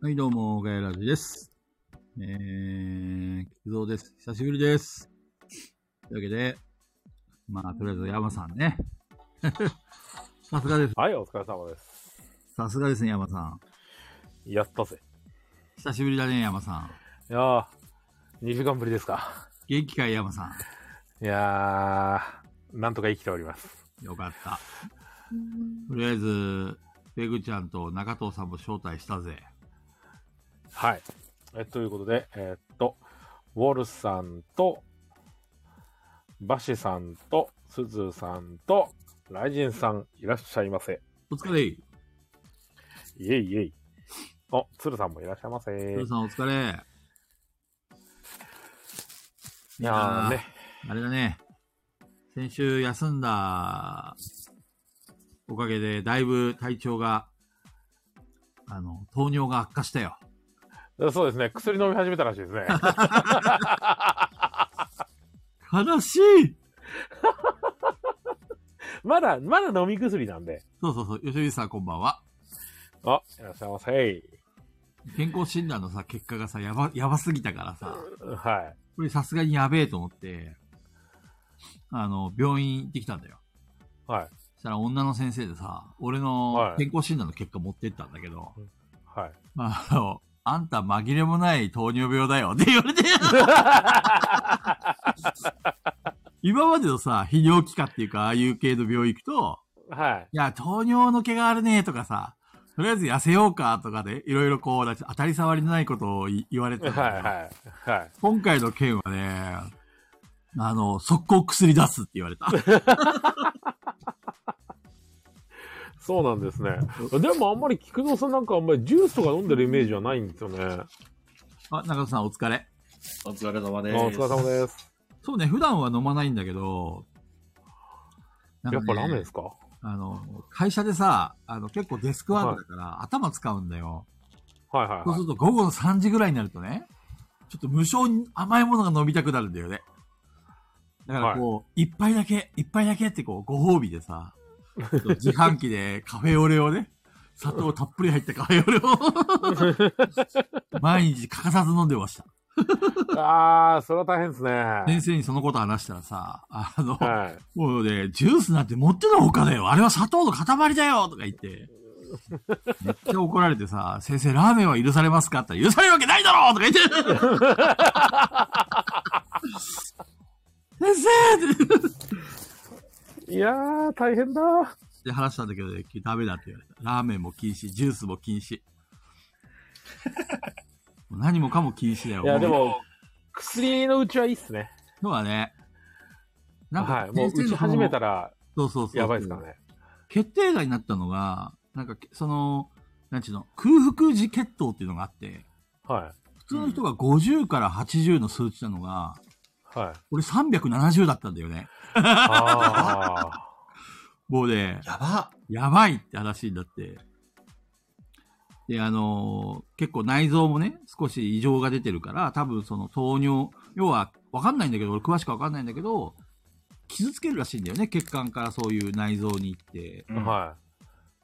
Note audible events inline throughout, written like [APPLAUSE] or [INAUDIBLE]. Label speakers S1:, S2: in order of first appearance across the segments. S1: はい、どうも、ガヤラジです。えー、菊蔵です。久しぶりです。というわけで、まあ、とりあえず山さんね。 [LAUGHS] さすがです。
S2: はい、お疲れ様です。
S1: さすがですね、山さん。
S2: やったぜ。
S1: 久しぶりだね、山さん。
S2: いやー、2時間ぶりですか。
S1: 元気かい、山さ
S2: いやー、なんとか生きております。
S1: ん。よかった。とりあえず、ペグちゃんと中藤さんも招待したぜ。
S2: はい。えということで、えーっと、ウォルさんと、バシさんと、スズさんと、ライジンさん、いらっしゃいませ。
S1: お疲れ。
S2: イエイイエイ。あ、鶴さんもいらっしゃいませ。
S1: ペグ
S2: い
S1: さんお疲れ。
S2: やーね、
S1: あれだね。先週休んだおかげで、だいぶ体調が、あの、糖尿が悪化したよ。
S2: そうですね、薬飲み始めたらしいですね。 [LAUGHS]
S1: 悲しい
S2: まだ、まだ飲み薬なんで。
S1: そうそうそう、吉光さんこんばんは。
S2: あ、いらっしゃいませ。
S1: 健康診断のさ、結果がさ、やば、やばすぎたからさ、
S2: はい。
S1: これさすがにやべえと思って、あの、病院行ってきたんだよ。
S2: はい。
S1: そしたら女の先生でさ、俺の
S2: はい
S1: 健康診断の結果持ってったんだけど、
S2: はい。
S1: まあ、あの、あんた紛れもない糖尿病だよって言われて、今までのさ、泌尿器科っていうか、ああいう系の病院行くと、
S2: は
S1: い
S2: い。
S1: や、糖尿の毛があるねとかさ、とりあえず痩せようかとかで、いろいろこう、なんか当たり障りのないことをい言われて
S2: は
S1: た
S2: い
S1: んだけど
S2: はい。はい。
S1: 今回の件はね、あの、速攻薬出すって言わ
S2: [LAUGHS]
S1: れた。
S2: そうなんですね。でもあんまり菊蔵さんなんかあんまりジュースとか飲んでるイメージはないんですよね。
S1: あ、中田さんお疲れ。
S3: お疲れ様で
S2: あお疲れ様です。
S1: そうね、普段は飲まないんだけど、な
S2: やっぱラーメン
S1: ね
S2: で、すか
S1: あの、会社でさ、あの、結構デスクワークだから、頭使うんだよ。
S2: はいはい
S1: そう
S2: は
S1: す
S2: い。
S1: ると午後の3時ぐらいになるとね、ちょっと無性に甘いものが飲みたくなるんだよね。だからこう、一杯だけ、一杯だけってこう、ご褒美でさ、ちょっと自販機で [LAUGHS] カフェオレをね、砂糖たっぷり入ったカフェオ
S2: [LAUGHS]
S1: レを、毎日欠かさず飲んでました。
S2: ああ、それは大変ですね。
S1: 先生にそのこと話したらさ、あの、
S2: はい。
S1: もうね、ジュースなんて持ってのほかだよ。あれは砂糖の塊だよとか言って。めっちゃ怒られてさ、先生、ラーメンは許されますかって言ったら許されるわけないだろうとか言って。先生って
S2: いやー、大変だ。
S1: って話したんだけどね、ダメだって言われた。ラーメンも禁止、ジュースも禁止。もう何もかも禁止だよ。
S2: いや、で
S1: もう
S2: も、薬のうちはいいっすね。
S1: 今日はね、なんか、
S2: はい。もう、
S1: 先生
S2: 打ち
S1: のこの
S2: 始めたら、
S1: そうそうそう。
S2: やばいですからね。
S1: 決定打になったのが、なんかけ、その、なんちゅうの、空腹時血糖っていうのがあって、
S2: は
S1: 普通の人が50から80の数値なのが、
S2: い。はい。
S1: 俺370だったんだよね。
S2: あ
S1: もうね、
S3: やば
S1: [LAUGHS] やばいって話になって。で、あのー結構内臓もね、少し異常が出てるから、多分その糖尿、要は、わかんないんだけど、俺詳しくわかんないんだけど、傷つけるらしいんだよね、血管からそういう内臓に行って。
S2: ー。は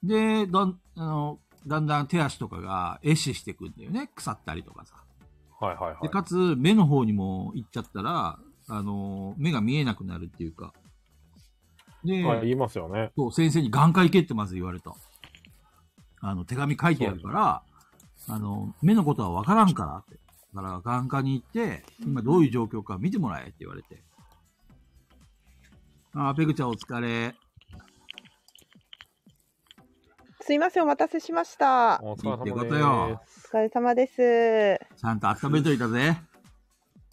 S1: で、だん、あの、だんだん手足とかが壊死してくんだよね。腐ったりとかさ。
S2: い。はいはい
S1: で、
S2: は
S1: かつ、目の方にも行っちゃったら、あの、目が見えなくなるっていうか。で、
S2: い。はい、言いますよね。
S1: そう、先生に眼科行けってまず言われた。あの、手紙書いてあるから、あの、目のことはわからんからって。だから、眼科に行って、今どういう状況か見てもらえって言われて。あー、ペグちゃんお疲れ。
S4: すいません、お待たせしました。
S2: お疲れ
S1: いいって
S2: 様
S1: こ
S2: で
S1: と
S2: す。
S1: よ
S4: お疲れ様です。
S1: ちゃんと温めといたぜ。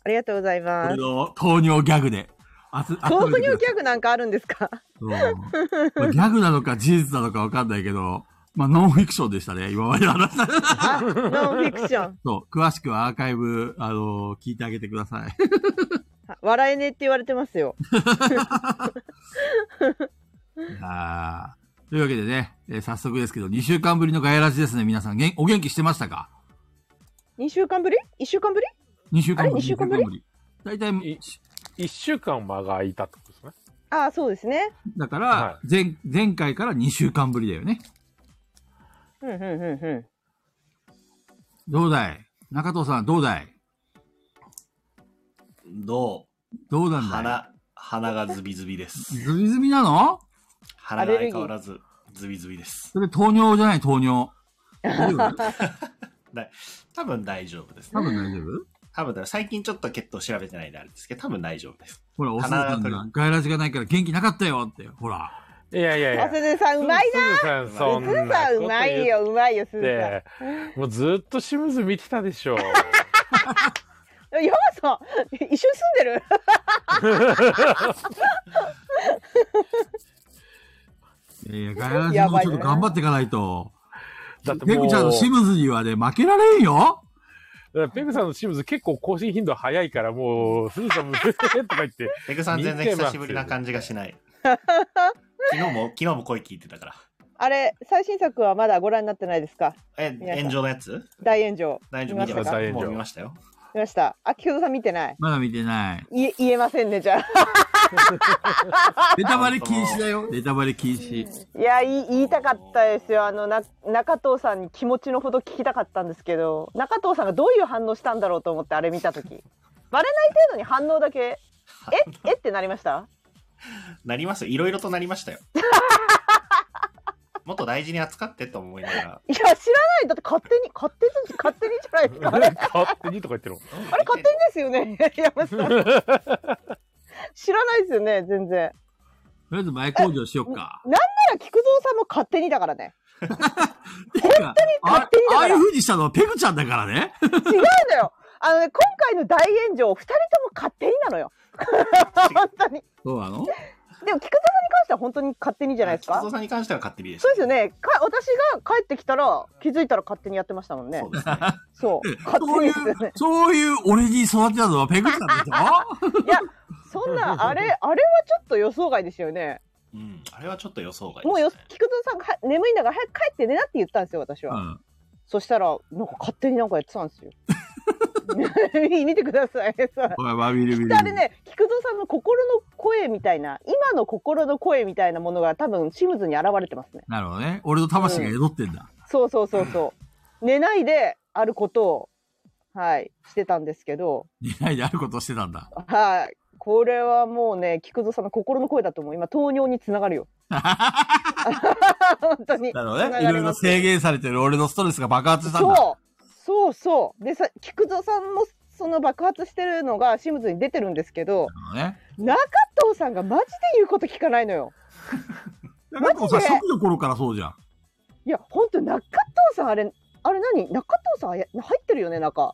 S4: ありがとうございま
S1: 俺
S4: す。
S1: の糖尿ギャグで。あつ
S4: 糖
S1: 温めてください
S4: 尿ギャグなんかあるんです
S2: [LAUGHS]
S4: か
S1: そうまあギャグなのか事実なのかわかんないけど、まあノンフィクションでしたね、今までの話。
S4: あ、ノンフィクション。
S1: そう、詳しくはアーカイブ、あの聞いてあげてください。
S4: [LAUGHS] あ笑えねえって言われてますよ。
S1: あーというわけでね、えー早速ですけど、2週間ぶりのガヤラジですね、皆さん。げんお元気してましたか
S4: 2週間ぶり ?1 週間ぶり
S1: ?2 週間ぶり。
S4: あれ二週間ぶり
S1: 大体
S2: い、一週間間が空いたってことですね。
S4: ああ、そうですね。
S1: だから、
S2: は
S1: 前、前回から2週間ぶりだよね。
S4: うんうんうんうん。
S1: どうだい中藤さん、どうだい
S3: ど
S1: どうな
S3: う、
S1: んだい
S3: 鼻、鼻がズビズビです。
S1: ズビズビなの
S3: 鼻が相変わらずズビズビです。
S1: それ糖尿じゃない糖尿。大 [LAUGHS] 丈夫
S3: 多分大丈夫です
S1: 多
S3: ね。
S1: 分大丈夫
S3: 多分だ、最近ちょっと血糖調べてないんであれですけど、多分大丈夫です。
S1: ほら、おすずさん
S3: 鼻が
S1: が外ラジがないから元気なかったよって。ほら。
S2: いやいやい
S4: あ
S2: や。
S4: すずさんうまいな
S2: なすずさん、そん
S4: すず
S2: な
S4: さん
S2: こと
S4: うまい
S2: 言っ
S4: ようまいよすずさん
S2: て、もうずっと清水見てたでしょ。
S4: ヤマさん一緒に住んでる
S1: いやいや、ガヤラジもちょっと頑張っていかないと。
S2: だって
S1: ペ
S2: も
S1: グ
S2: う、
S1: ちゃんのシムズにはね、負けられんよ
S2: だからペグさんの清水結構更新頻度早いから、もう、すずさんも、とか言って、
S3: ペグさん全然久しぶりな感じがし
S4: [LAUGHS]
S3: ない。昨日も、昨日も声聞いてたから。
S4: あれ最新作はまだご覧になってないですか
S3: え、
S4: 皆さん
S3: 炎上のやつ
S4: 大炎上
S3: 大丈
S4: 見
S3: 夫
S4: ましてた
S3: 見ま
S4: か
S3: す
S2: 大炎上
S3: もう見ましたよ。
S4: 見ましたあきほどさん見てない
S1: まだ見てない。
S4: い言えませんねじゃあ
S1: ネタバレ禁止だよ。ネタバレ禁止。
S4: いや言い言いたかったですよあのな中藤さんに気持ちのほど聞きたかったんですけど中藤さんがどういう反応したんだろうと思ってあれ見た時バレない程度に反応だけええってなりました
S3: なりますいろいろとなりまし
S4: [LAUGHS]
S3: たよ。もっと大事に扱ってと思いながら。
S4: いや知らないだって勝手に勝手に勝手にじゃないですかあれ
S2: 勝手にとか言ってるもん。
S4: あれ勝手にですよね山下さん知らないですよね全然
S1: とりあえず前工場しよっか。
S4: ただ菊蔵さんも勝手にだからね
S1: 本当にあ
S4: 勝手にだ
S1: あ
S4: から
S1: あいう風にしたのはペグちゃんだからね。
S4: 違うんだよあのね今回の大炎上2人とも勝手になのよ本当に
S1: そうなの
S4: でも菊蔵さんに関しては本当に勝手にじゃないです
S3: 菊
S4: か
S3: 蔵さんに関しては勝手にでした
S4: そうですよねか私が帰ってきたら気づいたら勝手にやってましたもんね
S3: そうですね。
S4: そう
S1: そ
S4: 勝手
S1: う
S4: に
S1: い
S4: ですよ
S1: う
S4: ね、
S1: そういう俺に育てたのはペグちゃんでしょ
S4: いやそんなあれあれはちょっと予想外ですよね
S3: うん。あれはちょっと予想外
S4: もうよ
S3: ですね
S4: 菊蔵さんがは眠いんだから早く帰って寝なって言ったんですよ私
S1: う
S4: は、
S1: ん。
S4: そしたらなんか勝手になんかやってたんですよ [LAUGHS] 見てくださいそう
S1: おい、まみるみる。
S4: あれね菊蔵さんの心の声みたいな今の心の声みたいなものが多分シムズに現れてますね
S1: なるほどね。俺の魂が宿ってんだ。
S4: そうそうそうそう寝ないであることをはいしてたんですけど [LAUGHS]
S1: 寝ないであることをしてたんだ。
S4: はいこれはもうね菊蔵さんの心の声だと思う今糖尿につながるよ本当に
S1: なるほ
S4: つ
S1: ど
S4: な
S1: ね。い
S4: が
S1: ろいろ
S4: ます
S1: 制限されてる俺のストレスが爆発したんだ。
S4: そうそうそうでさ菊蔵さんもその爆発してるのがシムズに出てるんですけ
S1: な
S4: ど
S1: るほどね。
S4: 中藤さんがマジで言うこと聞かないのよ
S1: なんかさ、
S4: マジで
S1: 初期の頃からそうじゃん。
S4: いやほんと中藤さんあれあれ何中藤さんあや入ってるよね中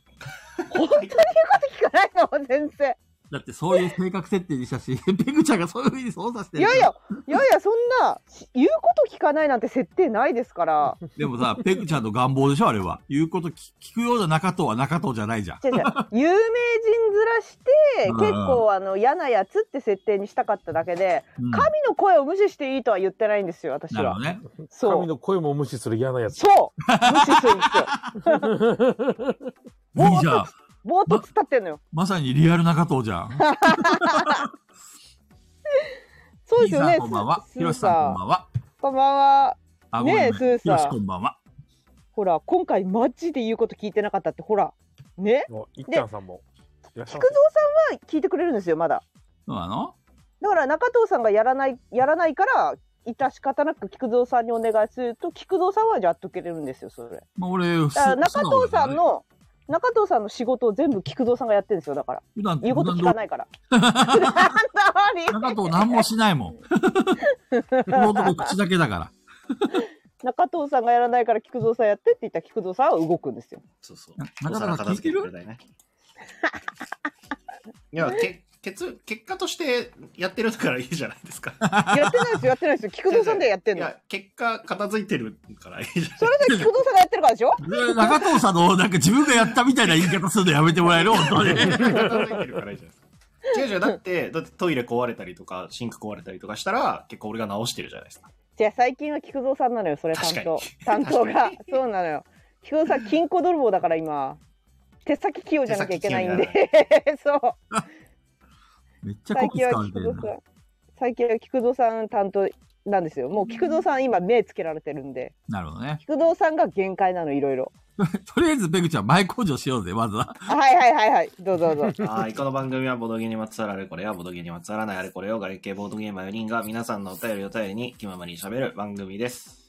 S4: 本当に言うこと聞かないの全然
S1: [LAUGHS] だってそういう性格設定にしたし、 [LAUGHS] ペグちゃんがそういう風に操作して
S4: い
S1: る。
S4: やいやいやいやそんなし言うこと聞かないなんて設定ないで
S1: [LAUGHS]
S4: すから
S1: でもさ、ペグちゃんの願望でしょ、あれは。言うこと聞聞くような中藤は中藤じゃないじゃん。
S4: 違う違う有名人ずらして
S1: うん
S4: 結構あの嫌なやつって設定にしたかっただけで
S1: うん
S4: 神の声を無視していいとは言ってないんですよ私
S1: なるほ
S4: は
S1: どね。
S4: そ
S2: 神
S4: う
S2: の声も無視する嫌なやつ。
S4: そう無視するんです
S1: [LAUGHS]
S4: よ
S1: いいじゃん。
S4: ぼーっと突っ立ってんのよ
S1: まさにリアル中藤じゃん。
S4: そうですよね
S1: ピーさんこんばんは。
S4: す
S1: ひろしさんこんばんは。
S4: こんばんは
S1: あ、ご
S4: ね
S1: め
S4: え
S1: んね。
S4: スーさん
S1: ひろしこんばんは。
S4: ほら今回マジで言うこと聞いてなかったってほらね
S2: おいっちゃんさんも。いらっしゃいませ
S4: 菊蔵さんは聞いてくれるんですよまだ
S1: そうなの
S4: だから中藤さんがやらないやらないから致し方なく菊蔵さんにお願いすると菊蔵さんはやっとけれるんですよそれ
S1: まあ俺、
S4: だから
S1: す
S4: 中藤さん。の中藤さんの仕事を全部菊蔵さんがやってるんですよだから
S1: 素直だよね
S4: 言う
S1: 普
S4: こと
S1: 段、
S4: 聞
S1: 普
S4: か
S1: 段
S4: ないからなんだあり
S1: 中藤何もしないもん。この男口だけだから。
S4: 中藤さんがやらないから菊蔵さんやってって言ったら菊蔵さんは動くんですよ
S3: そうそう。
S1: な中田さん聞いてる
S3: お皿片付けくれないねいや、け、結、結果としてやってるからいいじゃないですか。
S4: やってないですよやってないですよ菊蔵さんでやってん
S3: い
S4: の
S3: や、結果片付いてるからいいじゃない
S4: それで菊蔵さんがやってるからでしょ
S1: 中藤さんの、なんか自分がやったみたいな言い方するのやめてもらえる本当に。
S3: 片付いてるからいいじゃないですか。違う違う、だって、だってトイレ壊れたりとか、シンク壊れたりとかしたら、結構俺が直してるじゃないですか。
S4: じゃあ最近は菊蔵さんなのよそれ担当
S3: 確かに
S4: 担当が
S3: 確かに
S4: そうなのよ菊蔵さん金庫泥棒だから今手先器用じゃなきゃいけないん
S3: 手
S4: で [LAUGHS] そう
S1: めっちゃ
S4: 最
S1: コキ
S4: 近
S1: 使
S4: は
S1: われて
S4: 菊
S1: る
S4: 蔵
S1: な
S4: さ。ん最近は菊蔵さん担当なんですよもう菊蔵さん今目つけられてるんで
S1: なるほどね。
S4: 菊蔵さんが限界なのいろいろ
S1: とりあえず、ペグちゃん、前工場しようぜ、まずは。
S4: はいはいはいはい。どうぞ
S3: [LAUGHS]
S4: どうぞ。
S3: はい、この番組はボドゲにまつわるあれこれやボドゲにまつわらないあれこれをガレッケボードゲーマー4人が皆さんのお便りを頼りに気ままに喋る番組です。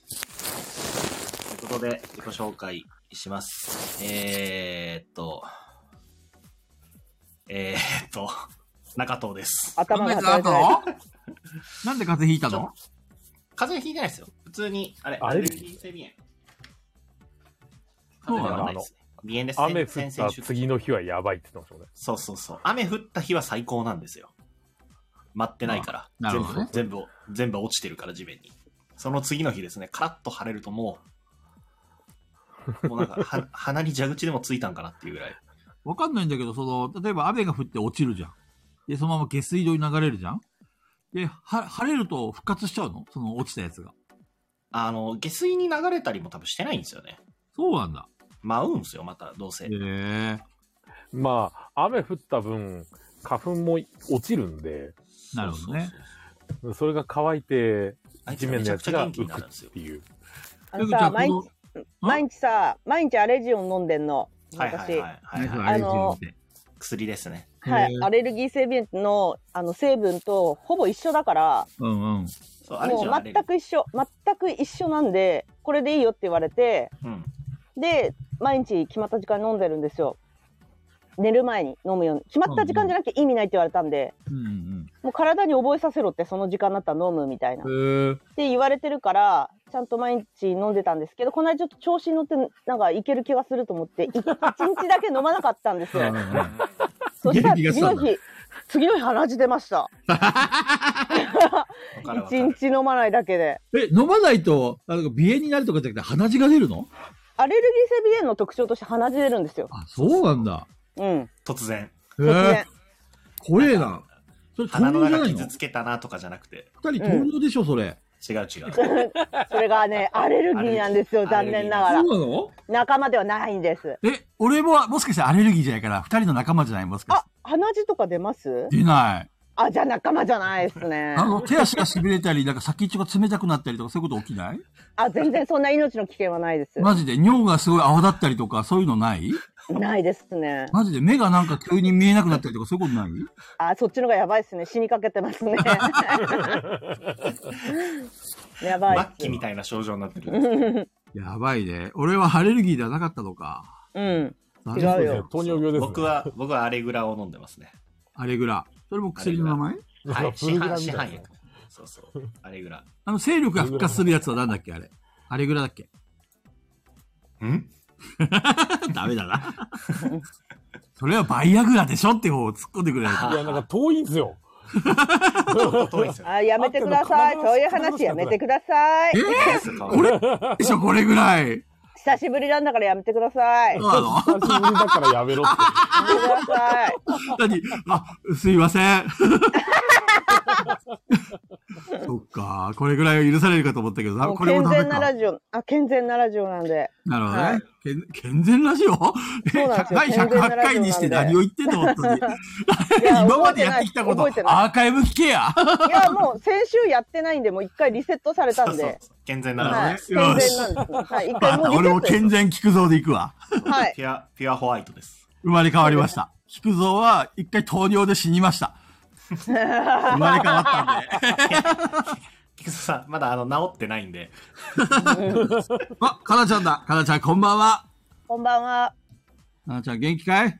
S3: ということで、自己紹介します。えー、っと、えー、っと、中藤です。
S1: 考
S4: 頭
S1: え
S4: が
S1: てなか
S4: 働
S1: っ
S4: いてない。
S1: たのなんで風邪ひいたの
S3: 風邪ひいてないですよ。普通に、あれ、
S2: アレルギー
S3: ギー性鼻
S1: そう
S3: 炎。風
S1: な
S3: 邪では
S1: の
S3: ないですね。鼻炎ですね。
S2: 雨降っ
S3: 先々
S2: た
S3: 週
S2: 次の日はやばいって言ってまし
S3: そうそうそう。雨降った日は最高なんですよ。待ってないから。
S1: まあなるほどね
S3: 全部、全部、全部落ちてるから地面に。その次の日ですね、カラッと晴れるともう、もうなんか、
S1: [LAUGHS]
S3: は鼻に蛇口でもついたんかなっていうぐらい。
S1: わかんないんだけど、その、例えば雨が降って落ちるじゃん。で、そのまま下水道に流れるじゃん。で、は、晴れると復活しちゃうのその落ちたやつが。
S3: あの、下水に流れたりも多分してないんですよね。
S1: そうなんだ。
S3: 舞うんですよ、また、どうせ
S1: へ。え。
S2: たね。まあ、雨降った分、花粉も落ちるんで、
S1: なるほどね
S3: そうそうそう。
S2: それが乾いて、
S3: あい
S2: 地
S3: つ
S2: 面
S3: らめ
S2: の
S3: ちゃ
S2: や
S3: くち
S2: つ
S3: ゃ
S2: が
S3: 元気
S2: 浮
S3: にな
S2: く
S3: るんですよ
S2: っ。ていう。
S1: ペ
S4: あの
S1: グちゃ
S4: さ
S1: ん、こ
S4: 毎日
S1: の、
S4: 毎日さ、毎日アレジオン飲んでんの。
S3: はいはい
S4: 私。
S3: はいはい、
S1: ね
S3: はい
S1: そう
S3: は
S1: ア
S3: い。
S1: レルギーって
S3: 薬ですね。
S4: は
S1: へ
S4: い
S1: え。
S4: アレルギー性鼻炎の、あの、成分と、ほぼ一緒だから、
S1: うんうん。
S3: そう、あれ
S4: も
S3: じゃ
S4: う
S3: あれ。
S4: 全く一緒、全く一緒なんで、これでいいよって言われて、
S3: うん。
S4: で、毎日決まった時間飲んでるんですよ。寝る前に飲むように。決まった時間じゃなきゃ意味ないって言われたんで、
S1: うん
S4: もう体に覚えさせろって、その時間だったら飲むみたいな。っ
S1: うん。へえ。
S4: て言われてるから、ちゃんと毎日飲んでたんですけど、この間ちょっと調子に乗って、なんかいける気がすると思って、い一日だけ飲まなかったん
S1: [LAUGHS]
S4: ですよ。そしたら
S1: いける気がし
S4: 次
S1: た
S4: の
S1: んだ
S4: 日、次の日鼻血出ました。
S3: わかるわ
S4: 一
S3: かる。
S4: 日飲まないだけで。
S1: え、飲まないと、なんか鼻炎になるとかじゃなくて鼻血が出るの
S4: アレルギー性鼻炎の特徴として鼻血出るんですよ。
S1: あ、そうなんだ。
S4: うん。
S3: 突然。
S1: へ
S4: 突然
S1: え。。怖えな。それ、糖
S3: 鼻の
S1: 尿じゃ
S3: 中
S1: ないの
S3: 傷つけたなとかじゃなくて。
S1: 二人糖尿でしょ、それ。
S3: 違う違う。
S4: それがね、アレルギーなんですよ、
S3: ア
S4: 残
S3: レルギ
S4: 念
S3: ー
S4: な
S1: そ
S4: がら
S1: う。なの
S4: 仲間ではないんです。
S1: え、俺も、もしかしてアレルギーじゃないから、二人の仲間じゃないもしかし
S4: あ、鼻血とか出ます
S1: て。出ない。
S4: あ、じゃあ仲間じゃないですね
S1: あ。の、手足が痺れたり、なんか先っちょが冷たくなったりとか、そういうこと起きない
S4: あ、全然そんな命の危険はないです。
S1: マジで尿がすごい泡立ったりとか、そういうのない
S4: ないですね。
S1: マジで目がなんか急に見えなくなったりとか、そういうことない
S4: あ、そっちのがやばいですね。死にかけてますね。やばい
S3: 末
S4: っす
S3: 期みたいな症状になってる。
S1: やばいね。俺はアレルギーではなかったのか。
S4: うん。
S1: 違
S4: 違う
S2: いや
S4: よ。
S2: 糖尿病です、ね。
S3: 僕。は、僕はアレグラを飲んでますね。
S1: アレグラ。それも薬の名前
S3: はい、市
S2: フルグラ
S3: 販、
S2: み
S3: 市
S2: たいな
S3: 販薬。そうそう。アレグラ。
S1: あの、勢力が復活するやつはなんだっけあれ。アレグラだっけ
S3: [LAUGHS] ん
S1: ダメだな。それはバイアグラでしょって方を突っ込んで [LAUGHS] くれる。
S2: いや、なんか遠いんですよ。
S3: 遠いですよ。
S4: あ、やめてください。
S2: あ
S4: そういう話やめてください
S1: え。これでしょ、これぐらい。
S4: 久しぶりなんだからやめてください。
S1: そ
S4: や
S1: うな [LAUGHS] の
S2: 久しぶりだからやめろって。
S4: めてください。
S1: 何あ、すいません。 [LAUGHS] そっか、これぐらいは許されるかと思ったけど、な
S4: もう
S1: これもダ
S4: 健
S1: メ
S4: 全な
S1: か。
S4: ラジオ。あ、健全なラジオなんで。
S1: なるほどね。
S4: はい
S1: 健健全ラジオ [LAUGHS]
S4: うなんですよ
S1: 第108回にして何を言ってんの、本当に。
S4: いや
S1: 今までやってきたこと、
S4: 覚えてない
S1: アーカイブ聞けや。
S4: いや、もう先週やってないんで、もう一回リセットされた
S3: そ
S4: ん
S3: うそう
S4: で。
S3: そう。健全なら
S4: は
S3: ね
S4: い。
S1: そ
S4: 健
S1: うよし
S4: 全なんです。はい、一
S1: ま
S4: 回
S1: た
S4: もう
S1: 俺も
S4: リセッ
S1: 健全聞くぞで行くわ。
S4: ト。はい。
S3: ピュア、ピュアホワイトです。
S1: 生まれ変わりました。菊蔵は一回糖尿で死にました。生まれ変わ
S3: [LAUGHS]
S1: ったんで。
S3: 菊池さん、まだあの、治ってないんで。
S1: あ、かなちゃんだ。かなちゃんこんばんは。
S4: こんばんは。
S1: かなちゃん元気かい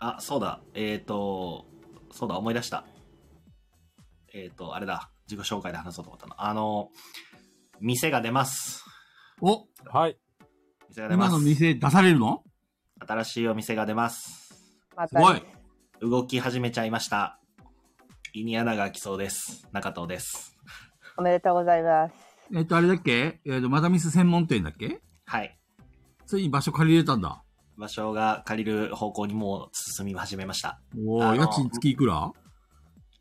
S3: あ、そうだ。えっ、ー、と、そうだ、思い出した。えっ、ー、と、あれだ。自己紹介で話そうと思ったの。あの、店が出ます。
S1: お、
S2: はい。
S3: 店が出ま
S1: 今
S3: す
S1: の。店出されるの
S3: 新しいお店が出ます。
S4: ますた
S1: ごい
S4: ね。。
S3: 動き始めちゃいました。胃に穴が開きそうです。中藤です。
S4: おめでとうございます。
S1: えっ、と、あれだっけえっ、と、マダミス専門店だっけ
S3: はい。
S1: ついに場所借りれたんだ。
S3: 場所が借りる方向にもう進み始めました。
S1: お
S3: あ
S1: ー、
S3: の
S1: 家賃月いくら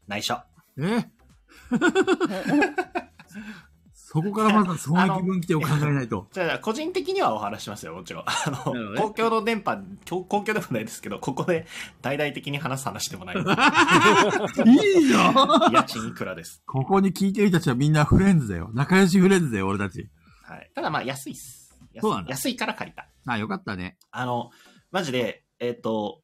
S3: 内緒。
S1: え [LAUGHS] そこからまず損益分岐点を考えない
S3: [LAUGHS]
S1: と。
S3: じゃあ、個人的にはお話しますよ、もちろん。あ
S1: なる
S3: の、
S1: ほどね
S3: 公共の電波、公公共でもないですけど、ここで大々的に話す話でもない。
S1: [LAUGHS] いいよ
S3: 家賃いくらです。
S1: ここに聞いてる人たちはみんなフレンズだよ。仲良しフレンズだよ、俺たち。
S3: はい。ただまあ、安いっす。安
S1: そうなんだ
S3: 安いから借りた。
S1: あ、よかったね。
S3: あの、マジで、えっ、と、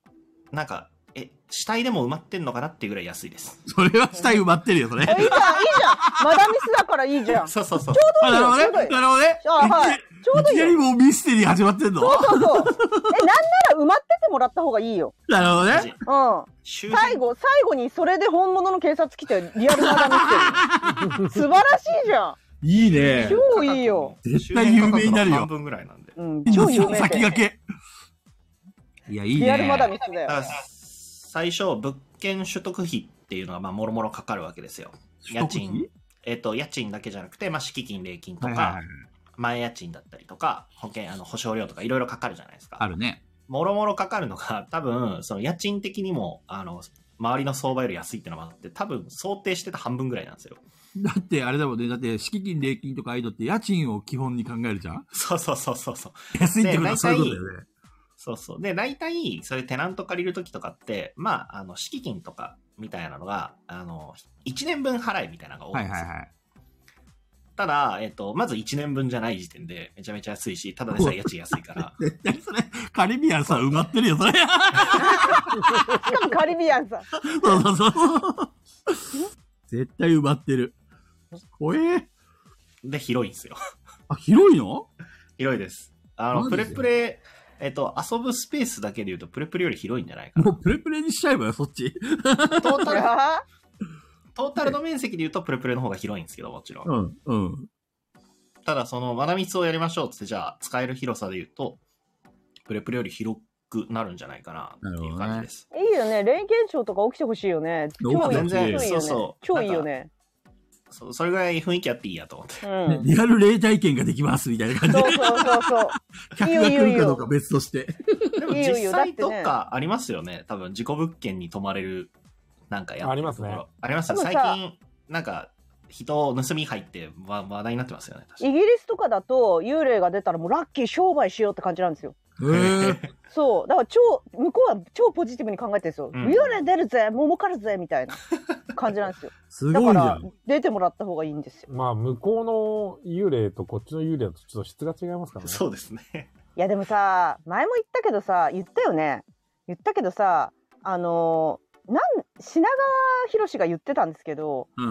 S3: なんか、え、死体でも埋まってんのかなっていうぐらい安いです。
S1: それは死体埋まってるよ、それ。
S4: えいいじゃん、いいじゃん。マダミスだからいいじゃん。
S3: そうそうそう。
S1: あなるほどね。
S4: ちょうどいい
S1: なるほどね。
S4: あはい。ちょう
S1: い
S4: どい
S1: き
S4: い
S1: な
S4: よ
S1: り。もうミステリー始まってんの
S4: そうそ
S1: [LAUGHS]
S4: うそう。え、なんなら埋まっててもらった方がいいよ。
S1: なるほど
S3: マ
S1: ね
S3: ジ。
S4: うん。
S3: 周
S4: 最
S3: 辺
S4: 後、最後にそれで本物の警察来て、リアルマダミステリー。素晴らしいじゃん。
S1: いいね
S4: 今超いいよ。
S1: 絶対有名になるよ
S3: 周辺価格の半分ぐらいなんで。
S4: うん、
S1: 今
S4: 超有
S1: の
S4: 名
S1: 先
S4: 店
S1: 駆け。いや、いいね。
S4: リアルマダミスだよ
S3: だ。から最初、物件取得費っていうのが、まあ、もろもろかかるわけですよ。家賃
S1: 取。
S3: えっ、と、家賃だけじゃなくて、まあ、敷金、礼金とか、
S1: はいはいはい。
S3: 前家賃だったりとか、保険、あの、保証料とか、いろいろかかるじゃないですか。
S1: あるね。
S3: もろもろかかるのが、多分、その家賃的にも、あの、周りの相場より安いってのもあって、多分、想定してた半分ぐらいなんですよ。
S1: だって、あれだもんね。だって、敷金、礼金とかああいうのって家賃を基本に考えるじゃん
S3: そうそうそうそうそう。
S1: 安いってこと
S3: ね
S1: はそういうことだよね。
S3: そうそう。で、大体、それテナント借りるときとかって、まあ、あの、敷金とか、みたいなのが、あの、1年分払いみたいなのが多
S1: はい
S3: ん
S1: い
S3: ですよ。
S1: はいはい。
S3: ただ、えっと、まず1年分じゃない時点で、めちゃめちゃ安いし、ただでさえ家賃安
S1: [LAUGHS]
S3: いから。
S1: 絶対それ、カリビアンさん埋まってるよ、それ。
S4: しかもカリビアンさん。
S1: そうそうそうそう。絶対埋まってる。怖え。
S3: で、広いんですよ。
S1: あ、広いの
S3: 広いです。あの、
S1: マ
S3: プ
S1: ジで
S3: レプレ、えっと、遊ぶスペースだけで言うと、プレプレより広いんじゃないかな。
S1: もうプレプレにしちゃえばよ、そっち。
S3: トータ
S4: い
S3: ル、
S4: や
S3: トータルの面積で言うと、プレプレの方が広いんですけど、もちろん。
S1: ん、うん。
S3: ただ、その、まだみつをやりましょうっつって、じゃあ、使える広さで言うと、プレプレより広くなるんじゃないかな、っていう感じです。
S4: ーいいよね。霊現象とか起きてほしいよね。超いい
S1: 起き
S4: よ
S1: て
S4: ね
S1: ほしい。
S4: 超いい
S3: そう
S4: よ
S3: そ
S4: ね
S3: う
S4: 超いいよね。
S3: そそれぐらい雰囲気あっていいやと
S4: [LAUGHS]
S3: 思って。
S4: うん。
S1: リアル霊体験ができます、みたいな感じ
S4: そ
S1: で。
S4: うそうそうそう。
S1: 客が来るかどうか別として。
S3: でも
S4: いいよいい
S3: 実
S4: よだっ
S3: 際
S4: てね
S3: どっかありますよね。多分自己物件に泊まれる、なんかやってる
S2: ありますね
S3: ところ。ありますよ
S4: 多分
S3: 最
S4: さ
S3: 近、なんか、人を盗み入ってわ話題になってますよね。確か
S4: イギリスとかだと幽霊が出たらもうラッキー商売しようって感じなんですよ。
S1: へー
S4: そうだから超向こうは超ポジティブに考えてるんですよ、
S3: うん
S4: 幽霊出るぜ儲かるぜみたいな感じなんですよ
S1: [LAUGHS] す
S4: だ
S1: ごい
S4: か
S1: じゃ
S4: ら
S1: ん。
S4: 出てもらった方がいいんですよ
S2: まあ、向こうの幽霊とこっちの幽霊だとちょっと質が違いますから
S3: に
S2: ね。
S3: [LAUGHS] そうですね。
S4: いやでもさ前も言ったけどさ言ったよね言ったけどさあのーなん品川博が言ってたんですけど
S1: うん。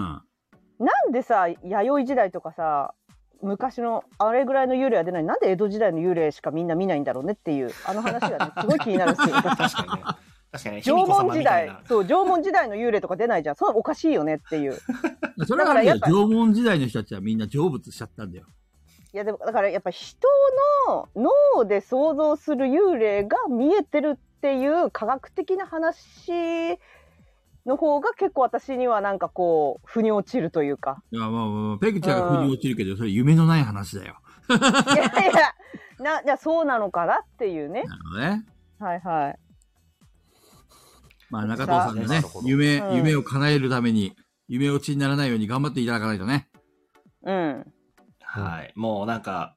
S4: なんでさ弥生時代とかさ昔のあれぐらいの幽霊は出ないなんで江戸時代の幽霊しかみんな見ないんだろうねっていうあの話が
S3: [LAUGHS]
S4: ねすごい気になるんですよ
S3: 確かにね。確かにね。
S4: [LAUGHS]
S3: 卑
S4: 縄
S3: 弥呼
S4: 文
S3: 様
S4: 時
S3: みた
S4: 代
S3: いな。
S4: そう縄文時代の幽霊とか出ないじゃんそれおかしいよねっていう
S1: それはあれだよ
S4: だからやっぱ
S1: 縄文時代の人たちはみんな成仏しちゃったんだよ。
S4: いやでもだからやっぱ人の脳で想像する幽霊が見えてるっていう科学的な話の方が結構私にはなんかこう腑に落ちるという
S3: [LAUGHS]
S4: か
S1: いや、まあまあ、ペグちゃんが腑に落ちるけど、それ夢のない話だよ。
S4: いやいやなじゃあそうなのかなっていうね
S1: なるほどね。
S4: はいはい
S1: まあ、中藤さんがね
S2: さあ、
S1: 夢、
S4: うん
S1: 夢を叶えるために、夢落ちにならないように頑張っていただかないとね。
S4: うん
S3: はい。もうなんか、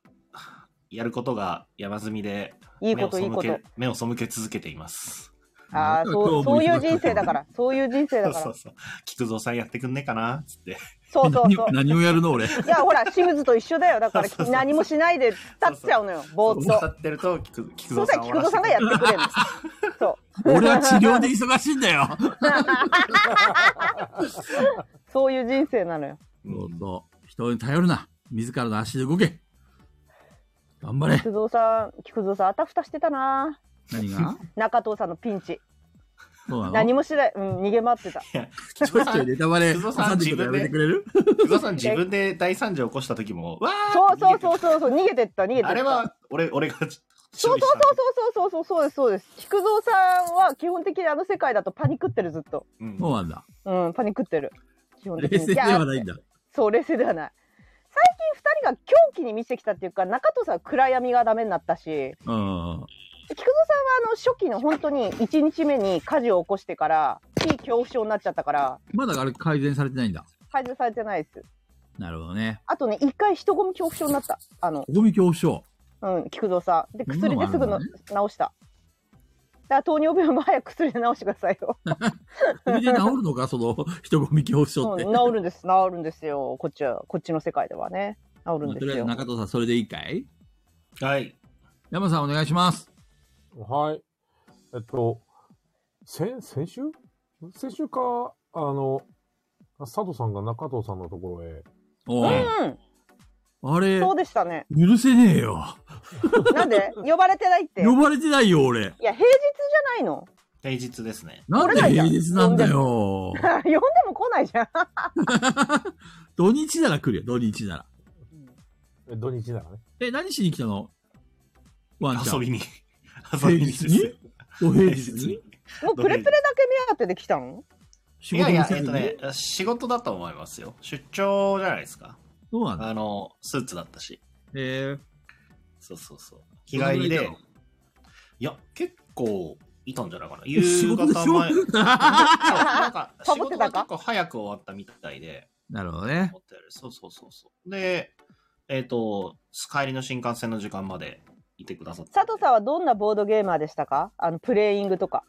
S3: やることが山積みで、
S4: いいことい
S3: 目
S4: い
S3: を
S4: こ
S3: 背
S4: と
S3: け、目を背け続けています。
S4: ああそう
S1: 今
S4: そう
S1: 日
S4: い
S1: も忙しかった
S4: う人生だからそういう人生
S3: そ
S4: だ
S3: う
S4: か
S3: そ
S4: ら
S3: うそう。菊蔵さんやってくんねえかなつって。
S4: そうそう
S1: 何
S4: そう
S1: を何をやるの俺。
S4: いやほら清水と一緒だよだか
S3: そうそう
S4: ら
S3: そう
S4: 何もしないで立っちゃうのよぼーっ
S3: 歌
S4: と
S3: ってると、菊菊
S4: そうし
S3: 蔵さ
S4: た
S3: ん
S4: ら
S3: を
S4: 菊蔵さんがやってくれるのそう
S1: 俺は治療で忙しいんだよ。
S4: そういう人生なのよ。
S1: そう
S3: うん
S1: そう。人に頼るな。自らの足で動け。頑張れ。
S4: 菊蔵さん、菊蔵さん、あたふたしてたな。
S1: 何
S4: [LAUGHS]
S1: が
S4: 中藤さんのピンチ。
S1: そうなの
S4: 何もしない、うん、逃げ回ってた。
S1: ちょいちょいネタバレ、
S3: 菊蔵さ
S1: 挟
S3: ん
S1: んでくるのやめてくれる
S3: 菊蔵さん
S1: [LAUGHS]
S3: 自分で大惨事を起こした時も、わー
S4: そうそう
S3: う
S4: そうそうそう、逃げてった、逃げてった。
S3: あれは、俺、俺が、
S4: そうそうそうそうそうそうそうそうです、そうです。菊蔵さんは基本的にあの世界だとパニックってる、ずっと。
S3: うん
S1: そうなんだ。
S4: うん、パニックってる。基本的
S1: 冷
S4: に。
S1: 静ではないい
S4: や
S1: んだ。
S4: そう、冷静ではない。最近二人が狂気に満ちてきたっていうか、中藤さんは暗闇がダメになったし。
S1: うん。
S4: 菊蔵さんはあの初期の本当に1日目に火事を起こしてから非恐怖症になっちゃったから
S1: まだあれ改善されてないんだ。
S4: 改善されてないです
S1: なるほどね。
S4: あとね一回人混み恐怖症になったあの、
S1: ゴミ恐怖症。
S4: うん、菊蔵さんで
S1: そんな
S4: 薬
S1: のもあ
S4: で
S1: る
S4: すぐの
S1: のね
S4: 治しただから糖尿病も早く薬で治してくださいよ、
S1: それで治るの [LAUGHS] か、その人ゴミ恐怖症
S4: う
S1: っ
S4: ん、
S1: て。
S4: 治るんです治るんですよこっちはこっちの世界ではね治
S1: ま
S4: るん
S1: あ
S4: で
S1: と
S4: す
S1: りあえず
S4: よ
S1: 中藤さん、それでいいかい
S3: はい。
S1: 山さんお願いします。
S2: はい。えっと、先、先週先週か、あの、佐藤さんが中藤さんのところへ、
S1: おう
S4: うん、
S1: あれ、
S4: そうでしたね。
S1: 許せねえよ。
S4: なんで呼ばれてないって。い
S1: 呼ばれてないよ、俺。
S4: や、平日じゃないの。
S3: 平日ですね。
S1: なんで
S4: 俺らじゃ
S1: 平
S4: ん
S1: 日なんだよ。
S4: 呼んでも来ないじゃん。
S1: [LAUGHS] 土日なら来るよ、土日なら。
S2: え土日ならね。
S1: え、何しに来たのワンちゃん。
S3: 遊びに。
S1: [LAUGHS] 平
S3: 遊びに
S1: 日にお平日に
S4: もうプレプレだけ目当てで来たの
S1: 仕
S3: いや
S1: 事
S3: い
S1: も
S3: や、
S1: せず
S3: えっ
S1: に
S3: とね、仕事だと思いますよ。出張じゃないですか。
S1: そうなんだ。
S3: あの、スーツだったし。
S1: え
S3: そうそうそう。日帰
S1: ど
S3: りで
S1: のぐらいいたの。
S3: いや、結構いたんじゃないかな。
S1: ー、仕
S3: 夕
S1: 事でし [LAUGHS]
S3: 方前。そう
S1: ょ
S3: なんか、
S4: サ
S3: 仕
S4: ボっ
S3: 事
S4: て
S3: が
S4: たか
S3: 結構早く終わったみたいで、
S1: なるほどね。
S3: ホテル。そうそうそうそう。で、えっ、と、帰りの新幹線の時間までいてくださった。
S4: 佐藤さんはどんなボードゲーマーでしたかあの、プレイングとか。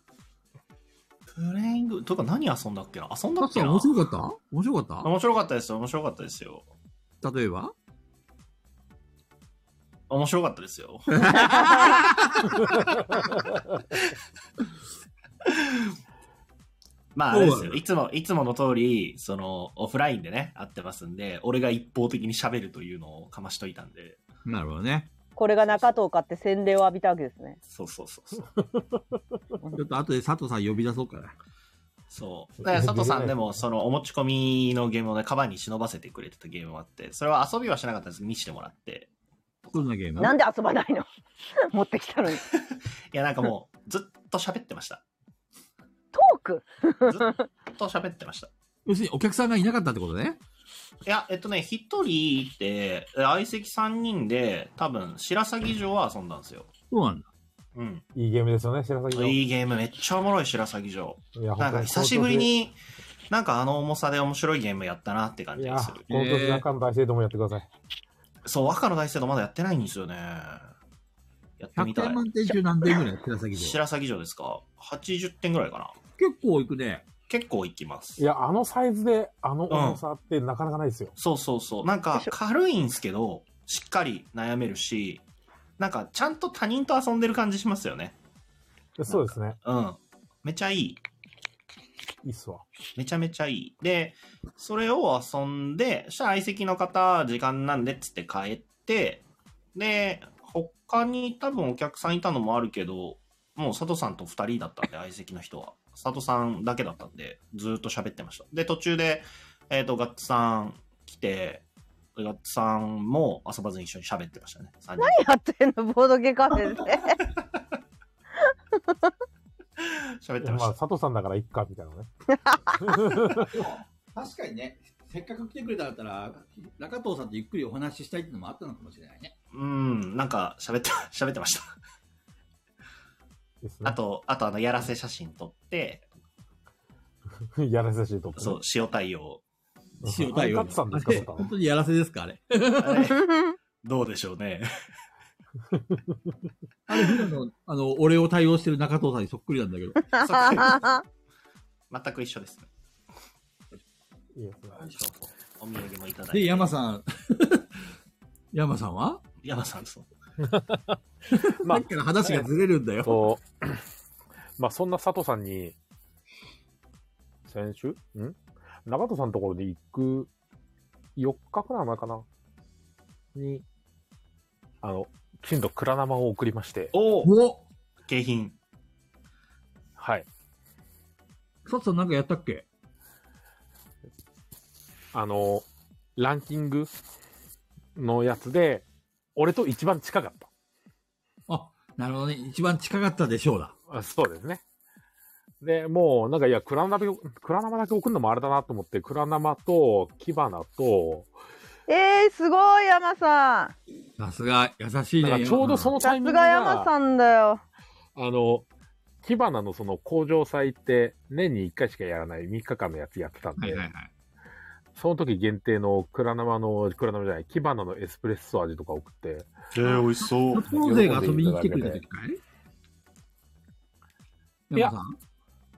S3: プレイング、というか何遊んだっけな遊んだ
S1: タ
S3: っ
S1: ツさ
S3: け
S1: ん
S3: な
S1: 面白かった面白かっ
S3: 面白かったですよ、面白かったですよ。
S1: た例えば
S3: 面白かったで
S1: [LAUGHS]
S3: すよ。まあ、あれですよ。いつも、いつもの通り、その、オフラインでね、会ってますんで、俺が一方的に喋るというのをかましといたんで、
S1: なるほどね。
S4: これが中藤かって洗礼を浴びたわけですね。
S3: そうそうそうそう。
S1: ちょっと後で佐藤さん呼び出そうかな。
S3: そう。だから佐藤さんでも、その、お持ち込みのゲームをね、カバンに忍ばせてくれてたゲームもあって、それは遊びはしなかったんです見せてもらって。
S1: どんなゲーム
S4: なんで遊ばないの [LAUGHS] 持ってきたのに。
S3: いや、なんかもう、ずっと喋ってま [LAUGHS] した。
S4: トーク
S3: ずっと喋ってました。
S1: 要するにお客さんがいなかったってことね。
S3: いや、えっとね、一人いて、相席三人で、多分、白鷺城は遊んだんですよ。
S1: そうなんだ。
S3: うん。
S2: いいゲームですよね、白崎の。
S3: いいゲーム、めっちゃおもろい白鷺城。
S2: いや
S3: なん
S2: 本当
S3: か、
S2: に
S3: 久しぶりに、なんかあの重さで面白いゲームやったなって感
S2: い
S3: じ
S2: や、
S3: がす
S2: こ
S3: る。
S2: の年中の大聖堂もやってください。
S3: そう、若の大聖堂まだやってないんですよね。やってみ
S1: 100
S3: たい
S1: 点。満点中何点ぐらいやってた先で。結
S3: 白鷺城ですか ?80 点ぐらいかな。
S1: 構いくね。
S3: 結構いきます
S2: い。や、あのサイズで、あの重さってなかなかないですよ。
S3: そうそうそう。なんか軽いんすけど、しっかり悩めるし、なんかちゃんと他人と遊んでる感じしますよね。
S2: そうですね。
S3: うん。めちゃいい。
S2: いいっすわ。
S3: めちゃめちゃいい。で、それを遊んで、そしたら相席の方、時間なんでっつって帰って、で、他に多分お客さんいたのもあるけど、もう佐藤さんと2人だったんで、相席の人は。佐藤さんだけだったんで、ずーっと喋ってました。で、途中で、えっ、と、ガッツさん来て、ガッツさんも遊ばずに一緒に喋ってましたね。何
S4: やってんのボードゲーカフェで。
S3: 喋ってま
S2: まあ、
S3: し
S2: 佐藤さんだからいっか、みたいなね。
S1: 確かにね、せっかく来てくれたから、中藤さんとゆっくりお話ししたいっていうのもあったのかもしれないね。
S3: た。うん、なんか喋って、喋ってました。
S2: です
S3: あ
S2: ね。
S3: と、あとあの、やらせ写真撮って、
S2: やらせしいと思
S3: そう、塩対応
S1: 塩対応。
S2: あれ勝さんですか、
S1: あれ
S2: とか
S1: 本。当にやらせですか、あれ。
S3: あれどうでしょうね。
S1: あれ、普段の、あの、俺を対応してる中藤さんにそっくりなんだけど。
S3: 全く一緒ですね。
S2: いいですね。
S3: お土産もいただいて。
S1: で、山さん。 [LAUGHS] 山さんは
S3: 山さん、そう。
S2: まあ
S1: さっきから話がずれるんだよ。
S2: と、 [COUGHS] まあ、そんな佐藤さんに、先週ん中戸さんのところで行く4日くらい前かなに、あの、きちんと蔵生を送りまして、
S3: おお
S1: お
S3: 景品。
S2: はい。
S1: 佐藤さんなんかやったっけ
S2: あの、ランキングのやつで、俺と一番近かった。
S1: あ、なるほどね。一番近かったでしょうだ。
S2: あそうですね。で、もう、なんか、いや、蔵生だけ、蔵生だけ送るのもあれだなと思って、蔵生と、木花と、
S4: [LAUGHS] えー、すごい山さん。
S1: さすが、優しい
S2: なん
S1: ね。
S2: かちょうどそのタ
S4: さ
S2: イミ
S4: す
S2: ング
S4: が山
S2: が、
S4: さんだよ。
S2: あの、木花のその工場祭って、年に1回しかやらない3日間のやつやってたん
S1: は
S2: で、
S1: いはいはい。
S2: その時限定の蔵生の、蔵生じゃない、木花のエスプレッソ味とか送って、
S3: えー、美味しそ
S1: 初詣が遊びに来てくれた時かい
S2: いや
S1: 山さん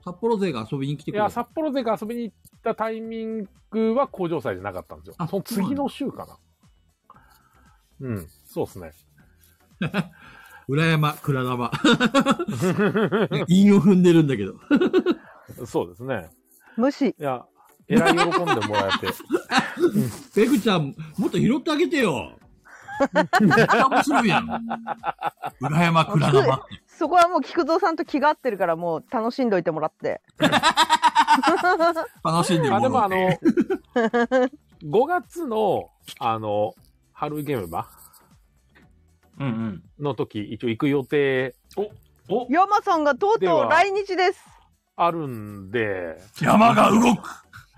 S1: 札幌勢が遊びに来て
S2: い
S1: くれ
S2: や、
S1: た。
S2: 札幌勢が遊びに行ったタイミングは工場祭じゃなかったんですよ
S1: あ。 [LAUGHS]
S2: その次の週かな。うん、そうですね。
S1: 裏山、倉玉。韻を踏んでるんだけど。
S2: そうですね。
S4: 無視。
S2: いや、えらい喜んでもら [LAUGHS] えて。
S1: ペグちゃん、もっと拾ってあげてよ。 [LAUGHS] めっちゃ面白いやん。裏山、倉玉って。
S4: そこはもう菊蔵さんと気が合ってるからもう楽しんどいてもらって。
S1: 楽しんで
S2: あ、
S1: も
S2: でも
S1: ら
S2: あ
S1: う。
S2: の、5月の、あの、春ゲーム場
S3: うんうん。
S2: の時、一応行く予定
S3: お
S4: ヨマさんがとう
S2: で
S4: と
S2: は
S4: う来日です。
S2: あるんで、
S1: 山が動く。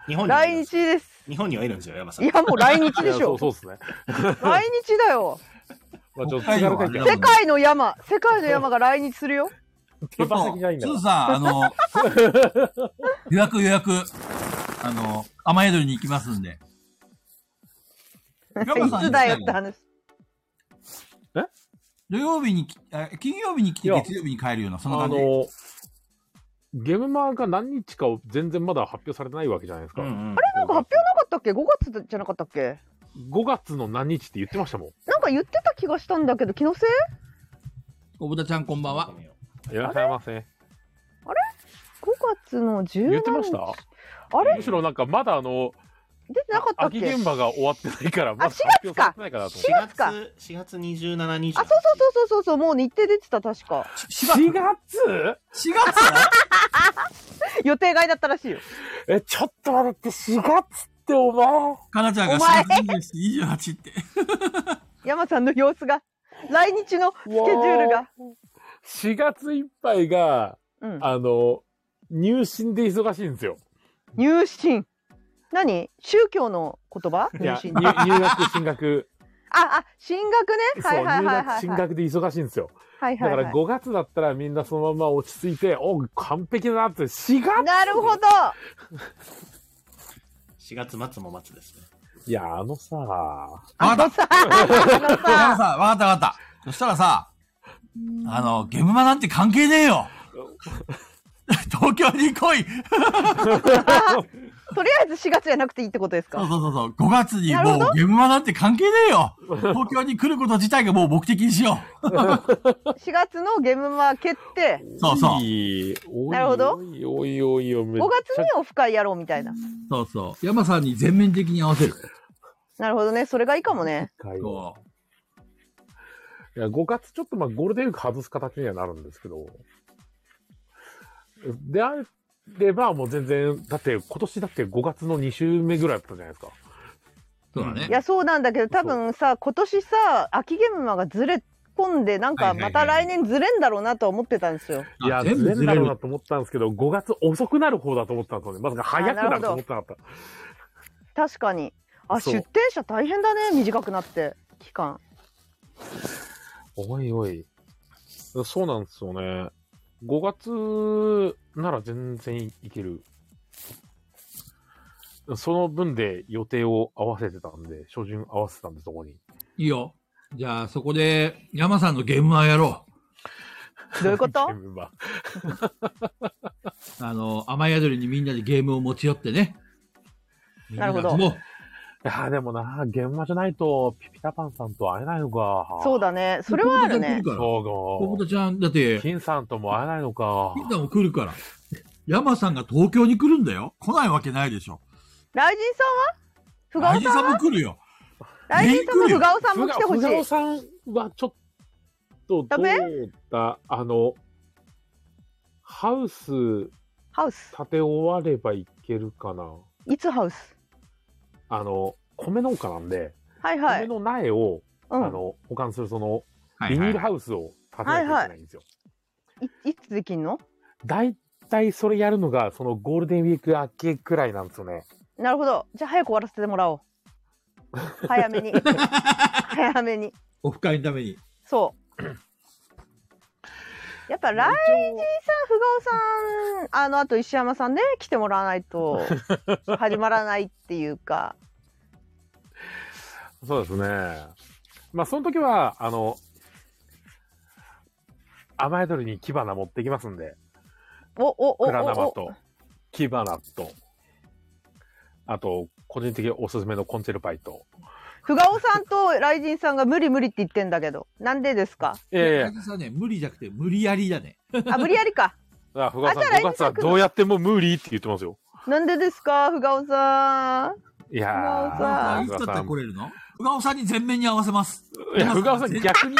S3: 日本にはい
S4: 来
S3: るんです
S4: 日です。
S3: 日本にはいるんですよ、山さ
S4: い
S3: ん。
S4: やもう来日
S2: い
S4: で
S2: や
S4: し
S2: [LAUGHS] そう
S4: ょ。
S2: そうですね。
S4: 来日だよ。
S2: まあ、ちょっと
S1: 北海道
S2: 疲れ
S1: は
S2: て
S1: あれだも
S2: るけど
S1: んね
S4: 世界の山、世界の山が来日するよ。
S1: ちょ
S2: 手
S1: っ
S2: 羽先ないん
S1: と、
S2: だ
S1: ち
S2: か
S1: ょっ
S2: ら
S1: と。さ、あの、
S2: [LAUGHS]
S1: 予約予約、あの、雨宿りに行きますんで。
S4: い
S1: ヨマさん
S4: つだよって話。
S1: 土曜日にき、あ金曜日に来て
S2: いや
S1: 月曜日に帰るような、そんな
S2: あ
S1: 感じ。
S2: の、ゲームマーが何日かを全然まだ発表されてないわけじゃないです
S3: う
S2: か。
S3: んうん
S2: あれ
S4: なんか発表なかったっけ ?5 月じゃなかったっけ
S2: ?5 月の何日って言ってましたも
S4: なんか言ってた気がしたんだけど、気のせい
S1: 小豚ちゃんこんばんは。
S2: ん。いらっしゃいませ。
S4: ?5 月の10
S2: 言ってました
S4: あれ
S2: むしろなんかまだあの、
S4: 出てなかったっ
S2: 秋
S4: け
S2: 現場が終わってないから、まだ発表されてないかなと思
S4: 4月か
S3: 4月、4月27日。
S4: あ、そうそうそうそうそうそう、もう日程出てた、確か。
S2: って。4月
S1: 4月
S4: 予定外だったらしいよ。
S2: え、ちょっと待って、4月ってお前。
S1: かなちゃんが
S4: お前
S1: 4月28って。
S4: 山さんの様子が。来日のスケジュールが。
S2: 4月いっぱいが、
S4: うん。
S2: あの、入信で忙しいんですよ。
S4: 入信。何宗教の言葉
S2: い
S4: 入
S2: や、
S4: 信
S2: 入
S4: って。あ、
S2: 入学、進学。
S4: あ、進学
S2: そ
S4: ね。
S2: う、
S4: [LAUGHS] はいはい
S2: 入
S4: はい
S2: 学、
S4: はい
S2: 進
S4: はい。
S2: 学で忙しいんですよ。
S4: はい
S2: だ
S4: は
S2: か
S4: い
S2: ら
S4: は
S2: 5月だったらみんなそのまま落ち着いて、お完璧だなって、4
S4: い。
S2: 月
S4: なるほど。
S3: 4月末も末ですね。
S2: いや、あのさ、
S1: わかった
S4: さあ、あの
S1: わかったさわ
S4: さ、
S1: かったわかった。そしたらさ、あの、ゲームマなんて関係ねえ
S2: [LAUGHS]
S1: よ東京に来い
S4: とりあえず4月じゃなくていいってことです
S1: そう
S4: か。
S1: そうそうそう。5月に
S4: なるほ
S1: も
S4: ど
S1: うゲームマなんて関係ねえよ東京に来ること自体がもう目的にしよ
S4: 4月のゲームマー決定。
S1: う。そうそう
S2: お。いおい
S4: なるほど
S2: おいおいおいおい、めっ
S4: 5月
S2: ちゃ
S4: にオフ会やろうみたいな。
S1: そうそう。山さんに全面的に合わせる。
S4: なるほどね。それがいいかもね。
S2: 近いわ
S1: こ
S2: いや、5月ちょっとまあゴールデンウィーク外す形にはなるんですけど、であればもう全然、だって今年だって5月の2週目ぐらいだったじゃないですか。
S1: う。そうだね。
S4: いやそうなんだけど多分さ今年さ秋ゲームマがずれ込んでなん
S1: は
S4: か
S1: いはいは
S4: ま
S1: い
S4: た来年ずれんだろうなと思ってたんですよ。
S1: あ
S2: いや、
S1: 全
S2: 全
S1: 部ず
S2: 然だ
S1: れ
S2: ろうな
S1: る。
S2: と思ったんですけど、5月遅くなる方だと思ったんですよね。まさか早くなると思ってなかった。
S4: 確かにあ
S2: そう
S4: 出店者大変だね短くなって期間
S2: おいおい。そうなんですよね。5月なら全然いける。その分で予定を合わせてたんで、初旬合わせてたんで、そこに。
S1: いいよ。じゃあ、そこで、山さんのゲームマやろう。
S4: どういうこ
S2: [LAUGHS]
S4: と
S2: メンバー
S1: あの、雨宿りにみんなでゲームを持ち寄ってね。
S4: なるほど
S1: みんなで遊ぼう
S2: いやーでもな、現場じゃないと、ピピタパンさんと会えないのか。
S4: そうだねそれはあるね。
S1: 小
S2: そう
S1: 本ちゃん来るから、小本ちゃん、だって
S2: か。、金さんとも会えないのか。
S1: みんなも来るから。山さんが東京に来るんだよ。来ないわけないでしょ。
S4: 来人さんは
S1: ラ
S4: ふ
S1: イジ
S4: がおさ
S1: さ
S4: ん
S1: ん
S4: は
S1: も来るよ。
S4: 来人さんも
S1: びっくり
S4: ふがおさんも来てほし
S2: ふがお
S4: い
S2: さんはちょっと、
S4: ダ
S2: ど
S4: メ
S2: うだ、あの、ハウス
S4: ハウス
S2: 建て終わればいけるかな。
S4: いつハウス
S2: あの、米農家なんで、
S4: はいは
S2: 米
S4: い
S2: の苗を、
S4: う
S2: あ
S4: ん
S2: の、保管するその、
S1: はい
S2: ビニ
S1: は
S2: ー
S1: い
S2: ルハウスを建てなきゃいけないんですよ。
S4: いいつできんの
S2: 大体それやるのが、そのゴールデンウィーク明けくらいなんですよね。
S4: なるほどじゃあ早く終わらせてもらおう
S2: [LAUGHS]
S4: 早めに早めに
S1: オフ会のために。
S2: [LAUGHS]
S4: そう。やっぱライ
S2: 一応
S4: さん、ふがおさん、あの、あと石山さんね、来てもらわないと始まらないっていうか。
S2: そうですね。まあ、その時は、あの、雨宿りに火花持ってきますんで、
S4: お、お、お、お、
S2: 蔵生
S4: お
S2: と、火花と、あと、個人的におすすめのコンチェルパイと、
S4: ふがおさんと雷神さんが無理無理って言ってんだけど、なんでですか
S2: いやいや
S1: 大、地さんね、無理じゃなくて無理やりだね。
S4: あ、無理やりか。
S2: あ、ふがさん、
S4: あじゃあ
S2: 5月はどうやっても無理って言ってますよ。
S4: なんでですか、ふがおさん。
S2: いや
S4: ふが
S2: ー、
S1: い
S2: ふ
S1: つだ
S2: が
S1: った
S2: さ
S1: ら
S2: ん
S1: 来、れるのふがおさんに全面に合わせます。 [LAUGHS]
S2: いや、ふがさん逆に、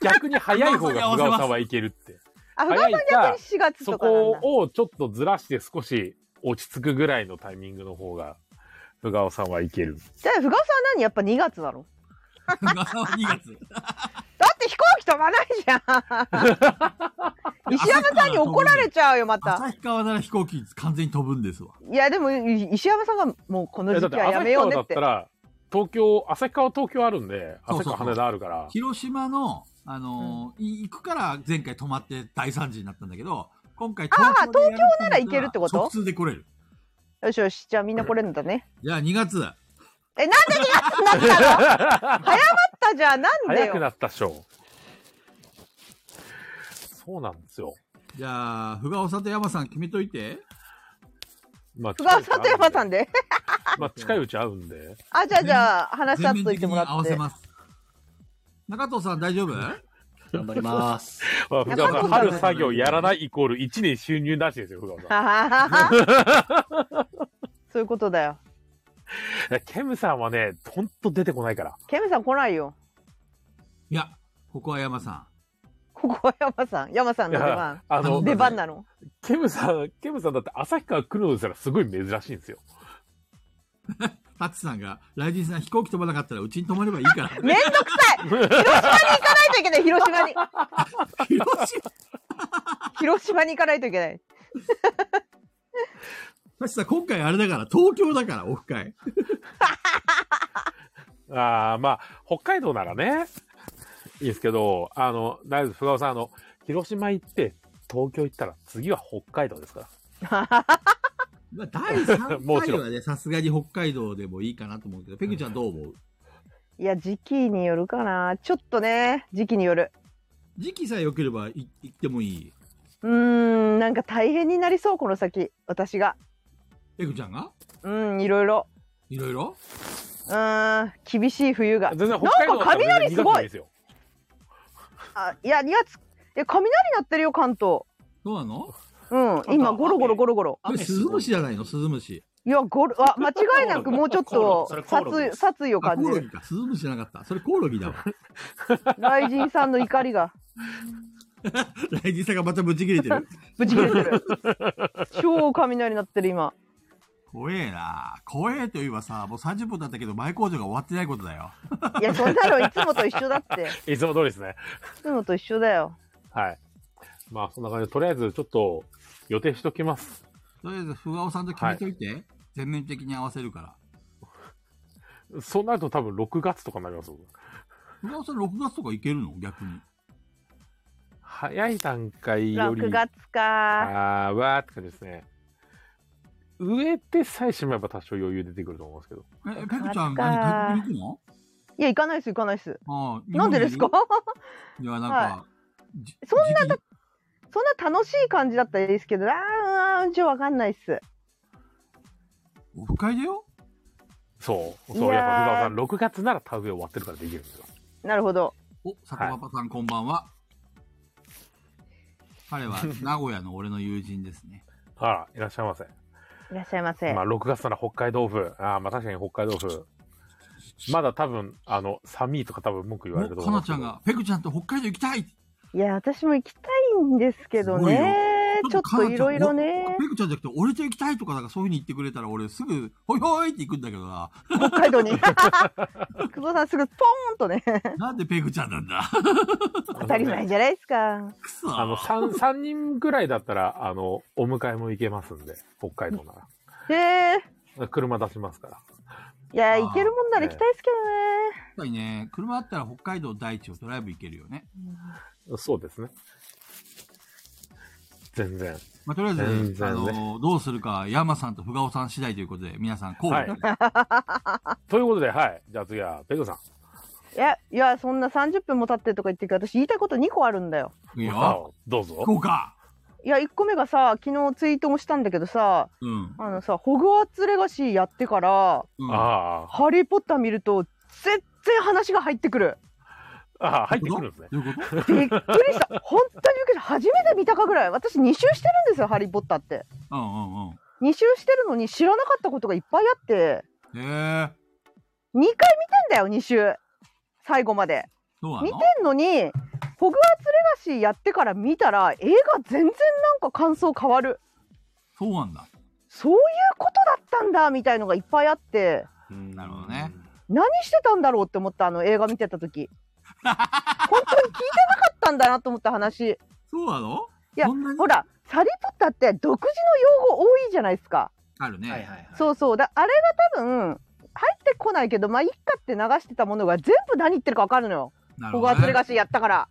S2: 逆に早い方がふがさんはいけるって。
S4: あ、ふがお
S2: 早
S4: さん
S2: い
S4: 逆
S2: か
S4: に、4月
S2: そ
S4: とかなん
S2: こ
S4: だ。
S2: をちょっとずらして少し落ち着くぐらいのタイミングの方が、ふがおさんはいける。
S4: じゃあ、ふがおさんは何やっぱ2月だろ
S1: ふがおさんは2月。
S4: だって飛行機飛ばないじゃ
S2: [LAUGHS]
S4: ん。石山さんに怒られちゃうよ、また。
S1: 旭川なら飛行機完全に飛ぶんですわ。
S4: いや、でも、い石山さんがもうこの
S2: えだ
S4: 時
S2: っ
S4: 期
S2: て、
S4: はやめ
S2: 旭
S4: よう
S2: 川
S4: ね
S2: だ
S4: っ
S2: ってた。ら、東京、旭川東京あるんで、
S1: そうそう
S2: 旭川羽田あるから、
S1: 広島の、あのーい行くから前回泊まって大惨事になったんだけど、今回東京でやるって
S4: あー東京なら行けるってこと
S1: 直通で来れる。
S4: よしよし、じゃあみんな来れるんだね。
S1: じゃあ2月。
S4: え、なんで2月になったの早まったじゃん、なんで
S2: [LAUGHS] 早く
S4: よ。
S2: なったっしょ。そうなんですよ。
S1: じゃあ、ふがおさんと山さん決めといて。
S2: まあ、
S4: ふがおさんと山さん
S2: で。
S4: で。
S2: まあ、近いうち会うんで。
S4: あ、じゃあじゃあ、話し合
S1: 全
S4: っ
S1: 面
S4: とい
S1: 的
S4: て
S1: に
S4: もら
S1: 合わ
S4: っ
S1: せ
S4: て。
S1: ます。中藤さん大丈夫
S3: 頑張ります。
S2: まあ、福川さん、春作業やらないイコール1年収入なしですよ、福川
S4: [LAUGHS]
S2: さん。
S4: ははははそういうことだよ。
S2: いやケムさんはね、ほんと出てこないから。
S4: ケムさん来ないよ。
S1: いや、ここは山さん。
S4: ここは山さん。山さんの出
S2: い
S4: 番
S2: や。あの
S4: 出番なの。
S2: ケムさん、ケムさんだって旭川来るのですらすごい珍しいんですよ。
S1: タッチさんが、ライジンさん飛行機飛ばなかったらうちに泊まればいい
S4: [LAUGHS]
S1: から。
S4: めんどくさい広島に行かないといけない、広島に。
S1: [LAUGHS] 広島
S4: 広島に行かないといけない。
S1: タッチさん、今回あれだから、東京だから、オフ会。
S2: ああ、まあ、北海道ならね、いいですけど、あの、大丈夫です。福川さん、あの、広島行って、東京行ったら次は北海道ですから。
S1: まあ、第3
S2: もち
S1: 回
S2: ろ
S1: はね、さすがに北海道でもいいかなと思うけど、ペグちゃんどう思う
S4: いや、時期によるかな。ちょっとね、時期による。
S1: 時期さえ良ければい行ってもいい。
S4: うーん、なんか大変になりそう、この先。私が。
S1: ペグちゃんが
S4: うん、いろいろ。
S1: いろいろ
S4: うーん、厳しい冬が。
S2: 全然北海道だったら
S4: なんか雷
S2: 全然
S4: すごい
S2: 苦手ですよ。
S4: あいや、2月。え、雷鳴ってるよ、関東。
S1: そうなの
S4: うん、
S3: 当
S4: 今、ゴロゴロゴロゴロ。
S1: これ、スズムシじゃないのスズムシ。
S4: いや、ゴロ、あ、間違いなくもうちょっと
S3: コオロギそれ、コオロギ
S4: 殺
S3: で
S4: 意、
S3: す
S4: 殺意を
S1: あ、
S4: 感
S1: コオ
S4: じ
S1: ロ
S4: る。
S1: ギか。スズムシじゃなかった。それコオロギだわ。
S4: [LAUGHS] 雷神さんの怒りが、
S1: ライジンさんがまたブチ切れてる。
S4: ぶち切れて
S3: [LAUGHS]
S4: る。超雷鳴ってる、今。
S1: 怖えな怖えといえばさ、もう30分だったけど、前工場が終わってないことだよ。
S4: いや、そんなのいつもと一緒だって。い
S2: いつも通りですね。
S4: つもと一緒だよ。
S2: はい。まあ、そんな感じで、とりあえずちょっと予定しときます。
S1: とりあえず、ふわおさんと決めといて、全面的に合わせるから。
S2: そうなると多分6月とかになりますよ。
S1: ふわおさん6月とか行けるの逆に。
S2: 早い段階より
S4: 6月か。
S2: あーわーって感じですね植えてさえしまえば多少余裕出てくると思うんですけど
S1: え、ペグちゃん、
S4: か
S1: 何、帰ってくの
S4: いや、行かないっす、行かないっす。
S1: ああ
S4: なんでですか
S1: いや、なんか、
S4: は
S1: じ
S4: そんな
S1: 時期
S4: そんな楽しい感じだったらいいですけど、あー、うん、ちょ、わかんないっす。
S1: オフ会だよ
S2: そう
S4: い
S2: そう
S4: やー
S2: やっぱ不動産6月なら田植え終わってるからできるんですよ
S4: なるほど。
S1: お、佐久間パパさん、こんばんは。彼
S2: [LAUGHS]
S1: は名古屋の俺の友人ですね。
S2: あらいらっしゃいませ、
S4: いらっしゃいませ。
S2: まあ6月なら北海道府あーまあ確かに北海道府まだ多分あの寒いとか多分文句言われると
S1: お、
S2: 思
S1: か
S2: うん
S1: なちゃんが、
S2: ですけど
S1: ペグちゃんと北海道行きたいち
S4: いや、私も行きたいんですけど
S1: すごいよ
S4: ね。ちょっといろいろ
S1: ペ
S4: ね。
S1: グちゃんじゃなくて、俺と行きたいとか、なんかそういうふうに言ってくれたら、俺すぐ、ほいほいって行くんだけど
S4: [LAUGHS]
S1: な。
S4: 北海道に。久保さんすぐポーンとね、
S1: なんでペグちゃん
S2: [LAUGHS]
S1: なんだ
S4: 当たり前じゃないですか。
S1: くそ
S2: あの 3, 三人ぐらいだったらあのお迎えも行けますんで北海道な
S4: へえ。
S2: ら車出しますから
S4: いや、
S1: あー
S4: 行けるもんなら行きたいですけ
S1: 確かにね、車あったら北海道大地をドライブ行けるよね。
S2: そうですね全然
S1: まあ、とりあえず、
S2: 全然
S1: あ
S2: ね
S1: の、どうするか、山さんと深尾さん次第ということで、皆さん、こう、
S2: はいということではいじゃあ次はペグさん
S4: どね。いや、いや、そんな30分も経ってとか言ってるから、私言いたいこと2個あるんだよ。
S1: いい
S2: さ
S1: よ。
S2: あどうぞ
S1: こうか。
S4: いや、1個目がさ、昨日ツイートもしたんだけどさ、
S1: うん。
S4: あのさ、ホグワーツレガシーやってから、
S1: うん、
S2: あ
S4: ハリーポッター見ると、全然話が入ってくる。
S2: ああ、入ってくるんですね。
S1: どういうこと
S4: びっくりした。本当にびっくりした。初めて見たかぐらい。私2周してるんですよ、ハリー・ポッターって。
S1: うんうんうん。
S4: 2周してるのに知らなかったことがいっぱいあって、
S1: へえ、
S4: 2回見てんだよ、2周。最後まで。
S1: そうな
S4: 見て
S1: の
S4: んのに、ホグワーツレガシーやってから見たら、映画全然なんか感想変わる。
S1: そうなんだ。
S4: そういうことだったんだ、みたいのがいっぱいあって、
S1: なるほどね。
S4: 何してたんだろうって思った、あの映画見てた
S1: [LAUGHS]
S4: 時。本当に聞いてなかったんだなと思った話。
S1: そうなの
S4: いや
S1: そんなに
S4: ほら、ハリーポッターって独自の用語多いじゃないですか。
S1: あるね。
S3: はいはいはい。
S4: そうそう。だあれが多分、入ってこないけど、まあ、いっかって流してたものが全部何言ってるかわかるのよ。
S1: なる
S4: ホ
S1: ほ
S4: ガーツ
S1: ど、
S4: レ
S1: ね
S4: ガ。シーやったから。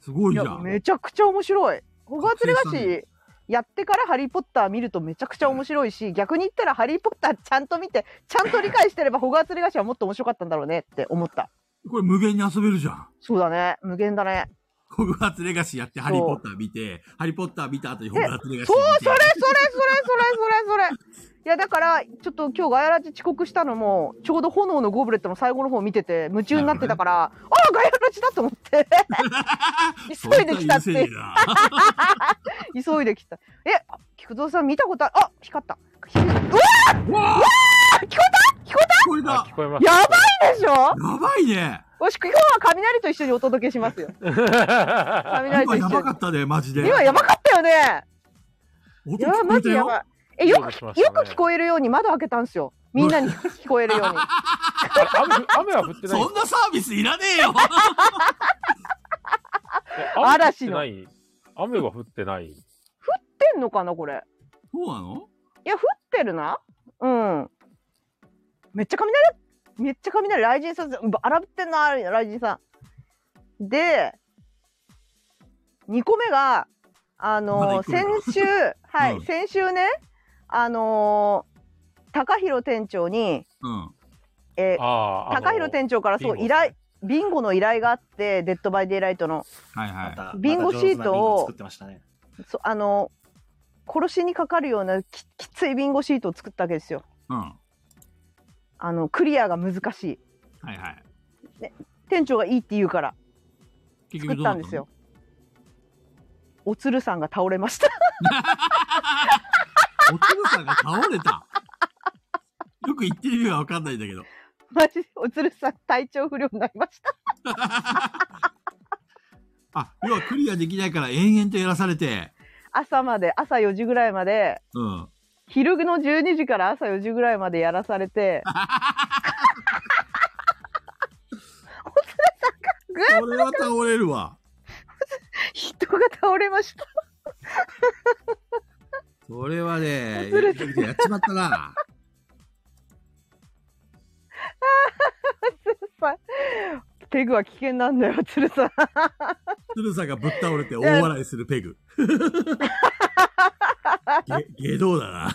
S1: すごい
S4: い
S1: じゃ
S4: や、
S1: ん。
S4: めちゃくちゃ面白い。ホガーツレガシ
S1: 覚醒
S4: ーやってからハリーポッター見るとめちゃくちゃ面白いし、逆に言ったらハリーポッターちゃんと見て、ちゃんと理解してればホガーツレガシーはもっと面白かったんだろうねって思った。
S1: これ無限に遊べるじゃん。
S4: そうだね。無限だね。
S1: ホグワーツレガシーやって、ハリーポッター見て、ハリーポッター見た後にホグワーツレガシ
S4: [LAUGHS] そ
S1: ー
S4: う
S1: 見て。
S4: それそれそれそれそれそれいやだからちょっと今日ガヤラジ遅刻したのもちょうど炎のゴブレットの最後の方見てて夢中になってたから、ああガヤラジだと思って
S1: [LAUGHS]
S4: [LAUGHS] 急いできたって
S1: そんなの許せねえな
S4: 急いできたえ菊蔵さん見たことあるあ光った光ったうわ
S1: うわあ
S4: ー聞こえた聞こ
S1: これ
S2: あ
S1: だ
S2: 聞こえま
S4: えたやばいでしょ
S1: やばいね
S4: よし今日は雷と一緒にお届けし
S1: [LAUGHS]
S4: ますよ
S2: す。
S4: 雷と
S1: 今
S4: 一
S1: や
S4: 緒
S1: ば
S4: に
S1: かったね、マジで。
S4: 今やばかったよね
S1: 音
S4: いや
S1: 聞こ
S4: マ
S1: えた
S4: ジや
S1: よ
S4: ばいえよく
S2: 聞
S4: よく聞こえるように窓開けたんですよみんなに聞こえるよ
S1: [LAUGHS]
S4: う
S2: あ
S4: に
S2: れ雨雨は降ってない
S1: そんなサービスいらねえよ [LAUGHS]
S4: 嵐
S2: 雨降って
S4: の
S2: ない雨は降ってない。
S4: 降ってんのかなこれ
S1: そうなの
S4: いや降ってるなうんめっちゃ雷めっちゃ雷雷神さんうん荒ぶってんな雷神さんで2個目があの
S1: まだ行くん
S4: 先週はい、
S1: うん
S4: 先週ねあのー、高弘店長に、
S1: うん。
S4: えー
S2: ああ。あの
S4: 高弘店長からそう依頼。ビンゴの依頼があって「デッド・バイ・デイ・ライト」の
S1: はい
S3: ま
S1: は
S3: た
S4: ビンゴシートを
S3: また上手なビンゴ作ってましたね。
S4: そあの殺しにかかるようなききついビンゴシートを作ったわけですよ
S1: い。うん。は
S4: あのクリアが難しい
S1: いはい。
S4: 店長がいいって言うから
S1: 結
S4: 作っ
S1: どう
S4: た
S1: なん
S4: ですよ。おつるさんが倒れました [LAUGHS]
S1: おつるさんが倒れた。よく言ってる意味はわかんないんだけど。
S4: マジでおつるさん体調不良になりました
S1: あ、要はクリアできないから延々とやらされて。
S4: 朝まで朝4時ぐらいまで
S1: うん。
S4: 昼の12時から朝4時ぐらいまでやらされて
S1: これは倒れるわ。
S4: 人が倒れました
S1: それはね、
S4: おつる
S1: やっちまったな。
S4: さペグは危険なんだよおつるさん
S1: つるさんがぶっ倒れて大笑いするペグ。げ、下道だな。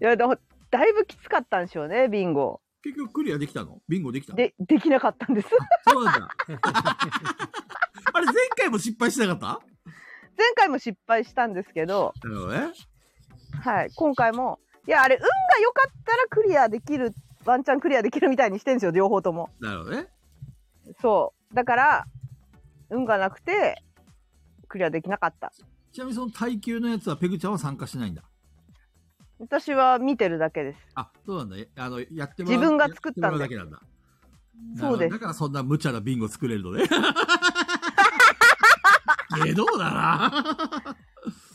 S4: いやだだいぶきつかったんでしょうねビンゴ
S1: 結局クリアできたのビンゴできたの
S4: でできなかったんです [LAUGHS]
S1: そうなんだ。あれ前回も失敗しなかった
S4: 前回も失敗したんですけど
S1: なるほどね。
S4: はい、今回も、いや、あれ、運が良かったらクリアできる、ワンチャンクリアできるみたいにしてんですよ、両方とも。
S1: なるほどね。
S4: そう。だから、運がなくて、クリアできなかった。
S1: ちなみにその耐久のやつはペグちゃんは参加しないんだ。
S4: 私は見てるだけです。
S1: あ、そうなんだ。えあの、やってもらう
S4: 自分が作ったんだ
S1: やてもらうだけなんだ。
S4: そ
S1: なるほ
S4: うです
S1: どだからそんな無茶なビンゴ作れるの
S4: [LAUGHS]
S1: ね。え、どうだな。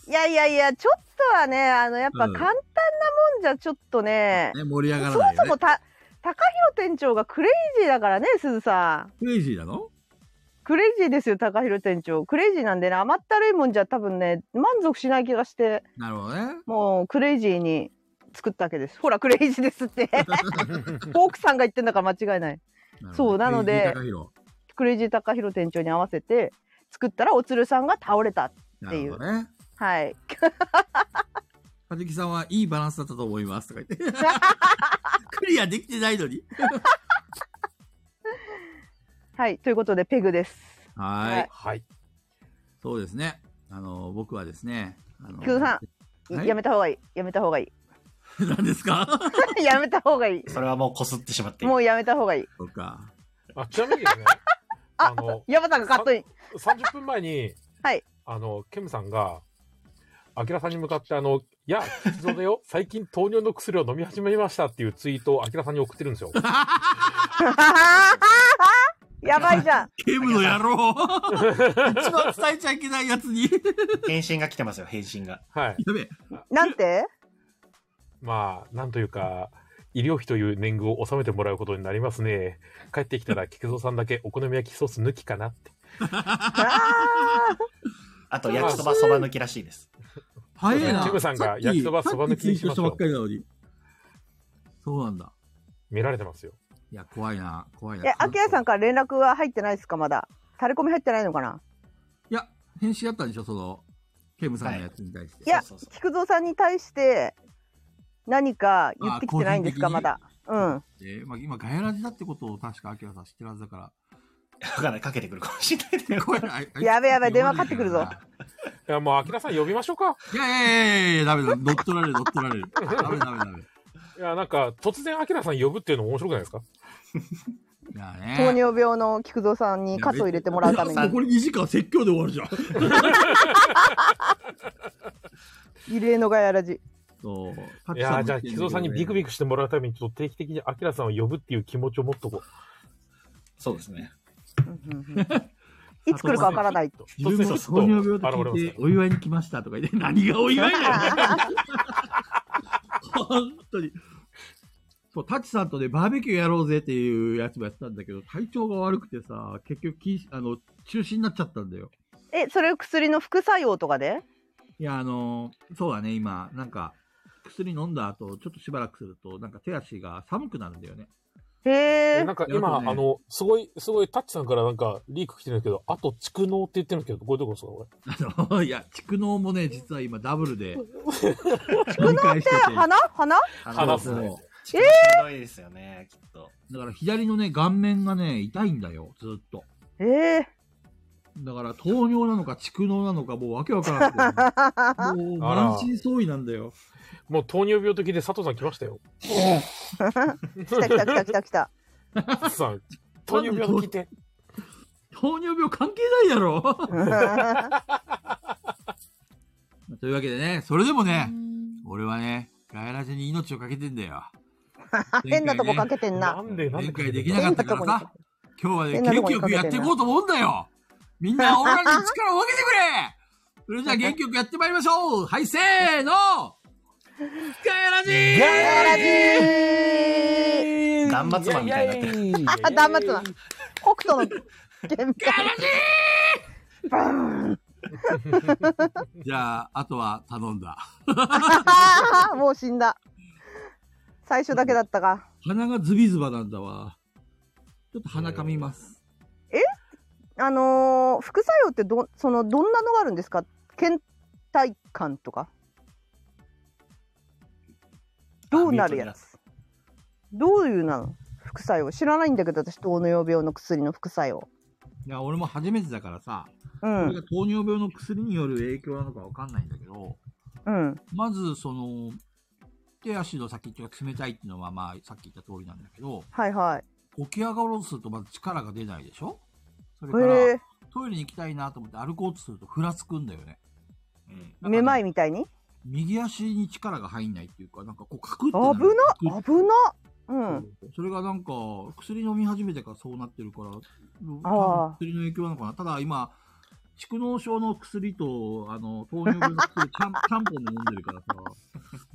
S4: いやいやいや、ちょっとはね、あの、やっぱ
S1: うん
S4: 簡単なもんじゃちょっとね、
S1: ね、盛り上が
S4: そ
S1: ら
S4: も
S1: ないよ
S4: そ
S1: ね
S4: も。た、高弘店長がクレイジーだからね、すずさん。
S1: クレイジーなの
S4: クレイジーですよ、高弘店長。クレイジーなんでね、甘ったるいもんじゃ多分ね、満足しない気がして。
S1: なるほどね。
S4: もうクレイジーに作ったわけです。ほらクレイジーで
S1: [LAUGHS]
S4: すって。フォークさんが言ってんだから間違い
S1: な
S4: ない。
S1: るほどね
S4: そうなので
S1: クレイジー高弘
S4: クレイジー高弘店長に合わせて作ったらおつるさんが倒れた。
S1: なるほどね。
S4: はい。
S1: かじきさんはいいバランスだったと思いますとか言
S4: [LAUGHS]
S1: って。クリアできてないのに。
S4: はい。ということでペグです。
S1: は
S4: はいい。
S2: はい。
S1: そうですね。あの、僕はですね。あの
S4: 菊蔵さん
S1: はい
S4: やめた方がいい。やめた方がいい。
S1: [LAUGHS] 何ですか [LAUGHS]
S4: やめた方がい [LAUGHS] い。
S3: それはもうこすってしまっていい
S4: も。うやめた方がいい。
S1: そうか。
S2: あちなみにですね
S4: あ
S2: あの
S4: ヤバさんがカットイン。
S2: 30分前に、
S4: はい
S2: あのケムさんがアキラさんに向かってあの「いや吉蔵だ
S4: [LAUGHS]
S2: よ最近糖尿の薬を飲み始めました」っていうツイートをアキラさんに送ってるんです
S4: [LAUGHS]
S2: よ。
S4: やばいじゃん。
S1: ケムの野郎一番伝えちゃいけないやつに。
S3: 返信が来てますよ、返信が。
S2: はい、
S1: やべえ。
S4: なんて
S2: まあなんというか医療費という年貢を納めてもらうことになりますね。帰ってきたら菊蔵さんだけお好み焼きソース抜きかなって。
S4: あ
S3: あと、焼きそばそば抜きらしいです。
S1: 早いな。
S2: チムさんが焼きそばそば抜きにしましょう
S1: さっきツイートたばっかりなのに。そうなんだ。
S2: 見られてますよ。
S1: いや、怖いな。怖い
S4: ー
S1: な。
S4: え、アキラさんから連絡は入ってないですかまだ。タレコミ入ってないのかない
S1: や、返信あったんでしょその、ケムさんのやつに対して。
S4: いや
S3: そうそうそ
S4: 菊蔵さんに対して何か言ってきてないんですか
S1: あ
S4: まだ。うん。
S1: えーまあ、今、ガヤラジだってことを確かアキラさん知ってるはずだか
S3: うわかんない、かけてくるかもしれない
S2: [LAUGHS]
S3: ね
S1: ら。怖いなあいあい
S4: [LAUGHS] やべやべ電話かかってくるぞ
S2: いやもうアキラさん呼びましょうか。
S1: いやいやいやいやいや、ダメだ。乗っ取られる、乗っ取られる。ダメダメダメ。
S2: いやなんか突然アキラさん呼ぶっていうのも面白くないですか
S1: いやね。
S4: 糖尿病の菊蔵さんにカツを入れてもらうため
S1: いや
S4: に
S1: 残り2時間説教で終わるじゃん。
S4: 異例のガヤラジ。
S1: そう。
S2: いやーじゃあ、木造さんにビクビクしてもらうために、ちょっと定期的にアキラさんを呼ぶっていう気持ちを持っとこう。
S3: そうですね。
S4: うんうんうんいつ来るかわからない。
S1: 自分も糖尿病と聞いて、お祝いに来ましたとか言って、 [LAUGHS] 何がお祝いだよ。本当に。そう、タチさんとね、バーベキューやろうぜっていうやつもやってたんだけど、体調が悪くてさ、結局禁止、あの、中止になっちゃったんだよ。
S4: [LAUGHS] え、それ薬の副作用とかで
S1: いや、あのーそうだね、今、なんか、薬飲んだ後、ちょっとしばらくすると、なんか手足が寒くなるんだよね。
S4: へえ
S2: な。んか
S1: やる
S2: 今、
S1: とね
S2: あの、すごい、すごい、タッチさんからなんか、リーク来てるんだけど、あと、蓄能って言ってるんだけど、こういうとこですか、
S1: あ
S2: これ。
S1: の、 [LAUGHS] いや、蓄能もね、実は今ダブル
S4: [LAUGHS]
S1: で、蓄
S4: 菊蔵って鼻鼻
S2: 話す
S1: ね
S3: ね。しんどいですよね、きっと。
S1: だから左のね、顔面がね、痛いんだよ、ずっと。
S4: ええ。
S1: だから糖尿なのか蓄能なのか、もうわけわから [LAUGHS] ん。もう、
S2: あら
S1: 満身創痍なんだよ。
S2: もう糖尿病的で佐藤さん来ましたよ。
S4: 来た来た来た
S2: [LAUGHS]
S4: 来た来た。
S2: 佐藤さん、糖尿病聞いて。
S1: 糖尿病関係ないやろ [LAUGHS] というわけでね、それでもね、俺はね、ガヤラジに命をかけてんだ [LAUGHS] よ。
S4: 変なとこかけてん
S2: な
S4: な。
S2: んで、なん
S1: 前
S2: で
S1: 回
S2: 来
S1: で
S2: て
S1: き
S2: る
S1: な
S2: の
S1: かったからさ、今日はね、元気よくやっていこうと思うんだよ。みん [LAUGHS] な、俺らに力を分けてくれそれじゃあ元気よくやってまいりましょうはい、せーのガヤラジー
S2: ガヤラジ
S3: 断末魔みたいになってる。
S2: イエ
S4: あ、
S2: ーイ
S4: 断末魔。北斗の剣みたいバーン
S1: じゃあ、あとは頼んだ。
S4: あーもう死んだ。最初だけだったか。
S1: 鼻がズビズバなんだわ。ちょっと鼻かみます。
S4: あのー副作用ってど、その、どんなのがあるんですか倦怠感とか。どうなるやつどういうなの副作用。知らないんだけど、私、糖尿病の薬の副作用。
S1: いや、俺も初めてだからさ、
S4: う
S1: これ
S4: ん。
S1: が糖尿病の薬による影響なのかわかんないんだけど、
S4: うん。
S1: まず、その、手足の先っちょが冷たいっていうのは、まあ、さっき言った通りなんだけど、
S4: はいはい。
S1: 起き上がろうとするとまず力が出ないでしょそれか
S4: へ
S1: ら
S4: え、
S1: トイレに行きたいなと思って歩こうとするとふらつくんだよね。
S3: うん
S4: めまい
S1: い。
S4: みたいに
S1: 右足に力が入んないっていうか、なんかこうカクッて
S4: 危
S1: な
S4: な
S1: る
S4: 危なうん。
S1: それがなんか薬飲み始めてからそうなってるから、
S4: ああ
S1: 薬の影響なのかな。ただ今、蓄膿症の薬と、あの、糖尿病の薬、ちゃん、 [LAUGHS] ちゃんぽんで飲んでるからさ、 [LAUGHS]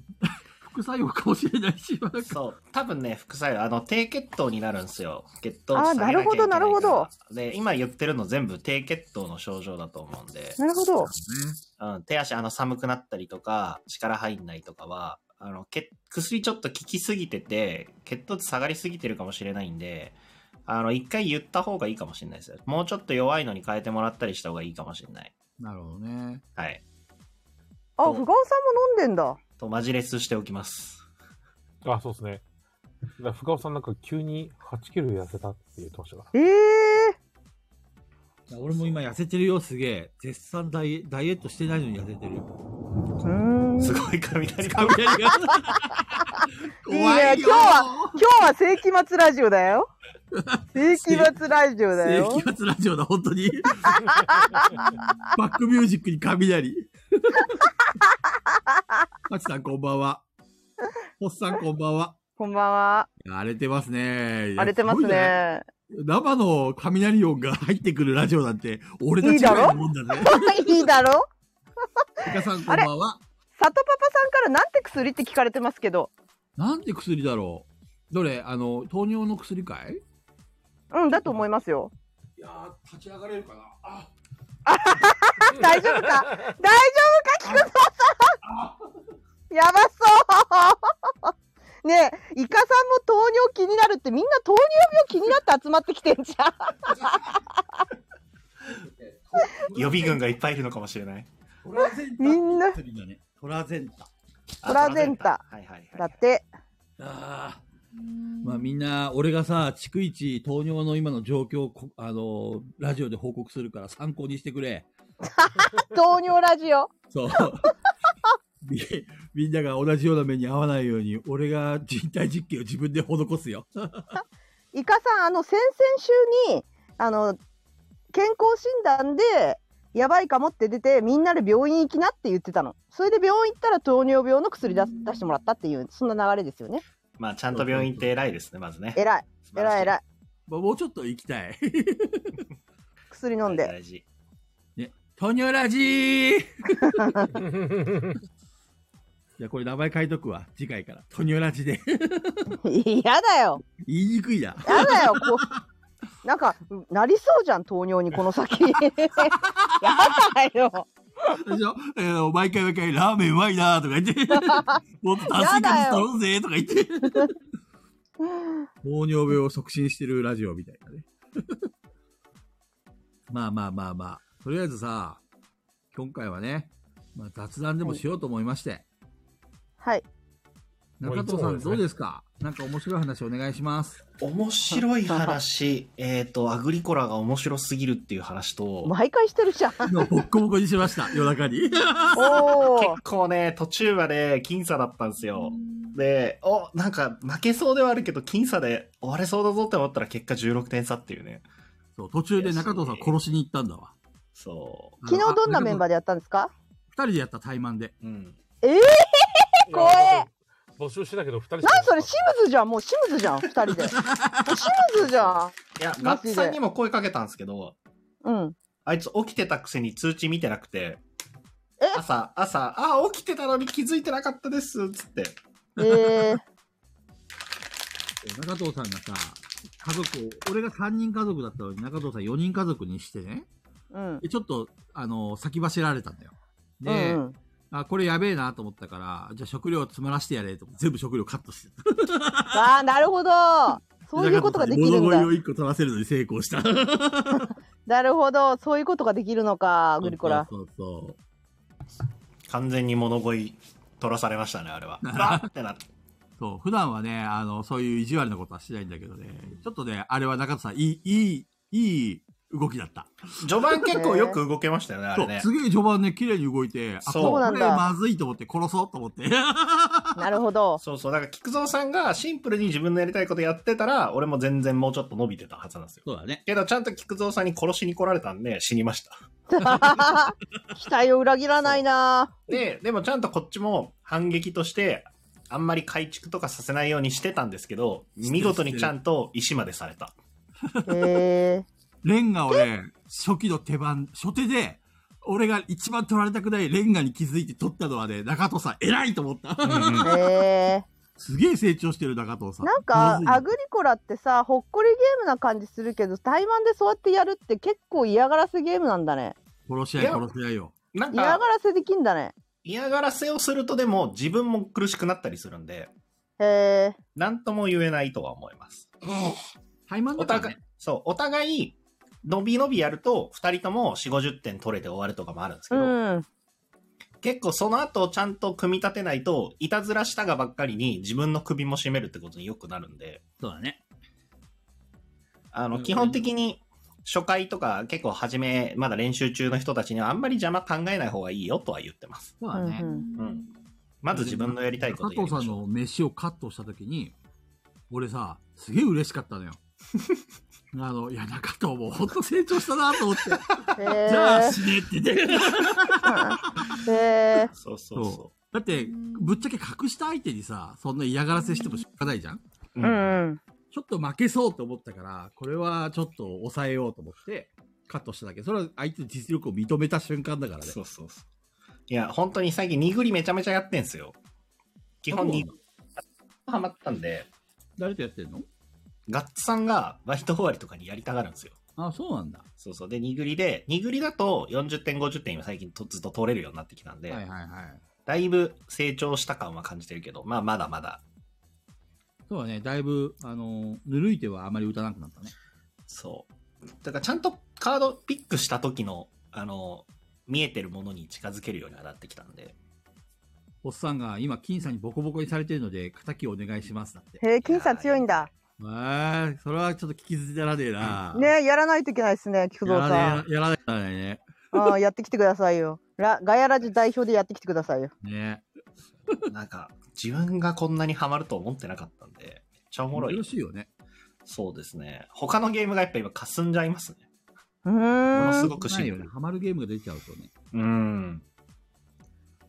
S1: 副作用かもしれないし、なんか
S3: そう多分ね副作用あの低血糖になるんですよ血糖
S4: あー
S3: 値下げきゃいけいから
S4: なるほどなる
S3: で今言ってるの全部低血糖の症状だと思うんで、
S4: なるほど。
S3: うん、手足あの寒くなったりとか力入んないとかはあの血薬ちょっと効きすぎてて血糖値下がりすぎてるかもしれないんであの一回言った方がいいかもしれないですよもうちょっと弱いのに変えてもらったりした方がいいかもしれない
S1: なるほどね。
S3: はい
S4: あ、不顔さんも飲んでんだ。
S3: とマジレスしておきます
S2: あ、そうですね。だから深尾さんなんか急に8キロ痩せたって言ってましたから。
S4: ええ
S1: 俺も今痩せてるよ、すげえ。絶賛ダイエダイエットしてないのに痩せてるよ。
S4: ー。うーん。
S3: すごい雷が。
S4: [LAUGHS]
S1: 雷が。怖
S4: い
S1: い
S4: ね
S1: よ
S4: 今日は今日は世紀末ラジオだ
S1: [LAUGHS]
S4: よ。世紀末ラジオだ
S1: 世
S4: よ。
S1: 紀末ラジオだ、本当
S4: [LAUGHS]
S1: に。バックミュージックに雷。 [LAUGHS] ハチさん、こんばんは。ホッさん、こんばんは。
S4: こんばんは。
S1: 荒れてますね。
S4: 荒れてます
S1: いや。
S4: ね。
S1: すごい生の雷音が入ってくるラジオなんて、俺たちぐらいのもんだね。
S4: いいだろ
S1: イカさん、こんばんは。
S4: 里パパさんからなんて薬って聞かれてますけど。
S1: なんて薬だろうどれあの、糖尿の薬かい
S4: うん、だと思いますよ。
S1: いやー、立ち上がれるかなあ、
S4: 大丈夫か大丈夫か菊蔵さん [LAUGHS] やばそう [LAUGHS] ねえ、イカさんも糖尿気になるってみんな糖尿病気になって集まってきてんじゃん。
S3: 予備軍がいっぱいいるのかもしれない。
S1: トラゼンタ。
S4: みんな
S1: 薬だね。トラゼンタ。
S3: あ
S4: プラゼンタ。
S3: はいはいはい。
S4: だって。
S1: あーまあみんな、俺がさ、逐一糖尿の今の状況をこ、あの、ラジオで報告するから参考にしてくれ。
S4: 糖尿ラジオ。
S1: そう。みみんなが同じような目に遭わないように、俺が人体実験を自分で施すよ。
S4: イカさん、あの先々週に、あの。健康診断で。やばいかもって出てみんなで病院行きなって言ってたのそれで病院行ったら糖尿病の薬出す出してもらったっていうそんな流れですよね
S3: まあ、ちゃんと病院って偉いですね、まずね。
S4: 偉い偉い偉い
S3: い。
S1: まあもうちょっと行きたい。
S4: 薬飲んで
S3: 大事。
S1: 糖尿ラジー
S2: [LAUGHS]
S1: じゃあこれ名前書いとくわ。次回から。糖尿ラジで。
S4: [LAUGHS] 嫌だよ
S1: 言いにくいな。
S4: やだよ、こう。なんか、なりそうじゃん、糖尿にこの [LAUGHS] 先。やだよ。
S1: でしょ、えー毎回毎回ラーメンうまいなーとか言 [LAUGHS] って、もっと炭水化物頼んぜーとか言って。 [LAUGHS] 糖尿病を促進してるラジオみたいなね。 [LAUGHS] まあまあまあまあ。とりあえずさ、今回はね、まあ、雑談でもしようと思いまして。
S4: はい。
S2: はい
S1: 中藤さ
S2: もうい
S1: ん
S2: つもです
S1: ど
S2: ね
S1: うですかなんか面白い話お願いし [LAUGHS] ます。
S3: 面白い話、 [LAUGHS] えっ、と、アグリコラが面白すぎるっていう話と、
S4: 毎回してる [LAUGHS] じゃん。
S1: 今ボッコボコにしました。夜中に。 [LAUGHS]
S4: おお
S3: 結。構ね、途中まで僅差だったんですよ。で、お、なんか負けそうではあるけど、僅差で終われそうだぞって思ったら結果16点差っていうね。
S1: そう、途中で中藤さん殺しに行ったんだわ。
S3: そ
S4: 昨日どんなメンバー
S1: で
S4: でやったんですか
S1: 二人でやった怠慢で。
S3: う。うん。
S4: 怖え
S2: 募集してたけど、二人しか
S4: 何それ、シムズじゃん。もうシムズじ
S1: [LAUGHS]
S4: ゃん、二人で。シムズじゃん。
S3: いや、
S4: マ
S3: ガッ
S4: ジで
S3: ツさんにも声かけたんですけど、
S4: うん。
S3: あいつ起きてたくせに通知見てなくて
S4: え、
S3: 朝、朝、あ、起きてたのに気づいてなかったです、つって。
S4: えー、
S1: 中藤さんがさ、家族を、俺が3人家族だったのに中藤さん4人家族にしてね、
S4: うん。
S1: でちょっと、あの、先走られたんだよ。で、
S4: うん
S1: あ、これやべえなと思ったから、じゃあ食料詰まらしてやれと思って全部食料カットしてた。
S4: ああ、なるほど。そういうことができるん
S1: 物乞いを
S4: だ。
S1: 1個取らせるのに成功した。
S4: なるほど。そういうことができるのか、グリコラ。
S1: [LAUGHS] そうそうそう
S3: 完全に物乞い取らされましたね、あれ
S1: [LAUGHS]
S3: は。わってなって。
S1: そう。普段はね、あの、そういう意地悪なことはしないんだけどね、ちょっとね、あれは中藤さん、いい、いい、いい動きだった。
S3: 序盤結構よく動けましたよね、あ
S1: そ
S3: れ
S1: う
S3: ね。
S1: すげえ序盤ね、綺麗に動いて、あ、
S3: そ
S1: こ
S3: う
S4: そうなん
S1: れ
S4: だ
S1: まずいと思って殺そうと思って。
S4: なる
S1: [LAUGHS]
S4: ほど。
S3: そうそう。だから、菊蔵さんがシンプルに自分のやりたいことやってたら、俺も全然もうちょっと伸びてたはずなんですよ。
S1: そうだね。
S3: けど、ちゃんと菊蔵さんに殺しに来られたんで、死にました。
S4: 期待を裏切らないな。
S3: で、でもちゃんとこっちも反撃として、あんまり改築とかさせないようにしてたんですけど、見事にちゃんと石までされた。
S4: え
S1: レンガをね、初期の手番、初手で、俺が一番取られたくないレンガに気づいて取ったのはね、中藤さん、偉いと思った。 [LAUGHS]
S4: ー、えー。
S1: すげえ成長してる中藤さん。
S4: なんか
S1: まずい
S4: アグリコラってさほっこりゲームな感じするけど対マンでそうやってやるって結構嫌がらせゲームなんだね
S1: 殺し合い、殺し合いよ。
S3: なん
S4: 嫌が
S3: か、
S4: らせできんだね
S3: 嫌がらせをするとでも自分も苦しくなったりするんで、
S4: へえ
S3: なんとも言えないとは思います。
S1: タイマン
S3: お
S1: だから
S3: 互い
S1: ね。、
S3: そう、お互い、伸び伸びやると、二人とも4、50点取れて終わるとかもあるんですけ
S4: う
S3: ど、
S4: ん
S3: 結構その後ちゃんと組み立てないと、いたずらしたがばっかりに自分の首も絞めるってことによくなるんで、
S1: そうだね。
S3: あ
S1: う
S3: の、
S1: ん
S3: 基本的に初回とか結構初め、まだ練習中の人たちにはあんまり邪魔考えない方がいいよとは言ってます。
S1: そうだね。
S4: うんうん
S3: うん。まず自分のやりたいこと
S1: 加
S3: やり
S1: 藤
S3: ま
S1: さん
S3: しょう。
S1: の飯をカットした時に、俺さ、すげえ嬉しかったのよ。 [LAUGHS] あの、いや、中藤も本当成長したなと思 [LAUGHS] って、
S4: へ
S1: じゃあ
S4: ー
S1: 死ねって言って。
S4: へー
S3: そうそうそ
S1: だって、ぶっちゃけ隠した相手にさ、そんな嫌がらせしてもしょうがないじゃん
S3: う。
S4: う
S3: うん
S4: んうん
S1: ちょっと負けそうと思ったから、これはちょっと抑えようと思って、カットしただけ。それは相手の実力を認めた瞬間だからね。
S3: そうそうそう。いや、本当に最近、ニグリめちゃめちゃやってんすよ。基本に
S1: あそう
S3: ハマったんで、
S1: 誰とやってんの
S3: ガッツさんがバイト終わりとかにやりたがるんですよ。
S1: あ、そうなんだ。
S3: そうそう。で、ニグリで、ニグリだと40点、50点今最近とずっと取れるようになってきたんで、
S1: はいはいはい。
S3: だいぶ成長した感は感じてるけど、まあまだまだ。
S1: そうだね、だいぶ、あの、ぬるい手はあまり打たなくなったね。
S3: そう。だからちゃんとカードピックした時の、あの、見えてるものに近づけるようにはなってきたんで。
S1: おっさんが今、金さんにボコボコにされてるので、敵をお願いしますだって。
S4: へえ、金さん強いんだ。
S1: えー、それはちょっと聞き捨てらねえな。
S4: ねやらないといけないですね、
S1: や
S4: 菊蔵さ
S1: ら
S4: ん
S1: ね。え、やらねえやらないね。
S4: あやってきてくださいよ。ラガヤラジ代表でやってきてくださいよ。
S1: ね
S3: なんか、自分がこんなにハマると思ってなかったんで、めっちゃお
S1: お
S3: もろい。
S1: しいよね。
S3: そうですね。他のゲームがやっぱ今かすんじゃいますね。
S4: う
S3: もの
S4: ー
S3: す
S4: ん。
S3: ごく
S1: ない
S3: シン
S1: よ
S3: プ
S1: ね。
S3: ル。
S1: ハマるゲームが出ちゃうとね。
S3: うん。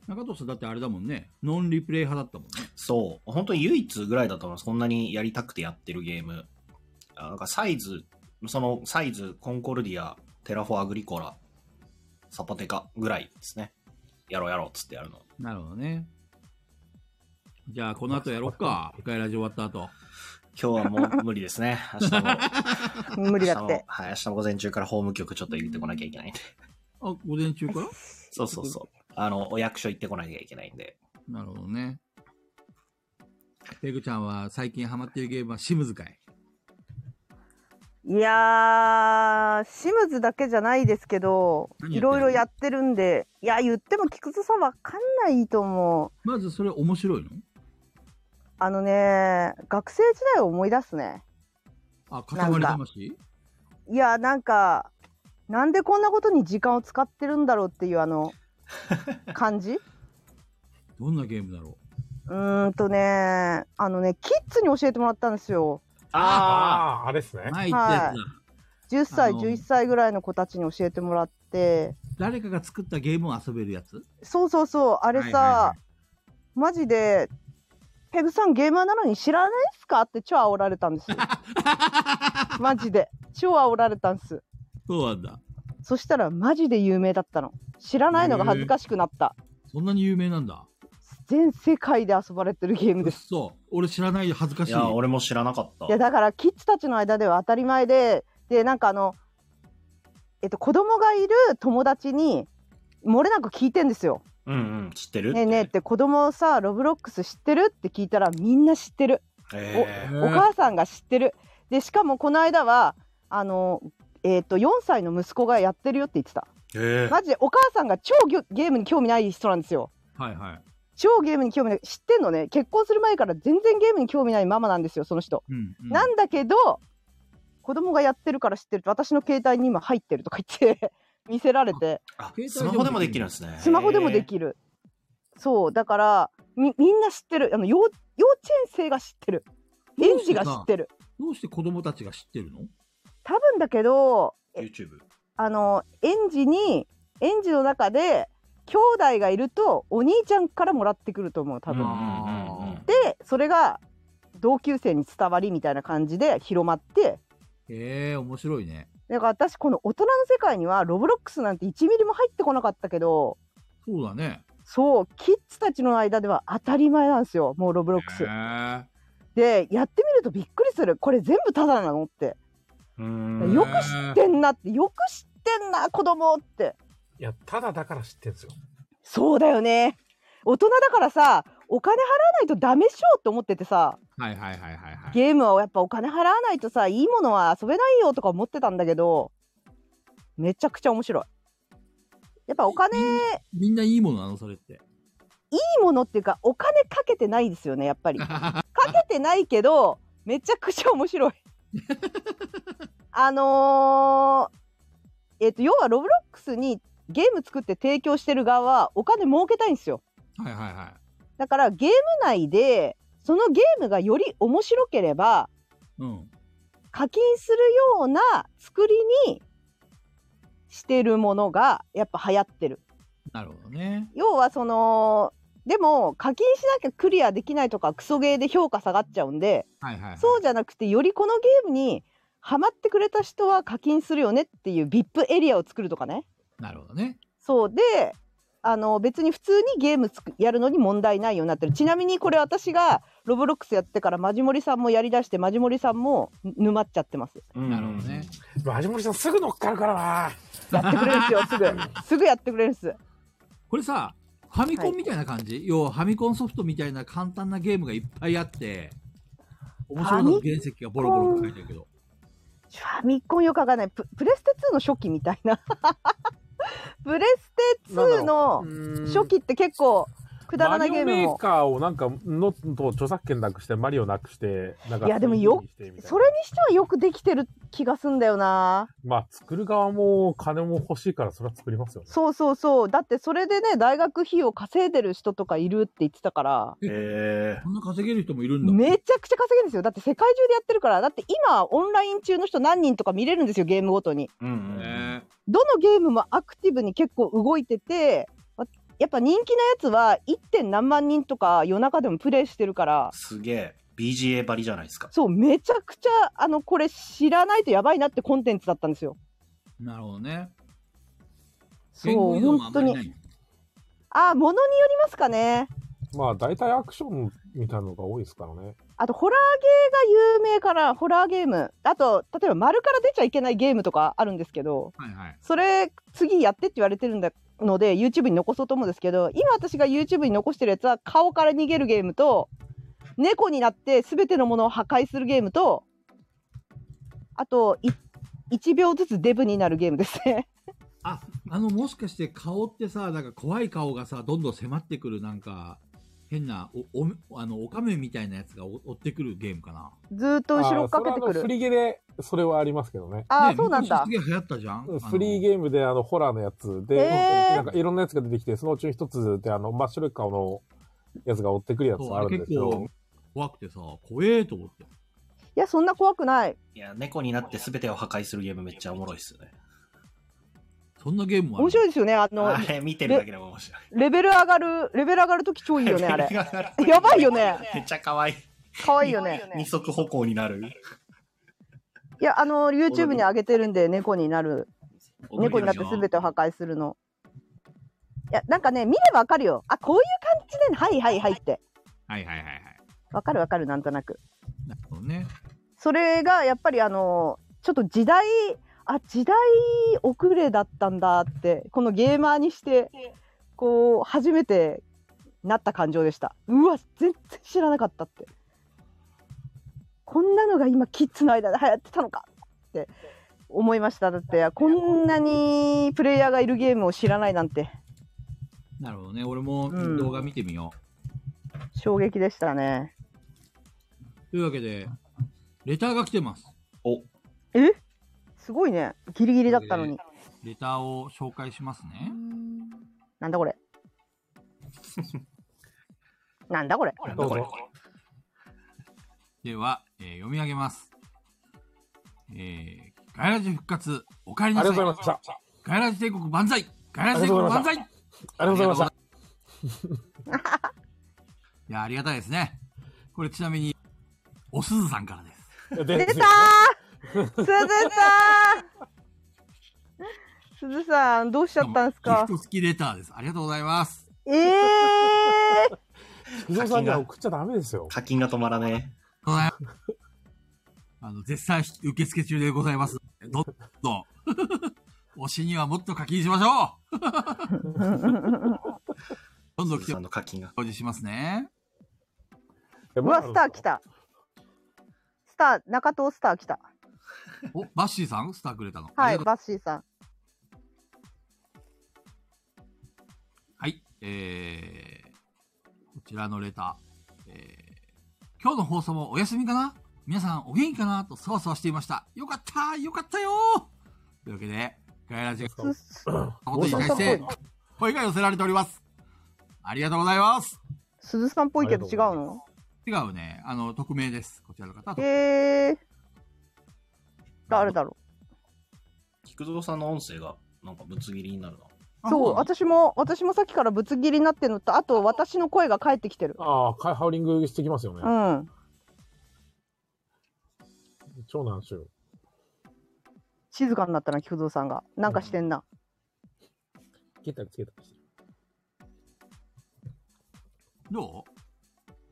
S1: 中藤さん、だってあれだもんね。ノンリプレイ派だったもんね。
S3: そう。本当に唯一ぐらいだと思います。こんなにやりたくてやってるゲーム。あなんかサイズ、そのサイズ、コンコルディア、テラフォアグリコラ、サポテカぐらいですね。やろうやろうっつってやるの。
S1: なるほどね。じゃあ、この後やろっか。深いラジオ終わった後。
S3: 今日はもう無
S4: [LAUGHS]
S3: 理ですね。明日も。
S4: 無理だっ
S3: 明日も
S4: て。
S3: はい、明日も午前中から法務局ちょっと入れてこなきゃい
S4: [LAUGHS]
S3: けないんで。
S1: あ、午前中から
S3: そうそうそう。あの、お役所行ってこなきゃいけないんで。
S1: なるほどね。ペグちゃんは最近ハマってるゲームはシムズかい。
S4: いやー、シムズだけじゃないですけど、
S1: 何やってる
S4: いろいろやってるんで、いや、言っても菊蔵さんわかんないと思う。
S1: まずそれ面白いの
S4: あのね、学生時代を思い出すね。
S1: あ、塊魂
S4: いや、なんか、なんでこんなことに時間を使ってるんだろうっていうあ
S1: [LAUGHS]
S4: の、感じ
S1: どんなゲームだろ
S4: うーんとね、あのね、キッズに教えてもらったんですよ。
S3: ああ
S2: あー、あれですね
S1: う。前言ったやつだ。
S4: 10歳、
S1: あの
S4: 11歳ぐらいの子たちに教えてもらって、
S1: 誰かが作ったゲームを遊べるやつ
S4: そうそうそう、あ
S1: あ
S4: れさ、マジで、ペグさんゲーマーなのに知らないっすかって超煽られたん
S1: [LAUGHS]
S4: ですよ。マジで。超煽られたんです。
S1: そうなんだ。
S4: そしたらマジで有名だったの。知らないのが恥ずかしくなった。
S1: そんなに有名なんだ。
S4: 全世界で遊ばれてるゲーム
S1: うっ
S4: です。
S1: そ。俺知らないよ、恥ずかし
S3: い
S1: い。
S3: や、俺も知らなかった。
S4: いや、だからキッズたちの間では当たり前で、で、なんかあの、えっと、子供がいる友達に、漏れなく聞いてんですよ。
S3: うんうん、知ってる
S4: ねえねえって子供さロブロックス知ってるって聞いたらみんな知ってる、
S3: え
S1: へ
S4: お
S1: ー
S4: 母さんが知ってるでしかもこの間はあのえっ、と4歳の息子がやってるよって言ってた
S3: ええ
S4: マジでお母さんが超ギョゲームに興味ない人なんですよ
S1: はいはい。
S4: 超ゲームに興味ない知ってんのね結婚する前から全然ゲームに興味ないママなんですよその人、
S1: うん、うん。
S4: なんだけど子供がやってるから知ってると私の携帯に今入ってるとか言って [LAUGHS] 見せられて
S3: あ
S1: 携帯でも
S3: スマホでもできるんですね。
S4: スマホでもできる。そう、だから、み、みんな知ってる。あの、幼、幼稚園生が知ってる。園児が知ってる。
S1: どうして子供たちが知ってるの
S4: 多分だけど、
S3: へー YouTube。
S4: あの、園児に、園児の中で、兄弟がいると、お兄ちゃんからもらってくると思う、多分。
S3: うんうんうんうん
S4: で、それが、同級生に伝わりみたいな感じで広まって、
S1: へえ、面白いね。
S4: だから私、この大人の世界には、ロブロックスなんて1ミリも入ってこなかったけど、
S1: そうだね。
S4: そう、キッズたちの間では当たり前なんですよ、もうロブロックス
S1: へ。え。
S4: でやってみるとびっくりするこれ全部タダなのって
S3: う
S1: うん
S3: ん。
S4: よく知ってんなってよく知ってんな子供って
S2: いや、ただだから知ってんですよ。
S4: そうだよね大人だからさお金払わないとダメしようって思っててさ
S1: はいはいはいはいはい。
S4: ゲームはやっぱお金払わないとさいいものは遊べないよとか思ってたんだけどめちゃくちゃ面白いやっぱお金いい
S1: みんないいものなの、それって。
S4: ものっていうかお金かけてないですよねやっぱり
S1: は
S4: かけてないけどめちゃくちゃ面白いあのーえっ、と要はロブロックスにゲーム作って提供してる側はお金儲けたいんですよ
S1: いはいは
S4: だだからゲーム内でそのゲームがより面白ければ
S1: うん。
S4: 課金するような作りにしてるものがやっぱ流行ってる。
S1: なるほどね。
S4: 要はそのでも課金しなきゃクリアできないとかクソゲーで評価下がっちゃうんで
S1: はいはい、はい。
S4: そうじゃなくてよりこのゲームにハマってくれた人は課金するよねっていう VIP エリアを作るとかね。
S1: なるほどね。
S4: そうであの別に普通にゲームつくやるのに問題ないようになってるちなみにこれ私がロブロックスやってからマジモリさんもやりだしてマジモリさんも沼っちゃってます
S3: うん
S1: なるほどね。
S2: マジモリさんすぐ乗っかるからな。
S4: やってくれるんですよ
S1: [LAUGHS]
S4: すぐすぐやってくれるんです
S1: これさ、ファミコンみたいな感じ、要はファミコンソフトみたいな簡単なゲームがいっぱいあって、面白いの原石がボロボロと書いてあるけど。
S4: ファミコンよくわかんないププレステ2の初期みたいな [LAUGHS] プレステ2の初期って結構くだらないゲー
S2: マ
S4: ム
S2: リオメー
S4: も
S2: カーをなんかのと著作権なくしてマリオなくしてなんか
S4: いやでもよ
S2: 3D にしてみたいな
S4: それにしてはよくできてる気がすんだよな
S2: まあ作る側も金も欲しいからそれは作りますよね
S4: そうそうそうだってそれでね大学費用稼いでる人とかいるって言ってたから
S3: え
S1: こんな稼げる人もいるんだ。
S4: めちゃくちゃ稼げるんですよだって世界中でやってるからだって今オンライン中の人何人とか見れるんですよゲームごとに
S3: ー、うん、うん。
S1: ね
S4: どのゲームもアクティブに結構動いててわやっぱ人気なやつは 1. 点何万人とか夜中でもプレイしてるから
S3: すげえ。BGA ばりじゃないですか。
S4: そうめちゃくちゃあのこれ知らないとやばいなってコンテンツだったんですよ
S1: なるほどね。
S4: そ
S1: 言語
S4: う
S1: 依存はあん
S4: 本
S1: ま
S4: 当
S1: り
S4: に
S1: ない。
S4: あものによりますかね
S2: まあ大体アクションみたいなのが多いですからね
S4: あとホラーゲーが有名からホラーゲームあと例えば丸から出ちゃいけないゲームとかあるんですけど
S1: はいはい。
S4: それ次やってって言われてるんだので YouTube に残そうと思うんですけど今私が YouTube に残してるやつは顔から逃げるゲームと猫になって全てのものを破壊するゲームとあと1秒ずつデブになるゲームですね
S1: あ、あの、もしかして顔ってさ、なんか怖い顔がさ、どんどん迫ってくる、なんか、変な、お、お、あの、オカメみたいなやつがお追ってくるゲームかな。
S4: [LAUGHS] ずーっと後ろ追っかけてく
S2: あーそれはあのフ
S4: る
S2: リゲでそれはありますけどね
S4: ああー
S1: ね
S4: そうなんだ
S1: 昔すげえ流行ったじゃん。
S2: フリーゲームであのホラーのやつで、
S4: へー
S2: なんかいろんなやつが出てきてそのうちの一つであの真っ白い顔のやつが追ってくるやつ
S1: そう、
S2: あ
S1: あ
S2: るん
S1: れ
S2: です
S1: 結
S2: けど
S1: 構怖くてさ、怖えと思って。
S4: いやそんな怖くない
S3: いや、猫になって全てを破壊するゲームめっちゃおもろいっすよね。
S1: そんなゲームは
S4: 面白
S1: い。
S4: いですよねあの
S3: あれ見てるだけでも面白い。
S4: レベル上がるレベル上がるとき超いいよね
S2: [LAUGHS]
S4: あ
S3: [LAUGHS]
S4: れやばいよね
S3: めっちゃ可愛い。
S4: 可愛
S2: [LAUGHS]
S4: いよね
S3: 二足歩行になる。
S4: いやあの YouTube に上げてるんで猫になる猫になって全てを破
S3: 破
S4: 壊するの。いや、なんかね、見ればわかるよ。あ、こういう感じで、はいはいはいって。
S1: はいはいはいはい。
S4: わかるわかる、なんとなく。
S1: なるほどね。
S4: それが、やっぱりあの、ちょっと時代、あ、時代遅れだったんだって、このゲーマーにして、こう、初めてなった感情でした。うわ、全然知らなかったって。こんなのが今、キッズの間で流行ってたのかって思いました。だって、こんなにプレイヤーがいるゲームを知らないなんて。
S1: なるほどね。俺も
S4: うん
S1: 動画見てみよ
S4: 衝撃でしたね。
S1: う。というわけで、レターが来てます。
S3: お、
S4: えすごいね。ギリギリだったのに。
S1: レターを紹介しますね。
S4: なん
S1: [LAUGHS]
S4: だこれ。なんだこれ。
S3: なんだこれ
S2: どうぞ。
S1: では、えー読み上げます。えー、ガイラジ復活、お帰り
S2: あ
S1: な
S2: り
S1: さ
S2: が
S1: い
S2: とう。ございました
S1: ガイラジ帝国万歳ガイラジ帝国万歳
S2: ありがとうございました
S1: [LAUGHS] いや、ありがたいですね。これちなみに、おすずさんからです。
S4: 出たー鈴さん鈴さん、どうしちゃったんですか
S1: ギフト付きレターです。ありがとうございます。
S4: ええー、
S2: 伊沢さんには送っちゃダメですよ。
S3: 課金が止まらね
S1: ございますあの、絶賛受付中でございます。どんど
S2: [LAUGHS]
S1: ん。推しにはもっと課金しましょう [LAUGHS] どんど
S3: え。
S1: ん来て
S3: さんの課金が。
S1: おじしますね。
S2: う
S4: うわ、スター来。た。スター、中藤スター来た。
S1: お、バッシーさんスターくれたの。
S4: は
S1: あり
S4: い、
S1: がとう
S4: バッシーさん。
S1: はい。えー、こちらのレター。えー、今日の放送もお休みかな皆さんお元気かなとそわそわしていました。よかったよかったよというわけで、ガイラジが
S4: すす
S1: ことに対して声が寄せられております。ありがとうございます。
S4: 鈴さんっぽいけど違う
S2: ありがとう
S4: の
S1: 違うね。あの、匿名です。こちらの方。
S4: えー、誰だろ
S3: 菊蔵さんの音声がなんかぶつ切りになるな。
S4: う
S1: あ
S4: そう
S1: なの
S4: 私も私もさっきからぶつ切りになってるのとあと私の声が返ってきてる
S2: ああ、かハウリングしてきますよね。
S4: うん
S2: 超難しい。
S4: 静かになったな菊蔵さんがなんかしてんな、
S2: 切ったりつけたりしてる。
S1: どう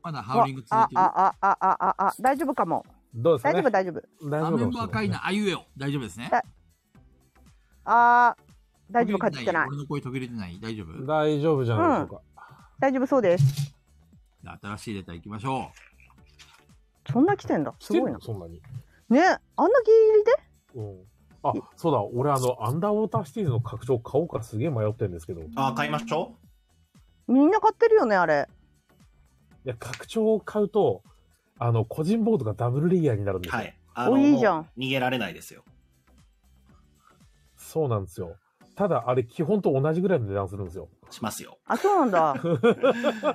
S1: まだハウリング続
S4: あ
S1: いてる。
S4: ああああああ大丈夫かも
S2: どうですか
S4: 大丈
S2: ね
S4: 夫大丈夫
S1: あ、
S2: 大丈夫
S1: メ
S2: か
S1: ン
S2: もしれ
S1: バー
S2: な
S1: 会
S2: い
S1: 員のあゆえよ。大丈夫ですね。
S4: あー大丈夫かじってない
S1: 俺の声途切れてない。大丈夫
S2: 大丈夫じゃないでしょうか。
S4: 大丈夫そうです
S1: じゃあ新しいレター行きましょ
S4: そんな来てんだ
S2: 来
S4: す
S2: て
S4: ご
S2: る
S4: いな
S2: のそんなに。
S4: ねあんなギ
S2: う
S4: リギリで
S2: ん。あ、そうだ、俺あの、アンダーウォーターシティーズの拡張買おうかすげえ迷ってるんですけど、い
S3: あ、買いましょ
S4: みんな買ってるよねあれ
S2: や、拡張を買うと、あの、個人ボードがダブルレイヤーになるんで
S3: う。
S2: すよ。
S3: はい。あ
S4: おいいじゃん
S3: もう逃げられないですよ。
S2: そうなんですよ。ただ、あれ、基本と同じぐらいの値段するんですよ。
S3: しますよ。
S4: あそうなんだ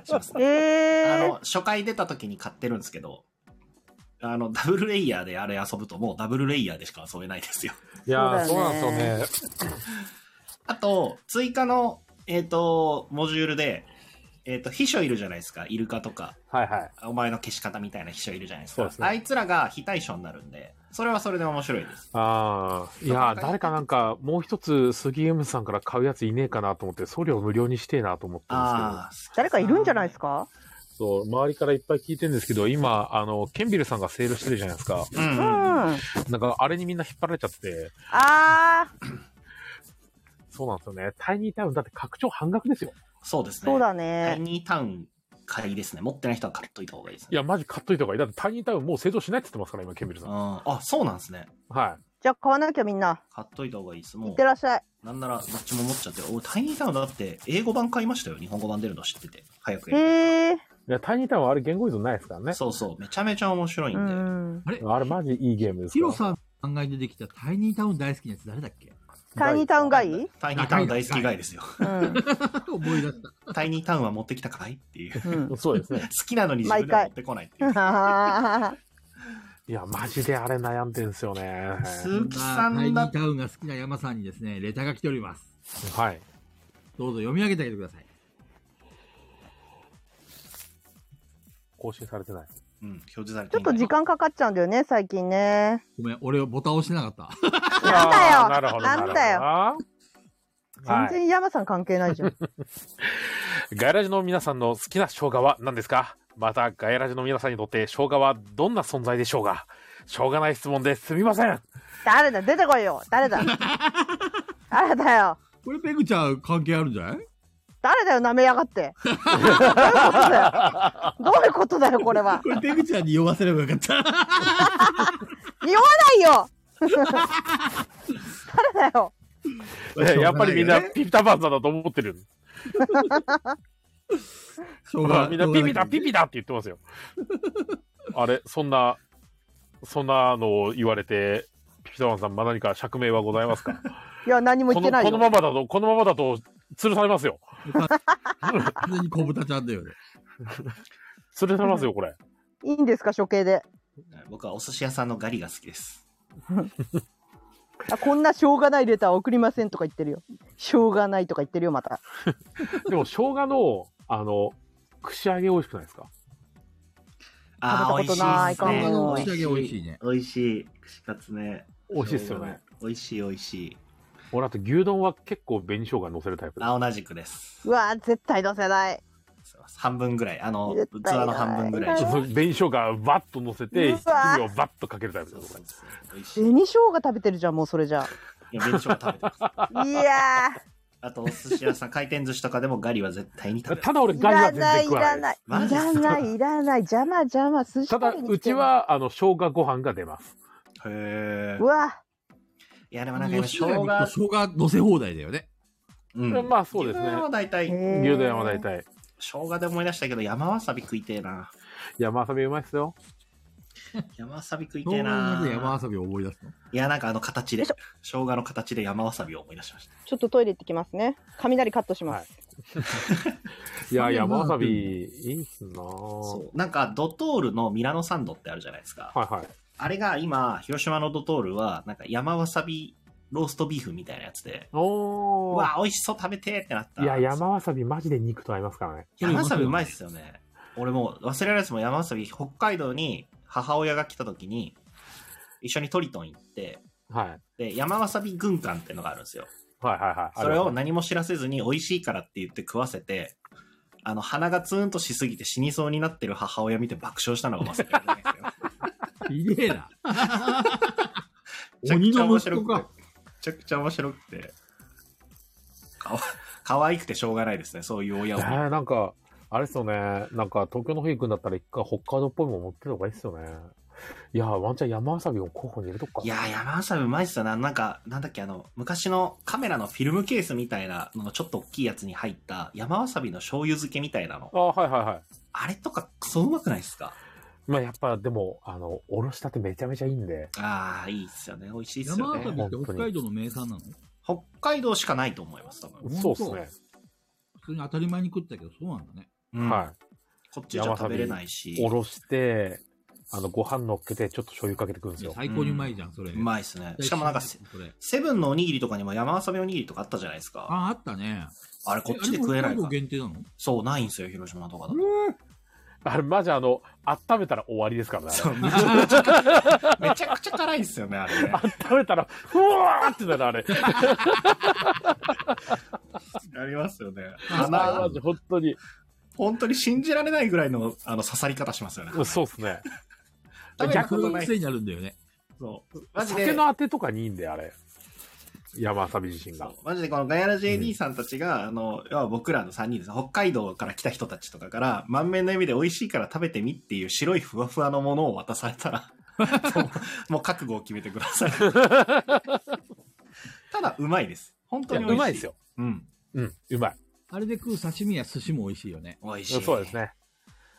S3: します
S4: え。
S3: あの
S4: ー、、
S3: 初回出た時に買ってるんですけど、あの、ダブルレイヤーであれ遊ぶともうダブルレイヤーでしか遊べないですよ。 [LAUGHS]
S2: いやー、そ
S4: そうう
S2: なん
S4: だ
S2: で
S4: よね
S2: すよね。
S3: あと、追加の、えっ、と、モジュールで、えっ、と、秘書いるじゃないですか。イルカとか、
S2: はいはい。
S3: お前の消し方みたいな秘書いるじゃないです
S2: そう
S3: か。
S2: ですね
S3: あいつらが非対称になるんで、それはそれで面白いです。
S2: ああ、いやー、誰かなんか、もう一つ、杉ムさんから買うやついねえかなと思って、送料無料にしてえなと思ってるんですけど。
S3: ああ、
S4: 誰かいるんじゃないですか
S2: そう、周りからいっぱい聞いてるんですけど、今、あの、ケンビルさんがセールしてるじゃないですか。
S3: うん
S4: う、
S3: うんんうん。
S4: あ
S2: なんか、あれにみんな引っ張られちゃって、
S4: あー
S2: そうなんですよね。タイニータウン、だって拡張半額ですよ。
S3: そうですね。
S4: そうだ
S3: タ
S4: ね
S3: イニータウン買いですね。持ってない人は買っといた方がいいですね。
S2: いや、マジ買っといた方がいい。だってタイニータウンもう製造しないって言ってますから、今、ケンビルさ。
S3: うんん、あ、そうなんですね。
S2: は
S4: じゃあ買わなきゃみんな
S3: 買っといた方がいいです。
S4: いっ
S3: も、
S4: てらっしゃいう
S3: なんならどっちも持っちゃって。俺、タイニータウンだって、英語版買いましたよ。日本語版出るの知ってて。早く
S4: へ
S3: やり
S4: え
S2: い。
S4: ー
S2: いや、タイニータウンはあれ言語依存ないですからね。
S3: そうそう。めちゃめちゃ面白いん
S4: う
S3: で。
S4: ん、
S2: あれマジいいゲームです
S1: ヒ
S2: から
S1: ロさんの考えでできたタイニータウン大好きなやつ誰だっ
S3: [LAUGHS]
S1: け
S4: タイニータウンがいい、
S3: タイニータウン大好き以外ですよ。
S4: うん
S1: 思い出した。
S3: タイニータウンは持ってきたかいっていう。
S2: [LAUGHS]
S4: うん、
S2: そうですね
S3: 好。きなのに自分では持ってこないっていう。
S2: いや、マジであれ悩んでんすよね。
S3: 鈴木さ
S1: タイ
S3: ん
S1: ニ
S3: だ
S1: ー
S3: っ
S1: タウンが好きな山さんにですね、レターが来ております。
S2: はい。
S1: どうぞ読み上げてあげてください。
S2: 更新されてない。
S3: うん、表示され
S4: ち
S3: て
S4: ょっと時
S3: 間。
S4: 間かかっちゃうんだよね最近ね
S1: ごめん、俺ボタン押してなかった。
S4: なんだよ
S2: あーなるほど。
S4: なんだよ
S2: なるほどな。
S4: 全
S2: はい。
S4: 然山さん関係ないじゃん、
S2: ガイラジの皆さんの好きな生姜は何ですかまた、ガイラジの皆さんにとって生姜はどんな存在でしょうかしょうがない質問ですみませ
S1: [LAUGHS]
S2: ん。
S4: 誰だ出てこいよ
S2: [LAUGHS]
S4: 誰だ誰だよ
S1: これペグちゃん関係あるんじゃない
S4: 誰だよ舐めやがってどういうことだよどういうことだよこれは
S1: これペグちゃんに酔わせればよかった。
S4: 匂わない
S2: [LAUGHS]
S4: よ誰だよ
S2: ねやっぱりみん
S1: しょ
S2: な
S1: うがいよね
S2: ピピタパンさんだと思ってる。
S1: しょうが
S2: みんなピピだ、
S1: ピ
S2: ピピだって言ってますよ。あれ、そんな、そんなのを言われて、ピピタパンさん、まあ何か釈明はございますか
S4: いや [LAUGHS] 何も
S2: こ
S4: 言って
S2: の
S4: ない
S2: この
S4: よ
S2: ままだと、このままだと、吊るされますよ。
S1: 完全に小豚ちゃんだよね。
S2: 吊るされますよ、これ。
S4: いいんですか処刑で
S3: 僕はお寿司屋さんのガリが好きです。
S4: あこんなしょうがないレター送りませんとか言ってるよしょうがないとか言ってるよまた
S2: でも、生姜の、あの、串揚げ美味しくないですか
S3: あー、美
S4: 食べた
S3: 味
S4: こと
S3: し
S4: な
S3: い
S4: い感じ
S3: ですね。
S4: の
S1: 串揚げ美味しいね。
S3: 美味しい。串カツね。
S2: 美味しいですよね。。
S3: 美味しい美味しい。
S2: 俺、あと牛丼は結構紅生姜乗せるタイプです。
S3: あ、同じくです。
S4: うわー絶対出せない
S3: すいません半分ぐらい。あの、
S4: 絶
S3: 器
S4: 対
S3: の半分ぐら
S4: な
S3: い。
S2: ちょっと紅生姜バッと乗せて、
S4: うわ
S2: 七味をバッとかけるタイプ
S3: そ
S2: で
S3: う
S2: す
S3: そう。そう美味しい。
S4: 紅生姜食べてるじゃんもうそれじゃ
S3: いや、弁償は食べてます。
S4: あいや
S3: あと、お寿司屋さん、回転寿司とかでもガリは絶対に食べます
S2: ただ俺、
S4: ーい
S2: ガリは
S4: ら
S2: 全
S4: な
S2: 然
S4: いい
S2: 食わな
S4: ら
S2: い。
S4: ないい
S3: マジっす
S4: ら
S3: か
S4: ないいらない邪魔邪魔寿司
S2: ただ、
S4: 食べに
S2: う
S4: 来て
S2: ち
S4: る
S2: は、あの、生姜ご飯が出ます。
S3: へ
S4: うわ
S3: いや、でもなんか今、生
S1: 吉野
S3: 姜
S1: 家に、行くと生姜乗せ放題だよね。
S3: う
S2: まあ、そうです
S3: 自分
S2: ね
S3: は。大体、
S4: ー
S2: 牛丼は大体。
S3: 生姜で思い出したけど、山わさび食いてえな。
S2: 山わさびうまいっすよ。
S3: 山わさび食い
S1: ど
S3: て
S1: う
S3: えな
S1: や山遊びを思い出すの
S3: いや、なんかあの形
S4: よ
S3: で、
S4: いし
S3: 生姜の形で山わさびを思い出しました。
S4: ちょっとトイレ行ってきますね。雷カットします。
S2: いや、山わさび、いいっすなは
S3: そう。なんか、ドトールのミラノサンドってあるじゃないですか。
S2: いはい。
S3: あれが今、広島のドトールは、なんか山わさびローストビーフみたいなやつで、う
S2: おー。
S3: わ、美味しそう食べてーってなった。
S2: いや、山わさびマジで肉と合いますからね。
S3: 山わさびうまいっすよね。俺もう忘れられないですもん、山わさび、北海道に母親が来た時に、一緒にトリトン行って、
S2: はい。
S3: で、山わさび軍艦ってのがあるんですよ。
S2: はいはいはい。
S3: それを何も知らせずに美味しいからって言って食わせて、あの、鼻がツーンとしすぎて死にそうになってる母親見て爆笑したのがまさかり
S1: ひ
S3: ですよ。
S1: でえな。
S3: [LAUGHS] め
S1: [LAUGHS]
S3: ちゃく
S1: 鬼
S3: ちゃ
S1: の
S3: 面
S1: 息
S3: 白
S1: 子
S3: くて
S1: か。。
S3: めちゃくちゃ面白くて。かわ、可愛くてしょうがないですね、そういう親
S2: え
S3: を見る。
S2: ー、なんか、あれっすよね。なんか、東京の方行くんだったら、一回北海道っぽいもん持ってる方がいいっすよね。いやー、ワンちゃん山わさびを候補に入れとくか。
S3: いやー、山わさびうまいっすよな。なんか、なんだっけ、あの、昔のカメラのフィルムケースみたいなののちょっと大きいやつに入った山わさびの醤油漬けみたいなの
S2: あ。ーはいはいはい。
S3: あれとかクソうまくないですか
S2: まあ、やっぱ、でも、あの、おろしたてめちゃめちゃいいんで。
S3: あー、いいっすよね。美味しいっすよ
S1: 山
S3: ね。
S1: 遊びって北海道の名産なの
S3: 北海道しかないと思います、多分。
S2: そうっすね。
S1: 普通に当たり前に食ったけど、そうなんだね。
S3: うん
S2: は
S3: こっちじゃ食べれないし
S2: い。。おろして、あの、ご飯乗っけて、ちょっと醤油かけてくるんです
S1: いや
S2: よ。
S1: 最高にうまいじゃん、それ。
S3: うまいですね。しかもなんかセ、
S1: それ。
S3: セブンのおにぎりとかにも山わさびおにぎりとかあったじゃないですか。
S1: あ、あったね。
S3: あれこっちで食えな
S1: あれ
S3: い
S1: も
S3: か
S1: 北海道。限定なの
S3: そう、ないんですよ、広島とかだと。
S2: あれ、マジあの、温めたら終わりですからね。
S3: そうめちゃくちゃ、めちゃくちゃ辛いですよね、あれね。
S2: 温めたら、ふわーってなる、あれ。
S3: ありますよね。
S2: あれ
S3: 鼻
S2: マ、ジ、本当に。
S3: 本当に信じられないぐらいの、あの、刺さり方しますよね。
S2: そうっすね。
S3: 食べたこ
S1: 逆
S3: と
S1: の
S3: ない。
S1: 癖になるんだよね。
S3: そう。マジ
S2: 酒
S3: で。
S2: のあてとかにいいんで、あれ。山わさび自身が
S3: そ。うマジでこのガヤラ JD さんたちが、あの、要は僕らの3人です。北海道から来た人たちとかから、満面の笑みで美味しいから食べてみっていう白いふわふわのものを渡され
S2: [LAUGHS]
S3: たら、もうもう覚悟を決めてください。ただ、うまいです。本
S2: い
S3: 当
S2: や
S3: に美味しい。
S2: うまいですよ。。
S3: うん。
S2: うん、うまい。
S1: あれで食う刺身や寿司も美味しいよね。
S3: 美味しい。
S2: そうです。ね。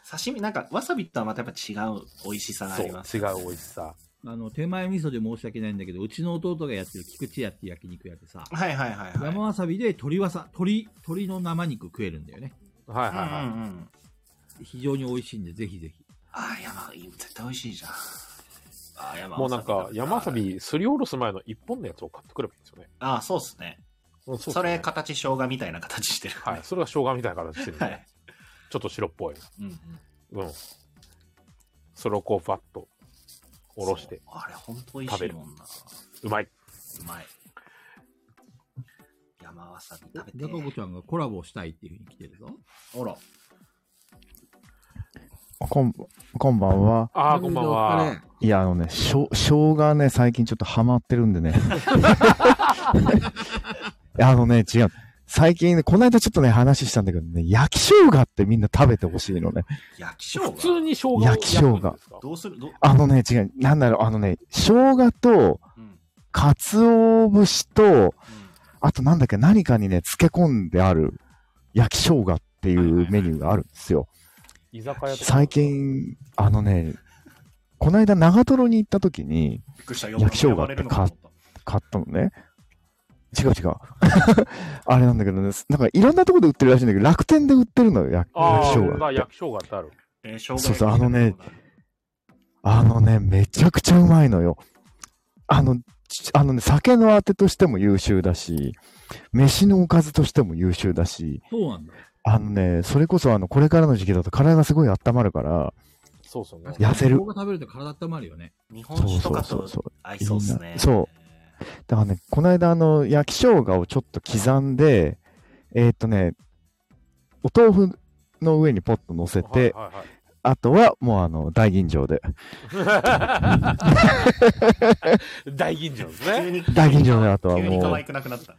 S3: 刺身、なんか、わさびとはまたやっぱ違う美味しさがあ
S2: そう、
S3: り
S2: 違う
S3: ます。
S2: 美味しさ。
S1: あの、手前味噌で申し訳ないんだけど、うちの弟がやってる菊池屋って焼肉屋でさ、
S3: はいはいはいはい。
S1: 山わさびで鶏わさ、鶏、鶏の生肉食えるんだよね。
S2: はいはい
S3: うん
S2: はい。
S3: うんうん。
S1: 非常に美味しいんで、ぜひぜひ。
S3: ああ、山、絶対美味しいじゃん。あー山
S2: もうなんか、山わさ
S3: 食べたい。
S2: びすりおろす前の一本のやつを買ってくればいいんですよね。
S3: ああ、そうっすね。
S2: うん
S3: そうれ
S2: っすね
S3: 形生姜みたいな形してる。
S2: はい。それが生姜みたいな形してるんで、
S3: [LAUGHS] はい。
S2: ちょっと白っぽい。
S3: うんうん。
S2: うん。それをこう、ファッと、おろして、
S3: そう。あれ、ほんと美味しいもんな。
S2: うまい。
S3: うまい。山わさび食べて。
S1: ジャコボちゃんがコラボしたいっていうふうに来てるぞ。
S3: あら。
S5: こん、こんばんは。
S2: ああ、こんばん
S1: お疲
S2: は
S1: れ。。
S5: いや、あのね、しょう、生姜ね、最近ちょっとハマってるん [LAUGHS] でね。いやあのね、違う。最近ね、この間ちょっとね、話したんだけどね、焼き生姜ってみんな食べてほしいのね。
S3: 焼き生
S2: 普通
S3: 姜
S2: に生姜を
S5: 焼き生姜
S2: 焼くんですか
S3: どうするどう、
S5: あのね、違う。なんだろう、あのね、生姜と、
S3: うんうん、
S5: 鰹節と、あとなんだっけ、何かにね、漬け込んである、焼き生姜っていうメニューがあるんですよ。
S2: 居酒屋とか
S5: 最。近、あのね、この間長瀞に行った時に、
S3: びっくりした。
S5: 焼き生姜って
S3: 呼ばれるのと思っ
S5: 買ったのね。違う違う。 [LAUGHS] あれなんだけどね、なんかいろんなところで売ってるらしいんだけど、楽天で売ってるのよ、焼
S2: ああ、
S5: 焼き
S2: 生姜、
S5: 生姜っ
S2: 焼。き生姜っ
S5: て
S2: てある。
S3: たえー生姜
S5: そうそう
S3: 焼き
S5: あのねあのね、めちゃくちゃうまいのよ。あの、ちあのね、酒のあてとしても優秀だし、飯のおかずとしても優秀だし、
S1: そうなんだ。
S5: あのね、それこそあの、これからの時期だと体がすごい温まるから、
S2: そうそうね。
S5: 痩せる
S1: 生姜食べると体温まるよね。
S3: 日本酒とか
S5: そうそうそう
S3: と合いそうですね。
S5: そうだからね、この間あの、焼き生姜をちょっと刻んで、えーっとね、お豆腐の上にポッと乗せて、
S2: はいはいはい
S5: あとは、もうあの、大吟 [LAUGHS] 醸で。
S2: 大吟醸です
S3: 急
S2: ね。
S3: に、
S5: 大吟醸の後はもう
S3: 急に可愛くなくなった。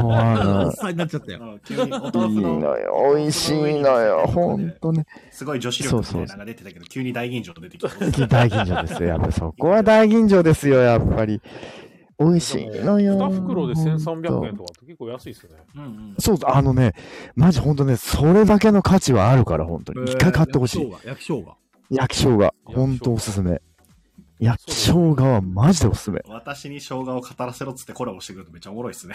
S5: もう
S1: お
S5: あ
S1: っ [LAUGHS] さんになっちゃったよ。
S3: うん急にお
S5: の、
S3: 豆
S5: いい
S3: 腐の
S5: の、よ、美味しいのよ、ほんとね。
S3: すごい女子力みたいなのが出てたけど、急に大吟醸と出てきた。
S5: 大吟醸ですよ、やっぱりそこは大吟醸ですよ、やっぱり。美味しいのよ。
S2: 2袋で1300円
S5: ほん
S2: と
S5: と
S2: かって結構安いですよね。
S3: うんうん。
S5: そう、あのね、マジほんとね、それだけの価値はあるから、ほんとに。一回買ってほし
S1: えー
S5: い。
S1: 焼き生姜、焼き生姜。
S5: 焼き生姜、ほんとおすすめ。焼き生姜はマジでおすすめ。
S3: 私に生姜を語らせろっつってコラボしてくるとめっちゃおもろいっすね。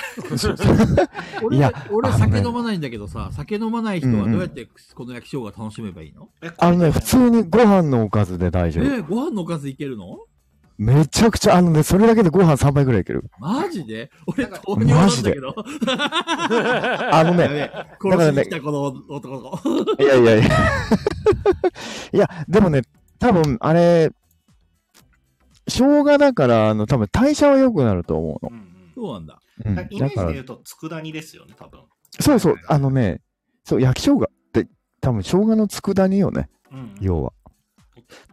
S1: 俺
S5: いや
S1: 俺
S5: あのね
S1: 酒飲まないんだけどさ、酒飲まない人はどうやってこの焼き生姜楽しめばいいの、
S3: え
S5: あのね、普通にご飯のおかずで大丈夫。
S1: えーご飯のおかずいけるの
S5: めちゃくちゃ、あのね、それだけでご飯3杯ぐらいいける。
S1: マジで俺豆乳なんだけど。
S5: あの
S1: や
S5: ね、
S1: べえ、殺しに来たこの男の子。
S5: いやいやいや。 [LAUGHS] いや、でもね、多分あれ、生姜だから、あの、多分代謝は良くなると思うの。
S3: うんうん
S1: そうなんだ。
S5: うん、
S3: だからイメー
S5: だ
S3: ジ
S5: か
S3: で
S5: ら
S3: 言、うと、佃煮ですよね、多分。
S5: そうそう、あのね、そう、焼き生姜って、多分生姜の佃煮よね、
S3: うんうん
S5: 要は。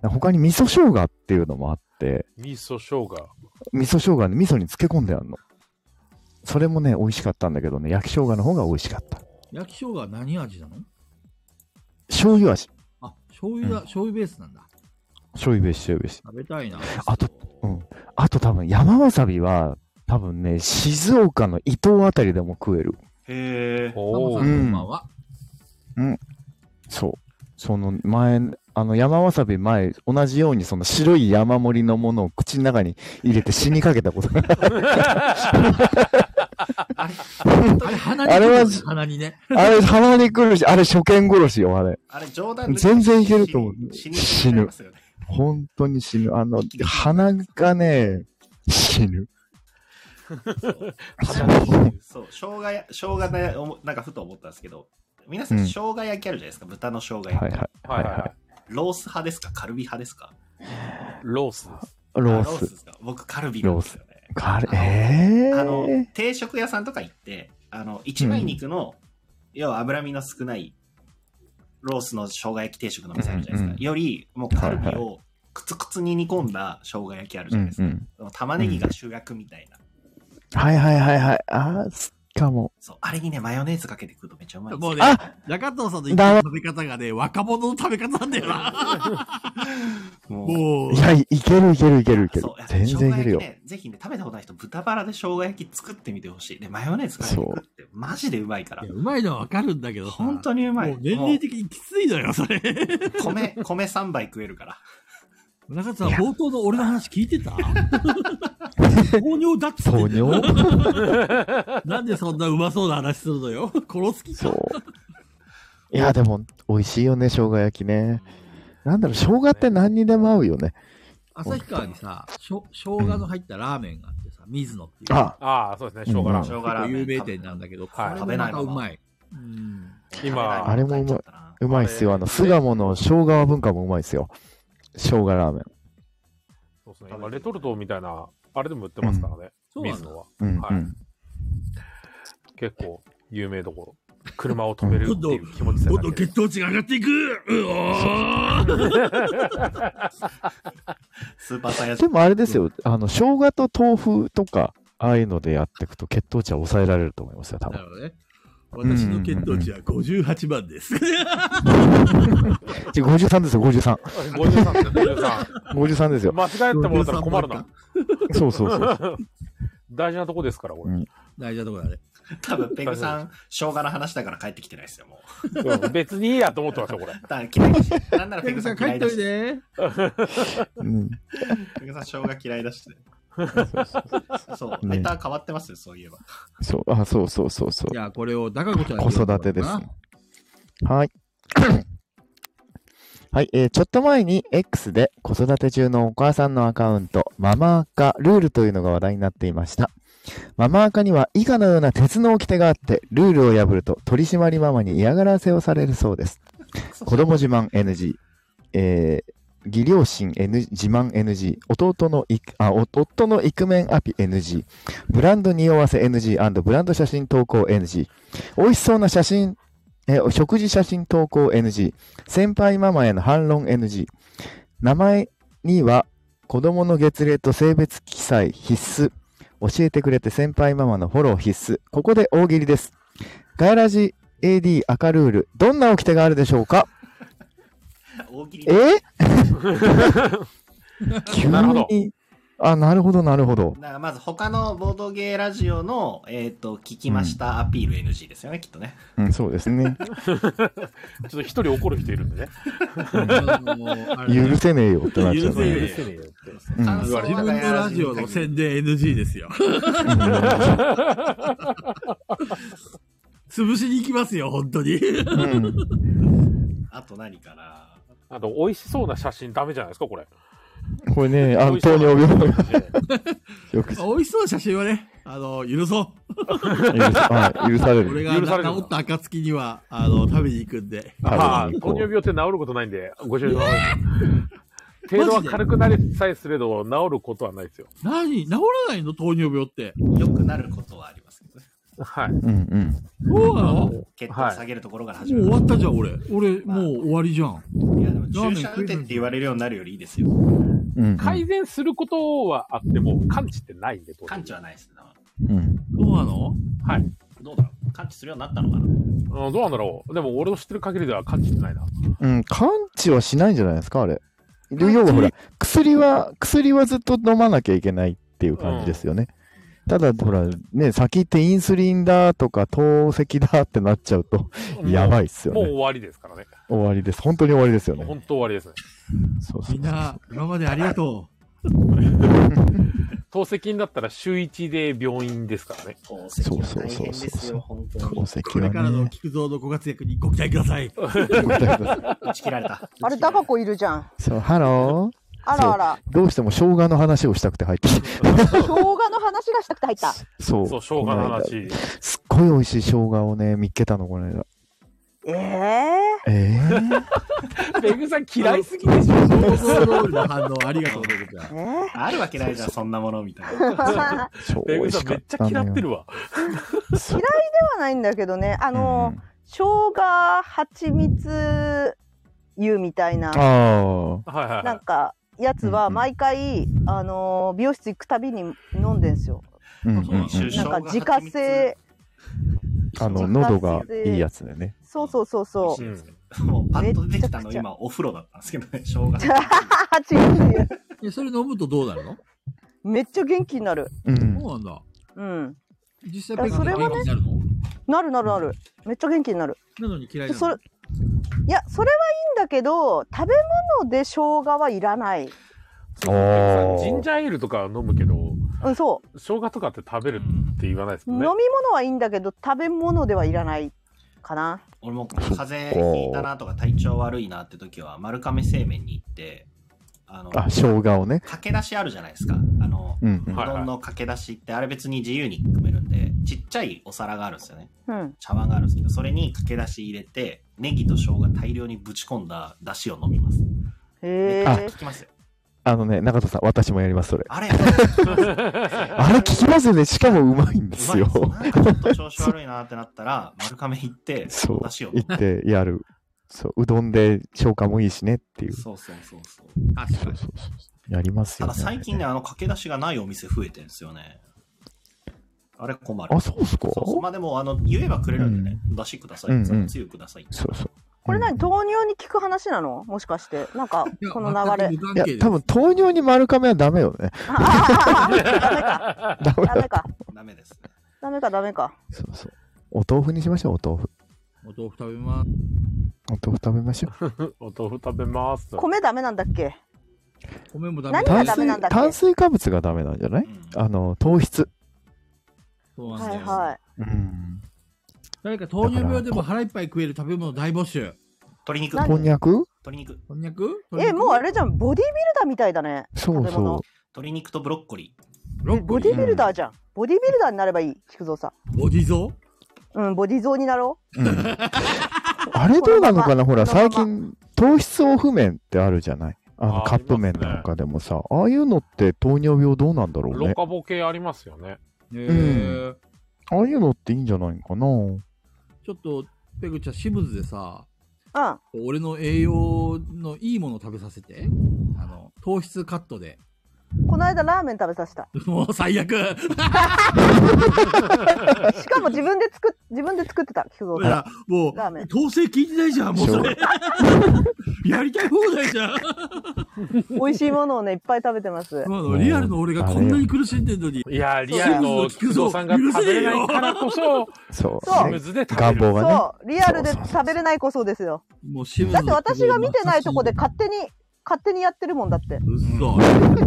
S5: 他に味噌生姜っていうのもあって、
S2: 味噌生姜。
S5: 味噌生姜に味噌に漬け込んであるの。それもね、美味しかったんだけどね、焼き生姜の方が美味しかった。
S1: 焼き生姜は何味なの
S5: 醤油味。
S1: あ、醤油だ、醤油ベースなんだ。
S5: 醤油べし、醤油べし。
S1: 食べたいな。
S5: あと、うん。あと多分、山わさびは、多分ね、静岡の伊東あたりでも食える。
S3: へー
S1: ママ
S2: お
S1: さ
S2: ー
S5: うん
S1: ん、こんばんは。
S5: そう。その前、あの山わさび前、同じようにその白い山盛りのものを口の中に入れて死にかけたことが
S3: [LAUGHS]
S1: あれ、鼻に
S5: あれは
S1: 来るね鼻にね。
S5: あれ鼻に来るし、あれ初見殺しよ、あれ。
S3: あれ冗談で
S5: 全然いけると思う
S3: 死に死にますよね
S5: 本当に死ぬ。あの、鼻がね、死ぬ。
S3: そう、生姜や、生姜で、おもなんかふと思ったんですけど、皆さん、
S5: うん
S3: 生姜焼きあるじゃないですか、豚の生姜焼き。
S5: はいはい。
S2: はいはいはい。
S3: ロース派ですかカルビ派ですか
S2: ロースです。
S5: ロ
S3: あ
S5: ー
S3: で
S5: ス。
S3: すか僕、カルビなんですよね。
S5: カレー。え
S3: あの
S5: ー、、
S3: 定食屋さんとか行って、あの、一枚肉の、要は脂身の少ない、ロースの生姜焼き定食の店あるじゃないです
S5: うん
S3: か。
S5: うん
S3: より、もうカルビ
S5: はいは
S3: をくつくつに煮込んだ生姜焼きあるじ
S5: う
S3: ゃない
S5: ん
S3: ですか。
S5: うん。
S3: 玉ねぎが主役みたいな。
S5: はいはいはいはい。あー、しかも。
S3: そう、あれにね、マヨネーズかけて食うとめっちゃうまいんですよ
S1: もうね、
S5: あ
S1: 中藤さんの言ってる食べ方がね、若者の食べ方なんだよな。
S3: もう
S1: もう
S5: い、や、いけるいけるいけるいける
S3: そう。
S5: 全然いけるよ
S3: 生姜焼き。ね、ぜひね、食べたことない人、豚バラで生姜焼き作ってみてほしい。で、マヨネーズかけて食って、マジでうまいから
S1: いや。うまいのはわかるんだけどさ
S3: 本当にうまい。
S1: もう年齢的にきついのよ、それ。
S3: もう米、米3杯食える
S5: [LAUGHS]
S3: から。
S1: [LAUGHS] 中田さん、冒頭の俺の話聞いてた [LAUGHS] 糖尿だっつってん
S5: 糖
S1: だよ。
S5: 尿
S1: [LAUGHS] なんでそんなうまそうな話するのよ。殺す気か。
S5: そう。いや、でも、美味しいよね、生姜焼きね。なんだろう、生姜って何にでも合うよね。
S1: 旭川にさ、しょ生姜の入ったラーメンがあってさ、水野っていう。
S5: あ、
S2: ああ、そうですね、生姜ラーメン。
S3: 生姜
S1: 結
S3: ラ
S1: 構
S3: ーメン。
S1: 有名店なんだけど、こ
S2: はい
S1: れもまたうまい。うん
S2: 今、
S5: あれもうまい
S3: ま
S5: うまいっすよ。あの、巣鴨の生姜文化もうまいっすよ。生姜ラーメン。
S2: そうですね、今レトルトみたいな、あれでも売ってますからね、
S1: うん
S2: 水野は。
S5: うん、
S2: はい
S5: うん。
S2: 結構有名どころ。車を止めるっていう気持ちさえ
S1: ど
S2: なん
S1: どん
S2: ければ
S1: 血糖値が上がっていくうおー
S3: スーパーサイヤ
S5: で
S3: 人。
S5: もあれですよ、あの、生姜と豆腐とか、ああいうのでやっていくと血糖値は抑えられると思いますよ、多
S1: な
S5: 分。
S1: るほどね。私の血糖値は58番です。
S5: ち53ですよ、53。
S2: 53ですね、53。
S5: [LAUGHS] 53ですよ。
S2: 間違えてもらったら困る
S1: 53番
S2: な
S1: か。
S5: そうそうそう。
S2: 大事なとこですから、これ。
S5: うん
S1: 大事なとこだ [LAUGHS] ね。
S3: 多分、ペグさん、生姜の話だから帰ってきてないですよ、もう。
S2: うん別にいいやと思ってました、これ。
S3: だから嫌いだしなんなら
S1: ペ
S3: ペ
S1: グ
S3: グ
S1: さ
S3: さ
S1: ん
S3: ん
S1: 帰
S3: 嫌
S1: っ
S3: い
S1: と
S3: だ
S1: い
S3: し。
S1: て。
S5: うん。
S3: ペグさん、生姜嫌いだしね。そう、
S5: ね
S3: ネタ変わってますよ、そういえば。
S5: そう、あ、そうそうそうそう
S1: じ。ゃあこれをダカ子ちゃんに
S5: 子育てです。はい。はい、えーちょっと前に X で子育て中のお母さんのアカウント、ママアカルールというのが話題になっていました。ママアカには以下のような鉄の掟があって、ルールを破ると取り締まりママに嫌がらせをされるそうです。子供自慢 NG、えー義両親 N 自慢 NG、弟のいあ、お夫のイクメンアピ NG、ブランド匂わせ NG& ブランド写真投稿 NG、美味しそうな写真、えー食事写真投稿 NG、先輩ママへの反論 NG、名前には子供の月齢と性別記載必須、教えてくれて先輩ママのフォロー必須、ここで大喜利です。ガヤラジ AD 赤ルール、どんな掟があるでしょうか
S3: 大喜利
S2: [LAUGHS]
S5: え急
S2: なるほど
S5: に、あ、なるほど、なるほど。
S3: だからまず他のボードゲーラジオの、えっ、と、聞きましたアピール NG ですよね、きっとね。
S5: うん、そうで
S2: [LAUGHS]
S5: すね。
S2: っと一人怒る人いるんでね。
S5: 許せねえよってなっちゃ
S2: 許
S5: う
S2: せねえ
S5: ね。
S2: 許せねえよって。
S5: うん
S3: 感想
S1: 自分のラジオの宣伝 NG ですよ。潰しに行きますよ、本当
S2: [LAUGHS]
S1: に。
S5: うん
S3: あと何かな
S2: あと、美味しそうな写真ダメじゃないですか、これ。
S5: これね、あ
S2: 美
S5: の
S2: 味しそう
S5: 糖
S2: な
S5: 尿病が
S2: 写真
S5: よく許
S1: 美味しそうな写真はね、あの、許そ
S5: さはい許され
S1: う。俺
S5: る。
S1: が
S2: 許される
S1: 治った暁には、あの、食べに行くんで。
S2: あ
S5: 食べ
S2: あ、
S5: に
S2: 糖
S5: 行
S2: 尿
S5: こ
S2: 病って治ることないんで、ご注意ください。
S5: [LAUGHS]
S2: 程度は軽くなりさえすれど、治ることはないですよ。
S1: 何治らないの糖尿病って。
S3: 良くなることはありますけどね。
S2: はい。
S5: う。うんうん。
S1: そうなのも
S3: 血糖
S2: はい
S3: 下げるところから
S1: う
S3: 始め
S1: 終
S3: る。
S1: わったじゃん、俺。俺、もう終わりじゃん。
S3: いや、でも注射打てって言われるようになるよりいいですよ。
S5: うんうん。
S2: 改善することはあっても、完治ってないんで、当然
S3: 完治はないですね。
S5: うん
S1: そうなの
S2: はい。うん
S3: どうだろう完治するようになったのかな
S2: どうなんだろう。でも、俺の知ってる限りでは完治ってないな。
S5: うん、完治はしないんじゃないですか、あれ。要はほら、薬は、薬はずっと飲まなきゃいけないっていう感じですよね。ただ、ほら、ね、先行ってインスリンだとか、透析だってなっちゃうと、やばいっすよ
S2: もう
S5: ね。
S2: 終わりですからね。
S5: 終わりです。本当に終わりですよね。
S2: 本当終わりですね。
S5: そうそう
S1: みんな、今までありがと
S2: 透析になったら週1で病院ですからね。
S3: 透析は大変ですよ、本当
S5: 透
S3: に。
S1: う。
S5: 析
S1: これから
S5: は
S1: の
S5: ね。
S1: 菊蔵のご活躍にご期待くだ
S2: [LAUGHS]
S1: さい。
S3: 打ち切られ [LAUGHS] た。
S4: あれ、ダカ子いるじゃん。
S5: そう、ハロー。
S4: あらあら。
S5: どうしても生姜の話をしたくて入ってきて。
S4: 生姜の話がしたくて入った。
S5: そう。
S2: そう、生姜の話。
S5: すっごい美味しい生姜をね、見っけたの、この間。
S4: ええ
S5: ええ
S2: ペグさん嫌いすぎでしょ。
S1: 想像通りの反応ありがとうございます。
S4: ー、え
S3: あるわけないじゃん、そんなものみたいな。
S4: ー。
S5: 超
S2: ペ
S5: 美
S2: グ
S5: 味
S2: さ
S5: し
S2: んめっ
S5: かっ
S2: ち
S5: た
S2: ゃ
S5: のよ。
S2: 嫌ってるわ。
S5: そう。
S4: ではないんだけどね、あの、
S5: うん
S4: 生姜蜂蜜湯みたいな、
S5: あ
S2: はいはいは
S4: ないん。か、やつ
S5: うん
S4: は
S5: うん
S4: 毎回、あのー美容室行くたびに飲んでんすよ。
S5: あ。うんうんうん
S3: そう
S4: なんか自家製、
S5: あの、喉がいいやつだよね。
S4: そうそうそうそうう。
S2: ん
S3: もうパッとできたの
S4: めっちゃくちゃ
S3: 今お風呂だったんですけどね、生姜。
S4: あ、蜂蜜湯。
S1: え、それ飲むとどうなるの
S4: めっちゃ元気になる。
S5: うん。
S1: そうなんだ。
S4: うん。
S1: 実際ペグさん元気になるの
S4: なるなるなる。めっちゃ元気になる。
S1: なのに嫌い
S4: で
S1: な
S4: それ
S1: の
S4: いや、それはいいんだけど、食べ物で生姜はいらない。
S2: そう
S5: おー
S2: ジンジャーエールとかは飲むけど、
S4: うん、そう。
S2: 生姜とかって食べるって言わないですも
S4: 飲
S2: ん
S4: み
S2: ね。
S4: 物はいいんだけど、食べ物ではいらないかな。
S3: 俺も風邪ひいたなとか体調悪いなって時は丸亀製麺に行って、あの、
S5: あ、生姜をね。
S3: かけ出しあるじゃないですか。あの、
S5: うんう。
S3: うん
S2: はい
S3: どんのかけ出しってあれ別に自由に組めるんで、ちっちゃいお皿があるんですよね。
S4: うん。
S3: 茶碗があるんですけど、それにかけ出し入れて、ネギと生姜大量にぶち込んだ出汁を飲みます。
S4: へ
S3: めっちゃ
S4: え
S3: 効。きますよ。
S5: あのね、中田さん、私もやります、それ。
S3: あれ
S5: あれ聞きますよね。しかもうまいんですよ。
S3: うまいんですよなんかちょっと調子悪いなってなった
S5: [LAUGHS]
S3: ら、丸亀行って、
S5: そう
S3: 出汁を。。
S5: 行ってやる。そう、うどんで消化もいいしねっていう。そ
S3: そうそうそうそう。
S5: う
S1: 確
S5: そ
S1: か
S5: う
S1: に。
S5: そう。やります
S3: た
S5: よ
S3: だ
S5: ね。
S3: 最近ね、あの、駆け出しがないお店増えてるんですよね。あれ困る。
S5: あ、そうっすか
S3: そうそうまあでも、あの、言えばくれるんでね、出汁ください、
S5: うんうん
S3: つゆくださいって。
S5: そうそう。
S4: これ何糖尿に効く話なのもしかして。なんか、この流れ。
S1: いや全く無
S5: い
S1: 関係、
S5: や
S1: で
S5: 多分、糖尿に丸亀はダメよね。
S4: あああ
S5: ダ
S4: ダ
S5: メだ。
S1: [LAUGHS]
S4: メか。
S3: ダメですね。
S4: ダメか、ダメか。
S5: そうそう。お豆腐にしましょう、お豆腐。
S1: お豆腐食べます。
S5: お豆腐食べま
S4: [LAUGHS]
S5: しょう。
S2: [LAUGHS] お豆腐食べます。
S4: 米ダメなんだっけ
S1: 米もダメ
S4: 何
S1: だ
S4: が
S5: 炭
S4: ダメ
S5: 水
S4: なんだっけ
S5: 炭水化物がダメなんじゃない
S3: うん
S5: あの、糖質。
S1: そうなん
S4: は
S1: だ
S4: い
S1: よ。
S4: は
S5: うん。
S1: 誰か糖尿病でも腹いっぱい食える食べ物大募集。
S3: 鶏肉、
S5: こんにゃく
S3: 鶏肉、
S1: こんにゃく
S4: い。え、もうあ
S1: れ
S4: れじゃん。ボディビルダーみたいだね。
S5: そう
S4: 食べ
S5: そう
S4: 物。
S3: 鶏肉とブロッコリー。
S1: ロッ
S4: ボ
S1: コ
S4: デ
S1: リ
S4: ィ
S1: ー
S4: ビルダーじゃん。ボディビルダーになればいい、菊蔵さん。
S1: ボディゾ
S4: うん、ボディ像になろ
S5: あれどうなのかなほら、
S4: このまま
S5: 最近、糖質オフ麺ってあるじゃないあの、
S2: あー
S5: カップ麺なんかでもさ、ああいうのって糖尿病どうなんだろう
S2: ロ
S5: ね。
S2: カボ系ありますよね。
S1: ーへ
S5: う
S1: ー
S5: ああいうのっていいんじゃないかな
S1: ちょっと、ペグちゃん、シムズでさ、
S4: う。うん。
S1: 俺の栄養のいいものを食べさせて、あの、糖質カットで、 [LAUGHS]
S4: この間ラーメン食べさせた。
S1: もう最悪。
S4: しかも自分で作っ、自分で作ってた、菊蔵
S1: い
S4: さ
S1: や、
S4: ん。
S1: もう
S4: ラーメン、
S1: 統制聞いてないじゃん、もうそれ。 [LAUGHS] やりたい放題じゃん。
S4: 美味しいものをね、いっぱい食べてます。
S1: まあ、リアルの俺がこんなに苦しんでんのに。
S2: いやー、リアルの
S1: シム
S2: 菊
S1: ズの
S2: 蔵さんが
S1: 菊蔵
S2: 食べれないからこそ、
S5: そ
S4: そう
S5: う、
S2: シム
S5: ね、
S2: ズで食べ
S5: 願
S2: る
S5: 望がね。
S4: そう、リアルで食べれないこそですよ。
S1: もうシムズ
S4: だ
S1: の
S4: って私が見てないとこで勝手に、勝手にやってるもんだって。
S1: うっそ、そう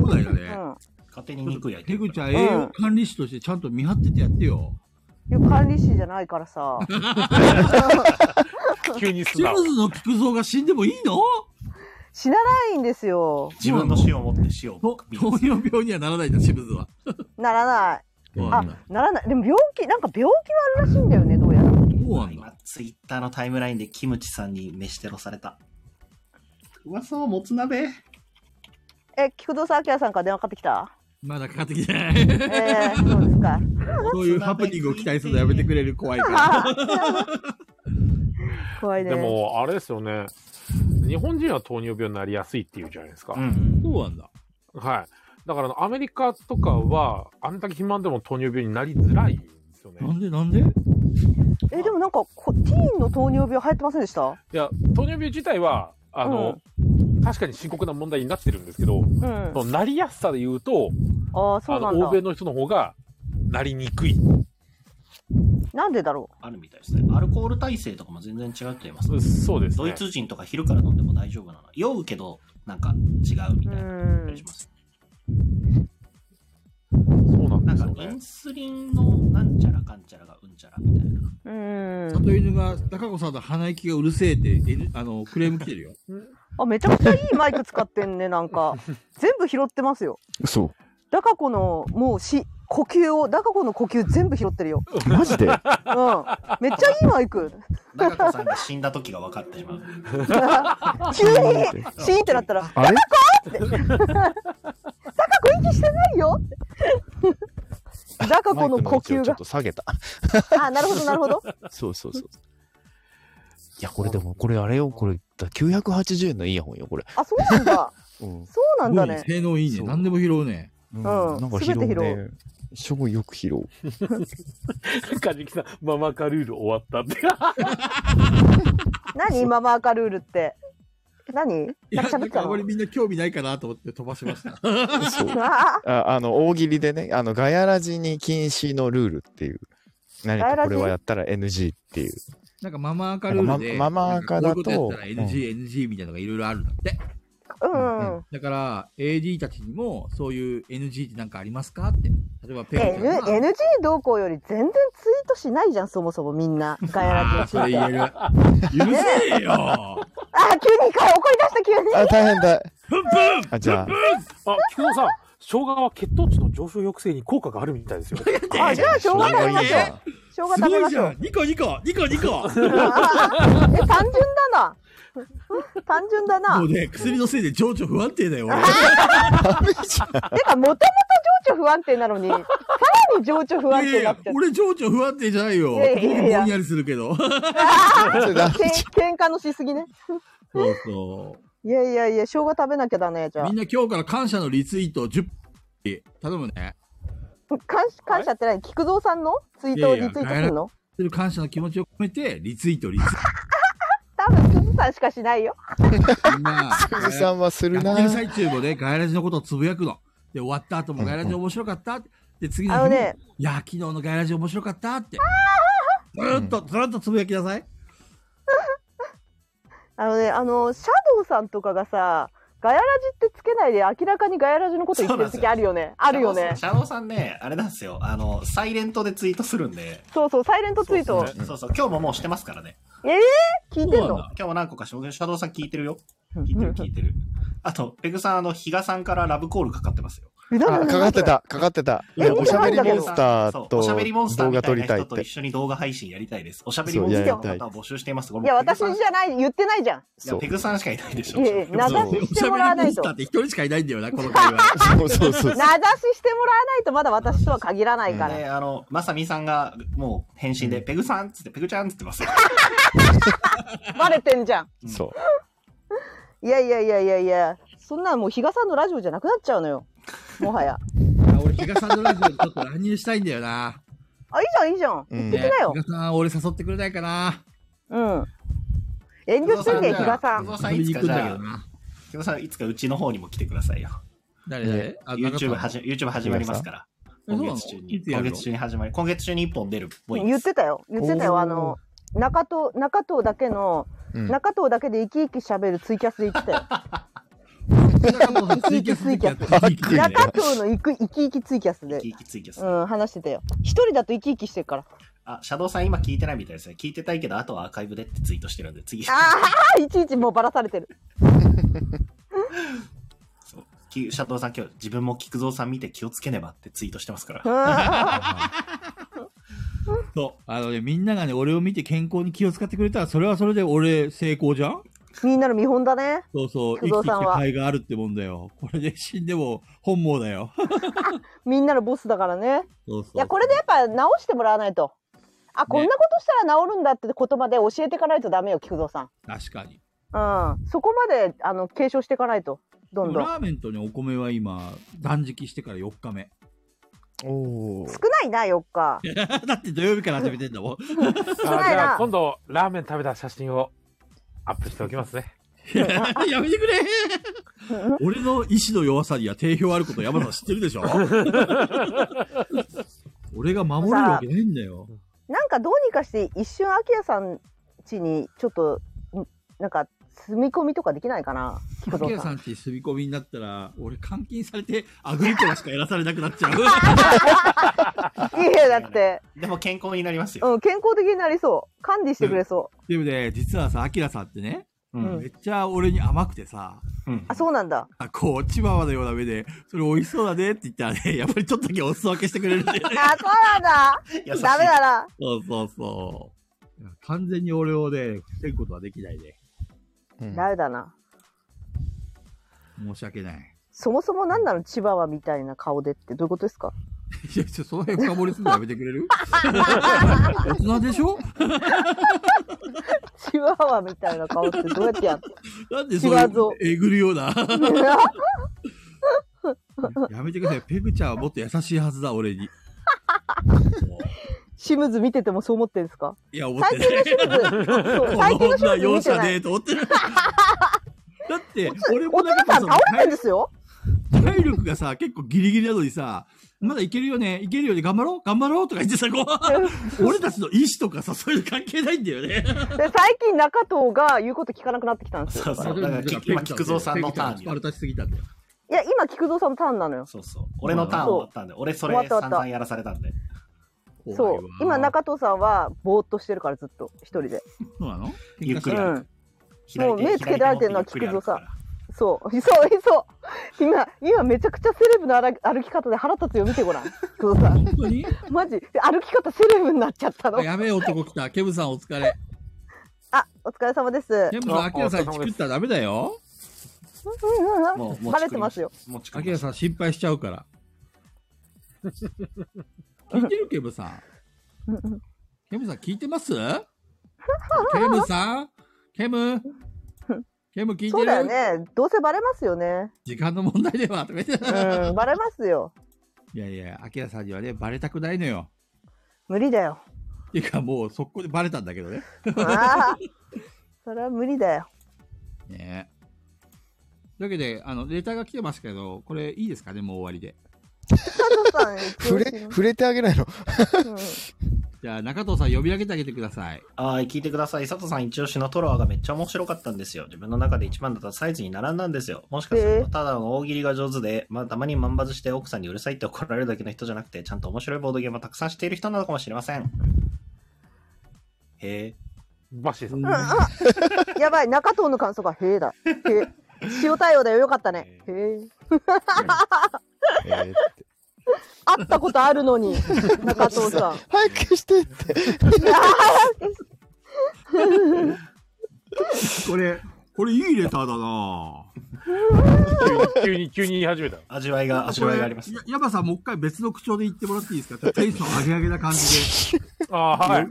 S1: だよ
S4: う
S1: ね。
S4: ん。
S3: 勝手に肉焼いて
S1: ペ
S3: る
S1: グ
S3: か
S1: ち
S3: ら。
S1: ゃん栄養管理士としてちゃんと見張っててやってよ。
S4: いや管理士じゃないからさ。
S2: 急に素
S1: シ
S2: 直
S1: ム。ズの菊蔵が死んでもいいの
S4: 死なないんですよ。
S3: 自分の死を持って死を
S1: と
S3: 見
S1: 糖
S3: る。
S1: 尿病にはならないんだ、シムズは。
S4: ならない。
S1: そうな
S4: あ
S1: んだ。、
S4: ならない。でも病気、なんか病気はあるらしいんだよね、どうやら。
S1: そうなんだ。
S3: 今、ツイッターのタイムラインでキムチさんに飯テロされた。噂をもつ鍋。
S4: え、菊堂さん、明さんから電話かかってきた
S1: まだかかってきて
S4: [LAUGHS]
S1: ない。
S4: えー、そうですか。
S1: そういうハプニングを期待するのやめてくれる怖いから。
S4: 怖いね。
S2: でも、あれですよね。日本人は糖尿病になりやすいっていうじゃないですか。
S1: [LAUGHS]
S3: うん。
S1: そうなんだ。
S2: はい。だからあの、アメリカとかは、あんだけ肥満でも糖尿病になりづらいんですよね。
S1: なんでなんで
S4: え、でもなんかこ、ティーンの糖尿病流行ってませんでした
S2: いや、糖尿病自体は、あの、確かに深刻な問題になってるんですけど、
S4: うん。
S2: そのなりやすさで言うと、
S4: ああ、そ
S2: あ
S4: うな
S2: の、
S4: んだ
S2: 欧米。の人の方が、なりにくい。
S4: なんでだろ
S3: あるみたいですね。アルコール耐性とかも全然違うって言いますね。
S2: そうですね。
S3: ドイツ人とか昼から飲んでも大丈夫なの。酔うけど、なんか違うみ
S4: う。う
S3: たいな。
S4: ん。
S3: します
S2: そうなん
S3: な
S2: で
S3: ん
S2: す
S3: か
S2: よ
S3: イ
S2: ね
S3: ン。スリンのなんちゃらかんちゃらがうんちゃらみたいな。
S4: うん。
S1: 里犬が、高子さんの鼻息がうるせえって、N- あの、クレーム来てるよ。
S4: あ、めちゃくちゃいいマイク使ってんね、なん
S5: [LAUGHS]
S4: か。全部拾ってますよ。
S5: そ
S4: ダカ子の、もうし、呼吸を、ダカ子の呼吸全部拾ってるよ。
S5: う。マジ [LAUGHS] で
S4: うん。めっちゃいいマイ
S5: [LAUGHS]
S4: ク。
S3: 中子さんが死んだ時が分かってし
S2: [LAUGHS]
S3: まう。
S4: 急に、シーンってなったら、
S5: あれ
S4: ダカ子息してない
S5: [LAUGHS]
S4: よって。ダカ
S5: マ
S4: 子
S5: イク
S4: の呼
S5: 位置
S4: 吸
S5: をちょ
S4: が
S5: っ。と下げた。
S4: あ、なるほど、なるほど。
S5: そうそうそう。いや、これでも、これあれよ、これ、980円のイヤホンよ、これ。
S4: あ、そうなん
S5: [LAUGHS]
S4: だ。
S5: うん。
S4: そうなんだ
S1: す
S4: ね。
S1: ごい性能いいね。
S5: そう
S1: 何でも拾うね。
S5: うんなんか拾う
S4: 全て拾
S5: ね。すごいよく拾 [LAUGHS] う。
S2: カジキさん、ママカルール終わったって。
S4: 何ママアカルールって。何
S1: いや、
S4: なんか
S1: なん
S4: 喋ってた
S1: かあまり
S4: の
S1: みんな興味ないかなと思って飛ばしました。
S5: そう。
S4: あ
S5: ああの、大喜利でね、あの、ガヤラジに禁止のルールっていう。何
S4: ガヤ
S5: か
S4: ラ
S5: こ
S4: ジ
S5: れはやったら NG っていう。
S1: [LAUGHS] なんかママアカルールで。
S5: ママママアカだと
S1: なんかこういうことやったら NG、NG みたいなのがいろいろあるんだって。
S4: あ、うん。
S1: だから、AD たちにも、そういう NG ってなんかありますかって。例えば、ペグちゃ
S4: N
S1: んが。
S4: NG 動向より全然ツイートしないじゃん、そもそもみんな。ガヤラ
S1: ああ、
S4: ジ
S1: そ
S4: に
S1: れ
S4: ついて。
S1: 言
S4: あ
S1: える。許せえよ
S4: ー、急に怒り出した、急に。
S5: あ、大変だ。あ、じゃあ、
S2: あ、菊蔵さん、生姜は血糖値の上昇抑制に効果があるみたいです
S4: [LAUGHS]
S2: よ。
S4: あ、じゃあ、しょうが食べましょう。生姜
S1: す
S4: 食べ
S1: ご
S4: ま
S1: いじ
S4: しょ
S1: ゃ。
S4: うん
S1: ニコニコニコニコ
S4: え、単純だな。 [LAUGHS] 単純だな
S1: もう。ね、薬のせいで情緒不安定だよ、俺。
S4: てか、もともと情緒不安定なのに、さらに情緒不安定になっ
S1: いやい
S4: ちゃ
S1: や
S4: っ
S1: 俺情緒不安定じゃないよ。
S4: いやいやいや
S1: ぼんやりするけど。
S5: それだ
S4: て。けん喧嘩のしすぎね。
S1: そうそ
S4: いやいやいや、生姜食べなきゃだね、じ
S1: う。
S4: ゃあ
S1: みん。な今日から感謝のリツイート10頼むね。
S4: 感謝感謝って何菊蔵さんのツイートをリツイートするの
S1: そういう感謝の気持ちを込めて、リツイート、リツイー
S4: 多分、鈴さんしかしないよ。
S1: ト。みんな、 [LAUGHS]
S5: おじさんはする
S1: やっ
S5: な
S1: て。る最中もね、ガイラジのことをつぶやくの。で、終わった後もガイラジ面白かったって。で、次の日
S4: あ
S1: も、
S4: のね
S1: いや、昨日のガイラジ面白かったって。ずーっと、ずーっとつぶやきなさい。
S4: あのね、あの、シャドウさんとかがさ、ガヤラジってつけないで明らかにガヤラジのこと言ってる
S3: そうなんです
S4: 時
S3: よ
S4: あるよね。あるよね。
S3: シャドウさんね、あれなんですよ。あの、サイレントでツイートするんで。
S4: そうそう、サイレントツイート。
S3: そうそう、今日ももうしてますからね。
S4: ええ聞いてん
S1: そう
S4: の
S1: な
S3: 今日も何個かしょ、シャドウさん聞いてるよ。聞いてる、
S4: [LAUGHS]
S3: 聞いてる。あと、ペグさん、あの、比嘉さんからラブコールかかってますよ。
S4: うん
S5: あ、かかって。た、かかってた。いや
S4: え
S5: おしゃべりモンスター
S3: そう
S5: と
S3: おしゃべりモンスター
S5: 動
S3: み
S5: 画
S3: た
S5: 撮
S3: い
S5: り
S3: な
S5: たいっ
S3: 人と
S5: て
S3: 一。緒に動画配信やりたいです。おしゃべりモンスターの方を募集しています。
S4: いや、私じ
S3: い
S4: ゃない、言ってないじゃん。
S5: そ
S3: や、
S5: う
S3: ペ。グさんしかいないでしょ。
S4: いえいえ名
S5: そう
S4: 指し
S1: お
S4: し
S1: してゃ
S4: も
S1: べ
S4: らわ
S1: り
S4: な
S1: モ
S4: い
S1: ンス
S4: と
S1: ターって一人しかいないんだよな、この会話。 [LAUGHS]
S5: そうそうそう。
S4: 名指ししてもらわないとまだ私とは限らないから、
S3: で、あの、まさみさんが、もう、返信で、ペグさんっつって、ペグちゃんっつってます
S5: [LAUGHS]
S3: よ。
S4: バレてんじゃん
S5: そう。
S4: いやいやいやいやいやそんなんもう比嘉さんのラジオじゃなくなっちゃうのよもはや。
S1: あ俺、比嘉さんのラジオでちょっと乱入したいんだよな。
S4: あ、いいじゃん、いいじゃん。
S5: うん
S4: 行きなよ
S1: 比。嘉さん、俺誘ってくれないかな。
S4: うん。遠慮してんねん、比嘉さん。
S3: 久保さん
S1: 遊び
S3: いつ
S1: に行
S3: か
S1: くん
S3: じ
S1: だけ
S3: ゃ
S1: ど
S3: あ、
S1: な。
S3: 久保さんいつかうちの方にも来てくださいよ。
S1: 誰誰あ
S3: YouTube
S1: 中田さん
S3: 始め YouTube 始まりますから。
S1: えそう
S3: 今
S1: なの
S3: 月中に。
S1: いつや
S3: 今
S1: るの
S3: 月中に始まり。今月中に1本出るっぽい
S4: 言
S3: で
S4: っ
S3: す。
S4: てたよ。言ってた
S5: お
S4: よ。
S5: ー
S4: あの、中東、中東だけの、
S5: うん
S4: 中東だけで生き生き喋るツイキャスで言ってたよ。
S1: 中田さんツイキャスできた [LAUGHS] ツイキャスできた
S4: 中東の生き生き生きツイキャスで
S3: キ。ーキツイキャス。
S4: うん、話してたよ。一人だと生き生きしてるから。
S3: あ、シャドウさん今聞いてないみたいですね。聞いてたいけど、あとはアーカイブでってツイートしてるんで、次。
S4: ああ、いちいちもうばらされてる。
S3: そうきシャドウさん今日、自分も菊蔵さん見て気をつけねばってツイートしてま
S4: [LAUGHS]
S3: すから
S4: う。ん
S1: そう。あのね、みんながね、俺を見て健康に気を使ってくれたら、それはそれで俺成功じゃん
S4: みんなの見本だね。
S1: そうそう。生
S4: 工
S1: きてき
S4: 藤さん
S1: た
S4: は
S1: 甲斐があるってもんだよ。 [LAUGHS] これで死んでも本望だよ。
S4: みんなのボスだからね。
S1: そうそう。
S4: いや、これでやっぱ直してもらわないと。あ、こんなことしたら治るんだって言葉で教えていかないとダメよ、菊蔵さん。
S1: 確かに。
S4: うん。そこまで、あの、継承していかないと。どんどん。
S1: ラーメンとね、お米は今、断食してから4日目。 [LAUGHS]
S5: おー
S4: 少ないな、4日。
S1: だって土曜日から始めてん
S4: [LAUGHS]
S1: だもん。 [LAUGHS]
S2: じ
S4: 少ない
S2: ゃあ
S4: な。
S2: 今度ラーメン食べた写真をアップしておきますね。
S1: やめてく
S4: [LAUGHS]
S1: れ俺の意志の弱さには定評あること山田知ってる
S4: [LAUGHS]
S1: でしょ俺が守れるわけないんだよ。
S4: なんかどうにかして一瞬アキヤさん家にちょっとんなんか住み込みとかできないかな菊
S1: 竹
S4: 蔵
S1: 谷
S4: さん
S1: さんち住み込みになったら、俺監禁されてアグリコラしかやらされなくなっ [LAUGHS] ちゃう。
S4: いやだって、
S3: でも健康になりますよ。
S4: うん、健康的になりそう管理してくれそう、
S1: でもね、実はさ、アキラさんってね、
S3: う
S4: うん
S1: めっちゃ俺に甘くてさ、
S3: うん
S4: あそうなんだ
S1: あこう、チワワのような目で、それ美味しそうだねって言ったらね、 [LAUGHS] やっぱりちょっとだけお裾分けしてくれ [LAUGHS] るんだよ
S4: あ
S1: ね。
S4: そうなんだ
S3: 優しい
S4: ダメだな
S1: そうそうそう。完全に俺をね、防ぐことはできないね。
S5: うん
S4: ダメだな
S1: 申し訳 [LAUGHS] ない。
S4: そもそもなんなの千葉はみたいな顔でってどういうことですか
S1: いや、ちょ、その辺深掘りするのやめてくれ [LAUGHS] る大人でし [LAUGHS] ょ
S4: 千葉はみたいな顔ってどうやってやん
S1: なんでそうい
S4: 違うぞ
S1: う、えぐるような。
S4: の
S1: [LAUGHS] やめてください。ペグちゃんはもっと優しいはずだ、俺に。
S4: シムズ見ててもそう思ってんですか
S1: いや、思って
S4: 最
S1: ない
S4: 近。のシムズそう
S1: こ
S4: 最近
S1: の女
S4: のシムズ
S1: 容
S4: 見て
S1: 赦
S4: な
S1: ね
S4: い
S1: えと思ってる。だって、俺も
S4: お
S1: なん
S4: 父
S1: か
S4: さん
S1: さ
S4: 倒れてんですよ
S1: 体力がさ、結構ギリギリなのにさ、まだいけるよね、いけるよね、頑張ろう、頑張ろうとか言ってさ、こう、俺たちの意思とかさ、そういうの関係ないんだよね。
S4: で最近中藤が言うこと聞かなくなってきたんですよ
S3: そうそう。だからき今、菊蔵さんのターン
S1: ス
S3: に
S1: パ。ルタしすぎたんだよ。
S4: いや、今、菊蔵さんのターンなのよ。
S3: そうそう。俺のターン終わったんで、俺それ
S4: 終わった終わ
S3: 散
S4: った
S3: 々やらされたんで。
S4: そ
S1: 怖いうわ。
S4: 今、中藤さんは、ぼーっとしてるから、ずっと、一人で。
S1: そうなの
S3: ゆっく
S4: う
S3: り
S1: 喧嘩し
S4: ん。
S3: 左
S4: もう
S3: 手
S4: 目つけられてるのは
S3: 左手持ってゆっくり歩くから
S4: そう。 [LAUGHS] いそう、いそう。今、今、めちゃくちゃセレブの歩歩き方で腹立つよ、見てごらん。菊蔵さ
S1: た
S4: ん。
S1: 本当に
S4: マジ、歩き方セレブになっちゃったの
S1: あ。やべえ男来た。ケムさんお疲れ。
S4: あ、お疲れ様です。
S1: ケムさん、
S2: あ
S1: アキラさん
S2: お疲
S1: に
S2: れ様です
S1: チクったらダメだよ。
S4: うんうんうん
S3: もう、もう
S4: バレてますよ。。
S3: もう近
S1: ア
S3: く
S1: キラさん心配しちゃう
S4: [LAUGHS]
S1: から。聞いてるケムさん。
S4: うんうん
S1: ケムさん聞いてますケムさんケムケム聞い
S4: そ
S1: て
S4: うだよ
S1: る、
S4: ね。どうせバレますよね。
S1: 時間の問題ではとか言って
S4: うん、バレますよ。
S1: いやいや、アキラさんにはね、バレたくないのよ。
S4: 無理だよ。
S1: っていうかもう速攻でバレたんだけどね。
S4: ああ。それは無理だよ。
S1: ねえ。というわけで、あの、レターが来てますけど、これいいですかね、もう終わりで。
S4: 中藤さん、
S5: 触れ、触れてあげないの。
S4: うん
S1: じゃあ、中藤さん呼び上げてあげてください。
S3: はい、聞いてください。佐藤さん一押しのトロワがめっちゃ面白かったんですよ。自分の中で一番だったサイズに並んだんですよ。もしかす
S4: へ
S3: る
S4: え
S3: と、ただの大喜利が上手で、まあ、たまに万抜して奥さんにうるさいって怒られるだけの人じゃなくて、ちゃんと面白いボードゲームをたくさんしている人なのかもしれません。へえ。
S2: バッシーさん。
S4: やばい、中藤の感想が、へえだ。へえ。塩対応だよ、よかったね。へえ。
S5: えー
S4: 会ったことあるのに、中藤さん。
S5: 早く消してって。
S1: これ、これいいレターだなぁ。
S2: 急に、急に言い始めた。
S3: 味わいが、味わいがあります。
S1: やヤバさん、もう一回別の口調で言ってもらっていいですかちょっとテンション上げ上げな感じ
S2: ああ、はい。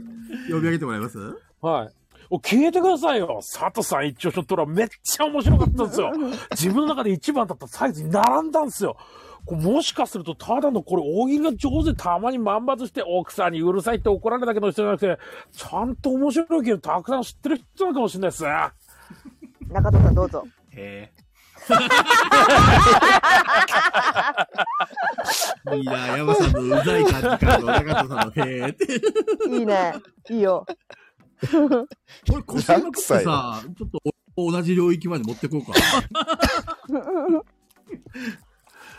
S1: で呼び上げてもらえます
S2: はい。お聞いてくださいよ佐藤さん一応ショットラめっちゃ面白かったんです
S4: [LAUGHS]
S2: よ自分の中で一番だったサイズに並んだんですよこれもしかするとただのこれ大喜利が上手でたまに万抜して奥さんにうるさいって怒られたけど人じゃなくてちゃんと面白いけどたくさん知ってる人なのかもしれないですね
S4: 中藤さんどうぞ。
S3: へ
S1: いいな、山さんのうざい感じからの中藤さんのへーって。
S4: いいね。いいよ。
S1: これ腰のくってさ、ちょっとお同じ領域まで持ってこうか。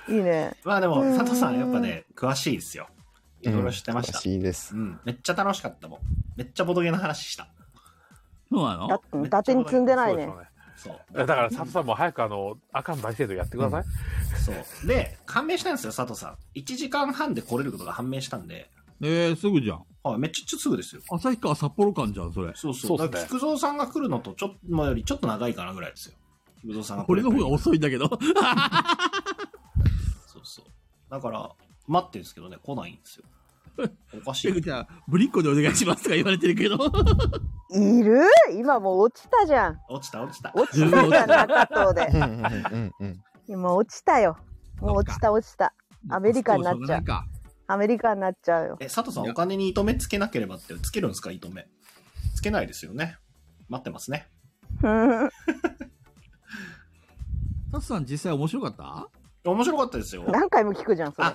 S4: いいね。
S3: え。まあでも、佐藤さんやっぱね、詳しいですよ。いろいろ知ってました
S5: ら。しいです
S3: う。ん、めっちゃ楽しかったもん。めっちゃボドゲの話した。
S1: そうな
S4: だ
S1: の
S4: 伊達に積んでない
S2: そ
S4: ね
S2: う。で
S3: そ
S5: [LAUGHS]
S3: う。
S2: すよねだから佐藤さんも早くあのアカン大制度やってください、
S3: そう。で、判明したんですよ、佐藤さん。1時間半で来れることが判明したんで、
S1: えー、すぐじゃん。
S3: はい、めっちゃすぐですよ。
S1: 旭川札幌間じゃん、それ。
S3: そうそう。
S2: そうっすね
S3: だから菊蔵さんが来るのと、ちょっと、まあよりちょっと長いかなぐらいですよ。菊蔵さんが来
S1: これ
S3: る
S1: の方が遅いんだけど。
S3: そうそう。だから、待ってるんですけどね、来ない
S1: [LAUGHS]
S3: んですよ。おかし
S1: ペグ
S3: い。
S1: ちゃん、ブリッコでお願いしますとか言われてるけど。
S4: いる今もう落ちたじゃん。
S3: 落ちた落ちた。
S4: 落ちたじゃん、 [LAUGHS] 中藤
S5: う
S4: で。
S5: んうんうんうん
S4: 今落ちたよ。もう落ちた落ちた。アメリカになっちゃう
S1: そうしょうがないか
S4: アメリカになっちゃうよ。
S3: え、佐藤さん、お金に糸目つけなければって、つけるんですか、糸目。つけないですよね。待ってますね。
S4: な
S1: タスさん実際面白かった
S3: 面白かったですよ。
S4: 何回も聞くじゃん、それ
S3: あ。、あ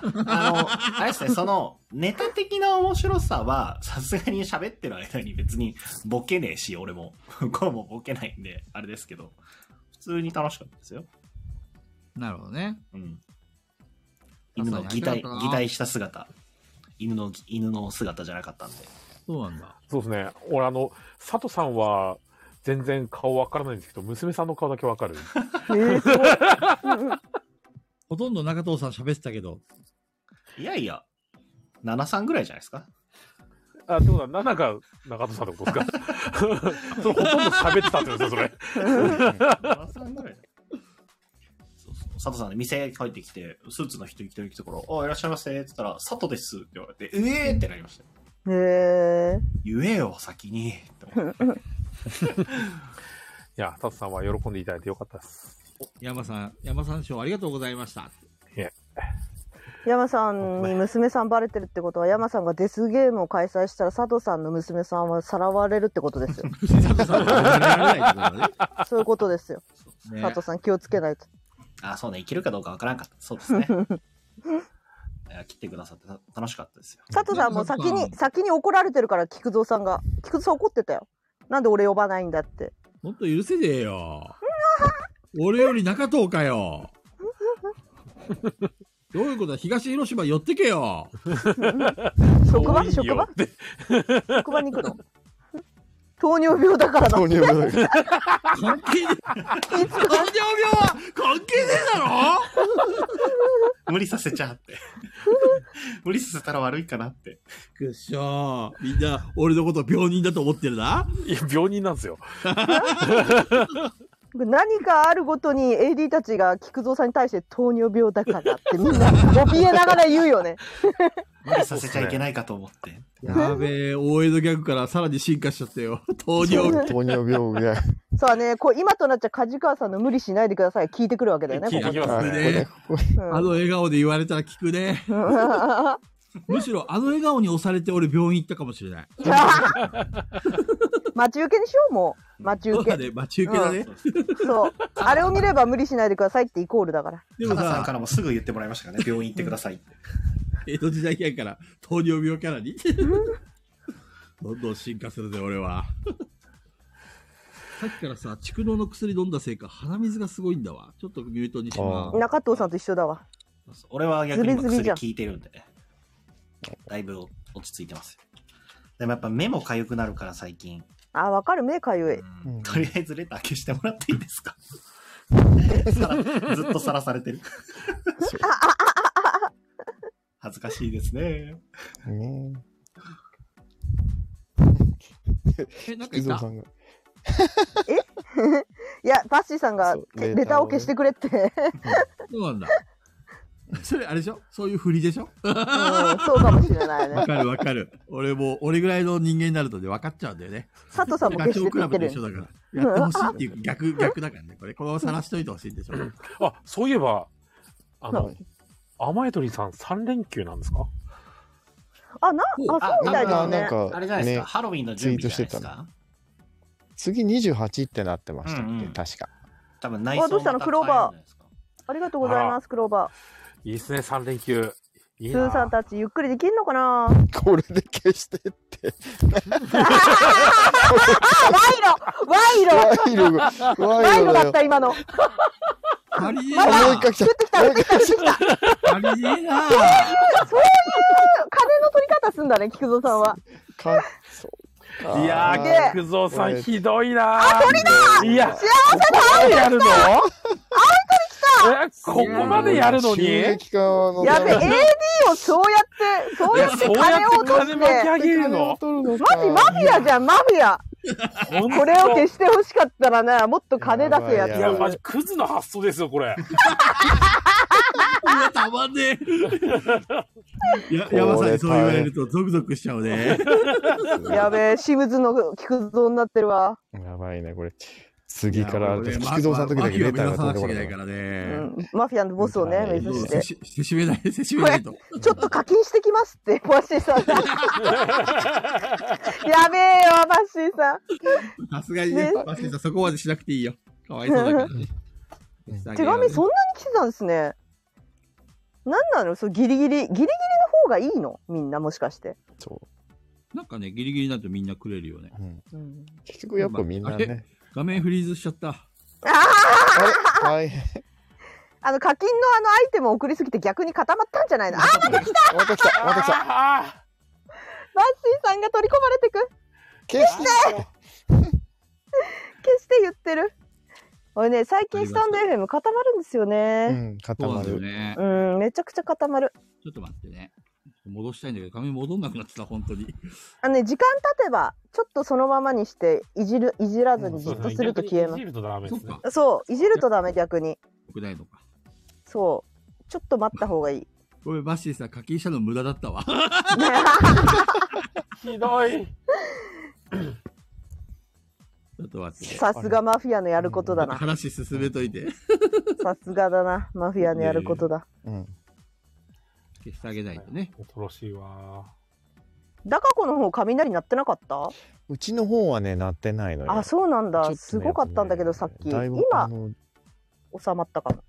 S3: の、あれですね、その、ネタ的な面白さは、さすがに喋ってる間に別にボケねえし、俺も。 [LAUGHS] 向こうもボケないんで、あれですけど、普通に楽しかったですよ。
S1: なるほどね。
S3: うん。犬の擬
S1: さ
S3: 態、
S1: すがに
S3: 擬態した姿。犬の、犬の姿じゃなかったんで。
S1: そうなんだ。
S2: そうですね俺あの佐藤さんは全然顔わからないんですけど娘さんの顔だけわかる
S4: えーすごい
S1: ほとんど中藤さん喋ってたけど。
S3: いやいや、73ぐらいじゃないですか。
S2: あってことは7が中田さんってことですか [LAUGHS] それほとんど喋ってたってことですよそれ
S3: 73ぐらいそうそう佐藤さんね、店帰ってきて、スーツの人来てる来てから、あ、いらっしゃいませ、って言ったら、佐藤ですって言われて、ええーってなりました。
S4: え
S3: 言えよ、先に。って思っ
S4: [LAUGHS]
S3: て
S2: いや、タツさんは喜んでいただいてよかったです。
S1: 山さん、山さん賞ありがとうございました。
S4: ー山さんに娘さんバレてるってことは山さんがデスゲームを開催したら佐藤さんの娘さんはさらわれるってことですよ
S1: 佐藤さんは褒められないってこ
S4: そういうことですよ
S1: とだね。
S4: 佐藤さん気をつけないと
S3: あ、そうね、いけるかどうかわからんかった。そうで
S4: [LAUGHS]
S3: すね。いや切ってくださってた楽しかったですよ。
S4: 佐藤さんもう先に先に怒られてるから菊蔵さんが菊蔵さん怒ってたよなんで俺呼ばないんだって
S1: ほんと許せねえよ。俺より中藤かよ。どういうことだ東広島寄ってけよ。
S4: 職場
S2: 遠い
S4: 職場
S2: よって
S4: 職場に行くの糖尿病だからだ
S5: 糖尿
S4: [LAUGHS]
S5: 病
S1: 関係ねえ。糖尿病は関係ねえだろ
S3: 無理させち
S4: [LAUGHS]
S3: ゃって。無理させたら悪いかなって。
S1: くっしょー。みんな、俺のこと病人だと思ってるな。
S2: いや、病人なんですよ。
S4: 何かあるごとに AD たちが菊蔵さんに対して糖尿病だからってみんな怯えながら言うよね。
S3: 無理させちゃいけないかと思って。
S1: やべえ、大江戸ギャグからさらに進化しちゃったよ。糖尿病。
S5: 糖尿病が、
S4: そうね、こう今となっちゃ梶川さんの無理しないでください聞いてくるわけだよね。
S2: 聞いてきま
S5: あ
S2: す
S5: こ
S2: ね。
S5: れこ
S4: こ
S5: こ
S4: こ
S1: あの笑顔で言われたら聞く
S4: [LAUGHS]
S1: ね。むしろあの笑顔に押されて俺病院行ったかもしれない。
S4: うん [LAUGHS] 待ち受けにしようもう待ち
S1: そう
S4: 受
S1: だ
S4: け。
S1: ね、待ち受けだね。
S4: そうあれを見れば無理しないでくださいってイコールだから。
S1: で
S3: カ
S1: も
S3: ナさんか
S1: さ、
S3: らもすぐ言ってもらいましたからね、病院行ってくださいって。
S1: 江戸時代キャラから糖尿病キャラに。どんどん進化するぜ、俺は。さっきからさ、蓄膿の薬飲んだせいか、鼻水がすごいんだわ。ちょっとミュートにしま
S5: あ
S1: す
S5: ー。
S4: 中藤さんと一緒だわ。
S3: そう俺は逆に今
S4: ズリズリ
S3: 薬
S4: じゃん
S3: 効いてるんでね。だいぶ落ち着いてますよ。でもやっぱ目も痒くなるから最近。
S4: あわかる目かゆい。
S5: うん
S3: とりあえずレター消してもらっていいです
S5: [LAUGHS]
S3: かさらずっとさらされてる。恥ずかしいですね。
S5: ね
S1: え、なんか
S5: え。伊
S1: い
S5: 蔵
S1: た
S5: さんが。
S4: [LAUGHS] いやバッシーさんが
S5: そう
S4: レターを消してくれって。
S1: そうなんだ。それあれでしょそういう振りでしょ
S4: うんそうかもしれないね
S1: わ。かるわかる。俺も、俺ぐらいの人間になるとね、分かっちゃうんだよね。
S4: 佐藤さんも
S1: ガ
S4: 決
S1: チョ
S4: し
S1: ウ
S4: て
S1: ク
S4: く
S1: ラ
S4: れ
S1: ブ
S4: て
S1: と
S4: る
S1: 一緒。だから。やってほしいっていう逆、逆だからね。これ、このまま晒しといてほしいんでしょ。
S2: あ、そういえば、あ
S4: は
S2: の
S4: い、
S2: 甘え鳥さん3連休なんですか
S4: あ、な、あ、そうみたいだ
S5: あ
S4: ね
S5: なん。か
S3: あれじゃないですか、
S5: ね
S3: ハロウィンの準備じゃないです
S5: ツイートしてた
S3: か。
S5: 次28ってなってましたっけ、
S3: うんうん
S5: 確か
S3: 多分内装
S4: あどうしたの
S3: ま
S4: クローバー
S3: 変えるんじゃないですか
S4: ありがとうございます、クローバ
S2: いいですね、3連休。い
S4: ー。
S2: い
S4: ス
S2: な
S4: ーさんたちゆっくりできんのかな。
S5: これで消してって
S4: 賄賂、賄
S5: ワイルがワイ
S4: 賂、賄
S5: ル
S4: 賂
S5: だ
S4: だっ
S5: よ
S4: た今の。
S1: ありえ
S5: あ
S1: な
S5: もう一回来たもう一回
S1: あ
S5: 来た
S1: りえな
S4: そういう金の取り方すんだね、菊蔵さんは。
S5: かそうか
S2: いや
S4: で
S2: ー、菊蔵さ
S5: こ
S2: ん
S5: れ
S2: ひどいなー。あ、鳥だいや、
S4: 幸
S2: ここまでやるのアウトリ来たえ、ここまでやるのに
S5: 収益化の
S4: やべ、AD をそうやって、そう
S2: い
S4: や
S2: や、
S4: って
S2: そうや
S4: 金を
S2: って
S4: 落と
S2: 金
S4: して。
S2: 巻き上げる
S5: 金を
S2: の
S5: 取るの
S4: マジマフィアじゃん、マフィア。これを消してほしかったらね、もっと金出せやって
S2: い
S4: い
S2: や、
S4: う。
S2: マジクズの発想ですよ、こ
S1: い
S2: れ。
S1: や、たまんねえ。 [LAUGHS] や、山さんにそう言われると、ゾクゾクしちゃうね。
S4: やべえ、シムズの菊蔵になってるわ。
S5: やばいねこれ次からあれです
S1: いや
S5: 菊蔵さんの時だけ
S1: マ
S5: レ
S1: マ
S5: タ
S1: ママ
S5: ーが
S1: キ
S5: 飛
S1: を見直さなくちゃい
S5: んでこ
S1: け
S5: ない
S1: ないからね
S4: う。んマフィアのボスをね、目指
S1: そう
S4: して
S1: せ。しせしめない、せしめないと。
S4: ちょっと課金してきますって、バッシーさんが。やべえよ、バッシーさん。
S1: さすがにね
S4: ね、
S1: マスケさん、そこまでしなくていいよ。かわいそうだからね
S5: うん。
S4: 手紙そんなに来てたんですね。なんなのそう、ギリギリ。ギリギリの方がいいのみんなもしかして。
S5: そ
S1: なんかね、ギリギリになるとみんなくれるよね。
S5: う、うん、
S4: うん、
S5: 結局やっぱみんなね
S1: 画面フリーズしちゃった。
S5: あれ大変
S4: あの、課金のあのアイテムを送りすぎて逆に固まったんじゃないのあー、またバッシー
S5: また来たまた来た
S2: あ
S4: さんが取り込まれてく。
S5: 消して
S4: 決して言ってる。俺ね、最近スタンド FM 固まるんですよ
S5: う
S4: ね。
S5: ん固
S1: そうなん
S5: ま
S1: だよ
S5: る
S1: ね。
S4: うん、めちゃくちゃ固まる。
S1: ちょっと待ってね。戻したいんだけど、画面戻んなくなってた、本当に。
S4: あのね、時間経てば、ちょっとそのままにして、いじる、いじらず
S2: あ。
S4: にじ
S2: そ
S4: っ
S2: う
S4: と
S2: です
S4: す
S2: ね
S4: ると消え
S2: 逆
S4: ま
S2: にいじるとダメで
S1: そう
S2: すね
S1: か。。
S4: す。そう、いじるとダメ、逆に。
S1: よくないのか。
S4: そう。ちょっと待った方がい
S2: [LAUGHS]
S4: い。
S1: ごめん、バッシーさん、課金したの無駄だったわ。 [LAUGHS]
S2: ひどい。
S1: ちょっと待ってね。
S4: さすがマフィアのやることだな。
S1: 話進めといて。
S4: さすがだな。マフィアのやることだ。
S5: うん
S1: 消してあげないとね。
S2: 恐ろしいわ
S4: ダカ子の方、雷鳴ってなかった
S5: うちの方はね鳴ってないのよ
S4: あ、そうなん
S5: ちょっと
S4: だ。
S5: ね
S4: すごかったんだけど、さっき。
S5: だいぶ
S4: 今、
S5: あの
S4: 収まったかも。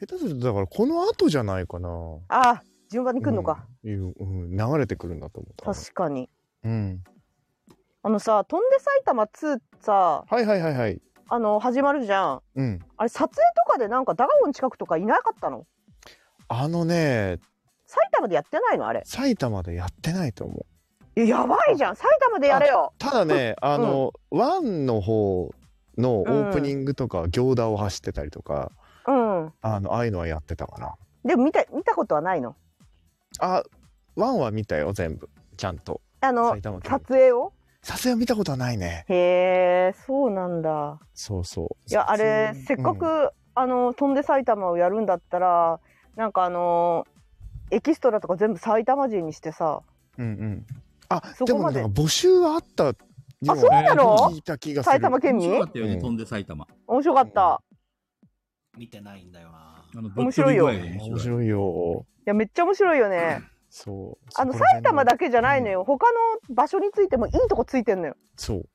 S5: 下手するとだからこの後じゃないかな
S4: あー、順番に来んのか。
S5: うんいううん流れてくるんだと思った
S4: 確かに。
S5: うん
S4: あのさ、飛んで埼玉2さ、
S5: はいはいはいはい
S4: あの、始まるじゃん。
S5: うん
S4: あれ、撮影とかでなんか、ダカ子の近くとかいなかったの
S5: あのね
S4: 埼玉でやってないのあれ。
S5: 埼玉でやってないと思う
S4: えやばいじゃん。埼玉でやれよ。
S5: ただ
S4: [LAUGHS]
S5: ねあの、ワンの方のオープニングとか、行田を走ってたりとか
S4: うん。
S5: あのああいうのはやってたかな
S4: でも見た、見たことはないの。
S5: あワンは見たよ全部ちゃんと
S4: あの
S5: 埼、玉県
S4: 撮影を
S5: 撮影は見たことはないね
S4: へえ、そうなんだ。
S5: そうそう
S4: い
S5: い
S4: や、あれ、せっかく、あの、飛んで埼玉をやるんだったら、なんかあの、エキストラとか全部埼玉人にしてさ、
S5: うんうんあ
S4: そ
S5: で
S4: こ
S5: も
S4: まで
S5: なんか募集はあったよう
S4: あそうなの
S5: 聞いた気がする
S4: 埼玉県民
S1: 面白かったよね、
S5: うん
S1: 飛んで埼玉。
S4: 面白かった。
S3: 見てないんだよな。
S1: あの、ぶっ
S4: 面
S1: 飛
S4: 白
S1: び
S4: い
S1: 具
S4: よ
S1: 合が面
S5: 面
S1: 白い。
S5: 白いよ
S4: いや、めっちゃ面白いよね。
S5: そう
S4: あの、
S5: そこら
S4: 埼
S5: 辺
S4: 玉だけじゃないのよ。他の場所についてもいいとこついてんのよ。
S5: そう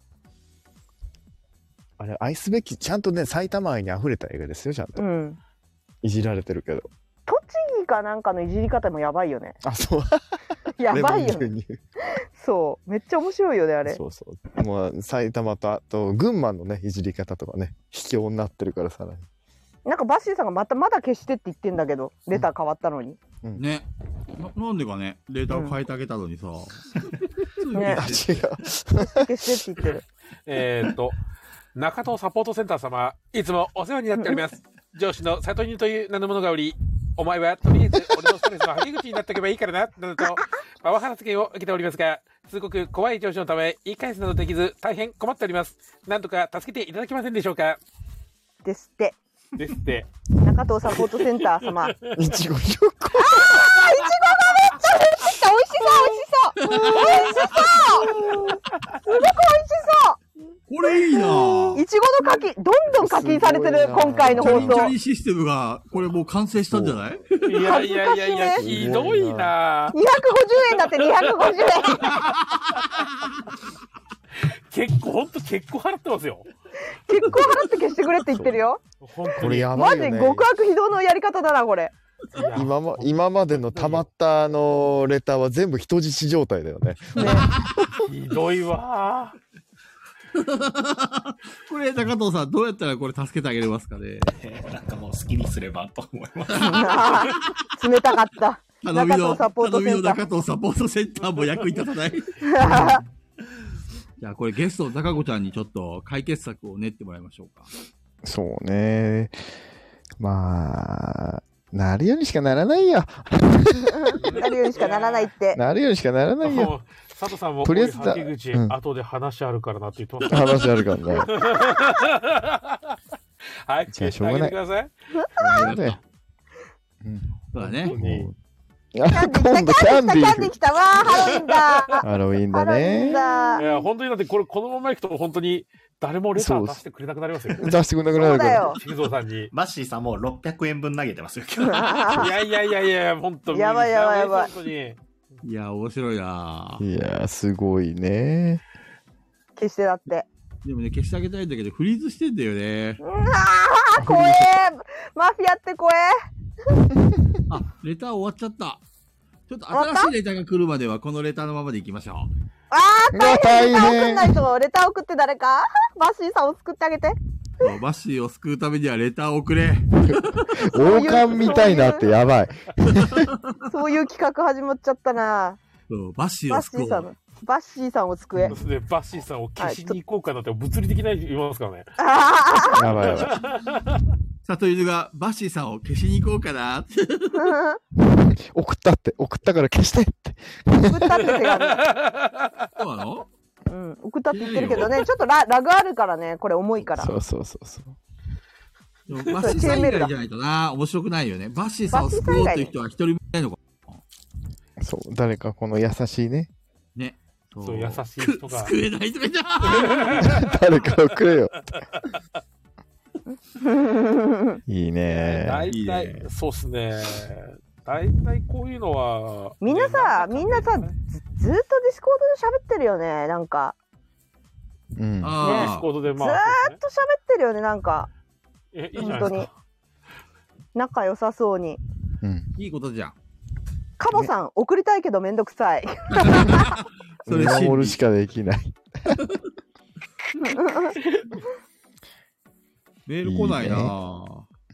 S5: あれ愛すべきちゃんとね埼玉愛に溢れた映画ですよちゃんと、
S4: うん。
S5: いじられてるけど
S4: 栃木かなんかのいじり方もやばいよね。
S5: あそう
S4: [LAUGHS] やばいよ
S5: レ
S4: ね。
S5: モン牛乳
S4: [LAUGHS] そう。めっちゃ面白いよね、あれ。
S5: そうそうもう埼玉とあと群馬のねいじり方とかね卑怯になってるからさらに
S4: なんかバッシーさんがまたまだ消してって言ってんだけど、レター変わったのに。
S1: ね。ななんでかね、データを変えてあげたのにさ。
S4: ね
S5: あ違う
S4: 消してって言ってる。
S2: えーっと、中東サポートセンター様、いつもお世話になっております。上司の里犬という名のものがおり、お前はとりあえず俺のストレスの吐き口になっておけばいいからな、などと、パワハラ付けを受けておりますが、すごく怖い上司のため、言い返すなどできず、大変困っております。なんとか助けていただけませんでしょうか。
S4: ですって。
S2: ですって。
S4: 中中藤サポートセンター様。あー、いちごめっ
S5: いちごチョコ。
S4: ちゃ美味しい。美味しそう、美味しそう。美味しそう。すごく美味しそう。
S1: これいいなぁ。
S4: いちごの課金、どんどん課金されて
S5: す
S4: る、
S5: ごいな
S4: 今回の
S1: チャ
S4: 放
S1: リンチャ
S4: 送。
S1: リンシステムが、これもう完成したんじゃない
S2: いやいやいやいや、
S4: 恥
S5: ずかしいね
S2: ひどいな。
S4: 250円だって250円。
S2: 結構、ほんと結構払ってますよ。
S4: 結構払って消してくれって言ってるよ。
S2: ほんと
S5: これ
S2: に。
S5: やば
S4: マ
S5: い
S4: ジ
S5: よね。
S4: 極悪非道のやり方だな、これ。
S2: いや
S5: 今ま今までの溜まったあのレターは全部人質状態だよね。
S4: ね、
S2: ひどいわ。
S1: これ、中藤さん、どうやったらこれ助けてあげれますかね
S3: えーなんかもう好きにすればと思います。
S5: [LAUGHS]
S4: あー冷たかった。
S1: 頼み
S4: 中
S1: の、
S4: 藤サポ
S1: 頼
S4: ート
S1: み
S4: セ
S1: の
S4: ンター
S1: 中藤サポートセンターも役に立た
S4: [LAUGHS]
S1: ない。じゃあ、これゲスト、高子ちゃんにちょっと解決策を練ってもらいましょうか。
S5: そうね。まあ、なるようにしかならないよ。
S4: なるようにしかならないって。
S5: なるようにしかならないよ。
S2: もう佐藤さんも、
S5: とりあえずだ
S2: はけ口、
S5: うん
S2: 後で話あるからなって言ってます。
S5: 話ある
S1: [LAUGHS]
S5: からね。
S2: はい、
S5: じ
S2: 消
S5: ゃあ
S2: してあげてください。
S5: そうだようん
S1: そうだね。
S5: もう
S4: キャ
S5: あ
S4: ンデ
S5: 今
S4: ィー
S5: 度キ
S4: 来
S5: ャ
S4: た、
S5: ン
S4: キ
S5: デ
S4: ャ
S5: ィ
S4: ンディー来た、キャ
S5: ー
S4: ンディー来
S5: 行く
S4: た。わー、ハロウィンだ。
S5: ハロ
S4: ハロウ
S5: ウィンだ
S4: ィン
S5: ね。
S4: だ
S2: い。や、本当にだって、これ、このままいくと、本当に、誰もレター出してくれなくなりますよ。
S5: 出してくんなくな
S4: そう
S5: るか
S4: だ
S5: ら。
S4: よ。
S2: 静蔵さんに。
S3: バッシーさんもう600円分投げてますよ、今
S4: [LAUGHS]
S3: 日。
S2: いやいやいやいや、本当
S4: やばいやばいやばい
S2: 本当に。
S1: いや、面白いない
S5: やー、すごいね。
S4: 消してだって。
S1: でもね、消してあげたいんだけど、フリーズしてんだよね。
S4: うわー、怖え。マフィアって怖え。
S1: あ、レター終わっちゃった。ちょっと
S4: 終わっ
S1: 新
S4: た
S1: しいレターが来るまでは、このレターのままでいきましょう。
S4: あー、
S5: うわ
S4: 大変。レター
S5: 大
S4: 送
S5: 変
S4: んないと、レター送って誰かバッシーさんを救ってあげて。
S1: そうバッシーを救うためにはレターをくれ。
S5: 王冠みたいなってやばい。
S4: そういう企画始まっちゃったな。
S1: そうバッシー
S4: バ
S1: を
S4: ッシ
S1: 救お
S4: ーさん
S1: う
S4: の。。バッシーさんを救え。
S2: それでバッシーさんを消しに行こうかなって物理的な言いますからね。
S4: あ
S5: やばいやばい。
S1: 里犬がバッシーさんを消しに行こうかな。
S4: ー
S5: 送ったって、送ったから消してって。
S4: 送ったって手紙。
S1: そうなの
S4: うん、送ったって言ってるけどね、ちょっとララグあるからね、これ重いから。
S5: そうそうそうそう。
S1: でもバッシーさん以外じゃないとな、面白くないよね。バッシーさんを救おうという人は一人もいないのか。
S5: そう、誰かこの優しいね。 [LAUGHS]
S1: ね。
S2: そう優しい
S1: く
S2: 人が
S1: 救えないとかじゃ
S2: [LAUGHS]
S5: 誰かをくれよって。いいね。
S2: 大体、
S1: いいね
S2: そうっすね。大体こういうのは。
S4: [LAUGHS] みんなさ、
S2: ね
S4: みんなさ、ずずーっとディスコードで喋ってるよね、なんか。
S5: うん。
S2: ディス
S1: あ
S2: コードで
S4: ず
S2: ま
S4: ー
S2: あ。
S4: っと喋ってるよね、なんか。
S2: え、いいじゃないですか。
S4: 仲良さそうに。
S5: うん。
S1: あ、いいことじゃん。
S4: カボさん、送りたいけどめんどくさい。
S1: それ
S5: 見守るしかできない。
S1: メール来ないない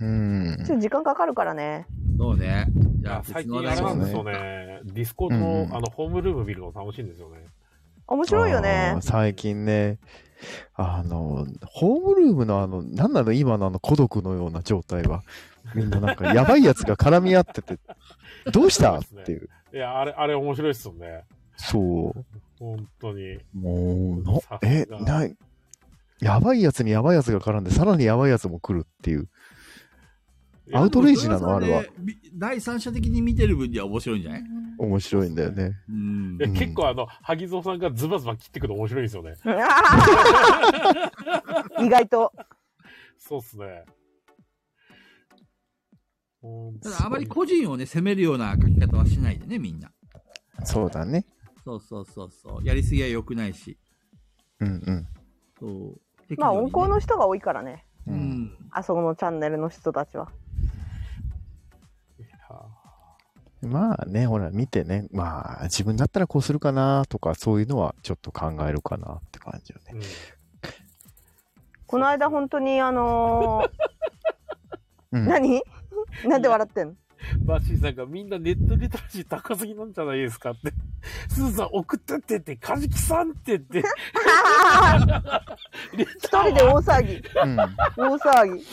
S5: いうん
S4: ちょ。っと時間かかるからね。
S1: そうね。
S2: い
S1: じゃ
S2: や
S1: あ、
S2: 最
S1: 別の
S2: 近あ
S1: 話
S2: れ
S1: 題
S2: な
S1: を
S2: ん
S1: ね
S2: ですよね。ディスコードの、
S5: うん
S2: あの、ホームルーム見るの楽しいんですよね。
S4: 面白いよね
S5: あー。最近ね、あの、ホームルームのあの、なんなの今のあの孤独のような状態は、みんななんかやばいやつが絡み合ってて、どうしたっていう。
S2: いや、あれ、あれ面白いっすよね。
S5: そう。
S2: 本当に。
S5: もう、な
S2: さ、
S5: え、
S2: すが
S5: ない。やばいやつにやばいやつが絡んで、さらにやばいやつも来るっていう。アウトレイジなのあれは。
S1: み第三者的に見てる分には面白いんじゃない
S5: 面白いんだよね。
S1: うん
S2: い。や
S5: うん
S2: 結構あの、萩蔵さんがズバズバ切ってくの面白いんですよね。
S4: 意外と。
S2: そうっすね。ほん
S1: ただ、あまり個人をね、責めるような書き方はしないでね、みんな。
S5: そうだね。
S1: そうそうそうそう。やりすぎは良くないし。
S5: うんうん
S1: そう。
S4: まあ、温厚の
S1: 人。
S4: 人が多いからね。
S5: う。
S1: うんん。
S4: あそこのチャンネルの人たちは。
S5: まあね、ほら、見てね、まあ、自分だったらこうするかなとか、そういうのはちょっと考えるかなって感じよ
S2: う
S5: ね。
S2: ん
S4: この間、本当に、あのー
S5: うん、
S4: 何
S1: [LAUGHS]
S4: なんで笑ってんの
S2: バッシーさんがみんなネットリテラシー高すぎなんじゃないですかって。 [LAUGHS] すずさん送ってってって、カジキさんってって。レ
S4: 一
S2: ター
S4: 人で大騒ぎ。
S5: うん
S4: 大騒ぎ。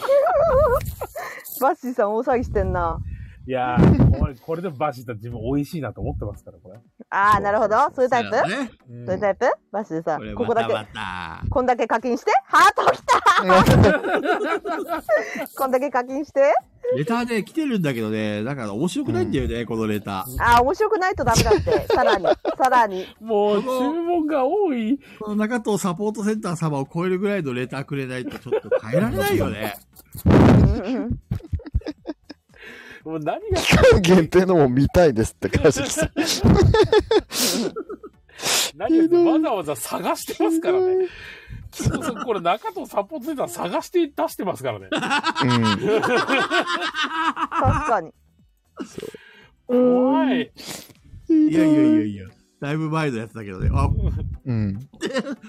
S4: バッシーさん大騒ぎしてんな。
S2: いやー、これ、これでもバッシーさん自分美味しいなと思ってますから、これ。
S4: ああ、なるほど。そういうタイプ
S1: そうだね
S4: そういうタイプバッシーさ
S1: これ
S4: ん。
S1: ま
S4: ここだ
S1: た
S4: け、
S1: また。
S4: こんだけ課金して。ハート来たこんだけ課金して。
S1: レターね、来てるんだけどね、だから面白くないんだよね、このレター。
S4: あー、面白くないとダメだって。さらに、さらに。
S2: もう注文が多い。
S1: この中藤サポートセンター様を超えるぐらいのレターくれないとちょっと変えられないよね。
S4: うんうん
S2: もう何が、
S5: 期間限定のも見たいですって川崎 [LAUGHS] さん。
S2: 何がわざわざ探してますからね。きっとそこれ中藤サポートセンター探して出してますからね。
S5: うん。
S4: 確かに。
S2: 怖い。
S1: [LAUGHS] いやいやいやいや。だいぶ前のやつだけどね。あ、
S5: うん。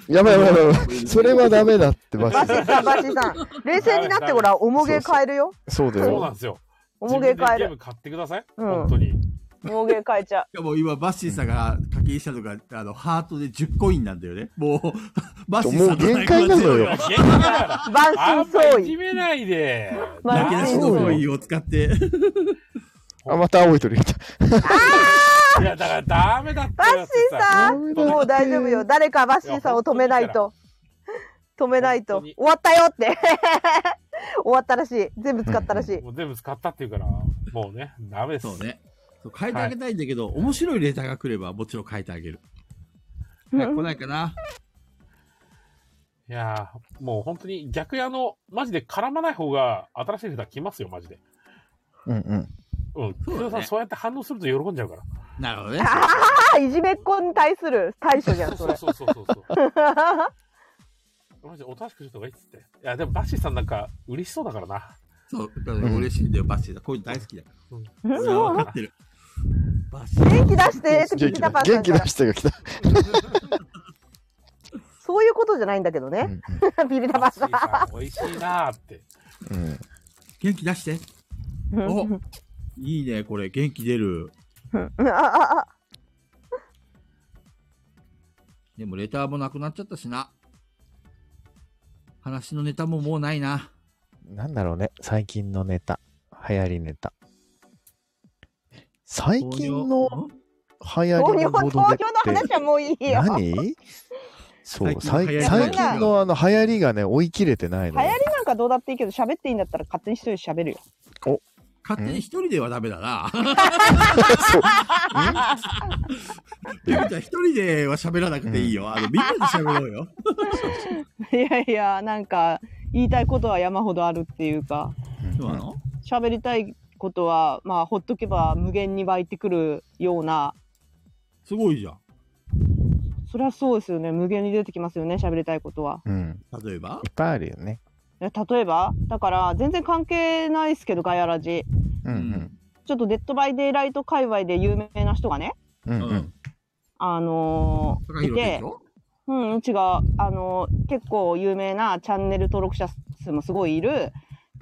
S5: やばいやばいや
S4: [LAUGHS]
S5: ばい。それはダメだってば
S4: バ
S5: し。
S4: シさん、バシさん。冷静になってごらん。面芸変えるよ。
S5: そうだ
S2: そうなん
S5: よ。
S2: ですよ。
S4: 面芸変え
S2: 自分でゲー
S4: る。
S2: ム買ってください。
S4: うん
S2: 本当
S4: [LAUGHS]
S2: に。
S4: 面芸変えちゃ
S1: しかも今、バッシーさんが課金したのが、あの、ハートで10コインなんだよね。もう、バッシーさん
S5: もう限界なのよ
S1: 中では
S2: 現場だから
S4: う。万
S2: あ
S4: 身
S2: んまり
S4: 創
S2: いじ
S4: 痍。
S2: めないで。
S4: ま
S1: 泣
S4: あ
S1: き出しのコインを使って。
S5: あ、また青い鳥がいた。
S2: いや、だからダメだって。
S4: バッシーさん、もう大丈夫よ。誰かバッシーさんを止めないと。止めないと。
S2: 本当に
S4: 終わったよって。終わったらしい。全部使ったらしい。
S2: もう全部使ったっていうから、もうね、ダメです。
S1: そうね。そう変えてあげたいんだけど、面白いレターが来ればもちろん変えてあげる。
S4: うん
S1: はい、来ないかな。
S2: いやーもう本当に逆やの、マジで絡まない方が新しいネタ来ますよ、マジで。
S5: うんうん。
S2: うん。
S1: うだね
S2: 黒田さん、そうやって反応すると喜んじゃうから。
S1: なるほどね。
S4: ああ、いじめっ子に対する対処じゃん、そ
S2: そう
S4: れ。
S2: そうそうそうそう。マジでおとなしくした方がいいっつって。いや、でもバッシーさんなんか嬉しそうだからな。
S1: そう、だからね嬉しいんだよ、バッシーさん。こういうの大好きだから。
S4: うん
S1: それは分かってる。バッシー。
S4: 元気出してって
S5: 元
S4: ピ
S5: 気
S4: タ
S5: だ
S4: パンさ
S5: 元
S4: ん
S5: 気
S4: から
S5: 出。してが来た。
S4: そういうことじゃないんだけどね。ビビタパ
S2: バ
S4: ン
S2: ッシ
S4: さん。
S2: ーさん、美味しいなーって。
S5: うんうん。
S1: 元気出して。おいいね、これ。元気出る。
S4: うんあああ
S1: でもレターもなくなっちゃったしな。話のネタももうないな。
S5: なんだろうね、最近のネタ、流行りネタ。最近の
S1: 糖
S5: 流
S4: 糖
S5: 行り
S4: 尿
S5: のボ
S4: 糖尿
S5: ードゲ
S4: の
S5: っ
S4: 話
S5: て
S4: はもういいよ。流行り
S5: 何そう、
S1: 最
S5: 最
S1: 近流行り
S5: 最近のあの流行りがね、追い切れてないのよ。
S4: なんかどうだっていいけど、喋っていいんだったら勝手に一人で喋るよ。 [LAUGHS]
S1: 勝手に一人ではダメだな。ゆうちゃん一人では喋らなくていいよ。あの、みんなで喋ろうよ。
S4: いやいや、なんか言いたいことは山ほどあるっていうか、
S1: そうなの
S4: 喋りたいことは、まあ、ほっとけば無限に湧いてくるような、
S1: すごいじゃん。
S4: そりゃそうですよね。無限に出てきますよね、喋りたいことは。
S5: うん、
S1: 例えば
S5: いっぱいあるよね。
S4: え例えば、だから全然関係ないですけど、ガヤラジ。
S5: う。
S1: うん
S4: ちょっとデッドバイデイライト界隈で有名な人がね、
S5: うんうん
S1: う
S5: うんん
S4: あの
S1: 高
S4: ー、い
S1: 弘で
S4: て
S1: し、ょ
S4: うん、違う。あの、結構有名なチャンネル登録者数もすごいいる、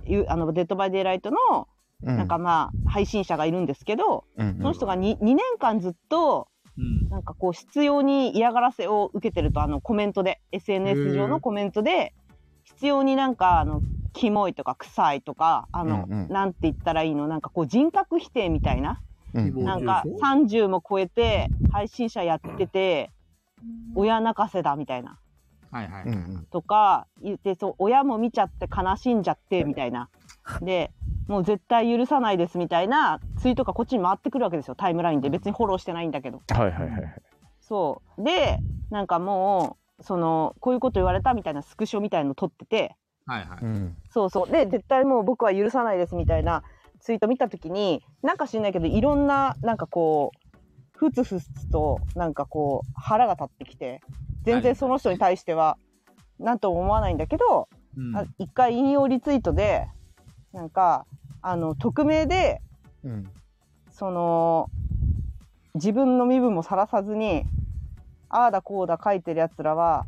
S4: ゆあの、デッドバイデイライトの、
S5: うん
S4: なんかまあ、配信者がいるんですけど、
S5: うんうん
S4: その人が 2, 2年間ずっと、
S1: うん。
S4: なんかこう、必要に嫌がらせを受けてると、あの、コメントで、SNS 上のコメントで、必要になんか、あの、キモいとか、臭いとか、あの、
S5: うんうん
S4: なんて言ったらいいの、なんかこう、人格否定みたいな、
S5: うん
S4: なんか
S1: うん
S4: 30も超えて配信者やってて親泣かせだみたいな
S1: はいはい。
S5: う
S1: うん
S5: ん
S4: とか言ってそう親も見ちゃって悲しんじゃってみたいなでもう絶対許さないですみたいなツイートがこっちに回ってくるわけですよタイムラインで別にフォローしてないんだけど
S5: はいはいはいはい。
S4: そうでなんかもうそのこういうこと言われたみたいなスクショみたいの撮ってて
S1: はいは
S5: う
S1: い。
S5: ん
S4: そうそうで絶対もう僕は許さないですみたいなツイート見た時になんか知んないけどいろんななんかこうふつふつとなんかこう腹が立ってきて全然その人に対してはなんとも思わないんだけど
S1: うん
S4: あ一回引用リツイートでなんかあの匿名で
S5: うん
S4: その自分の身分もさらさずにああだこうだ書いてるやつらは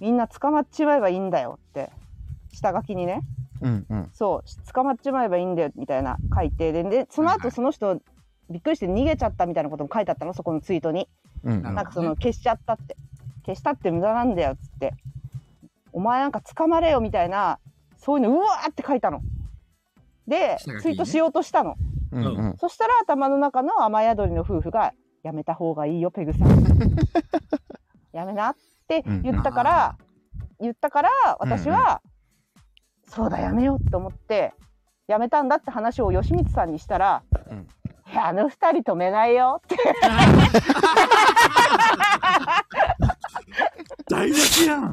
S4: みんな捕まっちまえばいいんだよって下書きにね
S5: うんうん
S4: そう捕まっちまえばいいんだよみたいな書いてででその
S1: はいは
S4: 後
S1: い
S4: その人びっくりして逃げちゃったみたいなことも書いてあったのそこのツイートに
S5: うんうん
S1: なる
S4: なんかその消しちゃったって消したって無駄なんだよっつってお前なんか捕まれよみたいなそういうのうわーって書いたので
S1: 下書きにね
S4: ツイートしようとしたの
S5: うんうん
S4: そしたら頭の中の雨宿りの夫婦が「やめた方がいいよペグさ
S1: [LAUGHS]
S4: ん」「やめな」って言ったから、言ったから私は、そうだやめようと思って辞めたんだって話を吉光さんにしたら、
S5: うん
S4: いやあの二人止めないよって
S1: 大好きやん。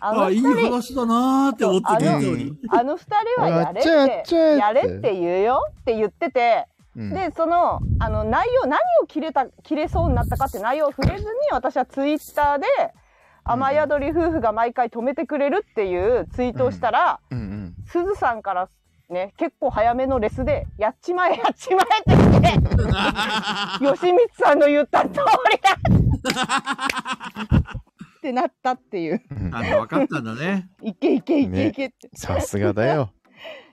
S4: あ
S1: あ
S4: の
S1: いい
S4: 二人
S1: 話だなーって思って聞いたのに。
S4: あの二人はやれって
S5: やっちゃえ
S4: や
S5: やっちゃえって
S4: れって言うよって言ってて、
S5: うん
S4: でそのあの内容何を切れた切れそうになったかって内容を触れずに私はツイッターで雨宿り夫婦が毎回止めてくれるっていうツイートをしたら、
S5: うんうん
S4: すずさんからね結構早めのレスで「やっちまえやっちまえ」って来て
S5: [LAUGHS]
S4: 吉光さんの言った通りだってなったっていう
S5: うん
S1: あの、分かったんだね。
S4: いけいけいけいけって。
S5: さすがだよ。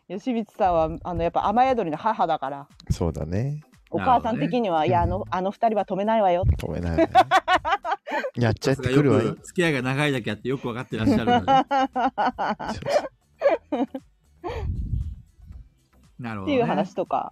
S4: 吉光さんはあのやっぱ雨宿りの母だから
S5: そうだね。
S4: お母さん的には、いやあのあの二人は止めないわよって
S5: 止めないわ
S4: [LAUGHS]
S5: よ。やっちゃっ
S1: さすが
S5: て
S1: よ
S5: くるわよ
S1: く。付き合いが長いだけあってよく分かってらっしゃる
S4: [LAUGHS]
S1: ので。
S5: そうそう
S1: なるほど、
S4: って
S1: ね。
S4: いう話とか、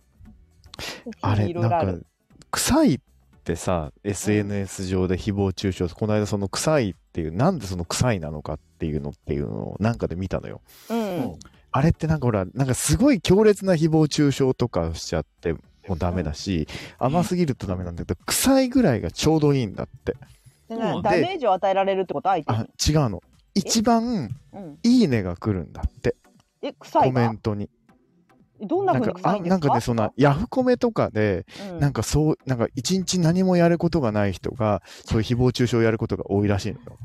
S5: あれ、
S4: いろ
S5: ないん
S4: ろあ
S5: か
S4: る、
S5: 臭いってさ、SNS 上で誹謗中傷、この間その臭いっていう、なんでその臭いなのかっていうのっていうのをなんかで見たのよ。
S4: うん
S5: あれってなんかほら、なんかすごい強烈な誹謗中傷とかしちゃってもうダメだし、甘すぎるとダメなんだけど、臭いぐらいがちょうどいいんだって。
S1: そ
S4: で
S1: う
S4: なダ
S5: で
S4: メージを与えられるってこと相手
S5: あ
S4: に、、
S5: 違うの。一番
S4: うん、
S5: いいねが来るんだって、
S4: え臭
S5: コ
S4: い
S5: メ
S4: が
S5: ントに。
S4: どんな
S5: なん
S4: 風に臭
S5: か、あ
S4: いんで
S5: な
S4: す
S5: ん
S4: か
S5: かね、そんな、ヤフコメとかで、
S4: うん
S5: なんかそう、なんか一日何もやることがない人が、そういう誹謗中傷をやることが多いらしいのよ。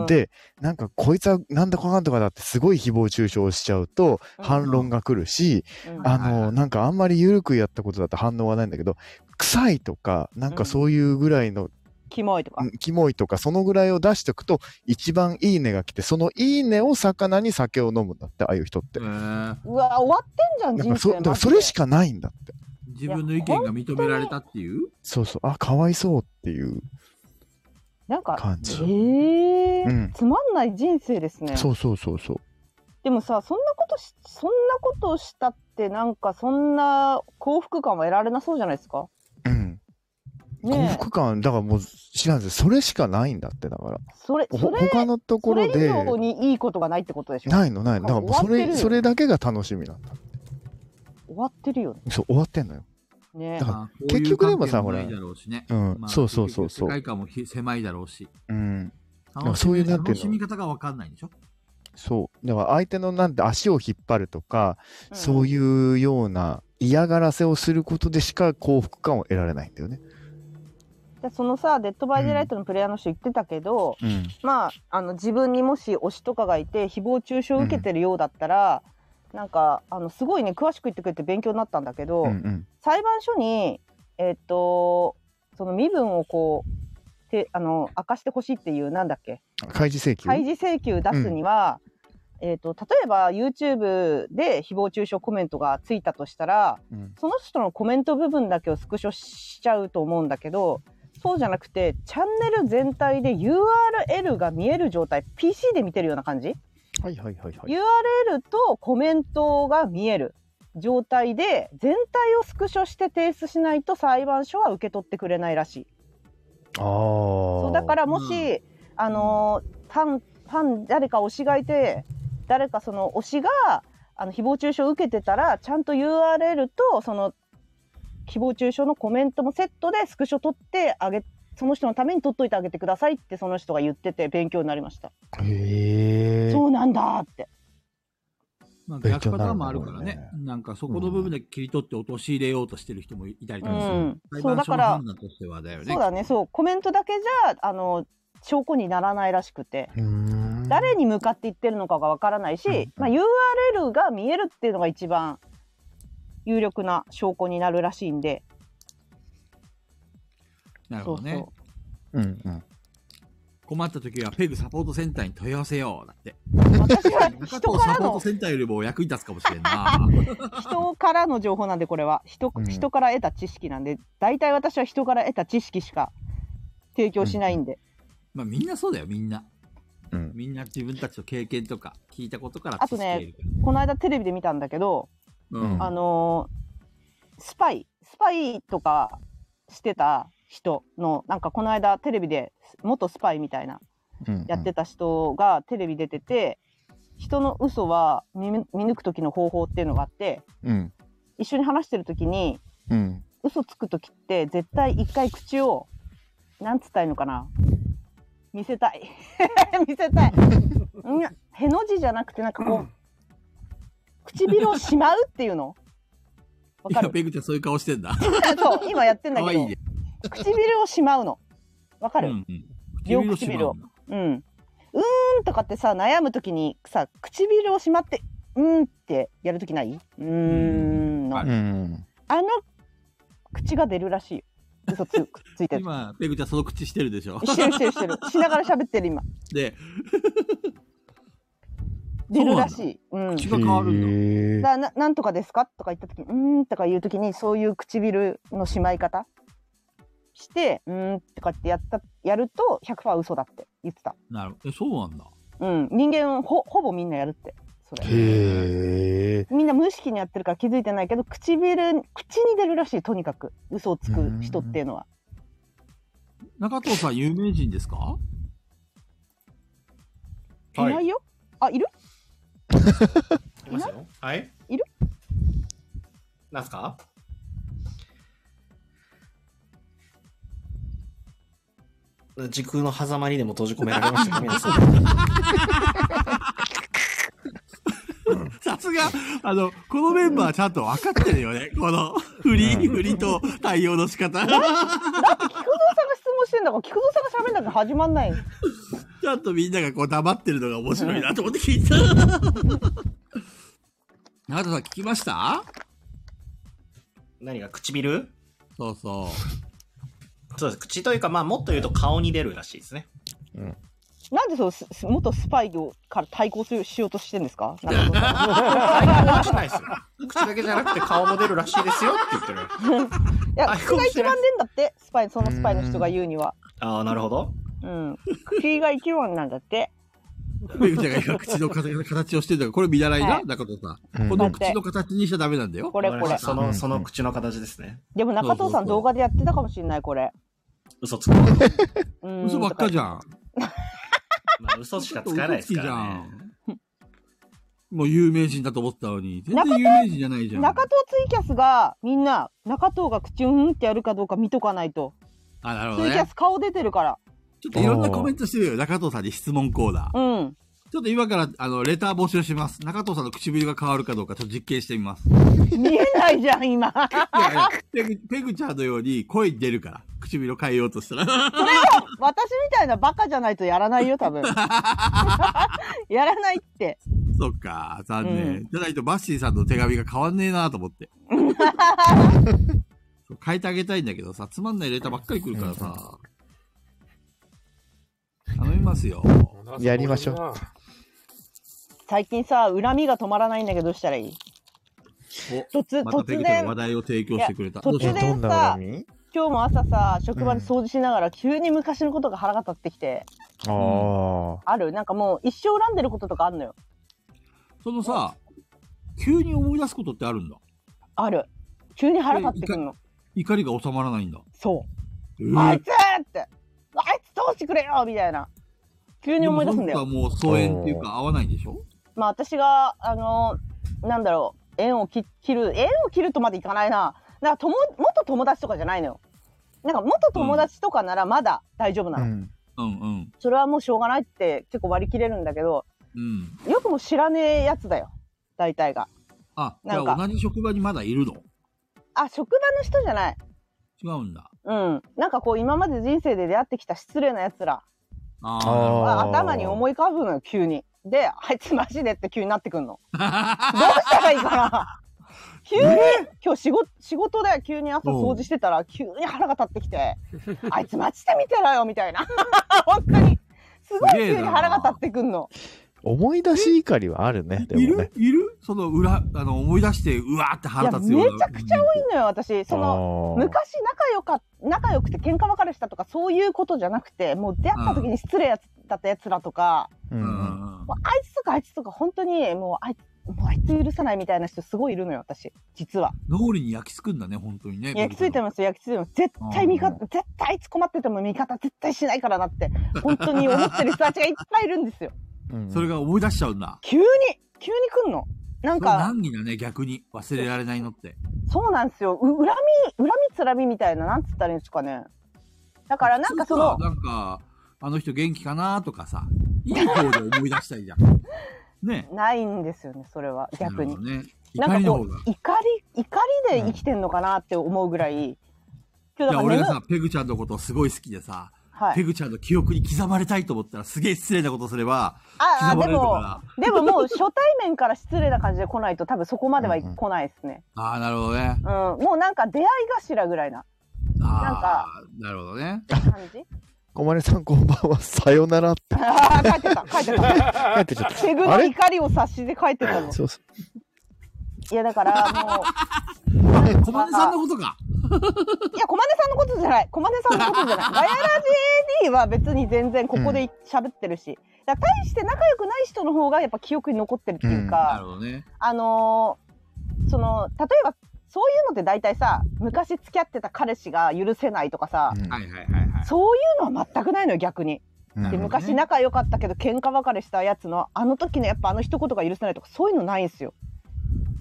S4: うん
S5: で、なんかこいつはなんだかかんとかだってすごい誹謗中傷をしちゃうと
S4: うん
S5: 反論が来るし、
S4: うん
S5: あ
S1: はいは
S5: の、なんかあんまり緩くやったことだと反応がないんだけど、臭いとか、なんかそういうぐらいの、
S4: キモいとか、
S5: うんキモいとか、そのぐらいを出しておくと、一番いいねが来て、そのいいねを魚に酒を飲むんだって、ああいう人って
S1: へ。ー
S4: うわ終わってんじゃ
S5: なん
S4: ん人
S5: かそ
S4: 生
S5: だ
S4: マジで
S5: からそれしかないんだって。
S1: 自分の意見が認められたっていう
S5: そうそう、あ、かわいそうっていう
S4: なんか
S5: 感
S4: え
S5: じ。
S4: ー
S5: うん
S4: つまんない人生ですね
S5: そうそうそうそう。
S4: でもさそんなことしそんなことをしたってなんかそんな幸福感は得られなそうじゃないですか
S5: うん。幸
S4: ねえ
S5: 福感、だからもう知らんですそれしかないんだって、だから。
S4: それ
S5: ほ
S4: それ
S5: 他のところ
S4: それ
S5: で
S4: 以、上にいいことがないってことでしょ
S5: ないのないの。だからもうそ
S4: 終わってる
S5: れ、
S4: よ
S5: それだけが楽しみなんだ。
S4: 終わってるよね
S5: そう、終わってんのよ。
S4: ね
S5: だから
S1: まあこういう
S5: 結局でもさ
S1: 観点ない
S5: ほら
S1: だろうしね
S5: うん
S1: まあ
S5: そうそうそうそ
S1: 結局世
S5: う
S1: 界観もひ狭いだろうし。
S5: うん。
S1: 楽しみ
S5: そういうなんていう
S1: 楽
S5: の
S1: しみ方が分かんないんでしょ
S5: そう。だから相手のなんて足を引っ張るとか、そう
S4: う
S5: いうような嫌がらせをすることでしか幸福感を得られないんだよね。
S4: んでそのさ「デッド・バイ・デイ・ライト」のプレイヤーの人言ってたけど、
S5: うん。
S4: まああの自分にもし推しとかがいて誹謗中傷を受けてるようだったら、なんかあのすごいね詳しく言ってくれて勉強になったんだけど、
S5: うんうん。
S4: 裁判所にえっとその身分をこうてあの明かしてほしいっていうなんだっけ
S5: 開示請求。
S4: 開示請求出すには、えっと例えば YouTube で誹謗中傷コメントがついたとしたら、
S5: うん
S4: その人のコメント部分だけをスクショしちゃうと思うんだけどそうじゃなくてチャンネル全体で URL が見える状態 PC で見てるような感じ、
S5: はいはいはいはい。
S4: URL とコメントが見える状態で全体をスクショして提出しないと裁判所は受け取ってくれないらしい
S5: ああ。
S4: そ
S5: そう
S4: だからもし、あのーファンファン誰か推しがいて誰かその推しがあの誹謗中傷を受けてたらちゃんと URL とその誹謗中傷のコメントもセットでスクショ取ってあげその人のために取っといてあげてくださいってその人が言ってて勉強になりました、
S5: へえ。
S4: そうなんだって
S1: まあ、
S5: 勉強
S1: 逆
S5: にな
S1: パタ
S5: る
S1: ーンも
S5: んだろ
S1: あ
S5: うね
S1: るからねなんかそこの部分で切り取って陥れようとしてる人もいたりとかする、
S4: うん
S1: 裁
S4: そう
S1: 判
S4: だ
S1: 所
S4: か
S1: の
S4: ら
S1: 判断としてはだよね。
S4: そうだねそうコメントだけじゃあの証拠にならないらしくて
S5: うーん。
S4: 誰に向かって言ってるのかがわからないし、
S5: うん
S4: まあ、URL が見えるっていうのが一番有力な証拠になるらしいんで、
S1: なるほどね。
S4: そうそ
S5: うんうん。
S1: 困った時はペグサポートセンターに問い合わせよう。だって。
S4: 私は
S1: 中
S4: 人
S1: 藤
S4: か
S1: サ
S4: ら
S5: [LAUGHS]
S1: ポート
S4: の
S1: センターよりも役に立つかもしれん
S4: [LAUGHS]
S1: な。
S4: 人からの情報なんでこれは人,、
S5: うん
S4: 人から得た知識なんで大体私は人から得た知識しか提供しないんで、
S1: まあみんなそうだよ、みんな。
S5: うん
S1: みんな自分たちの経験とか聞いたことから
S4: あとね
S1: 知識得る
S4: この間テレビで見たんだけど、
S1: から
S5: うん
S4: あのースパイスパイとかしてた人のなんかこの間テレビで元スパイみたいな
S5: うんうん
S4: やってた人がテレビ出てて、人の嘘は見見抜く時の方法っていうのがあって
S5: うん。
S4: 一緒に話してる時に
S5: うん。
S4: 嘘つく時って絶対一回口をなんつったらいいのかな見せたい [LAUGHS] 見せたいうんへの字じゃなくてなんかこう唇をしまうっていうのわか
S1: 今、
S4: る
S1: ペグちゃんそういう顔してんだ。
S4: そう今やってんだ
S1: か
S4: け
S1: わ
S4: ど
S1: いいね。
S4: 唇をしまうのわか
S1: う
S4: る、
S1: んうん。
S4: 両
S1: 唇をしま
S4: 唇を
S1: うんだ。
S4: うん。うーんとかってさ、悩むときにさ、唇をしまって、うーんってやるときないうーんの。
S1: は
S4: あ
S1: い
S5: うん。
S4: の、口が出るらしいよ。嘘つくっついてる。
S1: 今、ペグちゃんその口してるでしょ。
S4: してるしてるしてる。しながら喋ってる今。
S1: で、
S4: 出るらしい。うん。
S1: 口
S4: だ
S1: が変わるんだ。
S5: へー
S4: からななんとかですかとか言ったときに、うーんとか言うときに、そういう唇のしまい方して、うーんとかってやった、やると100%嘘だって言ってた。
S1: なるほど。えそうなんだ。
S4: うん。人間ほ、ほぼみんなやるって。それ。
S5: へえ。
S4: みんな無意識にやってるから気づいてないけど唇口に出るらしいとにかく嘘をつく人っていうのは
S1: 中藤さん、有名人ですか
S4: い
S2: はい
S4: ないよ、あいる
S3: いますよ。はい。
S4: いる
S3: なんすか時空の狭間にでも閉じ込められましたか皆さん。
S1: [LAUGHS] さすが、あの、このメンバーちゃんと分かってるよね。 [LAUGHS] この、振り、振りと対応の仕方。 [LAUGHS]
S4: 菊蔵さんが質問してんだから菊蔵さんが喋んなきゃ始まんないの
S1: ちゃんとみんながこう黙ってるのが面白いなと思って聞い
S3: [LAUGHS]
S1: た。中田さん聞きました
S3: [LAUGHS] 何が唇
S1: そうそ
S3: そうです。口というか、まあもっと言うと顔に出るらしいですね。
S4: なんでそうすす元スパイ業から対抗するしようとしてんですかなんか
S3: 対抗しないですよ。口だけじゃなくて顔も出るらしいですよって言って [LAUGHS]
S4: い
S3: る。
S4: や
S3: 対
S4: 口
S3: 抗
S4: が
S3: して
S4: 一
S3: ない
S4: 番出んだってスパイそのスパイの人が言うには
S3: ああ、なるほど。
S4: うん口が一番なんだって
S1: う。めぐちゃんが今口の形をしてるのが、これ見習いだ、
S4: はい
S1: 中田さ
S5: うん
S1: ん。この口の形にしちゃダメなんだよ。
S4: これこ
S3: わかりま
S4: れ
S3: したその、その口の形ですね。
S4: でも中藤さん動画でやってたかもしれないこれ
S3: 嘘 [LAUGHS] つく。ま
S4: うん
S1: 嘘ばっかじ
S4: ゃ
S1: ゃん。
S3: あ嘘しかつかないです
S1: 嘘つき
S3: からね。
S1: じゃんもう有名人だと思ったのに、全然有名人じゃないじゃん。
S4: 中藤ツイキャスがみんな中藤が口うんってやるかどうか見とかないと
S1: あ、なるほ
S4: ツ
S1: ど
S4: イキャ
S1: ね。
S4: ス顔出てるから。
S1: ちょっといろんなコメントしてるよ。中藤さんに質問コーナー。
S4: うん。
S1: ちょっと今から、あの、レター募集します。中藤さんの唇が変わるかどうか、ちょっと実験してみ
S4: [LAUGHS]
S1: ます。
S4: 見えないじゃ
S1: [LAUGHS]
S4: ん、今。
S1: いやいやペグ、ペグちゃんのように声出るから、唇を変えようとしたら。 [LAUGHS]
S4: 私みたいなバカじゃないとやらないよ、多分。やらないって。
S1: そっか、残念。
S4: うん
S1: じゃないとバッシーさんの手紙が変わんねえなと思って。 [LAUGHS] そう変えてあげたいんだけどさ、つまんないレターばっかり来るからさ。頼みますよ。
S5: [LAUGHS] やりましょう
S2: う。
S4: 最近さ、恨みが止まらないんだけど、どうしたらいい突
S1: お、またペ
S4: 突
S1: グちゃん
S4: 然
S1: が話、題を提供してくれた。
S4: いや
S1: どうしよ
S5: え、
S1: う
S4: 突然
S5: どんな恨み
S4: 今日も朝さ、職場で
S5: うん
S4: 掃除しながら、急に昔のことが腹が立ってきて、
S5: ああ。
S4: あるなんかもう、一生恨んでることとかあんのよ。
S1: そのさ、急に思い出すことってあるんだ。
S4: ある。急に腹立ってくんの。
S1: 怒りが収まらないんだ。
S4: そ
S1: え
S4: う。あいつってあいつどうしてくれよみたいな。急に思い出すんだ
S1: で。
S4: よ
S1: もその人はもう疎遠っていうか合わないんでしょ
S4: まあ私があのなんだろう縁を切切る縁を切るとまでいかないななんか友元友達とかじゃないのよなんか元友達とかならまだ大丈夫な
S5: う
S4: の、
S5: ん。
S1: うんうん。
S4: それはもうしょうがないって結構割り切れるんだけど
S1: うん。
S4: よくも知らねえやつだよ大体が
S1: あ、じ
S4: な
S1: ゃ
S4: んか
S1: あ同じ職場にまだいるの
S4: あ職場の人じゃない
S1: 違うんだ。
S4: うんなんかこう今まで人生で出会ってきた失礼なやつら
S1: あ
S5: あ
S1: あ
S5: ー
S4: は頭に思い浮かぶのよ急にであいつマジでって急になってくんのどうしたらいいかな急に、今日仕事仕事で急に朝掃除してたら急に腹が立ってきてあいつマジで見てろよみたいな [LAUGHS] 本当にすごい
S1: すげえな
S4: 急に腹が立ってくんの
S5: 思い出し怒りはあるね、で
S1: い
S5: も
S1: る
S5: ね。
S1: いるその裏、あの、思い出して、うわーって腹立つような。
S4: いやめちゃくちゃ多いのよ私その
S5: の
S4: 昔仲良か仲良くて喧嘩別れしたとかそういうことじゃなくてもう出会った時に失礼やつだったやつらとか、
S5: う
S1: うんうん
S5: ん。
S1: うん
S4: もうあいつとかあいつとか本当にもうあいつもうあいつ許さないみたいな人すごいいるのよ私実は
S1: 脳裏に焼き付くんだね、本当にね。
S4: 焼き付いて
S1: も。
S4: ます焼き付いてます絶対味方、絶対あいつ困ってても味方絶対しないからなって本当に思ってる人たちがいっぱいいるんですよ [LAUGHS]
S5: うん
S1: それが思い出しちゃうんだ。
S4: 急に急に来んのなん
S1: それ
S4: か
S1: 難儀だね、逆に。忘れられないのって。
S4: そうなんですよう恨み恨みつらみみたいななんつったらいいんですかねだからなんかその
S1: 普通さなんか、あの人元気かなとかさ、いい方で思い出したいじゃん。ね。
S4: ないんですよねそれは逆
S1: な
S4: に
S1: るほどね。
S4: な
S1: 怒
S4: ん
S1: り
S4: か
S1: の方
S4: こう
S1: が。
S4: 怒り怒りで生きてんのかなって思うぐらい今
S1: い
S4: 日
S1: や、
S4: だから
S1: 俺
S4: 眠
S1: がさ、ペグちゃんのことすごい好きでさ、
S4: は
S1: ペ
S4: い
S1: グちゃんの記憶に刻まれたいと思ったらすげえ失礼なことすれば、
S4: あ
S1: 刻ま
S4: あ
S1: れ
S4: で
S1: るの
S4: も
S1: か
S4: でももう初対面から失礼な感じで来ないと多分そこまではい
S5: うんうん
S4: 来ないですね、
S1: ああ、なるほどね。
S4: うん、もうなんか出会い頭ぐらいななん
S1: ああ、
S4: か
S1: なるほどね。
S4: 感
S1: [LAUGHS]
S4: じ
S5: 小丸さんこんばんは、さよならって
S4: ああ帰ってた帰って
S1: [LAUGHS]
S4: た
S5: 書いてちゃっ
S4: ペグ
S5: あ
S4: の
S5: れ
S4: 怒りを察して帰ってたの
S5: た。そうそ
S4: いやだからも
S1: 小金さんのことか。
S4: ういや駒根さんのことじゃない駒根さんのことじゃないガヤラジ AD は別に全然ここで喋ってるし、だから大して仲良くない人の方がやっぱ記憶に残ってるっていうか、
S1: なるほどね。
S4: あのーその例えばそういうのって大体さ昔付き合ってた彼氏が許せないとかさ、
S5: う。うん
S1: はいはいはいはい。
S4: そういうのは全くないのよ逆に
S5: な
S4: で
S5: るほど
S4: 昔仲良かったけど喧嘩別れしたやつのあの時のやっぱあの一言が許せないとかそういうのないんですよ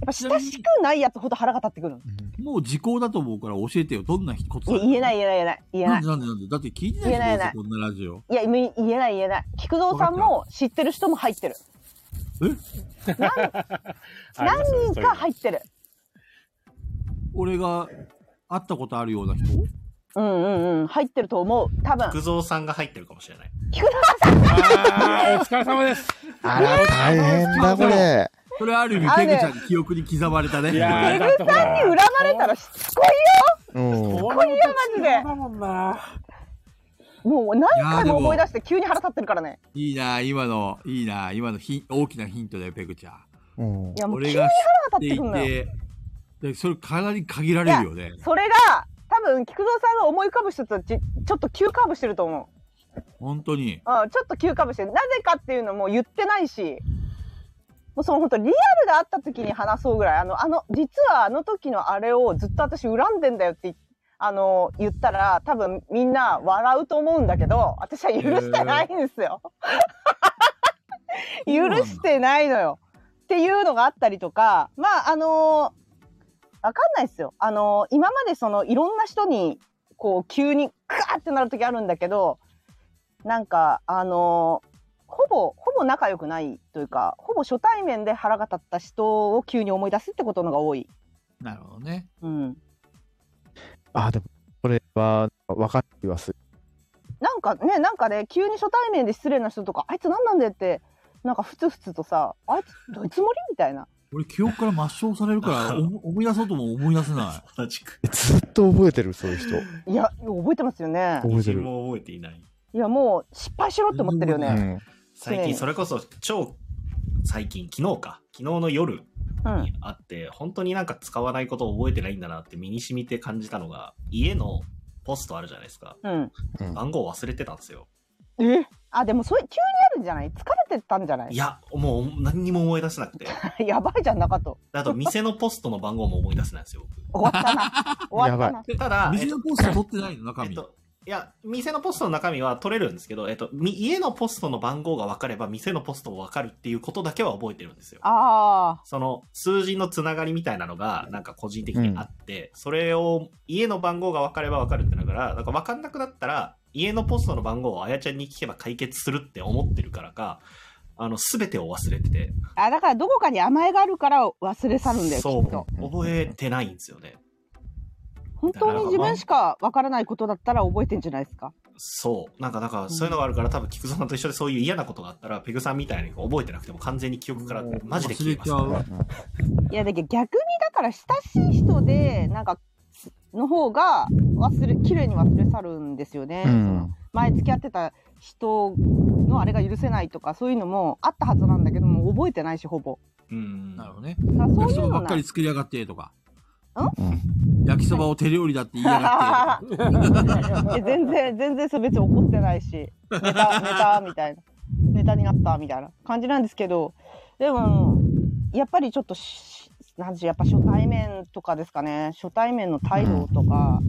S4: やっぱ親しくないやつほど腹が立ってくるの
S5: うん
S1: もう時効だと思うから教えてよ。どんなこと。
S4: いや言えないい言えない言えな
S1: な
S4: い言えなんい
S1: でなんでなんでだって聞いてない
S4: 言えない
S1: でしょ、どうせこんなラジオ。
S4: いや言え言えない言えない菊蔵さんも知ってる人も入ってる何人か入ってる
S1: 俺が会ったことあるような人
S4: うんうんうん入ってると思う多分
S3: 福蔵さんが入ってるかもしれない。
S4: 菊蔵さん
S2: あーお疲れ様です。
S5: あら、大変だ、これ。
S1: それある意
S4: あ
S1: 味、ペ
S4: れ
S1: グちゃんに記憶に刻まれたね。
S2: いやー、
S4: ペ
S2: だって
S4: グ
S2: ほら
S4: さんに恨まれたらしつこいよ
S5: うん。
S2: 今
S4: マジで
S2: だもんな。
S4: もう何
S1: いやー
S4: 回
S1: でも
S4: も思い出して急に腹立ってるからね。
S1: いいな今の、いいな今のひ大きなヒントだよ、ペグちゃん。
S5: うん
S4: いやもう
S1: 俺
S4: 急に
S1: が
S4: 腹が
S1: 知
S4: 立ってくんの
S1: っ
S4: よ。
S1: ていて、でそれかなり限られるよね。
S4: それが多分菊蔵さんが思い浮かぶ人とちちょっと急カーブしてると思う。
S1: 本当に。
S4: うん、ちょっと急カーブしてる。なぜかっていうのも言ってないし、もうその本当リアルで会った時に話そうぐらい、あの、あの、実はあの時のあれをずっと私恨んでんだよって言っあの、言ったら多分みんな笑うと思うんだけど、私は許してないんですよ。
S1: へー
S4: [LAUGHS] 許してないのよ。っていうのがあったりとか、まあ、あのわかんないですよ。あの今までそのいろんな人に、こう急にクワーってなる時あるんだけど、なんか、あのほぼ、ほぼ仲良くないというか、ほぼ初対面で腹が立った人を急に思い出すってことのが多い。
S1: なるほどね。
S4: うん。
S5: あ、でも、これは、分かります。
S4: なんかね、なんかね、急に初対面で失礼な人とか、あいつ何なんだよって、なんかふつふつとさ、あいつどういうつもりみたいな。
S1: 俺、記憶から抹消されるから、おも思い出そうとも思い出せな
S3: 同じく。
S5: ずっと覚えてる、そういう人。
S4: いや、覚えてますよね。
S5: 覚えて
S3: 自分
S5: る。
S3: も覚えていない。
S4: いや、もう失敗しろって思ってるよ
S5: う
S4: ね。
S5: ん。
S3: 最
S4: ね
S3: 近、
S4: え
S3: それこそ超最近、昨日か。昨日の夜
S4: うん
S3: に。あって、本当になんか使わないことを覚えてないんだなって身に染みて感じたのが、家のポストあるじゃないですか。
S4: うん。
S5: うん
S3: 番号忘れてたんですよ。
S4: えあ、でもそれ急にあるんじゃない疲れてたんじゃない
S3: いや、もう何にも思い出せなくて。
S4: [LAUGHS] やばいじゃん、中と。
S3: あと、店のポストの番号も思い出せないんですよ、
S4: 終わった [LAUGHS] な。終わったな。
S3: 僕。
S1: い。
S3: ただ、え
S1: 店
S3: っと
S1: のコース取ってないの、中
S3: えっ
S1: 身。
S3: と、いや、店のポストの中身は取れるんですけど、えっと、み家のポストの番号が分かれば、店のポストも分かるっていうことだけは覚えてるんですよ。
S4: あ
S3: その数字のつながりみたいなのが、なんか個人的にあって、それを家の番号が分かれば分かるってだから、なんか分かんなくなったら、家のポストの番号をあやちゃんに聞けば解決するって思ってるからか、あの、すべてを忘れてて、
S4: あ。あ、だからどこかに甘えがあるから忘れ去るんだよ、き
S3: そ
S4: っと。
S3: う、覚えてないんですよね。
S4: 本当に自分しかわからないことだったら覚えてんじゃないですか。
S3: そう。なんか、だから、そういうのがあるから、多分、菊蔵さんと一緒でそういう嫌なことがあったら、ペグさんみたいに覚えてなくても完全に記憶から、マジで消えます。
S1: 忘れちゃう。
S4: いや、だけど逆にだから親しい人で、なんか、の方が忘れ、綺麗に忘れ去るんですよね。
S5: う
S4: その
S5: ん。
S4: 前付き合ってた人のあれが許せないとか、そういうのもあったはずなんだけども、覚えてないし、ほぼ。
S3: うん。
S1: なるほどね。
S4: だからそ
S1: 焼
S4: うい
S1: き
S4: う
S1: そば
S4: の
S1: ばっか
S4: な
S1: り。作りやがって、とか。
S5: うん
S1: 焼きそばを手料理だって言いや
S4: [LAUGHS]
S1: がってとか。
S4: いや [LAUGHS] 全然、全然そう別に怒ってないし、ネタ、ネタみたいな。ネタになったみたいな感じなんですけど、でも、やっぱりちょっとし、なんでしょうやっぱ初対面とかですかね、初対面の態度とか、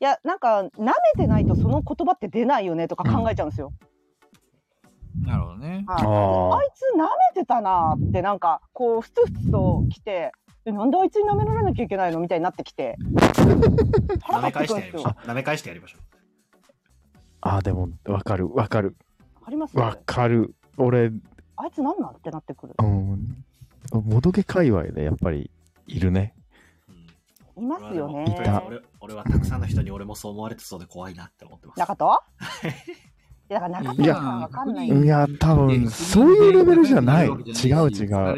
S4: いや、なんか、舐めてないとその言葉って出ないよねとか考えちゃうんですよ。
S1: なるほどね。
S4: はい、
S5: あー
S4: あいつ舐めてたなーってなんかこうふつふつと来てえなんであいつに舐められなきゃいけないのみたいになってきて
S3: 舐
S4: 腹立
S3: め
S4: っ
S3: 返
S4: て
S3: し
S4: く
S3: て
S4: るんですよ
S3: やりましょう。舐め返してやりましょ
S5: あ、でも、わかる、わかる、
S4: わかります
S5: わかる。俺、
S4: あいつなんなんってなってくる
S5: うん、ボドゲ界隈でやっぱりいるね。
S3: う。うん
S4: いますよ
S3: 俺はでも
S5: い
S3: 本
S4: ね
S5: た
S3: 当に俺俺はたくさんの人に俺もそう思われてそうで怖いなって思ってます。
S4: 中戸いやだから中戸さんわかんない
S1: い
S4: い
S1: や
S5: いや、多分、そういうレベルじゃない。違う違う。
S1: う。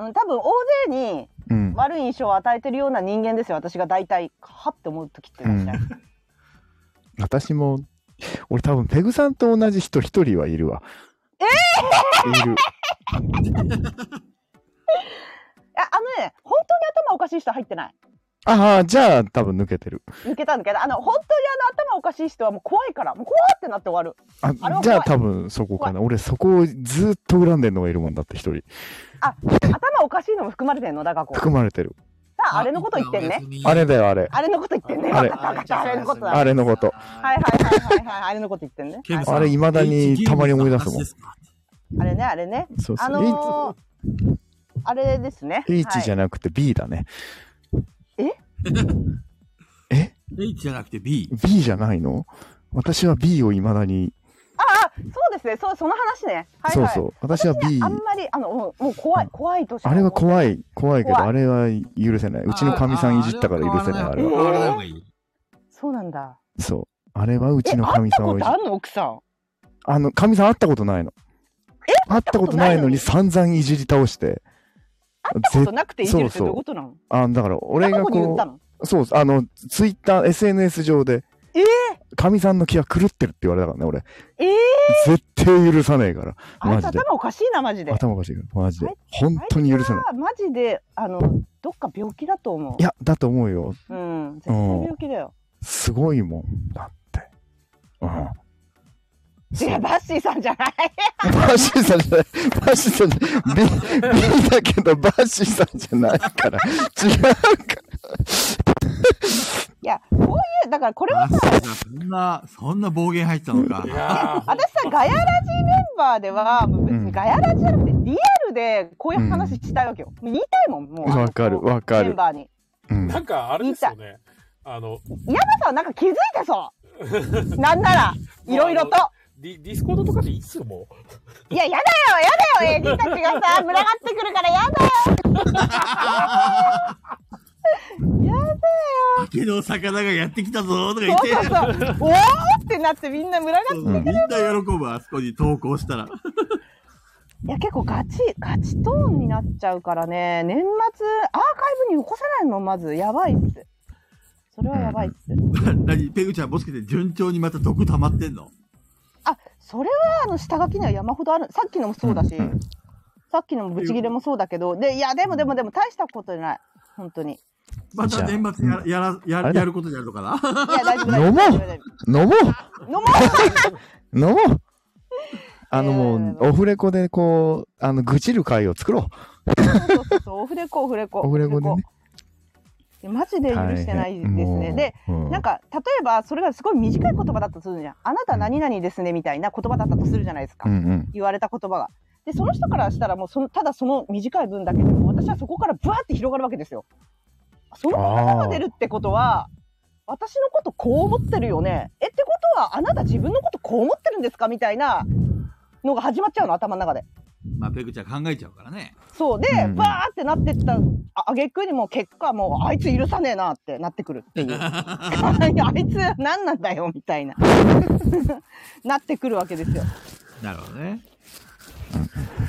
S4: うん、多分大勢に
S5: うん。
S4: 悪い印象を与えてるような人間ですよ私が大体はって思う時って大体、
S5: 私も、俺多分、ペグさんと同じ人一人はいるわ。えいる。
S4: ああのね本当に頭おかしい人入ってない
S5: ああ、じゃあ、多分抜けてる。
S4: 抜けたんだけどあの本当にあの頭おかしい人はもう怖いからもう怖ってなって終わる
S5: あ
S4: あれは怖い
S5: じゃあ、多分、そこかな。俺、そこをずっと恨んでるのがいるもんだって、一人。
S4: 頭おかしいのも含まれてんのだからこう
S5: 含まれてる。
S4: さああれのこと言ってんね。
S5: あれだよ、あれ。
S4: あれのこと言ってんね
S5: あれ
S4: わかったわかったあれのことだ
S5: あれのこと
S4: はい
S3: は
S4: はいはいはいはいあれのこと言ってんね
S1: ケム
S4: はい
S1: さん
S5: あれ未だにたまに思い出すもん。
S4: あれねあれね
S5: そうそう。
S4: あのー、あれですね
S5: H, H じ
S4: ゃ
S5: ゃなくて B だね。
S1: H じゃなくて B。
S5: B じゃないの私は B をいまだに、
S4: ああそうですねそうその話ねはいはい
S5: そうそう私は B
S4: あんまりあのもうもう怖い怖いとしか
S5: あれは怖
S4: い
S5: い怖いけど
S4: 怖
S5: あれは許せないうちのかみさんいじったから許せないあれは
S4: は
S1: 変わらない方がいい。
S4: そうなんだ
S5: そうあれはうちのかみさんをいじ
S4: あんの奥さん
S5: あのかみさん会ったことないの会ったことないのに散々いじり倒して
S4: 会ったことなくていじるって
S5: そ
S4: ど
S5: うそう
S4: ういうことなの
S5: あだから俺が
S4: 中子に言
S5: こ
S4: ったの
S5: うそうあのツイッター SNS 上で
S4: え
S5: かみさんの気が狂ってるって言われたからね俺
S4: えー、
S5: 絶対許さねえから
S4: あいつ
S5: マジで
S4: 頭おかしいなマジで
S5: 頭おかしいからマジ
S4: あ
S5: で
S4: い
S5: 本当に許せない
S4: あマジであのどっか病気だと思う
S5: いやだと思うよ
S4: うん絶対病気だよ
S5: すごいもんだって。うん。
S4: 違う、バッシーさんじゃない。
S5: バッシーさんじゃない。バッシーさんじゃない。B、B だけどバッシーさんじゃないから。違うか。
S4: いや、こういう、だからこれは
S1: あ
S4: さ、
S1: そんな、そんな暴言入ってたの
S2: い
S1: か。
S2: やー
S4: 私さ、ガヤラジメンバーでは、もう別
S5: うん
S4: にガヤラジじゃなくて、リアルでこういう話したいわけよ。言いたいもん、もう。
S5: わかる、わか
S4: メ
S5: る
S4: ン。バーに。
S5: うん
S2: な。んかあれですよね。あの、
S4: 山さんはなんか気づいて
S5: [LAUGHS]
S4: そう。なんなら、いろいろと。
S2: ディディスコードとかでいいっすよ、も
S4: いや、やだよ、やだよ、エディたち
S5: [LAUGHS]
S4: がさ、群がってくるからやだよ。やだよ。
S1: 竹の魚がやってきたぞとか言っ
S4: そう
S1: て
S4: そう。そう。おーってなってみんな群がって。
S1: みんな喜ぶ、あそこに投稿したら。
S4: いや結構ガチガチトーンになっちゃうからね年末アーカイブに残せないのまずやばいっすそれはやばいっす、
S1: 何ペグちゃん、もしかして順調にまた毒溜まってんの
S4: あそれはあの下書きには山ほどあるさっきのもそうだし、
S5: うん
S4: さっきのもブチギレもそうだけどでいやでもでもでも大したことない本当にい
S1: また年末やらやらやら
S5: あれだ
S1: やることになるのかな [LAUGHS]
S5: [LAUGHS]
S4: や大丈夫
S5: 飲もう
S4: 大丈夫大丈
S5: 飲も
S4: 夫飲もう
S5: う飲もうあ
S4: い
S5: の
S4: やい
S5: も、
S4: やいうや
S5: オフレコでこう、あの、愚痴る会を作ろ
S4: そうそうそうオフレコオフレコ
S5: う。オフレコでね。
S4: いやマジで許してないですねでなん、か例えばそれがすごい短い言葉だったとするじゃん「あなた何々ですね」みたいな言葉だったとするじゃないですか
S5: 大、変もううんうん
S4: 言われた言葉が。でその人からしたらもうそのただその短い分だけでも私はそこからブワーって広がるわけですよ。その言葉が出るってことは私のことこう思ってるよねえってことはあなた自分のことこう思ってるんですかみたいなのが始まっちゃうの頭の中で。
S1: まあ、ペグちゃん考えちゃうからね。
S4: そうで、
S5: うん
S4: バーってなってったあげくにもう結果もうあいつ許さねえなってなってくるっていう [LAUGHS] い
S5: [LAUGHS]
S4: やあいつ何なんだよみたいな [LAUGHS] なってくるわけですよ。
S1: なるほどね。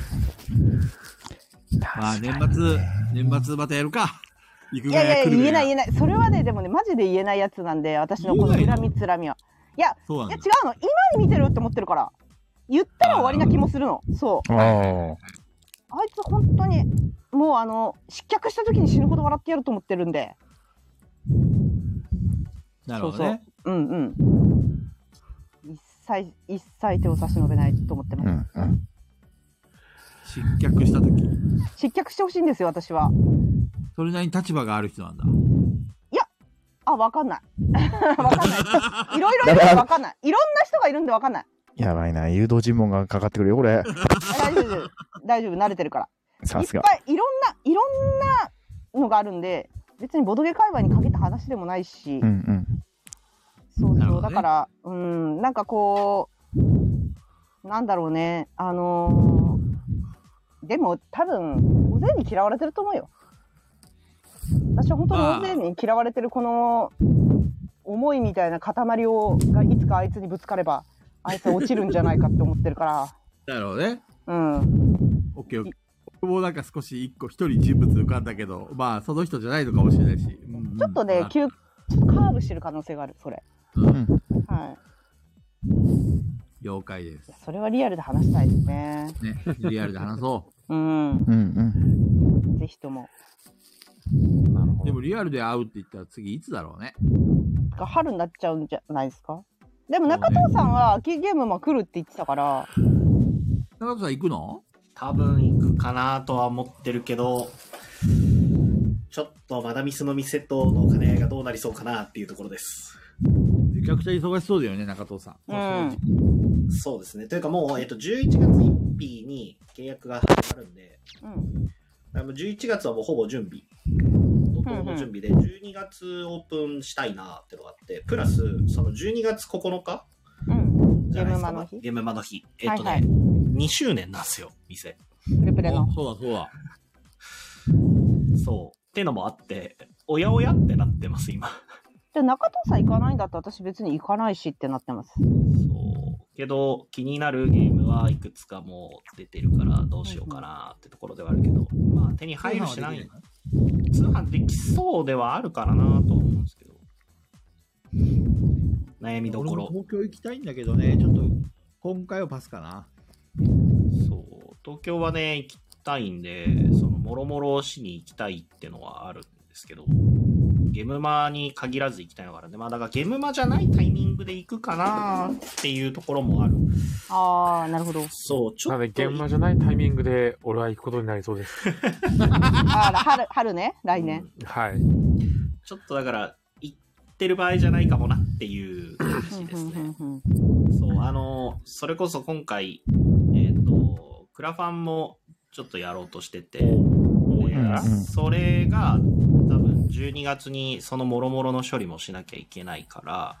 S1: まあ、
S5: 確か
S1: 年
S5: に
S1: 末、年末またやるか。行く
S4: い
S1: が
S4: やいや
S1: や来る
S4: 言
S1: が
S4: えない言え
S1: えない。
S4: ないそれはねでもねマジで言えないやつなんで私のこの
S1: 言えない
S4: 恨
S1: の
S4: みつらみはいや
S1: そうないん
S4: や
S1: だ
S4: 違。うの今に見てるって思ってるから言ったら終わりな気もするのそう
S5: ああ。
S4: あいつ本当にもうあの失脚した時に死ぬほど笑ってやると思ってるんで
S1: なるほどね。
S4: うんうん一切一切手を差し伸べないと思ってます、
S5: うんうん。
S1: 失脚した時
S4: 失脚してほしいんですよ私は
S1: それなりに立場がある人なんだ。 [LAUGHS]
S4: あわかんないわかんないいろいろいるんでわかんないいろんな人がいるんでわかんない
S5: やばいな、誘導尋問がかかってくるよ、これ。
S4: 大丈夫です大丈夫慣れてるから
S5: さ
S4: いっ
S5: すが。
S4: ぱいいろんないろんなのがあるんで別にボドゲ界隈にかけた話でもないし、
S5: うんうん。
S4: そう
S1: なる
S4: そ
S1: ほど
S4: う、だ
S1: ね
S4: からうんなんかこうなんだろうねあのーでも多分大勢に嫌われてると思うよ私は本当に大勢に嫌われてるこの思いみたいな塊をがいつかあいつにぶつかればあいつは落ちるんじゃないかって思ってるか
S1: なるほどね。
S4: らうん
S1: オッケーオッケー。僕もなんか少し一個一人人物浮かんだけど、まあその人じゃないのかもしれないし。うんうん
S4: ちょっとね
S1: あ
S4: 急ちょっとカーブしてる可能性があるそれ
S5: うん
S4: はい
S1: 了解です。
S4: それはリアルで話したいですね。
S1: ね、リアルで話そ
S4: うん、
S5: うんうん。
S4: ぜひとも。
S1: [LAUGHS]
S2: なる
S1: う。
S2: ほ
S1: で
S2: ど。
S1: もリアルで会うって言ったら次いつだろうね。
S4: が春になっちゃうんじゃないですか。でも中藤さんは秋ゲームも来るって言ってたから、
S1: 中田さん行くの
S3: 多分行くかなとは思ってるけど、ちょっとまだミスの店との兼ね合いがどうなりそうかなっていうところです。
S1: めちゃくちゃ忙しそうだよね、中藤さん。
S4: うん
S3: そうですね。というかもう、えっと、11月1日に契約が始まるんで、
S4: うん、
S3: あの11月はもうほぼ準備。怒涛の準備で、12月オープンしたいなってのがあって、プラス、その12月9日
S4: うん、
S3: じ
S4: ゲ
S3: ゃ
S4: ー
S3: ないで
S4: ム
S3: す
S4: マ
S3: か。
S4: の日、
S3: ゲームマの日。えっとね、
S4: はいはい
S3: 2周年なんですよ、店。
S4: プレプレの
S1: お。そうだそうだ。
S3: そう。ってのもあって、おやおやってなってます、今。
S4: で中藤さん行かないんだって私別に行かないしってなってます。
S3: そう。けど、気になるゲームはいくつかもう出てるから、どうしようかなってところではあるけど、まあ、手に入るしない。通販できそうではあるからなとは思うんですけど。悩みど
S1: 俺
S3: こ
S1: も
S3: ろ。
S1: 東京行きたいんだけどね、ちょっと今回はパスかな。
S3: そう。東京はね、行きたいんで、その、もろもろしに行きたいってのはあるんですけど、ゲムマに限らず行きたいのがあるんで、まあ、だからゲムマじゃないタイミングで行くかなっていうところもある。
S4: ああ、なるほど。
S3: そう、ち
S2: な
S3: ょ
S2: ので、
S3: っと
S2: 現場じゃないタイミングで俺は行くことになりそうです。
S4: あら [LAUGHS] 春春ね、来年。
S2: はい。
S3: ちょっとだから、行ってる場合じゃないかもなっていう感じですね。
S4: うんうんうん
S3: そう、あの、それこそ今回、えっ、と、クラファンもちょっとやろうとしてて、で
S5: やうん
S3: それが多分12月にそのもろもろの処理もしなきゃいけないから、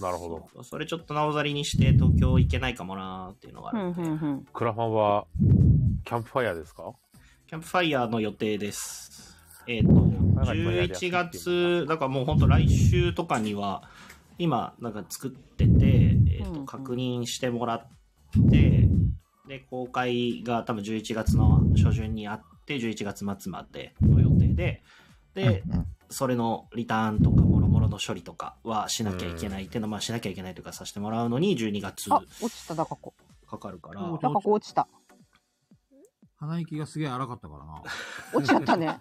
S2: なるほど。
S3: ど。それちょっとなおざりにして東京行けないかもなーっていうのがあ
S4: うん
S3: るんで、
S4: うんうん
S2: クラファンは、キャンプファイヤーですか
S3: キャンプファイヤーの予定です。えっ、
S2: なん
S3: と、
S2: か今やりやすい
S3: 11
S2: っていう
S3: 月、だからもう本当来週とかには、今、なんか作ってて、えっ、
S4: うんう
S3: と、
S4: ん
S3: 確認してもらって、で、公開が多分11月の初旬にあって、11月末までの予定で、で、
S5: うんうん
S3: それのリターンとか、もろもろの処理とかはしなきゃいけないっていうのは、まあしなきゃいけないというかさせてもらうのに12月
S4: あ、落ちた中子。
S3: かかるから、
S1: うん
S4: 中子落ちた。
S1: 鼻息がすげえ荒かったからな。
S4: 落ちちゃったね。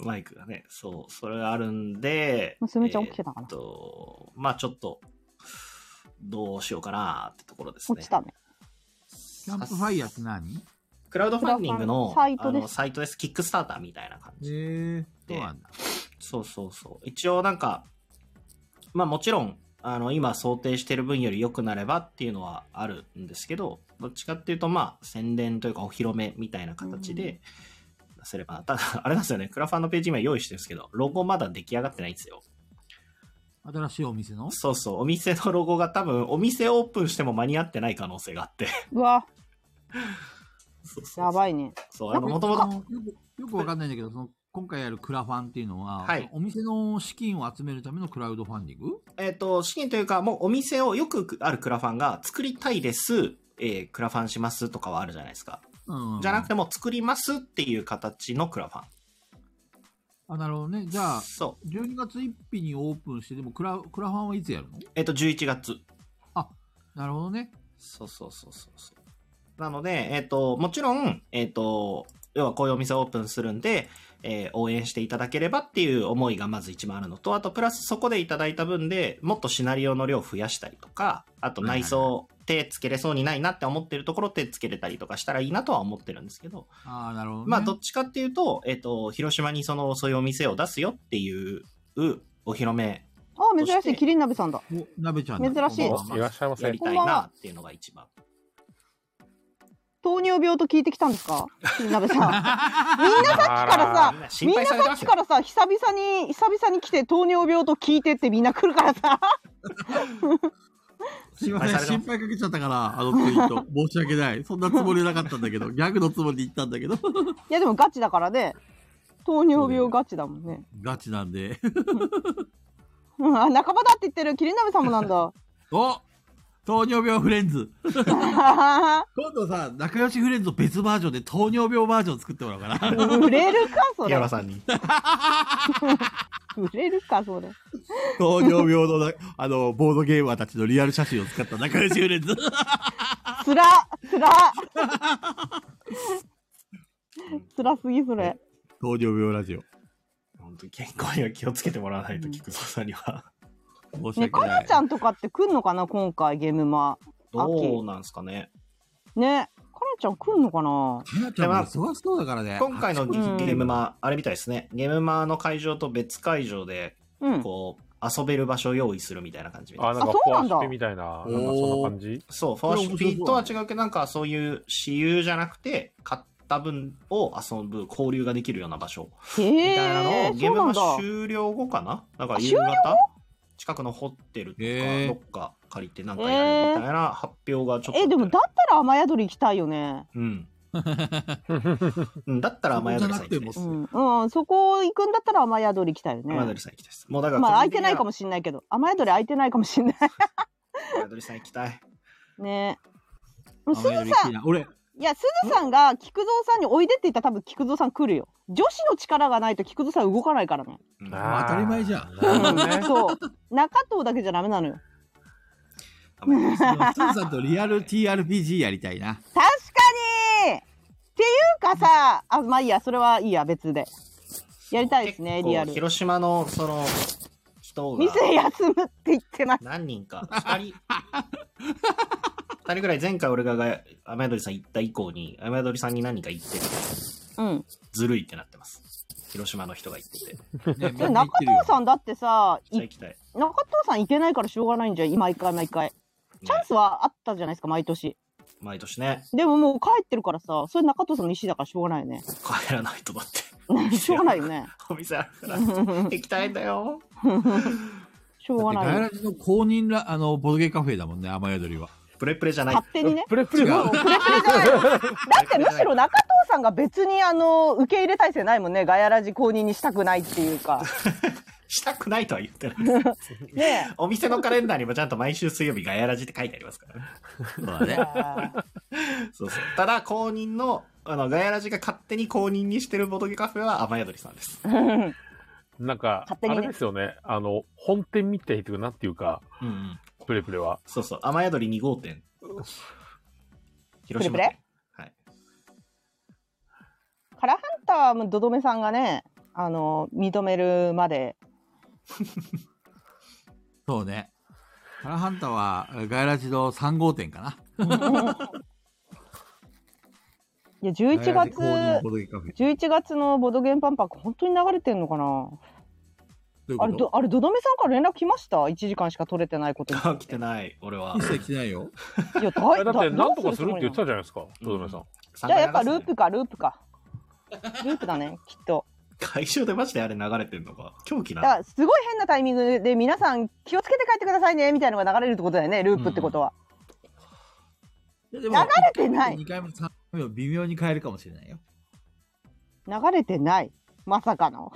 S3: マイクがね、そう、それがあるんで、
S4: 娘ちゃん起きてたかな
S3: えーっと、まあちょっと、どうしようかなってところですね。
S4: 落ちたね。
S1: キャンプファイヤーって何
S3: クラウドファンディングの
S4: サイトです
S3: あのサイトです。キックスターターみたいな感じ。
S1: えー、そうなんだ。
S3: そうそうそう。一応なんか、まあもちろん、あの、今想定してる分より良くなればっていうのはあるんですけど、どっちかっていうとまあ宣伝というかお披露目みたいな形で出せればな。ただ、あれなんですよね。クラファンのページ今用意してるんですけど、ロゴまだ出来上がってないんですよ。
S1: 新しいお店の
S3: そうそう、お店のロゴが多分、お店オープンしても間に合ってない可能性が
S4: [LAUGHS]
S3: あって。
S4: うわ、
S3: そうそう
S4: やばいね。
S3: そう、あの、もとも
S1: あ
S3: と、
S1: のよくよくわかんないんだけど、その今回やるクラファンっていうのは、
S3: はい
S1: お店の資金を集めるためのクラウドファンディング
S3: えっ、と、資金というか、もうお店をよくあるクラファンが、作りたいです、えークラファンしますとかはあるじゃないですか。
S1: うん。
S3: じゃなくても、作りますっていう形のクラファン。
S1: あ、なるほどね。じゃあ、
S3: そ
S1: 12月1日にオープンして、でもクラクラファンはいつやるの
S3: う。えっ、と、11月。
S1: なるほどね。
S3: そうそうそうそうそう。なので、えっ、と、もちろん、えっ、と、要はこういうお店オープンするんで、えー応援していただければっていう思いがまず一番あるのと、あとプラスそこでいただいた分でもっとシナリオの量を増やしたりとか、あと内
S1: はい
S3: 装手つけれそうにないなって思ってるところ手つけれたりとかしたらいいなとは思ってるんですけど、
S1: ああ、なるほど、ね。
S3: まあどっちかっていうと、えっ、と、広島にその、そういうお店を出すよっていうお披露目
S4: ああ、珍しい。キリン鍋さんだ。
S1: お、鍋ちゃんだ。
S4: 珍しい
S1: こんばんはい
S2: らっしゃいま
S3: や
S2: せ
S3: り。たいなっていうのが一番。
S4: 糖尿病と聞いてきたんですかキリン鍋
S3: [LAUGHS]
S4: さん。みんなさっきから
S2: あ
S4: さ
S3: みん、な心
S4: みんな
S3: 配されて
S4: さっ
S3: ます
S4: き
S3: よ
S4: か。らさ、久々に、久々に来て糖尿病と聞いてってみんな来るからさ。 [LAUGHS]
S1: すいませ
S3: 心
S1: ん、
S3: 配さ
S1: 心
S3: れてま
S1: 配かけちゃったから、あのツイート。申し訳ない。 [LAUGHS] そんなつもりなかったんだけど、ギャグのつもりで言ったんだけど、 [LAUGHS]
S4: いや、でもガチだからね。糖尿病ガチだもんね。
S1: ガチなんで。
S4: うん、あ、仲間だって言ってる。キリン鍋さんもなんだ。 [LAUGHS]
S1: お糖尿病フレンズ。
S4: 売
S1: 今度さ、仲良しフレンズの別バージョンで糖尿病バージョン作ってもらおうかな。
S4: れるか、そ
S3: 木原
S4: れ。
S3: さんに。
S4: 売れるか、それ。
S1: 糖尿病のな、 [LAUGHS] あの、ボードゲーマーたちのリアル写真を使った仲良しフレン [LAUGHS] ズ。
S4: つら、つ
S3: [LAUGHS]
S4: ら。つらすぎ、それ。
S1: 糖尿病ラジオ。
S3: 本当に健康には気をつけてもらわないと、 [LAUGHS] 菊蔵さんには。
S1: 申し
S4: ね、
S1: 訳
S4: か
S1: な
S4: ないち。ゃんとかって来んのかな、今回、ゲームマ。
S3: どうなんですかね。
S4: ね。かなちゃん来んのかな
S1: かなちゃんも忙しそうだからね。
S3: 今回の
S1: あ
S3: ゲ
S4: うん
S3: ームマ、あれみたいですね。ゲームマの会場と別会場で、
S4: うん。
S3: こう、遊べる場所を用意するみたいな感じみたい
S2: あ、
S3: で
S2: な
S3: す
S2: んか
S4: あ
S2: フ
S4: そう
S2: ォ
S4: な
S2: ア
S4: ん
S2: シ
S4: だ
S2: ピみたいな、なんかそんな感じ
S3: そう、ファ
S1: これ
S3: ーシ
S1: 面
S3: フ
S1: 白
S3: ィ
S1: そ
S3: ッ
S1: う
S3: トは違うけど、なんかそういう私有じゃなくて、買った分を遊ぶ交流ができるような場所み
S4: へ
S3: たいなのを、
S4: え、
S3: ゲ
S4: そ
S3: ー
S4: うな
S3: ム
S4: んだ。
S3: が終了後かななんか
S4: あ
S3: 夕
S4: 終了
S3: 方近くのホテルと
S1: へー
S3: か、どっか借りてなんかやるみたいな発表がちょっと。
S4: え、でもだったら雨宿り行きたいよね。
S1: [LAUGHS]
S3: うん。うんだったら雨宿りさん行きたいです
S4: う。ん、うん、そこ行くんだったら雨宿り行きたいよね。
S3: 雨宿りさん行きたいです。もうだから、
S4: まあ空いてないかもしれないけど、雨宿り空いてないかもしれない。 [LAUGHS]
S3: 雨宿りさん行きたい。
S4: ね。
S1: あ
S4: すず
S1: 雨宿り
S4: さ
S1: い
S4: ん、い
S1: いな俺、
S4: や、すずさんが菊蔵さんにおいでって言ったら多分菊蔵さん来るよ。女子の力がないと菊蔵さん動かないからね。
S3: うん
S1: あ当たり前じゃん [LAUGHS]
S2: ん。なるほどね。
S4: そう。中藤だけじゃダメなのよ。
S3: 雨宿りさん
S1: スーさんとリアル TRPG やりたいな。
S4: 確かにっていうかさ、あ、まあいいや、それはいいや、別で。やりたいですね、
S3: 結構
S4: リアル。
S3: 広島の、その、人が。
S4: 店休むって言ってます。
S3: 何人か2人2人ぐらい前回俺がが雨宿りさん行った以降に雨宿りさんに何人か行ってる
S4: うん。
S3: ずるいってなってます広島の人が行って
S4: [LAUGHS]
S3: て
S1: ね、みん
S4: でも
S1: な言っ
S4: 中
S1: てるよ
S4: 藤さんだってさ、い
S3: 行きたい
S4: 中藤さん行けないからしょうがないんじゃん、毎回毎回。チャンスはあったじゃないですか、毎年。
S3: 毎年ね
S4: でももう帰ってるからさ、それ中藤さんの意思だからしょうがないよね。
S3: 帰らないとだって [LAUGHS]
S4: しょうがないよね。
S3: お店あるから行きたいんだよ
S4: しょうが
S1: だってガヤ
S4: な
S1: ラ
S4: い。
S1: ジの公認ら、あの、ボドゲカフェだもんね、雨宿りは。
S3: プレプレじゃない
S4: 勝手にね。
S2: プレプレ
S1: 違う
S2: が。
S4: だってむしろ中藤さんが別にあの受け入れ体制ないもんねガヤラジ公認にしたくないっていう
S3: [LAUGHS]
S4: か
S3: したくないとは言ってない
S4: ねえ
S3: お店のカレンダーにもちゃんと毎週水曜日ガヤラジって書いてありますからね
S1: そうだね。
S3: そうそうただ公認のあのガヤラジが勝手に公認にしてるボトゲカフェは雨宿りさんです
S2: なんか、
S4: 勝手に
S2: あ
S4: ね
S2: れですよね。あの、本店みたいというか、なんていうか、
S3: うん、うん
S2: プレプレは。
S3: そうそう、雨宿り2号店。広島
S4: プレプレ
S3: 県はい。
S4: カラーハンターもドドメさんがねあの認めるまで
S1: そうね。カラハンターは、ガイラジの3号店かな。
S4: いや11
S1: ガヤラジ公認
S4: 月
S1: ボドゲカフェ。
S4: 11月のボドゲンパンパック本当に流れてんのかな
S1: どういう
S4: あれ
S1: こと
S4: どあれドドメさんから連絡来ました1時間しか取れてな
S2: [LAUGHS]
S4: いことに
S3: [LAUGHS] 来てない、俺は
S1: 一。切来てないよ。
S4: いや大
S2: えだって、なんとかする
S4: ど
S2: って
S4: うつもりな
S2: 言
S4: の
S2: ってたじゃないですか、とどめさん。
S4: じゃあやっぱループかループかループ
S2: [LAUGHS]
S4: だねきっと
S3: 会場でマジであれ流れてんのか。狂気
S4: だ
S3: な
S4: か
S3: の。
S4: らすごい変なタイミングで皆さん気をつけて帰ってくださいねみたいなのが流れるってことだよねループってことは、
S1: 流れ
S4: 流れてない
S1: 2回目、3回目を微妙に変えるかもしれないよ。
S4: 流れてないまさかの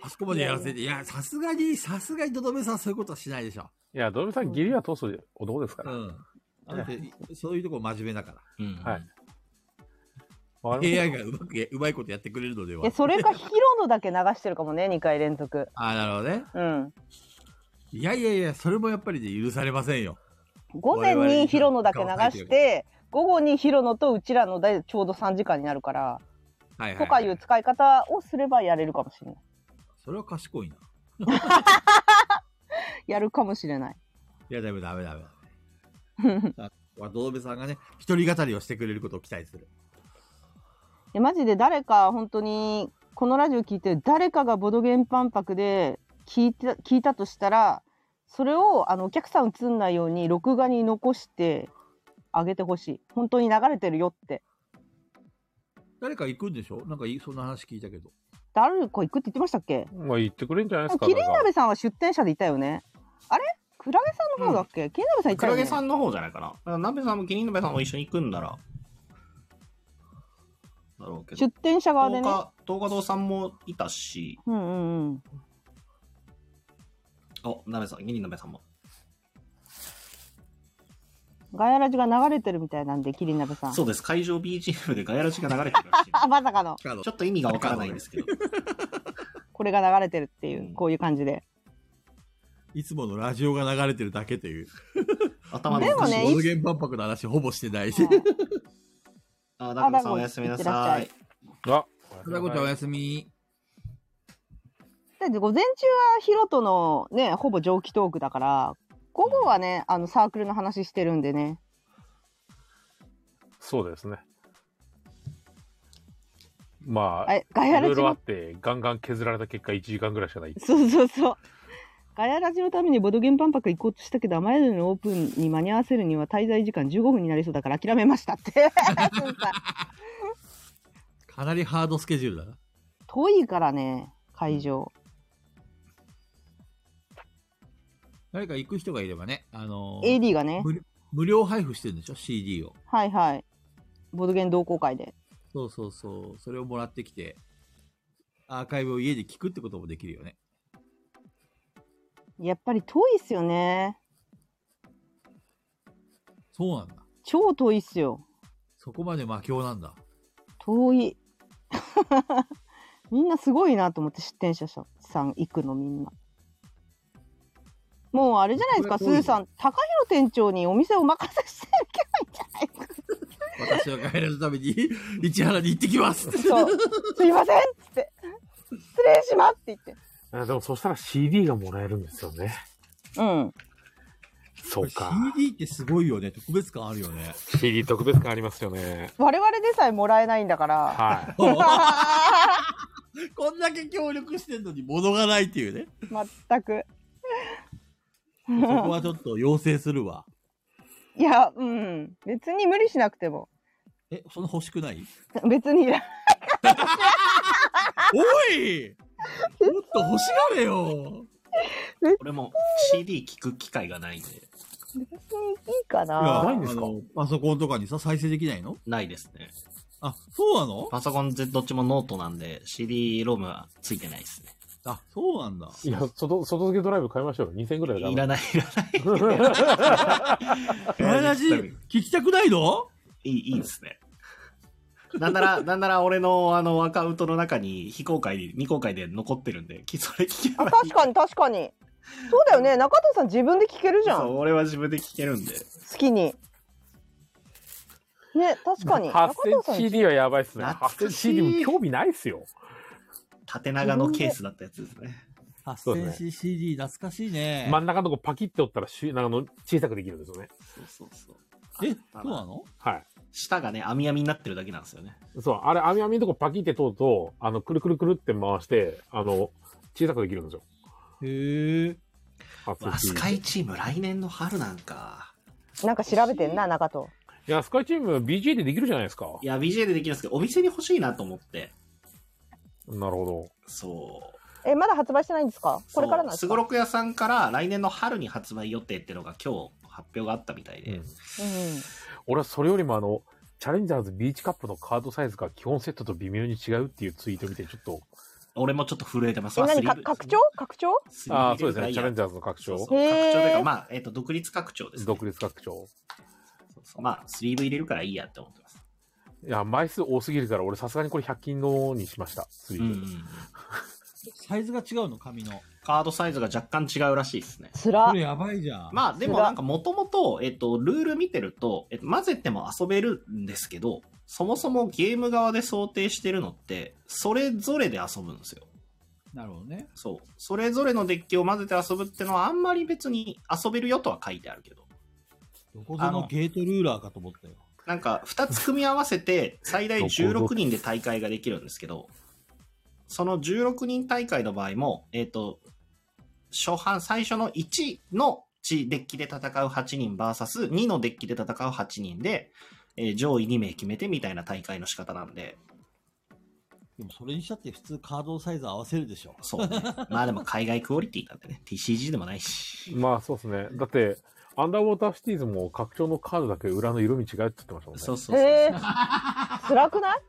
S1: あそこまでやらせて、いや、さすがに、さすがにドドメさんはそういうことはしないでしょ。
S2: いや、とどめさん、義理は通す男ですか
S1: う
S2: ら。
S1: ん。だって、そういうとこ真面目だから。
S3: うん
S2: はい。わかりま
S1: AI
S2: し
S1: がうまく、うまいことやってくれるので
S4: いや
S1: は。
S4: それかヒロのだけ流してるかもね2回連続
S1: ああ、なるほどね。
S4: うん
S1: いやいやいや、それもやっぱりね、許されませんよ。
S4: 午前にヒロのだけ流して午後にヒロのとうちらのでちょうど3時間になるから
S1: はいはい、
S4: とかいう使い方をすればやれるかもしれない
S1: それは賢いな。
S4: やるかもしれない
S1: いや、ダメダメダメ。
S4: [LAUGHS]
S1: はドドメさんがね、一人語りをしてくれることを期待する。
S4: いやマジで誰か本当にこのラジオ聞いてる誰かがボドゲンパンパクで聞いた聞いたとしたらそれをあのお客さん映んないように録画に残してあげてほしい本当に流れてるよって
S1: 誰か行くんでしょなんかいそんな話聞いたけど。
S4: 誰か行くって言ってましたっけ
S2: まあ言ってくれんじゃないですか。
S4: キリン鍋さんは出店者でいたよねあれクラゲさんの方だっけ、キリン鍋さんいた
S3: ク
S4: よ
S3: ラ
S4: ね
S3: ゲさんの方じゃないかな。だから鍋さんもキリン鍋さんも一緒に行くんなら。だろうけど
S4: 出。店者側で
S3: 東
S4: ね
S3: 華東華堂さんもいたし、
S4: うんうんうん
S3: お、鍋さん、キリン鍋さんも。
S4: ガヤラジが流れてるみたいなんでキリン鍋さん
S3: そうです。会場 BGM でガヤラジが流れてる
S4: [LAUGHS]
S3: らしい。
S4: あまさかの
S3: ちょっと意味がわからないんで
S4: [LAUGHS]
S3: すけど。
S4: これが流れてるっていう、
S3: うん
S4: こういう感
S2: [LAUGHS]
S4: じで
S1: いつものラジオが流れてるだけという。
S3: 頭の
S4: でもね
S1: ボードゲーム万博の話ほぼしてないし。
S3: あ、ダコさん
S4: あダコ
S3: おやすみなさ
S4: いっ
S3: い
S4: て。
S2: あ、
S1: そんなことはおやすみ。
S4: だって午前中はヒロとのねほぼ蒸気トークだから午後はねあのサークルの話してるんでね
S2: そうですね。まあ、
S4: あ
S2: い
S4: れガヤ
S2: ろ
S4: ラ
S2: い
S4: ジ
S2: ろあ
S4: の
S2: って、ガンガン削られた結果1時間ぐらいしかない。
S4: そうそうそうガヤラジのためにボドゲン万博行こうとしたけど雨宿りのオープンに間に合わせるには滞在時間15分になりそうだから諦めましたって
S2: [LAUGHS]
S4: なんか
S1: かなりハードスケジュールだな。
S4: 遠いからね会場
S1: 誰か行く人がいればね、あのー
S4: AD がね
S1: 無料無料配布してるんでしょ ?CD を。
S4: はいはいボドゲン同好会で
S1: そうそうそう。それをもらってきて、アーカイブを家で聞くってこともできるよね。
S4: やっぱり遠いっすよね
S1: そうなんだ。
S4: 超遠いっすよ
S1: そこまで魔境なんだ。
S4: 遠い [LAUGHS] みんなすごいなと思って出店者さん行くのみんなもうあれじゃないですかス
S1: これは遠い
S4: ーさん高弘店長にお店を任せしていけばいいんじゃないですか
S1: 私は帰らぬために、 [LAUGHS] 市原に行ってきます。
S4: そう「 [LAUGHS] すいません」っつって「失礼します」って言っ
S2: あでもそしたら CD がもらえるんですよね。
S4: てうん
S2: そうか。
S1: CD ってすごいよね。特別感あるよね。
S2: CD 特別感ありますよね。
S4: 我々でさえもらえないんだから
S2: は
S1: こんだけ協力してんのに物がないっていう
S4: [LAUGHS]
S1: ね。
S4: 全く
S1: そこはちょっと要請するわ。
S4: いやうん別に無理しなくても
S1: え、その欲しくない
S4: 別にいら
S1: おいもっと欲しがれよ
S3: 俺も CD 聞く機会がないんで、
S4: 別にいいか
S1: いや
S4: な
S2: ないんですか
S1: あのパソコンとかにさ、再生できないの
S3: ないですね。
S1: あ、そうなの
S3: パソコンぜどっちもノートなんで、CD ロムはついてな
S1: [LAUGHS]
S3: いですね。
S1: あ、そうなんだ。
S2: [LAUGHS] い。いや、外、外付けドライブ買いましょうよ。2000ぐらいだ
S3: いらない、い
S1: [LAUGHS]
S3: らない。
S1: ガヤラジ、聞きたくないの
S3: いい、いいですね。なんなら、なんなら俺のあのアカウントの中に非公開、未公開で残ってるんで、きそれ聞けばいい。
S4: 確かに確かにそうだよね中藤さん自分で聞けるじゃん
S3: そう、俺は自分で聞けるんで。
S4: 好きに。ね、確か
S2: [LAUGHS]
S4: に。
S2: 8000CD はやばいっすね。
S3: 懐かしい
S2: 8000CD も興味ないっすよ。
S3: 縦長のケースだったやつですね。
S2: そうですね
S1: 8000cd 懐かしいね。
S2: 真ん中のとこパキって折ったらし、なんかの小さくできるんですよね。
S3: そうそうそう。
S1: え、
S3: あ
S1: そうなの
S2: はい。
S3: 下がね、網網になってるだけなんですよね。
S2: そう、あれ、網網のとこパキって通ると、あの、くるくるくるって回して、あの、小さくできるんですよ。
S1: へえ。
S2: 初
S3: わあ、スカ
S2: CD
S3: イチーム来年の春なんか。
S4: なんか調べてんな、中と。
S2: いや、スカイチーム BGA でできるじゃないですか。
S3: いや、BJ でできるんですけど、お店に欲しいなと思って。
S2: なるほ
S3: そう。
S4: え、まだ発売してないんですか。これからなんです
S3: す
S4: か。
S3: ご
S4: うん
S3: ろく屋さんから来年の春に発売予定ってのが今日発表があったみたい
S2: ど。う
S3: で、
S2: ん。
S4: うん。
S2: 俺はそれよりもあの、チャレンジャーズビーチカップのカードサイズが基本セットと微妙に違うっていうツイート見て、ちょっと、
S3: 俺もちょっと震えてます。
S4: え、
S3: まあ
S4: 何か
S3: スリーブ
S4: 拡張、拡張。
S3: スリー
S2: あ
S3: ブ
S2: あ、そうです
S3: い
S2: ね、
S3: や
S2: チャレンジャーズの拡
S3: そう
S2: 張
S3: そう、拡
S4: へー
S3: 張というか、まあ、えっ、と、独立拡張です、ね。
S2: 独立拡張。
S3: そうそうまあ、スリーブ入れるからいいやって思ってます。
S2: いや、枚数多すぎるから、俺さすがにこれ100均のにしました、スリ
S3: うんう
S2: ーブ。
S3: ん。
S1: サイズが違うの紙の。
S3: カードサイズが若干違うらしいですね。
S4: つ
S1: こ
S4: ら
S1: れ。やばいじゃん。
S3: まあ、でもなんかもともと、えっ、と、ルール見てると、えっと、混ぜても遊べるんですけど、そもそもゲーム側で想定してるのって、それぞれで遊ぶんですよ。
S1: なるほどね。
S3: そう。それぞれのデッキを混ぜて遊ぶってのはあんまり別に遊べるよとは書いてあるけど。
S1: どこぞのゲートルーラーかと思ったよ。
S3: なんか、2つ組み合わせて最大16人で大会ができるんですけど、その16人大会の場合も、えっ、と、初版、最初の1の地デッキで戦う8人 VS2 のデッキで戦う8人で、えー上位2名決めてみたいな大会の仕方なんで、
S6: でもそれにしたって普通カードサイズ合わせるでしょ。
S3: そうね。まあでも海外クオリティなんでね、TCG でもないし。
S2: まあそうですね。だって、アンダーウォーターシティーズも拡張のカードだけ裏の色味違うって言ってましたもんね。
S3: そうそうそう。 [LAUGHS]
S4: えー、辛くない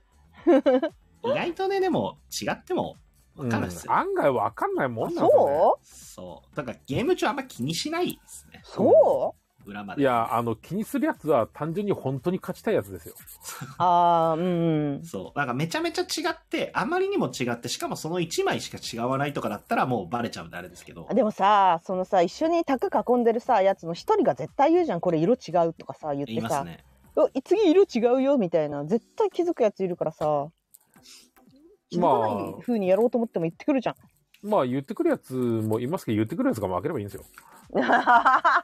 S3: 意外とね、でも違っても分かるんで
S2: う
S3: す
S2: ん
S3: よ。
S2: 案外わかんないもんなんですよ、ね。
S4: そう
S3: そう。だからゲーム中あんま気にしないですね。
S4: そう
S3: 裏まで。
S2: いや、あの、気にするやつは単純に本当に勝ちたいやつですよ。
S4: ああ、うん。
S3: そう。なんかめちゃめちゃ違って、あまりにも違って、しかもその1枚しか違わないとかだったらもうバレちゃうんであれですけど。
S4: でもさ、そのさ、一緒に卓囲んでるさ、やつの一人が絶対言うじゃん、これ色違うとかさ、言っ
S3: 言い
S4: て
S3: ます
S4: さ、
S3: ね。
S4: う次色違うよみたいな、絶対気づくやついるからさ、気づか
S2: ま
S4: な
S2: あ
S4: い風にやろうと思っても言ってくるじゃん。
S2: まあ言ってくるやつもいますけど、言ってくるやつが負ければいいんですよ。
S4: [LAUGHS] か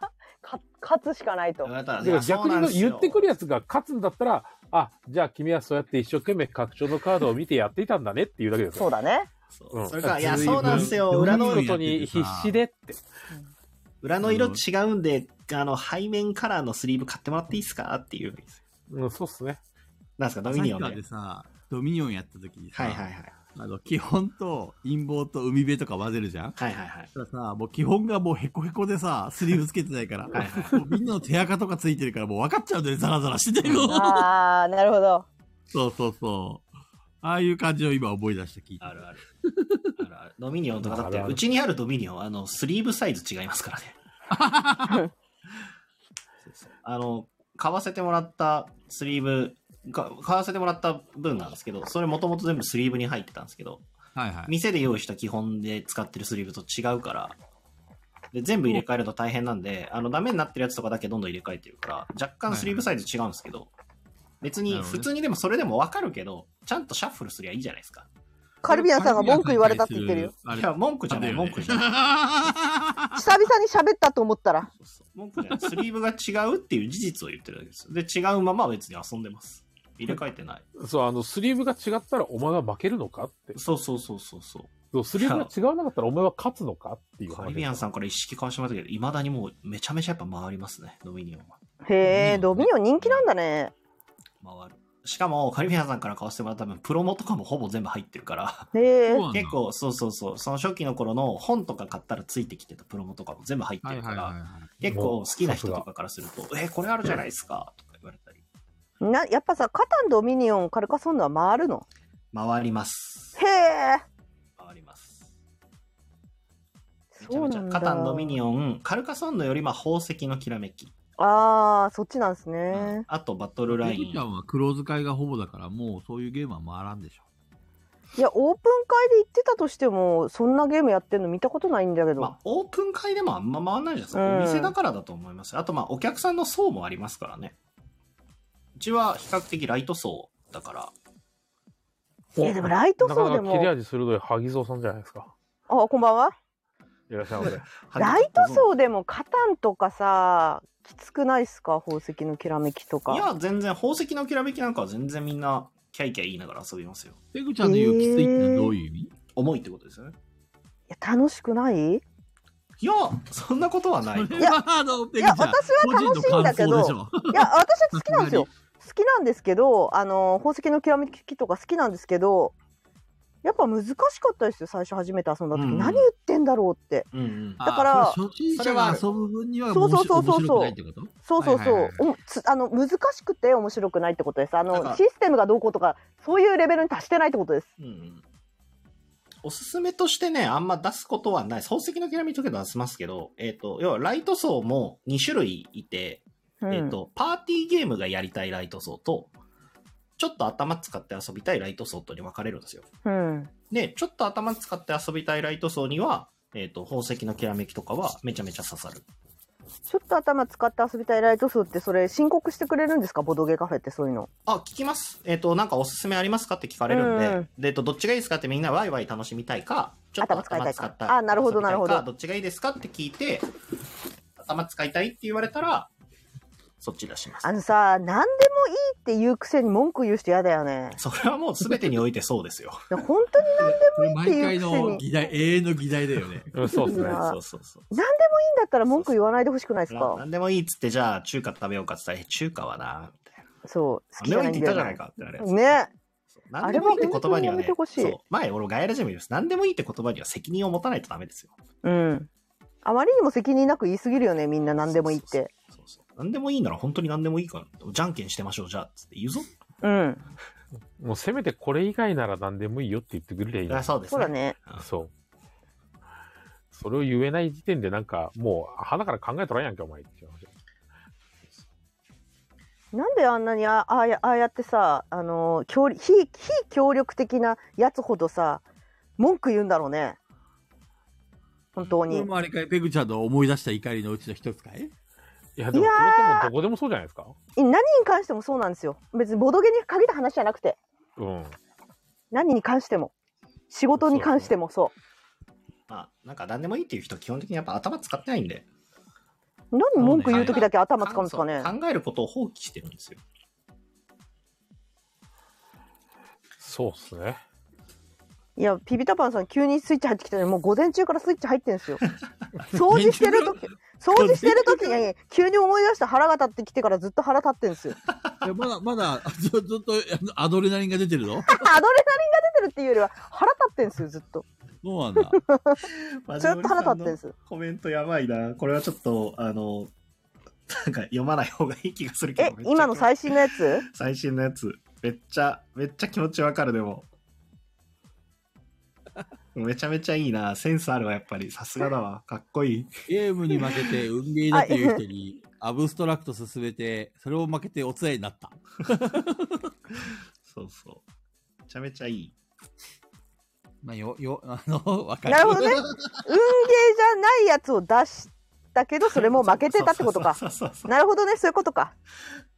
S4: 勝つしかないと。
S3: だから
S2: だから逆に言ってくる
S3: や
S2: やつが勝つんだったら、あ、じゃあ君はそうやって一生懸命拡張のカードを見てやっていたんだねっていうだけです
S4: そ
S2: よ。
S4: うだね。
S3: つ。そううんそれから、いや、そうなんですよ。
S1: うん
S3: 裏
S2: 見
S3: の、
S2: 事に必死でって。
S3: 裏の色違うんで、あの、背面カラーのスリーブ買ってもらっていいですかっていう。
S2: うん、そうっすね。
S3: なんですか、ドミ
S1: さっ
S3: ニ
S1: き
S3: オン
S1: ま
S3: で
S1: で。さ、ドミニオンやった時にさ、
S3: はいはいはい。
S1: あの、基本と陰謀と海辺とか混ぜるじゃん
S3: はいはいはい。
S1: そしたらさ、もう基本がもうヘコヘコでさ、スリーブつけてないから、
S3: はいは
S1: もうみんなの手垢とかついてるからもう分かっちゃうんだよね、ザラザラしててよ。
S4: あ [LAUGHS] あ、なるほど。
S1: そうそうそう。ああいう感じを今思い出して聞いた。
S3: あるある。あるある。ドミニオンとかだって
S2: あるあ、る
S3: うちにあるドミニオン、あの、スリーブサイズ違いますからね。そうそうあの、買わせてもらったスリーブ、か買わせてもらった分なんですけど、それもともと全部スリーブに入ってたんですけど、
S1: はいはい。
S3: 店で用意した基本で使ってるスリーブと違うから、で全部入れ替えると大変なんで、あの、ダメになってるやつとかだけどんどん入れ替えてるから、若干スリーブサイズ違うんですけど、別
S1: な
S3: に、
S1: るほどね
S3: 普通にでもそれでもわかるけど、ちゃんとシャッフルすりゃいいじゃないですか。
S4: カルビアンさんが文句言われたって言ってるよ。
S1: あ
S3: い
S1: れ。
S3: や、文句じゃない、
S1: だよね
S3: 文句じゃない。
S4: 久々に喋ったと思ったら。
S3: 文句じゃない。スリーブが違うっていう事実を言ってるだけです。で、違うまま別に遊んでます。入れ替えてない。
S2: そう、あの、スリーブが違ったらお前は負けるのかって。
S3: そうそうそうそうそう。
S2: そうスリーブが違わなかったらお前は勝つのかっていう話。
S3: カリビアンさんから一式交わしましたけど、いまだにもうめちゃめちゃやっぱ回りますね、ドミニオンは。
S4: へえ、ドミニオン人気なんだね。
S3: 回る。しかも、カリビアンさんから買わせてもらった分、プロモとかもほぼ全部入ってるから、
S4: へえ
S1: そう。なんだ
S3: 結。構、そうそうそう、その初期の頃の本とか買ったらついてきてたプロモとかも全部入って
S1: はい
S3: るか
S1: はい
S3: ら、
S1: はいはい。
S3: 結構好きな人とかからすると、え、これあるじゃないですか、とか言われたり。
S4: な、やっぱさ、カタン、ドミニオン、カルカソンヌは回るの
S3: 回ります。
S4: へえ。
S3: 回ります。めちゃ
S4: そう
S3: めち
S4: な
S3: ゃ
S4: んだ。
S3: カタン、ドミニオン、カルカソンヌよりまあ宝石のきらめき、
S4: ああ、そっちなんです
S3: うん
S4: ね。
S3: あとバトルラ
S1: ペ
S3: イ
S1: グちゃ
S3: ン。
S1: んは黒使いがほぼだから、もうそういうゲームは回らんでしょ。
S4: いや、オープン会で言ってたとしても、そんなゲームやってんの見たことないんだけど。
S3: まあ、オープン会でもあんま回んないじゃないですか。
S4: うん
S3: お店だからだと思いますよ。あと、まあ、お客さんの層もありますからね。うちは比較的ライト層だから。
S4: いや、でもライト
S2: なか
S4: 層
S2: な
S4: で
S2: か切れ
S4: も。
S2: 味鋭い萩蔵さんじゃないですか。
S4: あ、こんばんは。
S2: いらっしゃいませ。
S4: ライト層でもカタンとかさ、きつくないっすか宝石のきらめきと
S3: い
S4: か。
S3: や、全然、宝石のきらめきなんかは全然みんな、キャイキャイ言いながら遊びますよ。
S1: ペグちゃんの言うきついってのはどういう意味、
S3: 重いってことですよね。
S4: いや楽しくない
S3: いや、そんなことはない。 [LAUGHS]
S1: それ [LAUGHS] はあの、ペグちゃん。
S4: いや私は楽しいんだけど
S1: 個人の感想でしょ
S4: いや、私は好きなんですよ。好きなんですけど、あの、宝石のきらめきとか好きなんですけど、やっぱ難しかったですよ、最初初めて遊んだ時。
S3: うん
S4: 何言ってんだろうって。
S3: うんうん。
S1: あ
S4: だから
S1: これ初心者が遊ぶ分には
S4: そ
S1: 面
S4: れはそ
S1: 白
S4: うそうそう
S1: 面白
S4: そう
S1: くないってこと
S4: そうそうそう。
S1: はいはい
S4: おつあの、難しくて面白くないってことです。あ
S3: だか
S4: の、
S3: ら
S4: システムがどうこうとか、そういうレベルに達してないってことです。
S3: うんうんおすすめとしてね、あんま出すことはない。宝石のきらめきとか出しますけど、えっ、と、要はライト層も2種類いて、
S4: うん
S3: えっ、と、パーティーゲームがやりたいライト層と、ちょっと頭使って遊びたいライト層とに分かれるんですよ。
S4: うん。
S3: で、ちょっと頭使って遊びたいライト層には、えっ、と、宝石のきらめきとかはめちゃめちゃ刺さる。
S4: ちょっと頭使って遊びたいライト数って、それ申告してくれるんですかボドゲカフェってそういうの。
S3: あ、聞きます。えっ、と、なんかおすすめありますかって聞かれるんで、
S4: うん
S3: で、えっと、どっちがいいですかってみんなワイワイ楽しみたいか、ちょっと頭
S4: 頭
S3: 使
S4: 使いたいか
S3: った
S4: あなるほど
S3: 遊びたいか
S4: なるほど
S3: どっちがいいですかって聞いて、頭使いたいって言われたら、そっち出します
S4: あ。のさ、何でもいいって言うくせに文句言う人嫌だよ
S3: [LAUGHS]
S4: ね。
S3: それはもう全てにおいてそうですよ。
S4: [LAUGHS] 本当に
S1: これ
S4: 何で
S1: 毎
S4: もいい
S1: 回
S4: って言うくせに。
S1: の議題、永遠の議題だ
S4: [LAUGHS]
S1: よね。
S2: うんそうですね。
S4: あ
S3: そうそうそう。
S4: 何でもいいんだったら文句言わないでほしくないです
S3: な
S4: か
S3: なんでもいいっつって、じゃあ中華食べようかっつったら、え中華はな、みたいな。
S4: そう。好
S3: なん
S4: きじ
S3: で
S4: ゃ
S3: もい
S4: ないいんだよな
S3: って言ったじゃな
S4: い
S3: かって言われる。
S4: ね。
S3: そうなんでもいいって言葉には
S4: あれは本当にやめ
S3: ね
S4: てほ、しい
S3: そう前俺ガヤラジム言います。なんでもいいって言葉には責任を持たないとダメですよ。
S4: うん。あまりにも責任なく言いすぎるよね、みんな何でもいいって。
S3: そうそう。なんでもいいなら本当になんでもいいから、じゃんけんしてましょう、じゃあ、つって言うぞ。
S4: うん。
S2: もうせめてこれ以外なら何でもいいよって言ってくれりゃいいの
S3: あ
S2: に
S3: そうです
S4: そうだね。
S2: そう。それを言えない時点でなんか、もう、鼻から考えとらんやんけ、お前っていう話。
S4: なんであんなにあああやああやってさ、あのー協力非、非協力的なやつほどさ、文句言うんだろうね。本当
S1: これ
S4: に。
S1: もあれかい、ペグちゃんの思い出した怒りのうちの一つかい
S2: いや、でも
S4: いや
S2: それっても
S4: ー
S2: うどこでもそうじゃないですか
S4: 何に関してもそうなんですよ。別にボドゲに限った話じゃなくて、
S2: うん。
S4: 何に関しても。仕事に関してもそう。
S3: まあ、なんか何でもいいっていう人、基本的にやっぱ頭使ってないんで。
S4: 何文句言う時だけ頭使うんですかね
S3: そう。考えることを放棄してるんですよ。
S2: そうっすね。
S4: いや、ピピタパンさん急にスイッチ入 [LAUGHS] ってきたのに、もう午前中からスイッチ入ってん [LAUGHS] ですよ。掃除してる時、掃除してる時に急に思い出して腹が立ってきてからずっと腹立ってんですよ。
S1: いやまだ、まだ、 [LAUGHS] ずずっとあのアドレナリンが出て
S4: [LAUGHS]
S1: るの
S4: アドレナリンが出てるっていうよりは腹立ってんですよ、ずっと。
S1: そうなんだ。
S4: ずっと腹立ってんです。
S3: コメントやばいな。これはちょっと、あの、なんか読まない方がいい気がするけ
S4: え
S3: ど。、
S4: 今の
S3: 最
S4: 最新のやつ
S3: 最新のやつ。めっちゃ、めっちゃ気持ちわかる、でも。 [LAUGHS] めちゃめちゃいいな。センスあるわ、やっぱり。さすがだわ。かっこいい。
S1: ゲームに負けて運ゲーだっていう人
S4: [LAUGHS]
S1: に、アブストラクト進めて、それを負けておつらいになった。
S3: そうそう。めちゃめちゃいい。
S1: まあ、よ、よ、あの、わかる。
S4: なるほどね。運ゲーじゃないやつを出したけど、それも負けてたってことか。
S3: そうそうそう
S4: なるほどね、そういうことか。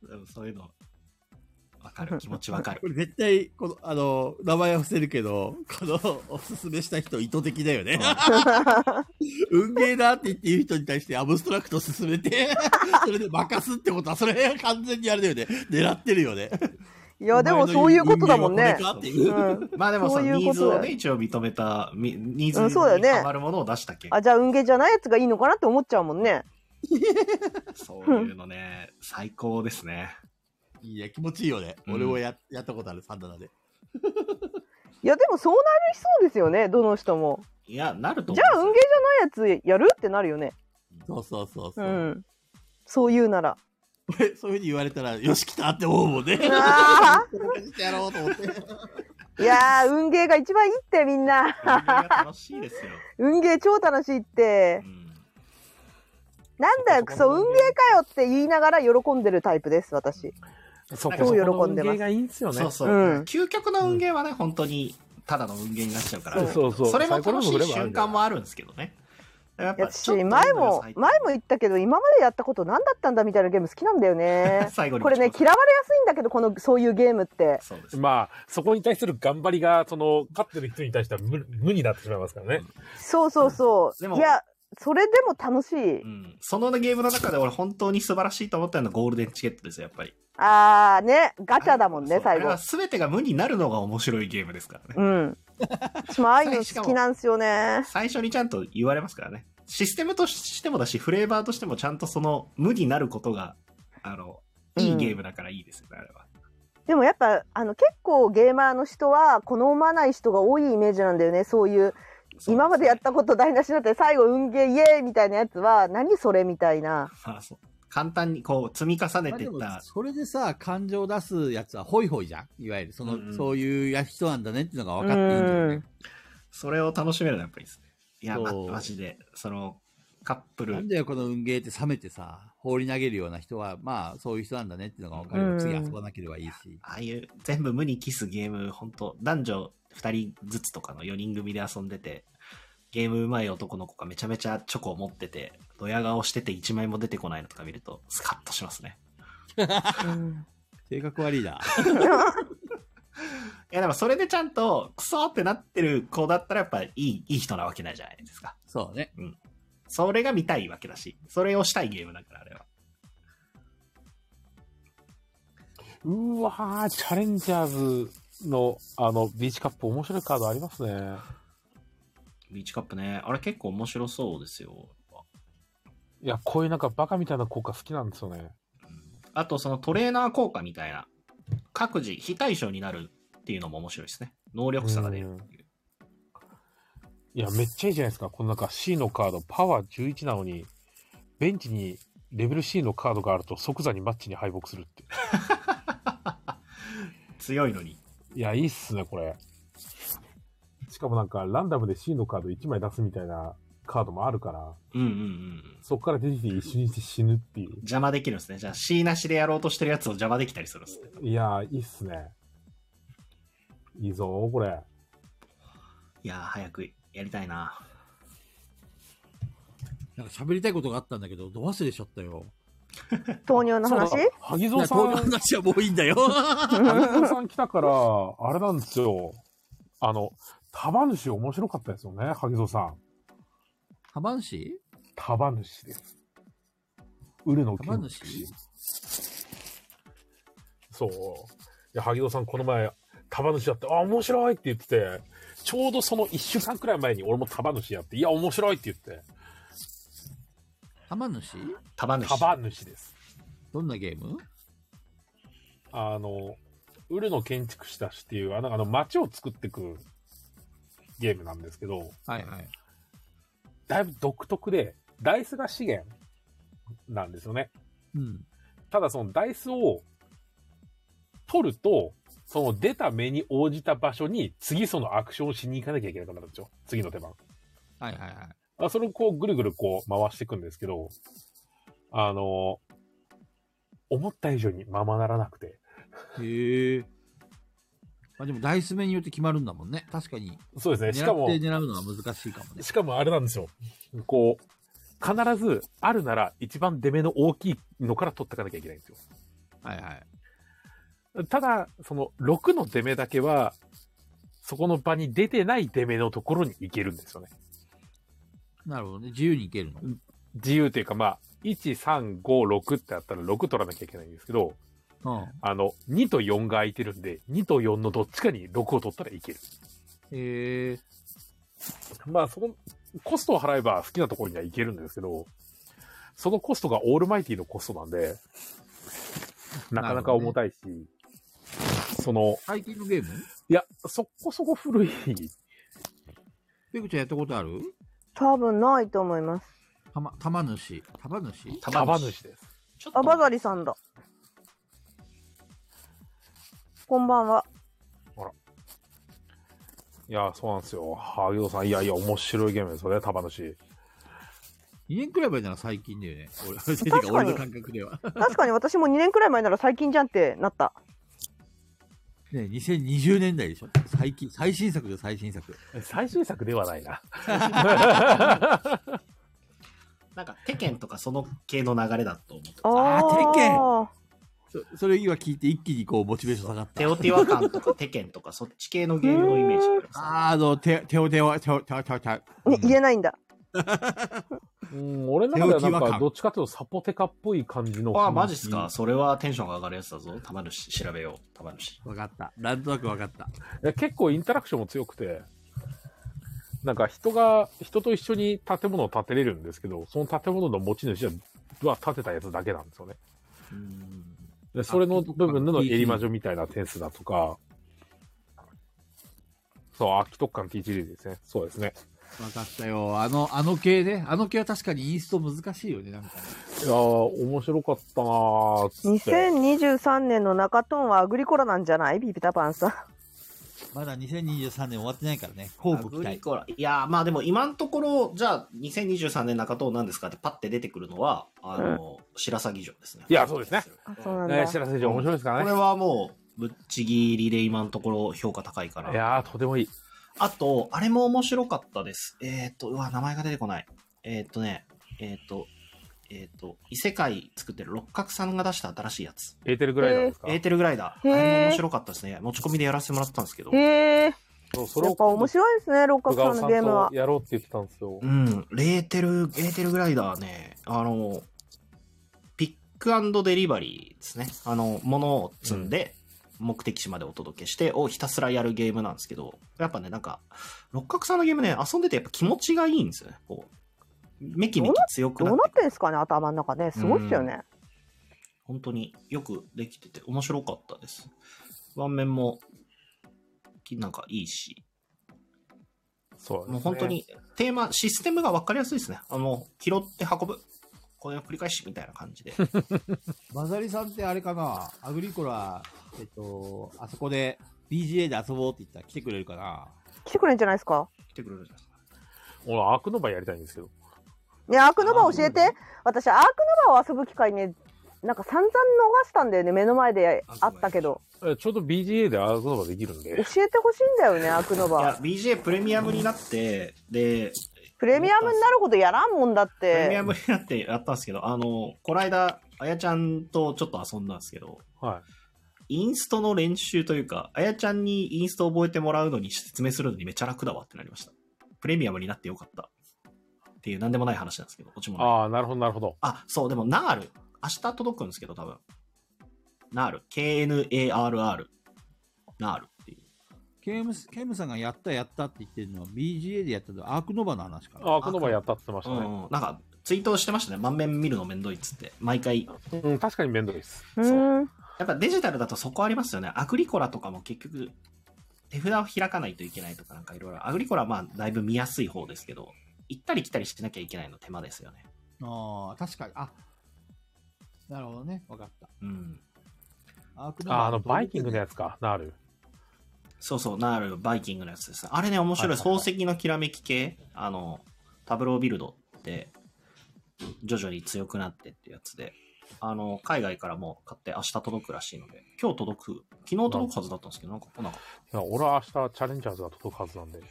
S3: そう。そういうの。わかる。気持ちわか
S4: [LAUGHS]
S3: る
S1: こ。れ絶対、この、あの、名前は伏せるけど、この、おすすめした人意図的だよね。運ゲーだって言って言う人に対してアブストラクト進めて、それで任すってことは、それ完全にあれだよね。狙ってるよね。
S4: いや、でもそういうことだもんね。
S1: お前。の運ゲーはこれかっていううん
S3: まあでもそ
S4: そういうこ
S3: の
S4: と
S3: ニーズをね、一応認めた、みニーズ
S4: うんそうだよ
S3: に
S4: ね
S3: ハマるものを出したけ、
S4: あ、じゃあ運ゲーじゃないやつがいいのかなって思っちゃうもんね。
S3: そういうのね、最高ですね。
S1: いや、気持ちいいよね。
S3: うん
S1: 俺もや、やったことある、サンダナで。
S4: いや、でもそうなりそうですよね、どの人も。
S3: いや、なると
S4: じゃ
S3: 思
S4: あ
S3: う
S4: 運
S3: ん
S4: ゲ
S3: で
S4: ーじゃないやつやるってなるよね。
S1: そうそうそう
S4: う
S1: そう、
S4: ん。そう言うなら。
S1: 俺 [LAUGHS] そういうふうに言われたら、よし、来たって思う
S4: [LAUGHS]
S1: もんね。
S4: あ
S1: してやろうと思って。
S4: ーいやー、運ゲーが一番いいってみんな。
S3: すよ。運ゲーが楽しいですよ。
S4: 運ゲー超楽しいっ
S3: う
S4: て。
S3: ん、
S4: なんだよ、クソ、運ゲーかよって言いながら喜んでるタイプです、私。
S2: そ
S3: 超
S2: そこの
S4: 喜んでます
S2: 運ゲーがいいんですよね。
S3: そうそう、
S4: うん
S3: 究極の運ゲーはね、本当にただの運ゲーになっちゃうから、
S2: そうそうそう
S3: それも楽し
S2: サイコロも振れ
S3: い
S2: ばあるん
S3: 瞬
S2: だよ
S3: 間もあるんですけどね。やっ
S4: いや、
S3: ぱち
S4: 私、
S3: ょっと
S4: 前も、
S3: 最高
S4: 前も言ったけど、今までやったこと何だったんだみたいなゲーム好きなんだよ
S3: [LAUGHS]
S4: ね。
S3: 最後に
S4: これね、嫌われやすいんだけど、この、そういうゲームって。
S3: そうです。
S2: まあ、そこに対する頑張りが、その、勝ってる人に対しては無無になってしまいますからね。
S4: そうそうそ
S3: で
S4: う。
S3: も
S4: いや、それでも楽しい。
S3: うん、そのゲームの中で俺本当に素晴らしいと思ったのはゴールデンチケットですよ、やっぱり。
S4: あーね、ガチャだもん
S3: そ
S4: ね
S3: う、あ
S4: 最
S3: れ
S4: 後
S3: は。全てが無になるのが面白いゲームですからね。
S4: うん。私もああいうの好きなんですよね。
S3: 最初にちゃんと言われますからね。システムとしてもだし、フレーバーとしてもちゃんとその無になることが、あの、いいゲームだからいいですよね、あれは。
S4: でもやっぱ、あの、結構ゲーマーの人は好まない人が多いイメージなんだよね。そういう、
S3: そう
S4: 今までやっ
S3: すね
S4: たこと台無しになって、最後運ゲーイエーイみたいなやつは、何それみたいな。
S3: まあそう。簡単にこう積み重ね
S1: まあで
S3: ていっ
S1: も
S3: た。
S1: それでさ、感情出すやつはホイホイじゃんいわゆる、その、
S3: うんうん
S1: そういうや人なんだねっていうのが分かっていいんだよね。
S3: それを楽しめるのはやっぱりですね。いや、ま、
S1: そう
S3: マジで、その、カップ
S1: なん
S3: ル、
S1: だよ、この運ゲーって冷めてさ、放り投げるような人は、まあ、そういう人なんだねっていうのが分かれば、
S4: うん
S1: 次遊ばなければいいし。
S3: ああいう全部無にキスゲーム、本当男女2人ずつとかの4人組で遊んでて、ゲームうまい男の子がめちゃめちゃチョコを持ってて、ドヤ顔してて1枚も出てこないのとか見ると、スカッとしますね。
S4: うん
S1: 性格悪いな。
S3: いやでもそれでちゃんとクソってなってる子だったらやっぱいい、いい人なわけないじゃないですか。
S1: そうね。
S3: それが見たいわけだし、それをしたいゲームだからあれは。
S2: うわー、チャレンジャーズの、あの、ビーチカップ面白いカードありますね。
S3: ビーチカップね。あれ結構面白そうですよ。
S2: いや、こういうなんかバカみたいな効果好きなんですよね。
S3: あと、そのトレーナー効果みたいな。各自非対称になるっていうのも面白いですね。能力差が出るっていう。
S2: いや、めっちゃいいじゃないですか。このなんか C のカード、パワー11なのに、ベンチにレベル C のカードがあると即座にマッチに敗北するって。
S3: 強いのに。
S2: いや、いいっすね、これ。しかもなんか、ランダムで C のカード1枚出すみたいなカードもあるから、
S3: うんうんうんうん。
S2: そこから出てきて一緒にして死ぬっていう。
S3: 邪魔できるんですね。じゃあ C なしでやろうとしてるやつを邪魔できたりするんですね。
S2: いやー、いいっすね。いいぞー、これ。
S3: いやー、早くやりたいな。
S1: なんか喋りたいことがあったんだけど、ど忘れしちゃったよ。
S4: 糖尿の話
S2: そうだ萩
S1: い
S2: 蔵
S1: や、
S2: さ、
S1: こういうん話はもういいんだよ。
S2: [LAUGHS] 萩蔵さん来たから、あれなんですよ。あの、束主面白かったですよね、萩蔵さん。
S1: 浜主
S2: 束主です。ウルの剣
S1: 束
S2: の
S1: 主
S2: 騎士そう。いや、萩野さん、この前、束主やって、あ、面白いって言ってて、ちょうどその1週間くらい前に俺も束主やって、いや、面白いって言って、
S1: 浜主
S3: 束主。
S2: 束主です。
S1: どんなゲーム
S2: あの、ウルの建築士たちっていう、あの、あの街を作ってくゲームなんですけど、
S1: はいはい。
S2: だいぶ独特で、ダイスが資源なんですよね。
S1: うん。
S2: ただそのダイスを取ると、その出た目に応じた場所に次そのアクションをしに行かなきゃいけなくなるんですよ。次の手番。
S1: はいはいはい。
S2: あそれをこうぐるぐるこう回していくんですけど、あの、思った以上にままならなくて。
S1: へえ。まあでも、ダイス目によって決まるんだもんね。確かに。
S2: そうですね。しか
S1: 狙っ
S2: も、
S1: て狙うのは難しいかもね。
S2: しかもあれなんですよ。こう、必ずあるなら一番出目の大きいのから取っていかなきゃいけないんですよ。
S1: はいはい。
S2: ただ、その6の出目だけは、そこの場に出てない出目のところに行けるんですよね。
S1: なるほどね。自由にいけるの。
S2: 自由というか、まあ、1、3、5、6ってあったら6取らなきゃいけないんですけど、
S1: うん。
S2: あの、2と4が空いてるんで、2と4のどっちかに6を取ったらいける。
S1: へえ。
S2: まあ、その、コストを払えば好きなところには行けるんですけど、そのコストがオールマイティのコストなんで、なかなか重たいし、その、
S1: 最近のゲーム
S2: いや、そこそこ古い。
S1: ペグちゃんやったことある
S4: 多分ないと思います。
S1: たま、玉主。玉主
S2: 束主です。
S3: ちょっ
S4: アバ
S3: と、
S4: ザリさんだ。こんばんは。
S2: いや、そうなんですよ。萩野さん、いやいや、面白いゲームですよね、束主。
S1: 2年くらい前なら最近だよね。 [LAUGHS] 俺、てか俺の感覚では。
S4: 確かに私も2年くらい前なら最近じゃんってなった。
S1: [LAUGHS] ね2020年代でしょ最近、最新作で最新作。
S2: 最新作ではないな。
S3: なんか、テケンとかその系の流れだと思って。
S1: あーテケン
S4: あ
S1: そそれ今聞いて一気にこう、モチベーション下がった
S3: テ。オティワカンとかテケンとか、そっち系のゲームのイメージがありますね、
S1: あー、あの、手、手を手を、手を、手を、手を、手を。
S4: ーね、言えないんだ。
S2: うん、俺の中では
S1: 手
S2: な
S1: 置
S2: ん
S1: きは
S2: か、どっちかというとサポテカっぽい感じの雰囲気。
S3: ああ、マジっすか。それはテンションが上がるやつだぞ。たまるし、調べよう。たまるし。
S1: わかった。なんとなくわかった。
S2: いや結構インタラクションも強くて、なんか人が、人と一緒に建物を建てれるんですけど、その建物の持ち主は建てたやつだけなんですよね。
S3: うん。
S2: でそれの部分で
S1: あ
S2: の
S1: ピーチ
S2: エリマジョみたいな点数だとか、そう、秋特感 TGD ですね。そうですね。
S1: わかったよ。あの、あの系ね。あの系は確かにインスト難しいよね、なんか。
S2: いやー、面白かったなーっつって。
S4: 2023年の中トーンはアグリコラなんじゃないビビタパンさん。
S1: まだ2023年終わってないからね。こう
S3: ア
S1: ご期
S3: グリ
S1: 待。
S3: コラ。いやー、まあでも今のところ、じゃあ2023年中東なんですかってパッて出てくるのは、あの、白鷺城ですね。
S2: いやそうですね
S3: うん。
S4: そう
S3: こ
S4: なん
S2: え
S4: だ
S2: ー、。白瀬城面白いですから
S3: れ
S2: ね。
S3: はもう、ぶっちぎりで今のところ評価高いか
S2: い
S3: ら。
S2: やー、とてもいい。
S3: あと、あれも面白かったです。えっ、ー、と、うわ、名前が出てこない。えっ、ー、とね、えっ、ー、と、えっ、ー、と、異世界作ってる六角さんが出した新しいやつ。
S2: エーテルぐらいなんですか、
S3: エーテルグライダー。
S4: へー
S3: あれも面白かったですね。持ち込みでやらせてもらったんですけど。
S4: へえ。
S2: そうそ
S4: やっぱ面白いですね、六角さんのゲーム
S2: 小川さん
S4: は
S2: と。やろうって言ってたんですよ
S3: う。ん、レーテル、レーテルグライダーね、あの、ピッックデリバリーですね。あの、物を積んで、目的地までお届けして、をひたすらやるゲームなんですけど、やっぱね、なんか、六角さんのゲームね、遊んでてやっぱ気持ちがいいんですよね。こう、めきめき強く
S4: どう
S3: な
S4: な
S3: って
S4: っ
S3: く
S4: てんすかね頭の中ねすごいっすよね、
S3: 本当によくできてて面白かったです。盤面も、きなんかいいし、
S2: そうですね
S3: もう本当。にテーマ、システムが分かりやすいですね。あの、拾って運ぶ。これを繰り返しみたいな感じで。
S6: マザリさんってあれかなアグリコラ、えっと、あそこで BGA で遊ぼうって言ったら来てくれるかな
S4: 来てくれるんじゃないですか
S3: 来てくれるじゃないですか。
S2: 俺、アークノバやりたいんですけど。
S4: ねアークノバ教えて私アークノバを遊ぶ機会ねなんか散々逃したんだよね目の前であったけど
S2: えちょうど BGA でアークノバできるんで。
S4: 教えてほしいんだよねアークノ
S3: い
S4: バ
S3: や、BJ プレミアムになって、で、
S4: プレミアムになるほどやらんもんだっ
S3: プレミア
S4: て
S3: ムになってやったんですけど、あの、こないだ、あやちゃんとちょっと遊んだんですけど、
S2: は
S3: インストの練習というか、あやちゃんにインストを覚えてもらうのに説明するのにめっちゃ楽だわってなりました。プレミアムになってよかった。っていう、なんでもない話なんですけど、こっち
S2: い。
S3: もない。
S2: ああ、なるほど、なるほど。
S3: あ、そう、でも、ナール。明日届くんですけど、多分。ナール。KNARR。ナールっていう。
S6: ケムケムさんがやったやったって言ってるのは BGA でやったのアークノバの話かな
S2: アークノバやったって言ってましたね。
S3: うんなんか、ツイートしてましたね。満面見るのめんどいっつって。毎回。
S2: うん、確かに面倒です。
S4: う
S3: そ
S4: ーん
S3: やっぱデジタルだとそこありますよね。アグリコラとかも結局、手札を開かないといけないとかなんかいろいろ。アグリコラはまあだいぶ見やすい方ですけど、行ったり来たりしなきゃいけないの手間ですよね。
S6: ああ確かにあなるほどね分かった
S3: うん。
S6: アークノバ
S2: あ、あの、バイキングのやつか、なる。
S3: そうそう、ナール、バイキングのやつです。あれね、面白い。
S2: はいはいはい
S3: 宝石のきらめき系。あの、タブロービルドって、徐々に強くなってってやつで、あの、海外からも買って明日届くらしいので、今日届く、昨日届くはずだったんですけど、なんか来なかった。
S2: いや、俺は明日チャレンジャーズが届くはずなんで。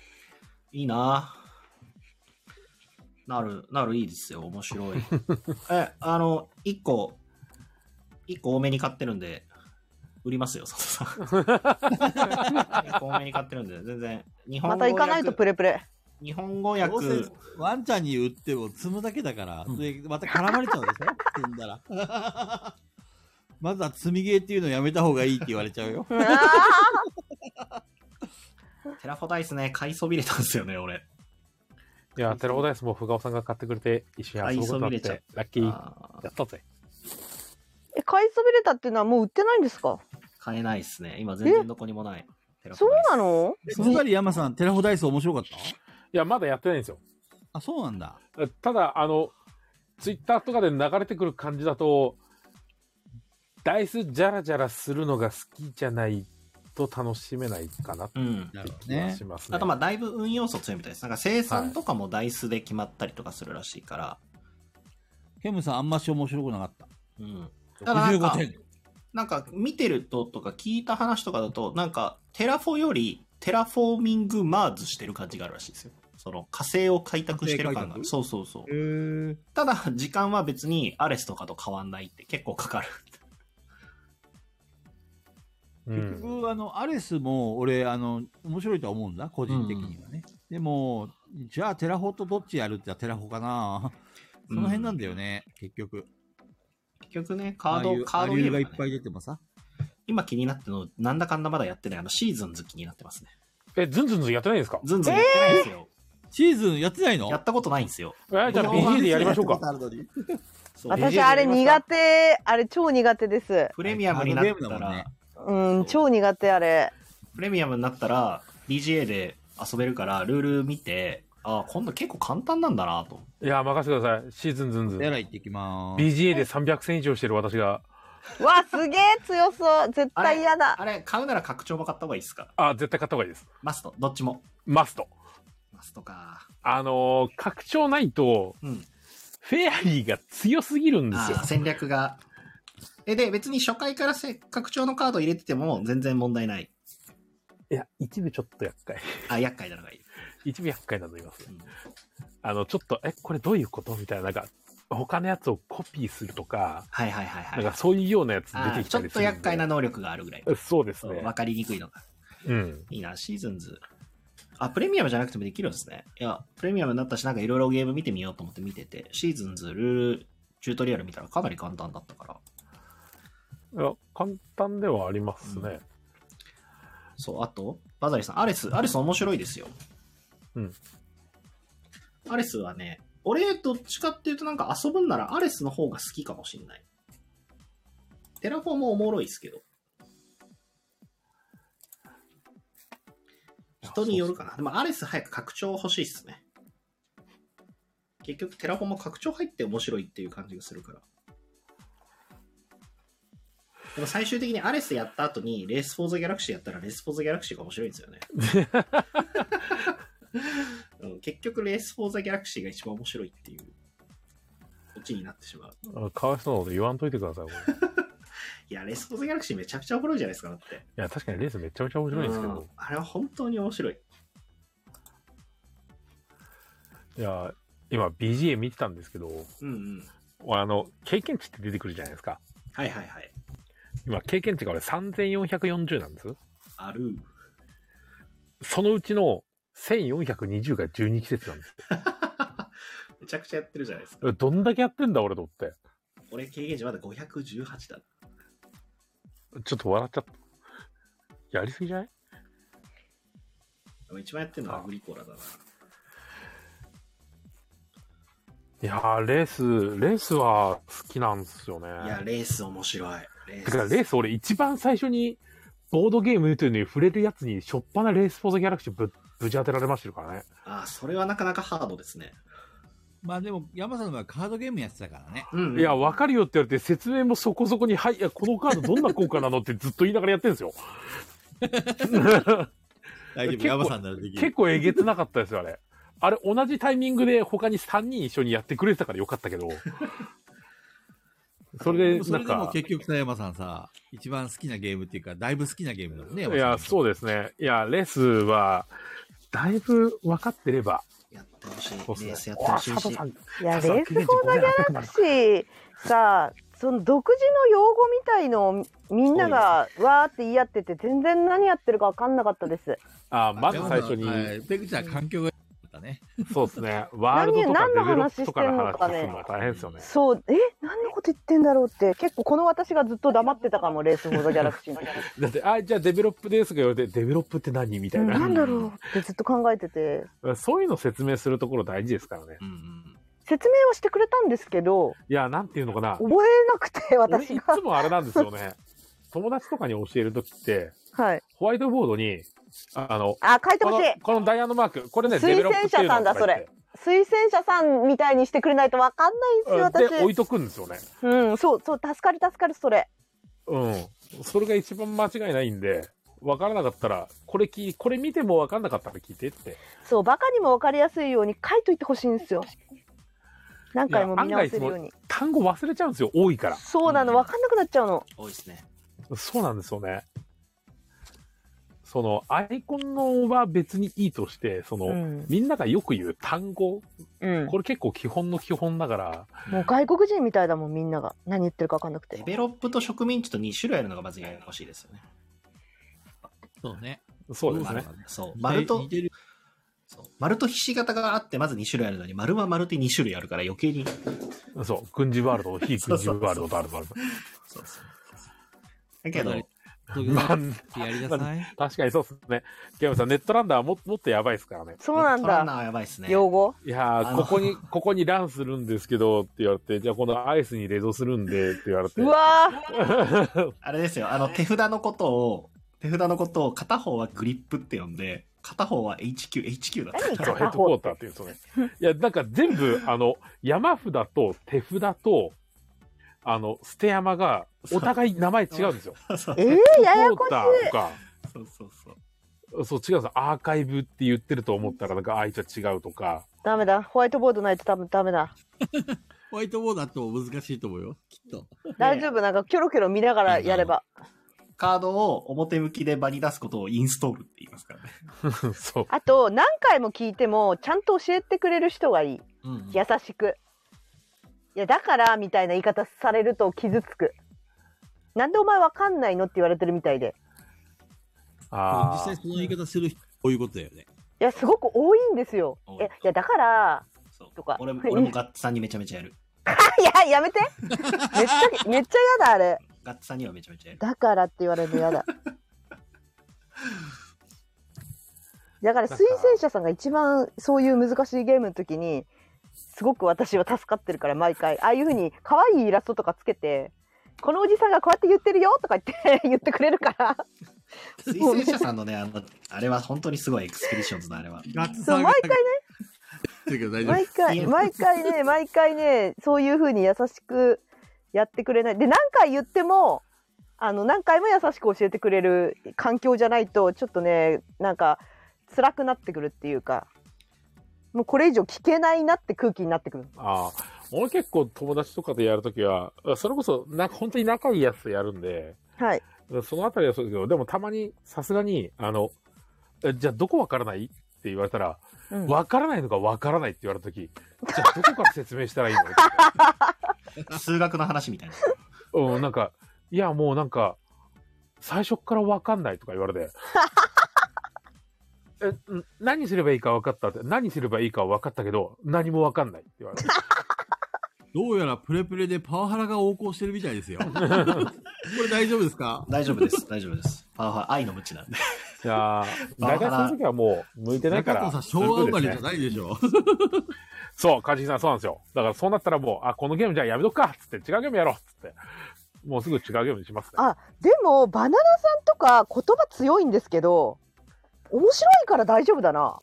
S3: いいなぁなる、なるいいですよ。面白い。え、あの、一個、一個多めに買ってるんで、売りますよ、佐藤さん。一個多めに買ってるんで、全然。日本
S4: ま
S3: 語
S4: た行かないとプ
S3: 訳、
S4: レプレ
S3: 日本語
S6: どうせ
S3: 訳、
S6: ワンちゃんに売っても積むだけだから、それまた絡まれちゃうでしょ積んだら [LAUGHS] まずは積みゲーっていうのやめた方がいいって言われちゃうよ
S3: [LAUGHS]
S4: うわー
S3: テラフォダイスね、買いそびれたんですよね、俺。
S2: いや、テラオダイスもふがおさんが買ってくれて、一緒に遊ぶことになって、ラッキー。や
S3: あー
S2: ったぜ。
S4: え買いそびれたっていうのはもう売ってないんですか
S3: 買えないですね。今全然どこにもない。テラフ
S4: そ
S3: ォ
S4: う
S3: ダイス
S4: なの
S6: その代わり山さんテラホダイス面白かった
S2: いや、まだやってないんですよ。
S6: あそうなんだ
S2: ただ、あの、ツイッターとかで流れてくる感じだと、ダイスジャラジャラするのが好きじゃないと楽しめないかなって
S3: うん。
S6: なるほど
S2: 気が
S6: ね
S2: しますね。
S3: あとまあだいぶ運要素強いみたいです。なんか生産とかもダイスで決まったりとかするらしいから。
S6: ケムさんあんまし面白くなかった
S3: うん。ただなん
S6: 65
S3: か、
S6: 点
S3: なんか見てるととか聞いた話とかだと、なんかテラフォよりテラフォーミングマーズしてる感じがあるらしいですよ。その火星を開拓してる感が
S6: 火星開拓
S3: そうそうそう。
S6: へえ
S3: ただ時間は別にアレスとかと変わんないって結構かかる。
S2: う
S6: 結
S2: ん、
S6: 局、あの、アレスも、俺、あの、面白いとは思うんだ、個人的にはね。でも、じゃあ、テラフォとどっちやるって言ったらテラフォかな。その辺なんだよね、結局。
S3: 結局ね、カー
S6: ああいう
S3: ド、カード
S6: アリ
S3: ゲ
S6: ュ
S3: ー
S6: ーが
S3: ム
S6: い
S3: が
S6: っ
S3: ね、
S6: ぱい出てもさ。
S3: 今気になってるの、なんだかんだまだやってない、あのシーズンズ気になってますね。
S2: え、ズンズンズンやってないんですか
S3: ズンズンやってないんですよ。
S6: シーズンやってないの
S3: やったことないんですよ。
S2: えじゃあ BG でやりましょうか。
S3: そう
S4: 私あれ
S2: いや
S4: 苦手あれ超苦手です
S3: プレミアムになっ
S6: カードゲーム
S3: た
S6: だもん
S3: ら
S6: ね、
S4: うん超苦手あれ
S3: プレミアムになったら、BGA で遊べるから、ルール見て、ああ、今度結構簡単なんだなと思って。
S2: いや、任せてください。シーズンズンズン
S6: やら行ってきまーす。
S2: BGA で300戦以上してる私が、
S4: わすげえ強そう絶対嫌だ
S3: あれ、買うなら拡張も買った方がいいですか
S2: あ、絶対買った方がいいです。
S3: マスト、どっちも。
S2: マスト。
S3: マストか。
S2: あのー拡張ないと、
S3: うん。
S2: フェアリーが強すぎるんですよ
S3: ああ、。戦略が。え、で、別に初回からせ拡張のカード入れてても全然問題ない。
S2: いや、一部ちょっと厄介。
S3: あ、厄介なのがいい。
S2: 一部厄介なのいます
S3: う。ん
S2: あの、ちょっと、え、これどういうことみたいな、なんか、他のやつをコピーするとか、
S3: はいはいはい
S2: なん
S3: はい
S2: か。そういうようなやつ
S3: あ
S2: 出
S3: あ
S2: てき
S3: ち
S2: た
S3: ょっ
S2: りす
S3: と
S2: るんで。
S3: 厄介な能力があるぐらい。
S2: そうです
S3: そう
S2: ね
S3: わ。かりにくいのが。
S2: うん。
S3: いいな、シーズンズ。あ、プレミアムじゃなくてもできるんですね。いや、プレミアムになったし、なんかいろいろゲーム見てみようと思って見てて、シーズンズルールチュートリアル見たらかなり簡単だったから。
S2: いや、簡単ではありますね。
S3: そう、あと、バザリさん、アレス、アレス面白いですよ。
S2: うん。
S3: アレスはね、俺、どっちかっていうとなんか遊ぶんならアレスの方が好きかもしんない。テラフォーもおもろいですけど。人によるかな。でもアレス早く拡張欲しいっすね。結局テラフォーも拡張入って面白いっていう感じがするから。でも最終的にアレスやった後にレースフォーザギャラクシーやったらレースフォーザギャラクシーが面白いんですよね。うん結局レースフォーザギャラクシーが一番面白いっていう、オチになってしまう。
S2: あかわいそうなこと言わんといてください、これ。い
S3: いや、レースフォーザギャラクシーめちゃくちゃおもろいじゃないですか、だって。
S2: や、確かにレースめちゃめちゃ面白いんですけ
S3: う
S2: ど
S3: ん。あれは本当に面白い。
S2: いや、今 BGA 見てたんですけど、
S3: うんうん。
S2: あの、経験値って出てくるじゃないですか。
S3: はいはいはい。
S2: 今、経験値が俺3440なんです。
S3: ある。
S2: そのうちの1420が12季節なんです。
S3: めちゃくちゃやってるじゃないですか。
S2: どんだけやってんだ、俺と思って。
S3: 俺、経験値まだ518だ。
S2: ちょっと笑っちゃった。やりすぎじゃない
S3: でも一番やってるのはアグリコラだな。
S2: いやー、レース、レースは好きなんですよね。
S3: いや、レース面白い。レ
S2: だからレース俺一番最初にボードゲームというのに触れるやつにしょっぱなレースフォーザギャラクシーぶぶち当てられましたからね。
S3: あー、それはなかなかハードですね。
S6: まあでも、山さんの場合カードゲームやってたからね。
S3: うん、
S2: いや、わかるよって言われて説明もそこそこに、はい、いやこのカードどんな効果なのってずっと言いながらやってるんですよ。
S6: 大丈
S2: 結
S6: 夫、
S2: 構
S6: 山さんならでき
S2: 結
S6: る。
S2: 構えげつなかったですよ、あれ。あれ、同じタイミングで他に3人一緒にやってくれてたからよかったけど。それ
S6: でも
S2: で、
S6: そ
S2: な
S6: れ
S2: ん
S6: でも
S2: か、
S6: 結局さ、山さんさ、一番好きなゲームっていうか、だいぶ好きなゲームだもんね、
S2: いや、
S6: う。
S2: そうですね。いや、レースは、だいぶ分かってれば、
S3: やってほしい。レ
S2: そうですね。
S3: ースやってほしい
S2: あ佐藤
S3: し
S2: さ。ん
S4: いや、
S2: さ
S4: レースフォーザギャラクシーさ、その独自の用語みたいのをみんながわーって言い合ってて、全然何やってるか分かんなかったです。
S2: あまず
S6: 山さ
S2: 最
S6: ん
S2: 初に、
S6: はいペグちゃん、環境が良かったね。
S2: そうですね。ワールドとか
S4: 何
S2: デ
S4: の
S2: ベロッ
S4: 話
S2: プとかの話
S4: してんのかね
S2: するのは大変ですよね。
S4: そう、え、何のこと言ってんだろうって、結構この私がずっと黙ってたかも、レースフォーザギャラクシーの時。
S2: だって、あ、じゃあデベロップですが言われて、デベロップって何みたい
S4: うん
S2: な
S4: 何。だろうってずっと考えてて、
S2: そういうの説明するところ大事ですからね。
S3: うんうん。
S4: 説明はしてくれたんですけど、
S2: いや、なんていうのかな。
S4: 覚えなくて、
S2: 俺
S4: 私
S2: い
S4: が
S2: つ。もあれなんですよね。友達とかに教えるときって、
S4: はい。
S2: ホワイトボードに、ああの、
S4: あ、書いて
S2: こ
S4: ほ
S2: の
S4: しい。
S2: このダイヤのマーク、これね、
S4: 推薦
S2: デベロップっていうの
S4: 者さんだ
S2: とか言って
S4: 推薦者さんみたいにしてくれないと分かんないんですよ、
S2: で、置い
S4: 私。
S2: とくんですよね。
S4: うん、そう、そう、助かる、助かる、それ。
S2: うん。それが一番間違いないんで、わからなかったら、これ聞い、これ見てもわかんなかったら聞いてって。
S4: そう、バカにも分かりやすいように書いといてほしいんですよ。何回も見直せるように。
S2: 単語忘れちゃうんですよ、多いから。
S4: そうなの、
S3: うん
S4: 分かんなくなっちゃうの。
S3: 多いですね。
S2: そうなんですよね。その、アイコンのは別にいいとして、その、
S4: うん。
S2: みんながよく言う単語、
S4: うん。
S2: これ結構基本の基本だから、
S4: もう外国人みたいだもん、みんなが。何言ってるか分かんなく
S3: デ
S4: て。
S3: ベロップと植民地と2種類あるのがまずややこしいですよね。
S6: そうね。
S2: そうですね。
S3: そ
S6: 似
S3: う。
S6: て
S3: 丸と
S6: 似、てる
S3: そう丸とひし形があって、まず2種類あるのに、丸は丸で2種類あるから余計に。
S2: そう、軍事ワールド、非軍事ワールドとあるから。
S3: そうそう。だけど、
S6: わか東京
S2: ま
S6: の
S2: あ、
S6: やりなさい。
S2: 確かにそうですね。ゲームさん、ネットランダーももっとやばいですからね。
S4: そうなん
S3: ネットラン
S4: だ。
S3: ナーはやばいですね。
S4: 用語
S2: いや
S3: あ
S2: ー、
S3: の
S2: ここに、 [LAUGHS] ここにランするんですけどって言われて、じゃあこのアイスに冷蔵するんでって言われて。
S4: うわー
S3: あれですよ、あの手札のことを、手札のことを片方はグリップって呼んで、片方は HQ、HQ だった。
S4: 何
S2: そう、ヘ
S4: 片
S2: ッドクォ
S4: 方
S2: ーターっていうんですよね。いや、なんか全部、あの、山札と手札と、あの、捨て山が、お互い名前違うんですよ。
S3: そう
S4: えー、ややこし
S2: ヘッドクォーター
S3: そうそうそう。
S2: とか、そう、違うんですよ。アーカイブって言ってると思ったら、なんか、あいつは違うとか。 [LAUGHS]
S4: い。ダメだ。ホワイトボードないとダメダメだ。
S6: ホワイトボードだと難しいと思うよ、きっと。
S4: 大丈夫。なんかキョロキョロ見ながらやれば。
S3: カードを表向きで場に出すことをインストールって言いますからね。
S2: そう。
S4: あと、何回も聞いても、ちゃんと教えてくれる人がいい。
S3: うん
S4: 優しく。いや、だから、みたいな言い方されると傷つく。なんでお前わかんないのって言われてるみたいで。
S2: あ
S6: 実際。
S2: あ
S6: その言い方する人、こういうことだよね。
S4: いや、すごく多いんですよ
S3: 多。い
S4: え、いや、だから、 [LAUGHS]
S3: そう
S4: とか
S3: 俺も俺もガッツさんにめちゃめちゃやる。
S4: いや、やめて。めっちゃ、めっちゃ嫌だ、あれ。
S3: ガッツさんにはめちゃめち
S4: [LAUGHS]
S3: ゃやる。
S4: だからって言われるの嫌だ。だから推薦者さんが一番そういう難しいゲームの時にすごく私は助かってるから毎回ああいうふうに可愛いイラストとかつけてこのおじさんがこうやって言ってるよとか言って [LAUGHS] 言ってくれるから
S3: 推薦者さんのね、あの、あれは本当にすごいエクスペディションズのあれは。
S1: ガッツ
S4: そ
S1: さ
S4: うん毎
S1: が
S4: 回ね
S1: 言ってるけど大丈夫。
S4: 毎回毎回ね毎回ねそういうふうに優しくやってくれないで何回言ってもあの何回も優しく教えてくれる環境じゃないとちょっとねなんか辛くなってくるっていうかもうこれ以上聞けないなって空気になってくる
S2: ああ。俺結構友達とかでやるときは、それこそ、なんか本当に仲いいやつとやるんで、
S4: はい
S2: そのあたりはそうですけど、でもたまに、さすがに、あの、えじゃあどこわからないって言われたら、
S4: うん
S2: わからないのがわからないって言われたとき、じゃあどこから説明したらいいのって
S1: [LAUGHS]
S3: 数学の話みたいな。
S2: うん、なんか、いや、もうなんか、最初っからわかんないとか言われ
S1: [LAUGHS]
S2: て。えん何すればいいか分かったって、何すればいいかは分かったけど、何も分かんないって言
S1: [LAUGHS]
S2: われて。
S1: どうやらプレプレでパワハラが横行してるみたい
S2: [LAUGHS]
S1: ですよ。これ大丈夫ですか
S3: 大丈夫です、大丈夫です。パワハラ、愛の無知なんで。
S2: いやー、
S3: パワ
S2: 大
S3: ハラ
S2: 体その時はもう向いてないか
S1: 中
S2: ら。
S1: 藤さん昭和生まれ
S2: そういうことで
S1: じ
S2: す
S1: ゃ
S2: ね
S1: ないでしょ。
S2: そう、カジキさんそうなんですよ。だからそうなったらもう、あ、このゲームじゃあやめとくかっつって、違うゲームやろうっつって。もうすぐ違うゲームにしますね。
S4: あでもバナナさんとか言葉強いんですけど面白いから大丈夫だな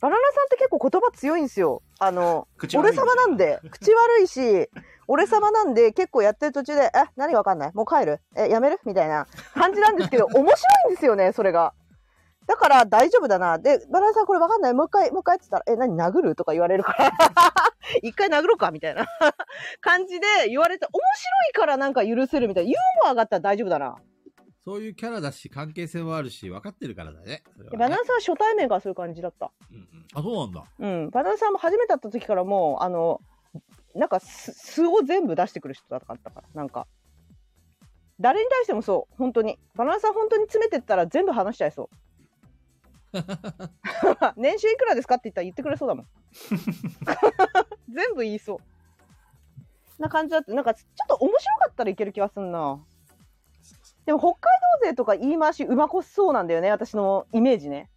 S4: バナナさんって結構言葉強いんですよあの
S3: 口悪い
S4: 俺様なんで口悪いし俺様なんで結構やってる途中で「え何わかんないもう帰るえやめる?」みたいな感じなんですけ
S3: [LAUGHS]
S4: ど面白いんですよねそれがだから大丈夫だなでバナナさんこれわかんないもう一回もう一回って言ったら「え何殴る?」とか言われるから [LAUGHS] 一回殴ろうかみたいな感じで言われて面白いからなんか許せるみたいなユーモアがあったら大丈夫だな
S6: そういうキャラだし、関係性もあるし、分かってるからだね。それはね
S4: バナナさんは初対面からそういう感じだった
S3: うんうん
S1: あ、そうなんだ。
S4: うんバナナさんも初めて会った時からもうあのなんか素素を全部出してくる人だったからなんか誰に対してもそう本当にバナナさん本当に詰めてったら全部話しちゃいそう年収いくらですかって言ったら言ってくれそうだもん [LAUGHS] 全部言いそうな感じだってなんかちょっと面白かったらいける気がすんなでも北海道勢とか言い回しうまこそうなんだよね私のイメージね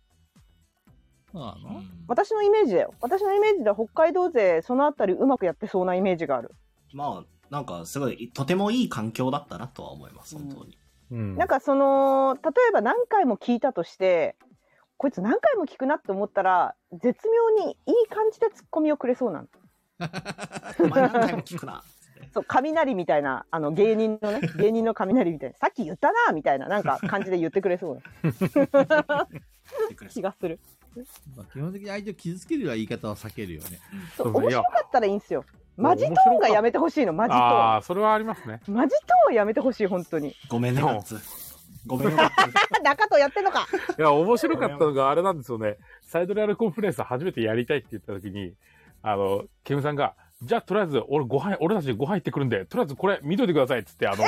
S6: そうなの
S4: 私のイメージだよ私のイメージでは北海道勢そのあたりうまくやってそうなイメージがある、
S3: まあ、なんかすごい、とてもいい環境だったなとは思います、本当に。
S2: うん
S4: なんかその例えば何回も聞いたとしてこいつ何回も聞くなって思ったら絶妙にいい感じでツッコミをくれそうなの
S3: お前何回も聞くな。
S4: [LAUGHS] そう雷みたいなあの芸人のね芸人の雷みたいなさっき言ったなみたいななんか感じで言ってくれそうな
S3: 言ってくれそ
S4: 気
S3: う
S4: がする
S6: まあ基本的に相手を傷つけるような言い方は避けるよね。
S4: そう
S2: そう
S4: 面
S2: いや
S4: 白かったらいいんですよマジトーンがやめてほしいのマジトー
S2: ああ、それはありますね。
S4: ンマジトーンやめてほしい本 [LAUGHS] 当に
S3: ごめんね、ガッツ。ごめんね、ガッツ。
S4: あ中藤やってんの [LAUGHS] か
S2: いや、面白かったのがあれなんですよね。サイドレアルコンプレッサー初めてやりたいって言った時に、あの、ケムさんが、じゃあとりあえず俺ご飯、俺たちご飯行ってくるんで、とりあえずこれ見といてくださいっつって、あの、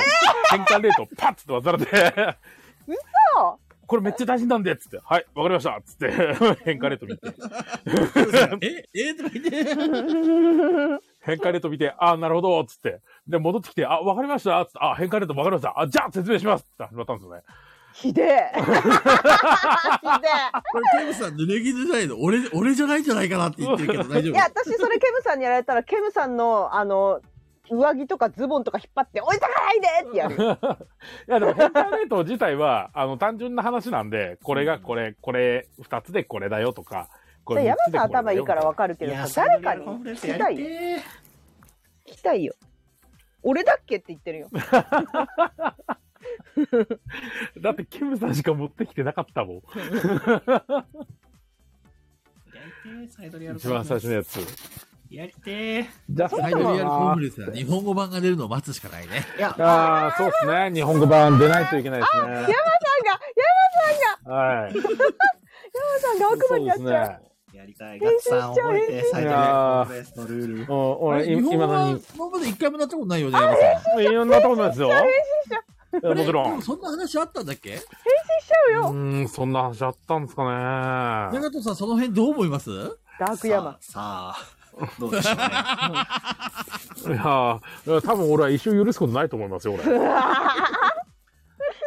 S2: 変換レートをパッつって渡されて、 [LAUGHS]
S4: そう
S2: これめっちゃ大事なんでっつって、はい、わかりましたっつって、 [LAUGHS] 変換レート見て、
S1: え、 [LAUGHS] えとか言って。
S2: 変換レート見て、ああ、なるほどっつって、で、戻ってきて、あ、わかりましたっつって、あ、変換レートわかりました。あ、じゃあ説明しますって始まったんですよね。
S4: ひでえ [LAUGHS] ひでえ
S1: これ、ケムさん、濡れ着じゃないの俺、俺じゃないんじゃないかなって言ってるけど大丈
S4: い
S1: 夫
S4: や私それケムさんにやられたらケムさんのあの上着とかズボンとか引っ張って「おいたかないで!」ってやる
S2: いやでも変換レート自体は [LAUGHS] あの単純な話なんでこれがこれこれ2つでこれだよとかこれ
S4: 山
S2: 3つで
S4: さん
S2: これだよ
S4: 頭 [LAUGHS] いいからわかるけ
S3: い
S4: ど
S3: や、
S4: さ誰かに
S3: サイドレアルコンフレ
S4: 聞
S3: ッ
S4: き
S3: サーや
S4: た
S3: り
S4: い
S3: て
S4: よ
S3: え
S4: 聞きたいよ俺だっけって言ってるよ
S2: だってキムさんしか持ってきてなかったもん
S3: やりてえサイドレアル
S2: 一
S3: コン
S2: 番
S3: フ
S2: 最
S3: レッ
S2: 初
S3: サ
S2: のやつ
S3: ーやりてえ
S2: じゃあ
S1: サイドリアルコンフレンスは日本語版が出るのを待つしかないね。
S3: いや、
S2: ああそうですね日本語版出ないといけないですね
S4: 山さんが
S2: はい
S4: 山さんが悪魔になっち
S2: そう
S4: ゃ
S2: です
S4: う
S2: ね
S3: やりたい。ガッツさん覚えて、サイドレアルコンフレッサーのルール。
S2: うん
S1: あ
S2: 俺
S1: れ日
S2: 今
S1: 本語
S2: の
S1: 版
S2: に、
S1: 今まで一回もなったことないよね、山さ
S2: いろんなとこなんですよいやもちろ
S1: ん。で
S2: ん
S1: もそんな話あったんだっけ
S4: しちゃう
S2: う
S4: よ
S2: ーんそんな話あったんですかね
S1: 中藤さん、その辺どう思います
S4: ダーク山
S3: さあ、さどうでしょう
S4: [LAUGHS]
S3: ね。
S2: いやー多分俺は一生許すことないと思いますよ、俺。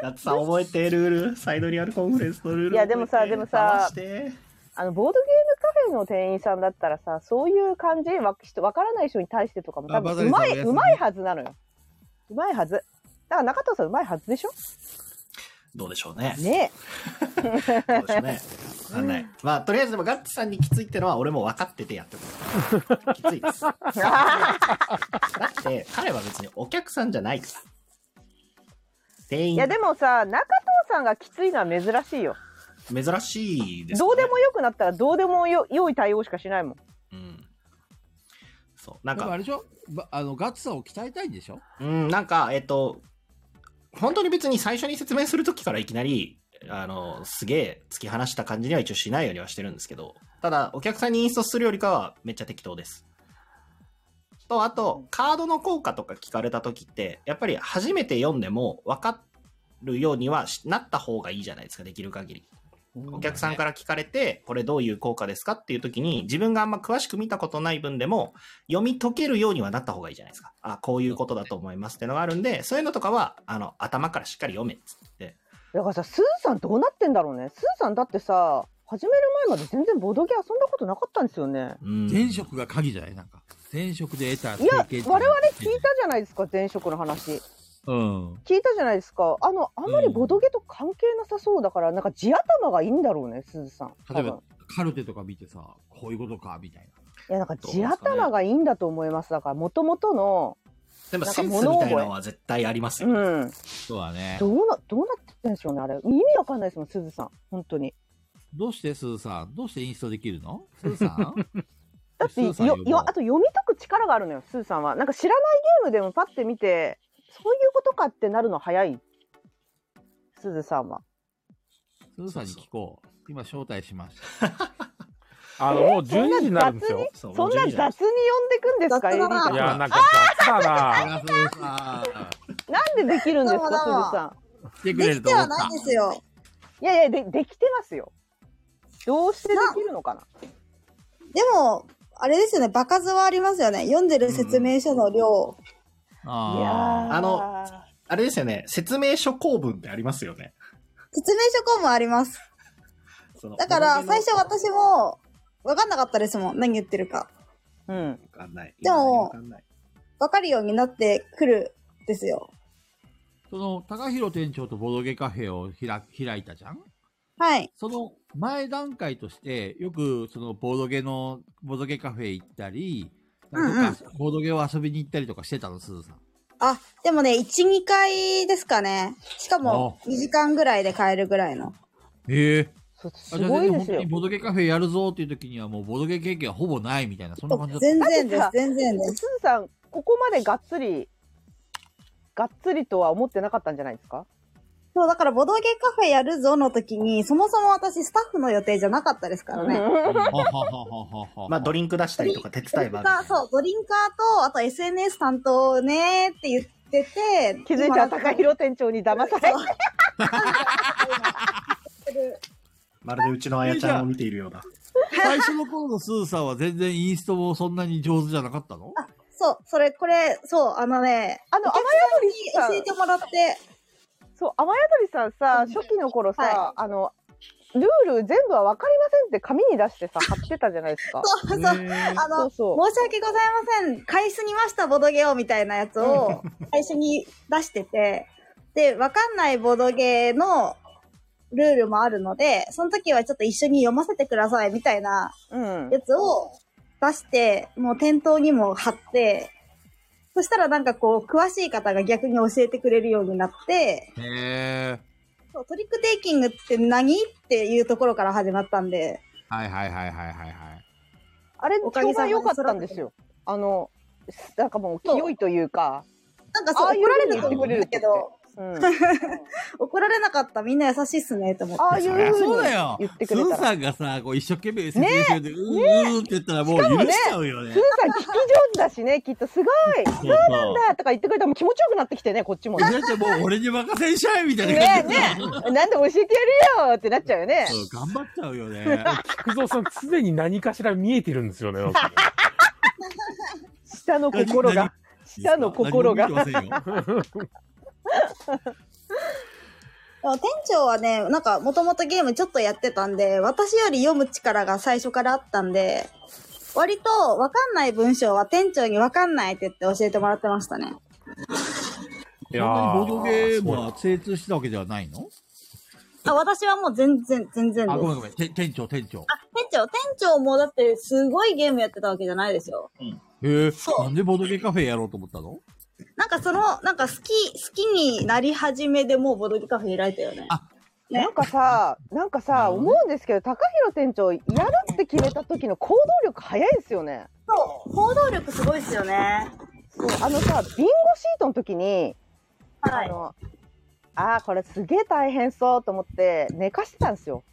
S3: 夏さん覚えてルールサイドリアルコンフレンスのルール
S4: いやでもさ
S3: 覚えて
S4: でもさ
S3: 回して
S4: あのボードゲームカフェの店員さんだったらさそういう感じわ人わからない人に対してとかも多
S1: あバ
S4: 分
S1: ザ
S4: う
S1: リさんお
S4: まい
S1: 休み
S4: うまいはずなのようまいはずだから中藤さんうまいはずでしょ
S3: どうでしょうね
S4: ね
S3: どうでしょうねわかんないまあとりあえずでもガッツさんにきついってのは俺も分かっててやってますきつ
S4: [LAUGHS]
S3: いですだって彼は別にお客さんじゃないから店
S4: えい
S3: 員
S4: やでもさ中藤さんがきついのは珍しいよ
S3: 珍しいです、ね、
S4: どうでもよくなったらどうでもよ良い対応しかしないもん
S3: うんそうなん
S1: でもあ
S3: か
S1: れでしょばあの、ガッツさんを鍛えたいんでしょ
S3: うんなんかえっと本当に別に最初に説明する時からいきなりあのすげえ突き放した感じには一応しないようにはしてるんですけどただお客さんにインストするよりかはめっちゃ適当ですとあとカードの効果とか聞かれた時ってやっぱり初めて読んでも分かるようにはしなった方がいいじゃないですかできる限りお客さんから聞かれて、これどういう効果ですかっていう時に、自分があんま詳しく見たことない分でも、読み解けるようにはなった方がいいじゃないですか。あ、こういうことだと思いますってのがあるんで、そういうのとかは、あの、頭からしっかり読めっつって。
S4: だからさスーさんどうなってんだろうねスーさんだってさ始める前まで全然ボードゲー遊んだことなかったんですよね
S3: うん
S1: 前職が鍵じゃないなんか。前職で得た
S4: い
S1: 経験
S4: や
S1: ってうの
S4: 我
S1: は
S4: 々聞いたじゃないですか前職の話
S1: うん。
S4: 聞いたじゃないですかあのあんまりボドゲと関係なさそうだから、なんか地頭がいいんだろうねすずさん
S1: 例
S4: 多
S1: え
S4: 分
S1: ばカルテとか見てさ、こういうことか、みたい
S4: いやなんか
S3: どうです
S4: 地
S3: かね
S4: 頭がいいんだと思いますだからもともとの
S3: でもセンスみたいのは絶対あります
S4: う
S3: よ。
S4: ん
S1: な。そうだね。
S4: どうなどうなってんでしょうねあれ意味わかんないですもんすずさん本当に
S1: どうして、すずさんどうしてインストできるのすずさ
S4: [LAUGHS]
S1: ん
S4: だって
S1: すず
S4: よ
S1: さんよりも
S4: よあと読み解く力があるのよすずさんはなんか知らないゲームでもパッて見てそういうことかってなるの早いすずさんは
S1: すずさんに聞こう。今、招待しました。
S2: あの、もう
S4: えそんな
S2: 12時になるんですよ。
S3: そ
S4: そんな雑に呼んでくんですか
S7: 雑だ
S4: エ
S7: な
S4: リ
S2: い
S4: ー
S2: や、
S4: さん
S2: なんか雑だな。
S1: あら、すずさ
S4: なんでできるんですか
S7: どう
S4: すず
S7: もどうも
S4: さん
S1: ん。来てくれ
S7: で
S1: る
S7: き
S1: と
S7: て
S1: 思っ
S7: は
S1: た
S7: ないんですよ。
S4: いやいやでできてますよ。どうしてできるのかな。
S7: でも、あれですよね、場数はありますよね。読んでる説明書の量。
S1: あー
S4: いやー
S3: あのあれですよね、説明書公文ってありますよね。
S7: 説明書項もあります。
S3: その
S7: だから、
S3: 物
S7: 最
S3: の
S7: 初私も、わかんなかったですもん。何言ってるか。
S4: うん。
S3: わかんない。
S7: でも
S3: わかんない
S7: わかるようになってくるんですよ。
S1: その、高弘店長とボドゲカフェを開開いたじゃん
S7: はい。
S1: その前段階として、よくそのボードゲの、ボードゲカフェ行ったり、なんかボードゲを遊びに行ったりとかしてたの、すずさん。
S7: あ、でもね、1、2回ですかね。しかも、2時間ぐらいで帰るぐらいの。
S1: ええ
S4: そす
S1: あじゃあ
S4: ご
S1: 全然
S4: いで
S1: 本
S4: す
S1: 当
S4: よ
S1: に。ボードゲカフェやるぞっていう時にはもうボードゲ経験はほぼないみたいな、そんな感じだった。
S7: 全然で
S4: だ
S7: す
S4: っ、て
S7: 全然です
S4: ず。さんここまでがっつりがっつりとは思ってなかったんじゃないですか。
S7: そう、だから、ボドゲカフェやるぞの時に、そもそも私、スタッフの予定じゃなかったですからね。
S1: はははは
S4: [LAUGHS]
S1: はは
S3: まあ、ドリンク出したりとか手伝い
S7: ドリン
S3: ば
S7: カーそう、ドリンカーと、あと SNS 担当ねって言ってて、
S4: 気づいたら高
S7: 広
S4: 弘店長に騙され。
S3: まるでうちのあやちゃんを見ているような。
S1: 最初の頃のすずさんは全然インストもそんなに上手じゃなかったの
S7: そう、それ、これ、そう、あのね、
S4: あの
S7: お客さんに教え
S4: 雨宿り
S7: てもらって、
S4: そう雨宿りさんさ初期の頃さ、
S7: は
S4: あのルール全部はわかりませんって紙に出してさ貼ってたじゃないですか。
S7: そうそう、あ
S4: そ
S7: の
S4: う、そ
S7: 申し訳ございません、買いすぎました、ボドゲを、みたいなやつを、最初に出してて、で、わかんないボドゲの、ルールもあるので、その時はちょっと一緒に読ませてくださいみたいな
S4: う。うん。
S7: やつを出して、もう店頭にも貼って、そしたらなんかこう、詳しい方が逆に教えてくれるようになって、
S1: へえ。
S7: そうトリックテイキングって何っていうところから始まったんで、
S1: はいはいはいはいはいはい。
S4: あれ
S7: おか
S4: 評
S7: げさま
S4: 判
S7: で
S4: 良かったんですよ。あのなんかもう清いというか。
S7: なんかそ
S4: ああ
S7: う、
S4: いう
S7: 怒られると思うんだけ
S4: ふうに
S7: ど、
S4: うん。
S7: 怒られなかったみんな優しいっすねって思って。
S4: ああいう
S1: そりゃ
S4: ふ
S1: そう
S4: うに
S1: だよ。
S4: 言って
S1: す
S4: くれ
S1: ず
S4: たら。
S1: さんがさ、こう一生懸命説明してるで、うーんって言ったらもう許しちゃうよね
S4: スー。さん聞き上手だしね、きっとすごい、そうなんだとか言ってくれたらもう気持ちよくなってきてね、こっちもね。
S1: いやじゃあもう俺に任せんしゃいみたい
S4: ね
S1: な
S4: え
S1: 感じ
S4: ねえ、なんで教えてやるよってなっちゃうよね。 [LAUGHS]
S1: そう頑張っちゃうよね。
S2: 菊蔵さん、常に何かしら見えてるんですよね。なんか
S4: 下の心が。下の心が。
S1: 何も見てませんよ
S7: でも店長はね、なんかもともとゲームちょっとやってたんで、私より読む力が最初からあったんで、割とわかんない文章は店長にわかんないって言って教えてもらってましたね。
S1: そ
S2: い
S1: んなにボードゲームは精通したわけではないの
S7: あ、私はもう全然、全然で
S1: あ、
S7: す。
S1: ごめんごめん。て店長、店長。
S7: あ、店長、店長もだってすごいゲームやってたわけじゃないですよ。
S1: へえ、
S7: そう
S1: なんでボードゲーカフェやろうと思ったの
S7: なんかその、なんか好き、好きになり始めでもうボドゲカフェ開いたよね。
S1: あ
S4: なんかさ、なんかさ、思うんですけど、高弘店長、やるって決めた時の行動力早いですよね。
S7: そう、行動力すごいっすよね。
S4: そうあのさ、ビンゴシートの時に、
S7: は
S4: あ
S7: い。
S4: の、あーこれすげえ大変そうと思って寝かしてたんですよ。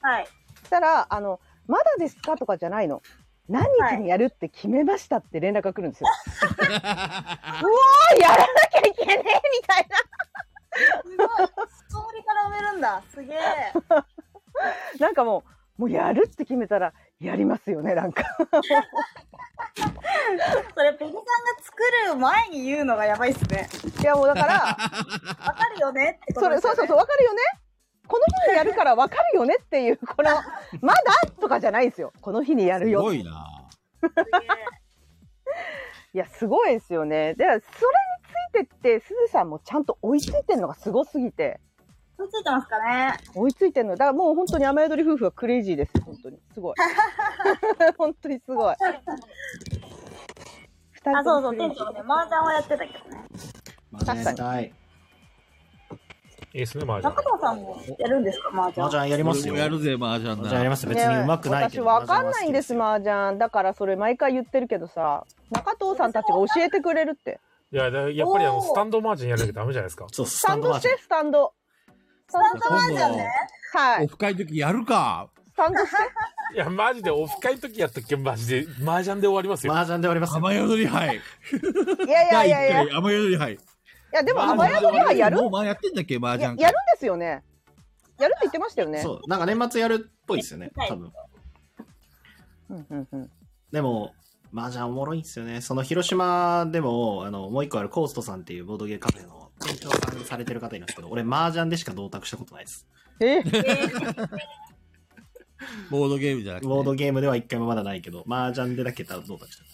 S7: はい。
S4: そしたら、あの、まだですかとかじゃないの。何日にやるって決めましたって連絡が来るんです
S7: [LAUGHS]
S4: よ。うおーやらなきゃいけねえみたい
S7: すごい。氷から埋めるんだ。すげえ。
S4: な。なんかもう、もうやるって決めたら、やりますよね、なんか。
S7: それ、ペギさんが作る前に言うのがやばいっすね。
S4: いやもうだから、
S7: わかるよねってこ
S4: そ
S7: と
S4: れ
S7: です
S4: そう
S7: よね。
S4: そうそう分かるよねこの日にやるから分かるよねっていう [LAUGHS] この「まだ?」とかじゃないですよこの日にやる
S1: す
S4: よ
S1: ご
S4: い
S1: いな
S7: すげえ
S4: やすごいですよねでそれについてってすずさんもちゃんと追いついてるのがすごすぎて
S7: 追いついてますかね。
S4: 追いついてるのだからもう本当に雨宿り夫婦はクレイジーです本当に
S7: [LAUGHS]
S4: すごい本当にすごい二
S7: あ、
S4: 人
S7: そ
S4: とも
S7: うそう、
S4: クレイ
S7: 店
S4: ジー
S7: 長ね、麻雀をやってたけどね。
S3: マージャンやりたい。
S2: いですね、マージャン
S7: 中。藤さんもやるんですか、麻
S3: マージ
S7: 雀。
S3: ャンやります
S1: 俺
S3: よ。
S1: も
S3: マ
S1: や
S3: ー
S1: るぜ、麻雀
S3: ジャンやり
S1: だ。
S3: ますよ。別にうまくないけど。
S4: 私わかんないんです
S3: マ
S4: 麻雀だからそれ毎回言ってるけどさ中藤さんたちが教えてくれるって
S2: いや、だやっぱりあの、
S7: おー
S2: スタンドマージャンやらなきゃダメじゃないですか
S3: ー。そう、ス
S4: スタ
S3: タ
S4: ン
S3: ンド
S4: ド
S3: マー
S4: し
S3: ジャン
S4: て。スタンド
S7: スタンド
S1: 今
S7: 麻雀
S1: 度
S7: ね。
S4: はい
S1: オフ会の時やるか。
S4: スタンドして
S2: いや、マジでオフ会の時やったっけマジで、マージャンで終わりますよ。
S3: マージャンで終わりますよ。
S1: 雨宿り杯。
S4: いやいやいやいや、
S1: 第
S4: い
S1: 一回雨宿り杯。
S4: やでも雨宿りはやる
S1: もう前やってんだっけ、麻
S4: ややるん
S1: 雀
S4: で。すよね。やるって言ってましたよね。
S3: そう、なんか年末やるっぽいですよね、多分。
S4: うんうんうん。
S3: でも、麻雀おもろいんですよね。その広島でも、あの、もう一個あるコーストさんっていうボードゲーカフェの店長さんされてる方いるんですけど、俺麻雀でしか同卓したことないです。
S4: え、
S1: ボードゲームじゃなくて。
S3: ボードゲームでは一回もまだないけど、麻雀でだけ同卓した。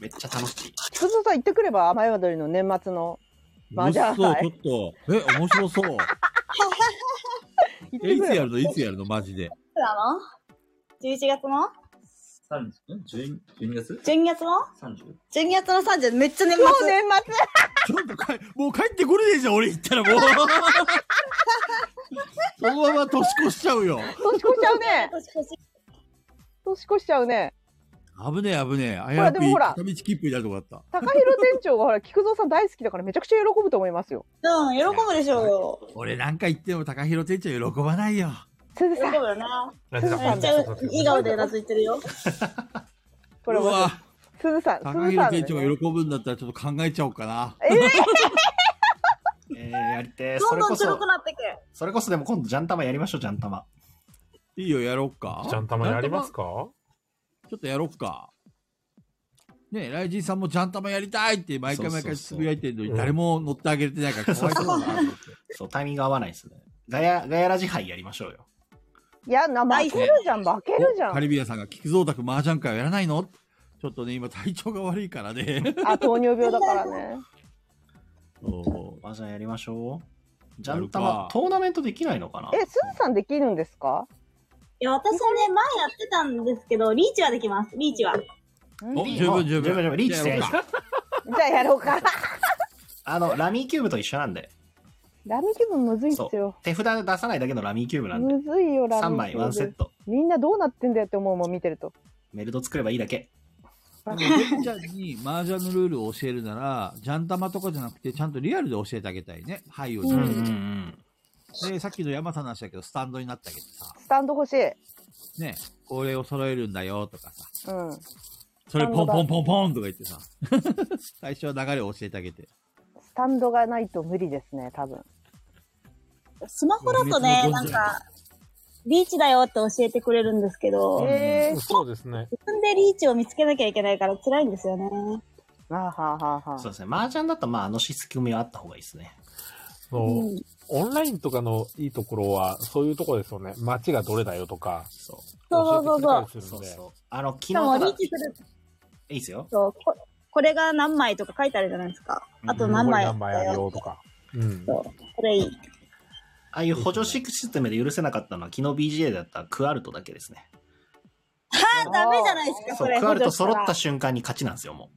S3: めっちゃ楽しい。
S4: 鈴さん行ってくれば雨宿りの年末の麻雀
S1: うっそう、ちょっと。え、面白そう。
S4: 行っ
S1: え、
S4: て
S1: い
S4: く
S1: つ
S4: れ
S1: や
S4: ば
S1: るのいつやるのマジで。
S7: いつなの ?11 月の
S8: 三十、ん12 12月
S7: ?12 月の
S8: ?30?
S7: ?12 月の30、めっちゃ年末
S4: も。う年末
S1: ちょっとかもう帰ってこれねえじゃん、俺行ったらもう。 [LAUGHS] そのまま年越しちゃうよ。
S4: 年越しちゃうね。
S7: 年越し
S4: 年越しちゃうね。
S1: 危ねえ、危ねえ。
S4: ほらでもほら
S1: 片道切符になるとこだった。
S4: 高弘店長がほら菊蔵さん大好きだからめちゃくちゃ喜ぶと思いますよ。
S7: うん、喜ぶでしょうよ。
S1: 俺なんか言っても高弘店長喜ばないよ。
S4: 鈴
S7: 喜
S4: さ
S7: ぶ
S4: ん、
S7: よね。
S2: なんか
S7: めっちゃ笑顔でうなずいてるよ。
S4: こ
S1: う
S4: れも
S1: わ、
S4: 鈴さ
S1: 高
S4: ん、鈴さ
S1: 弘
S4: んのね
S1: 店。長が喜ぶんだったらちょっと考えちゃおうかな。
S3: えー、やりてー。
S7: ど
S3: そ
S7: ん
S3: れ
S7: どん
S3: こ
S7: 強
S3: [LAUGHS] そ
S7: く、なってく。
S3: それこそでも今度ジャンタマやりましょう、ジャンタマ。
S1: いいよ、やろうか。
S2: ジャンタマやりますか
S1: ちょっとやろっか。ねえ、ライジンさんもジャンタマやりたいって毎回毎回つぶやいてるの
S2: そうそ
S1: に
S2: うそう
S1: 誰も乗ってあげれてないからかわいそうだなと思って。
S3: そう、タイミング合わないですね。ガヤ、ガヤラジ杯やりましょうよ。
S4: いや、な負けるじゃん、負けるじゃ
S1: カ
S4: ん。
S1: リビアさんが菊蔵卓麻雀会をやらないのちょっとね、今体調が悪いからね。
S4: あ、糖尿病だからね。
S1: そ
S3: 麻雀やりましょう。ジ
S1: や
S3: ャ
S1: る
S3: ン
S1: か
S3: タマ、トーナメントできないのかな
S4: え、鈴さんできるんですか？
S7: いや、私はね、前やってたんですけど、リーチはできます、リーチは。
S1: うお
S3: リー
S1: 十分
S3: あ
S1: 十分。
S3: 十分十分リー
S1: じ
S3: チ
S1: ゃあやろうか
S4: じゃあやろうか。
S3: あの、ラミーキューブと一緒なんで。
S4: ラミ気分むずいっすよ。
S3: 手札出さないだけのラミーキューブなんで。
S4: むずいよ、ラ
S3: 3
S4: ミ
S3: 枚ワンセット。
S4: みんなどうなってんだよって思うもん、見てると。
S3: メルド作ればいいだけ。
S1: でもベンちゃんに麻雀のルールを教えるなら、ジャンタマとかじゃなくて、ちゃんとリアルで教えてあげたいね。はいを、
S3: うんうん。
S1: で、さっきの山さんの話だけど、スタンドになったけどさ、
S4: スタンド欲しい。
S1: ね、これを揃えるんだよとかさ、
S4: うん。
S1: それポンポンポンポンとか言ってさ、 [LAUGHS] 最初は流れを教えてあげて。
S4: スタンドがないと無理ですね、多分。
S7: スマホだとね、なんか、リーチだよって教えてくれるんですけど、
S4: えー、
S2: そうですね。
S7: 自分でリーチを見つけなきゃいけないから辛いんですよね。
S4: あはあはあはあ
S3: そうですね。麻雀だと、まあ、あの仕組みはあった方がいいですね。
S2: そうオンラインとかのいいところは、そういうところですよね。街がどれだよとか。
S3: そう。
S7: そうそうそう
S2: 教えてくれたりす
S3: そ
S2: るん
S3: う
S2: で
S3: そう。あの、昨日
S7: しかも
S3: ただ
S7: リー
S3: い
S7: チする
S3: いですよ。
S7: とこ、これが何枚とか書いてあるじゃないですか。あと何枚
S2: 何枚あるよとか。うん。
S7: これいい。
S3: ああいう補助システムで許せなかったのは、昨日 BGA だったクアルトだけですね。
S7: あ、ダメじゃないですか、
S3: そ、
S7: そうれ。
S3: クアルト揃
S7: 補
S3: った
S7: 助し
S3: 瞬間に勝ちなんですよ、も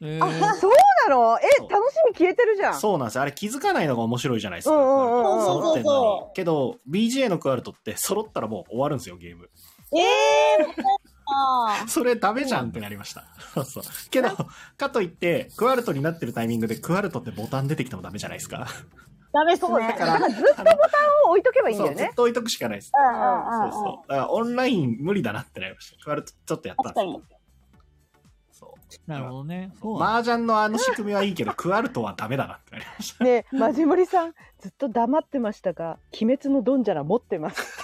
S6: え
S4: あそうなのえ
S3: そう
S4: 楽しみ消えてるじゃ
S3: う。
S4: ん
S3: そうなんですよ。あれ気づかないのが面白いじゃないですか。
S4: うんうんうんうん
S3: クアルト揃ってん
S7: そうそう
S3: の
S7: そ
S3: に。けど、BGA のクアルトって揃ったらもう終わるんですよ、ゲーム。 [LAUGHS]
S7: たら。ええー、もったいないな
S3: それダメじゃんってなりました。 [LAUGHS] そうそう。けど、かといって、クアルトになってるタイミングでクアルトってボタン出てきてもダメじゃないですか。
S7: ダメっす
S4: そうだ
S7: ね
S4: か。らずっとボタンを置いとけばいいんだ
S3: そ
S4: よ
S3: う、ずっ
S4: ね
S3: と置いとくしかないです。
S7: うんうんう
S3: そ
S7: ん
S3: う
S7: [LAUGHS]
S3: そう。だからオンライン無理だなってなりました。クアルトちょっとやったんですよ。そ。
S6: なるほどね。そううなんだ
S3: 麻雀のあの仕組みはいいけど、クアルトはダメだなってなりました。
S4: ねえマジモリさんずっと黙ってましたが「鬼滅のドンジャラ持ってます」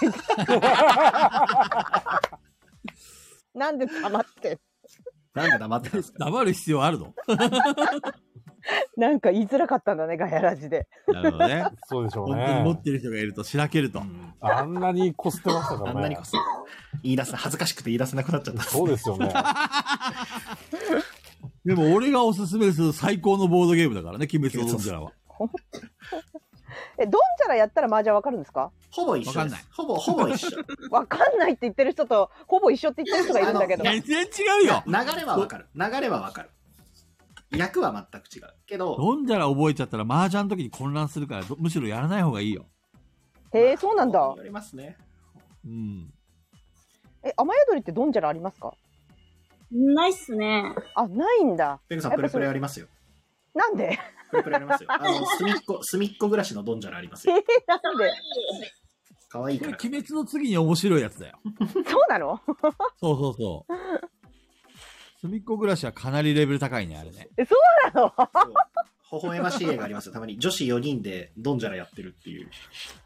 S3: [LAUGHS]
S4: なんで黙ってん
S3: なんで黙ってたんで
S1: [LAUGHS]
S3: すか
S1: 黙る必要あるの
S4: なんか言いづらかったんだねガヤラジで
S1: なるほどね。
S2: そうでしょう
S1: 本当に持っ
S2: ね。
S1: てる人がいるとしらけると。
S2: あんなにこすってましたから
S3: あ
S2: ね。
S3: んなにこそ言い出す、恥ずかしくて言い出せなくなっちゃった。
S2: そうですよね。
S1: でも俺がおすすめする最高のボードゲームだからね、鬼滅のドンは。
S4: えドンジャラやったら麻雀わかるんですか
S3: ほぼ一緒
S1: わか
S3: で
S1: んない
S3: す。ほぼ、ほぼ一緒。
S4: わかんないって言ってる人とほぼ一緒って言ってる人がいるんだけど
S1: 全然違うよ
S3: 流れはわかる。流れはわかる。役は全く違う。けど、
S1: ドンジャラ覚えちゃったら麻雀の時に混乱するから、どむしろやらない方がいいよ。
S4: へえそうなんだ
S3: よりますね。
S1: うん。
S4: え雨宿りってドンジャラありますか
S7: ないっすね。
S4: あないんだ
S3: ペグさん、プレプレありますよ。
S4: なんで
S3: プレプレありますよ。あ
S4: [LAUGHS]
S3: の、隅っこ、隅っこ暮らしのドンジャラあります
S4: え
S3: よ。
S4: なんで [LAUGHS]
S3: 可愛い
S1: こ
S3: か
S1: れ
S3: ら。
S1: 鬼滅の次に面白いやつだよ。
S4: そうなの
S1: そうそうそう。隅っこ暮らしはかなりレベル高いね、あれね。
S4: えそうなの
S3: そう微笑ましい絵がありますよ。たまに女子4人でドンジャラやってるっていう。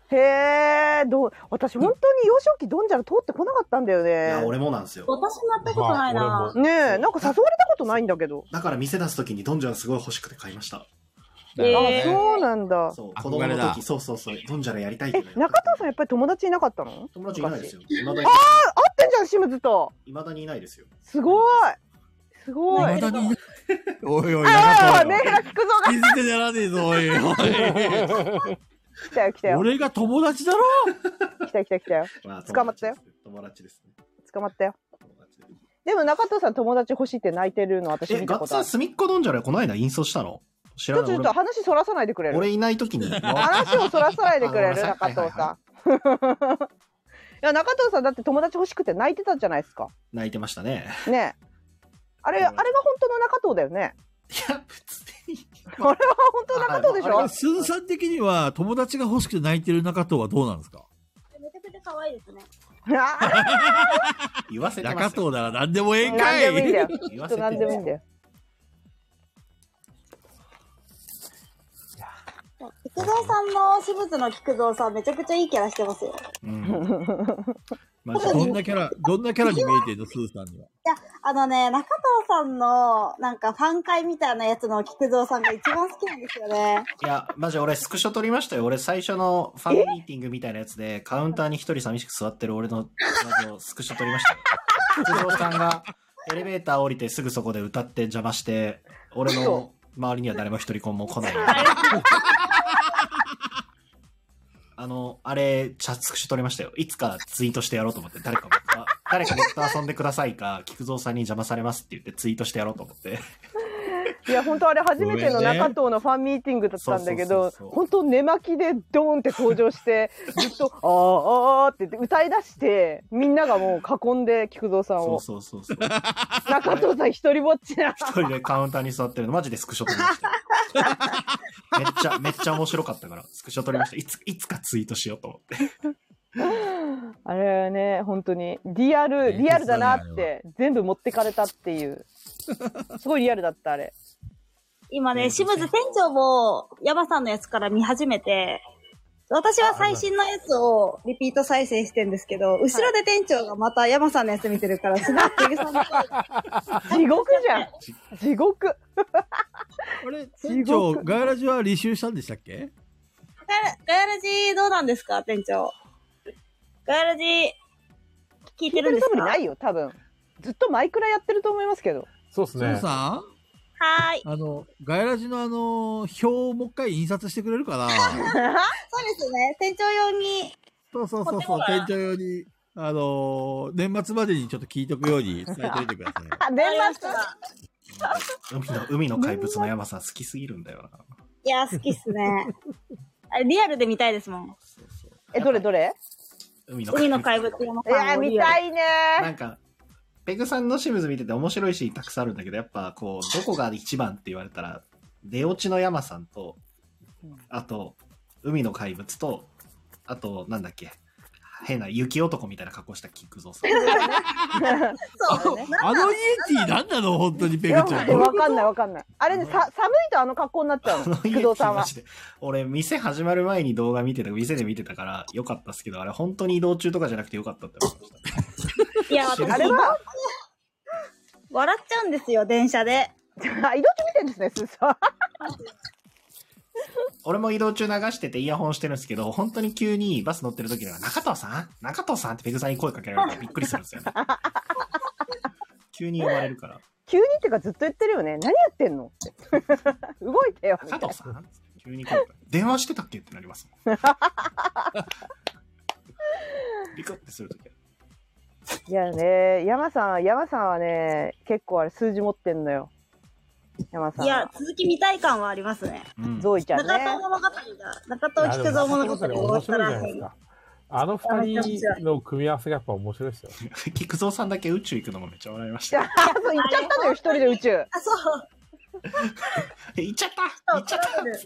S4: へえどう私本当に幼少期ドンジャラ通ってこなかったんだよ
S3: いや、
S4: ね
S3: 俺もなんですよ。
S7: 私もやったことない
S2: まあ
S7: な
S2: 俺。
S4: ねえなんか誘われたことないんだけど
S3: だから店出すときにドンジャラすごい欲しくて買いました。
S4: あ
S7: えー
S4: そうなんだ
S3: そう、子
S1: 憧
S3: 供
S1: れ
S3: の
S1: だ
S3: 時、そうそうそう、ドンジャラやりたいっ
S4: え
S3: て
S4: 中藤さんやっぱり友達いなかったの
S3: 友達いないですよ。
S4: [LAUGHS]
S3: いまだに、
S4: あ合ってんじゃんシムズと
S3: いまだにいないですよ。
S4: すごいすごい
S1: まだに。おいおい、
S4: あ
S1: 中
S4: あメー
S1: 藤よ。
S4: ルが聞くぞが
S1: 気づけてやらねえぞ、お
S4: [LAUGHS]
S1: いお
S4: 来たよ来た
S1: い。
S4: よ
S1: 俺が友達だろ
S4: 来たよ来たよ来たよ
S3: まあ、
S4: 捕まったよ
S3: 友達ですね。
S4: 捕まったよ
S3: 友達ですね。
S4: でも中藤さん友達欲しいって泣いてるの私
S3: え、
S4: 見た
S3: ガッ
S4: こ
S3: ツ
S4: とある
S3: さん、隅っこドンジャラこの間インストしたの知
S4: ちょっ
S3: らな
S4: とち
S3: い
S4: ょっと話そらさないでくれ
S3: 俺
S4: る
S3: 俺いない時に。
S4: [LAUGHS] 話をそらさないでくれる
S3: あ
S4: 中
S3: ごめんなさい
S4: 藤さんいや中藤さんだって友達欲しくて泣いてたじゃないですか
S3: 泣いてましたね。
S4: ねえあれあれが本当の中藤だよね
S3: いや、別に。
S4: あれは本当の中藤でし
S3: あ
S4: ょ
S3: れ
S1: すずさん的には友達が欲しくて泣いてる中藤はどうなんですか
S7: めちゃくちゃ可愛いですね。
S4: あ
S3: 言わせてま
S1: 中
S3: すよ。
S1: 藤なら何でもええん
S4: 何
S1: か
S4: でもいいん
S1: い
S4: だよ
S3: 言わ
S4: 人
S3: せてま
S4: 何でもいいん
S3: す
S4: だ
S3: よ。
S4: よ
S7: 菊蔵さんの私物の菊蔵さんめちゃくちゃいいキャラしてますよ。
S3: うん。まあ、じゃあ
S1: どんなキャラ、どんなキャラに見えてるの、すずさんには。
S7: あのね、中藤さんのなんかファン会みたいなやつの菊蔵さんが一番好きなんですよね。
S3: いや、マジ俺スクショ撮りましたよ。俺最初のファンミーティングみたいなやつで、カウンターに一人寂しく座ってる俺の画像をスクショ撮りましたよ。菊蔵さんがエレベーター降りてすぐそこで歌って邪魔して、俺の周りには誰も一人子も来ない。あの、あれ、チャスクショ撮りましたよ。いつかツイートしてやろうと思って、誰か僕が、誰か僕と遊んでくださいか、菊蔵さんに邪魔されますって言ってツイートしてやろうと思って。
S4: いや本当あれ初めて
S1: ごめん
S4: の
S1: ね
S4: 中藤のファンミーティングだったんだけ
S3: そう
S4: ど
S3: そうそうそう
S4: 本当寝巻きでドーンって登場してずっ
S3: [LAUGHS]
S4: と「あーあーあー」って言って歌い出してみんながもう囲んで菊蔵さん
S3: そう
S4: を
S3: そうそうそう。
S4: 中藤さん一人ぼっちな
S3: 一人でカウンターに座ってるの、マジでスクショ撮りましたよ。めっちゃ、めっちゃ面白かったから、スクショ撮りました。いつ、いつかツイートしようと思って。
S4: あれはね本当にリアルリアルだなって全部持ってかれたっていうすごいリアルだったあれ
S7: 今
S3: ね
S7: ね、清水店長も山さんのやつから見始めて、私は最新のやつをリピート再生してんですけど、後ろで店長がまた山さんのやつ見てるから、すごいペグさんの声が
S4: 地獄じ
S3: [LAUGHS]
S4: ゃん。地獄。
S6: あれ、店長、ガヤラジは履修したんでしたっけ
S7: ガヤガヤラジどうなんですか、店長。ガヤラジ聞い
S4: 聞
S7: て
S4: いて
S7: るん
S4: る
S7: です
S4: 素振
S7: か
S4: りないよ、多分。ずっとマイクラやってると思いますけど。
S2: そうです
S6: そ
S2: ね
S6: う。さ
S7: はー
S6: ん、
S7: い。
S6: あの、ガヤラジのあの、表をもう一回印刷してくれるか
S4: [LAUGHS]
S6: な
S7: そうですね。店長用に。
S6: そうそうそうそう、店長用に、あのー年末までにちょっと聞いとくように伝えておいてください。
S4: [LAUGHS] あ、年末
S3: 海の、海の怪物の山さん好きすぎるんだよな。
S7: いや、好きっすね。あれ、リアルで見たいですもん。
S3: そうそう
S4: え、どれどれ
S3: 海の
S7: 海の怪物山
S4: え
S7: さん
S4: ー、
S7: を
S4: 見
S7: リアル
S4: たいね
S3: なんか、ペグさんの清水見てて面白いシーンたくさんあるんだけど、やっぱこう、どこが一番って言われたら、出落ちの山さんと、あと、海の怪物と、あと、なんだっけ、変な雪男みたいな格好したキックゾーさん。
S7: そうね。
S6: あのイエティなんなの本当にペ
S4: い
S6: グ
S4: や、
S6: ちゃん。
S4: わかんないわかんない。あれね、さ寒いとあの格好になっちゃ
S6: [LAUGHS]
S4: う
S3: [LAUGHS]
S4: の。
S3: あの
S4: 工藤さんは
S3: マ。ジで俺、店始まる前に動画見てた、店で見てたからよかったっすけど、あれ本当に移動中とかじゃなくてよかったって思いました。
S7: いや、私、
S4: あれは、 [LAUGHS]
S7: 笑っちゃうんですよ、電車で。
S4: あ移動中見てんですね、すーさん。 [LAUGHS]
S3: 俺も移動中流しててイヤホンしてるんですけど、本当に急にバス乗ってる時には、中藤さん中藤さんってペグさんに声かけられてびっくりするん
S4: [LAUGHS]
S3: ですよね。急に呼ばれるから、
S4: 急にっていうかずっと言ってるよね。何やってんの [LAUGHS] って動いてよ。みたい
S3: 中
S4: な
S3: 藤さん急に声かけ電話してたっけってなりますもん。ビクってするとき
S4: いやね、山さん、山さんはね、結構あれ数字持ってんのよ。山さんは。
S7: いや、続き見たい感はありますね。
S4: ゾイちゃんね
S7: 中。
S4: [LAUGHS]
S7: 藤物語が、中藤菊蔵物語が終わ
S2: 面
S7: っ
S2: 白い
S7: た
S2: じゃ
S7: ら
S2: ないですか。あの二人の組み合わせがやっぱ面白いですよ。
S3: 菊蔵さんだけ宇宙行くのもめっちゃ笑いました。
S4: あそう行っちゃったのよ、一人で宇宙。
S7: あ、そう。
S3: 行っちゃった行っちゃった
S4: あれさ、TRPG っ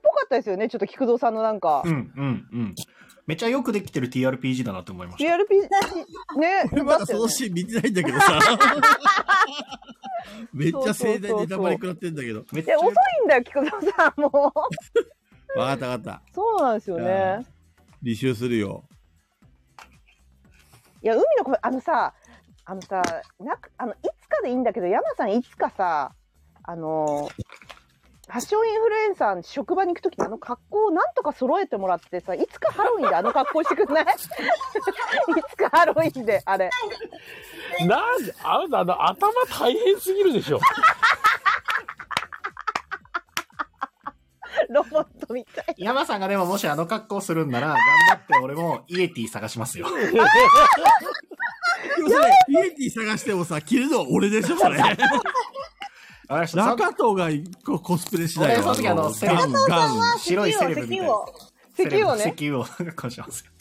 S4: ぽかったですよね、ちょっと菊蔵さんのなんか
S3: う。んうんうん。めっちゃよくできてる TRPG だなと思いました。
S4: TRPG、ね、
S6: 俺 [LAUGHS] まだ
S4: って
S6: そ
S4: よ
S6: の
S4: ね
S6: シーン見てないんだけど
S4: [LAUGHS]
S6: さ。めっちゃ盛大に黙り食らってんだけど。
S3: めっち
S4: い
S3: ゃ
S4: や、遅いんだよ、菊蔵さん、もう。 [LAUGHS]
S6: わかったわかった。
S4: そうなんですよ
S6: いや
S4: ね。
S6: 履修するよ。
S4: いや、海の声、あのさ、あのさ、なく、あの、いつかでいいんだけど、山さん、いつかさ、あの、発症インフルエンサーの職場に行くときあの格好をなんとか揃えてもらってさ、いつかハロウィンであの格好してくんないいつかハロウィンで、あれ。
S2: なんで、あなたあの頭大変すぎるでしょ。
S4: ロボットみたい。
S3: 山さんがでももしあの格好するんなら、頑張って俺もイエティ探しま
S4: [LAUGHS]
S3: すよ。
S6: でもそれ、イエティ探してもさ、着るのは俺でしょ、それ。
S3: わかりましたそ
S6: 中藤がこコスプレしないよ。
S3: 俺その時あのセレブ
S6: ガン、ガン。
S3: 白いセレブみたいな
S7: 石油
S4: 石油
S7: を
S4: をね。
S3: 石油をなんかこうしますよ。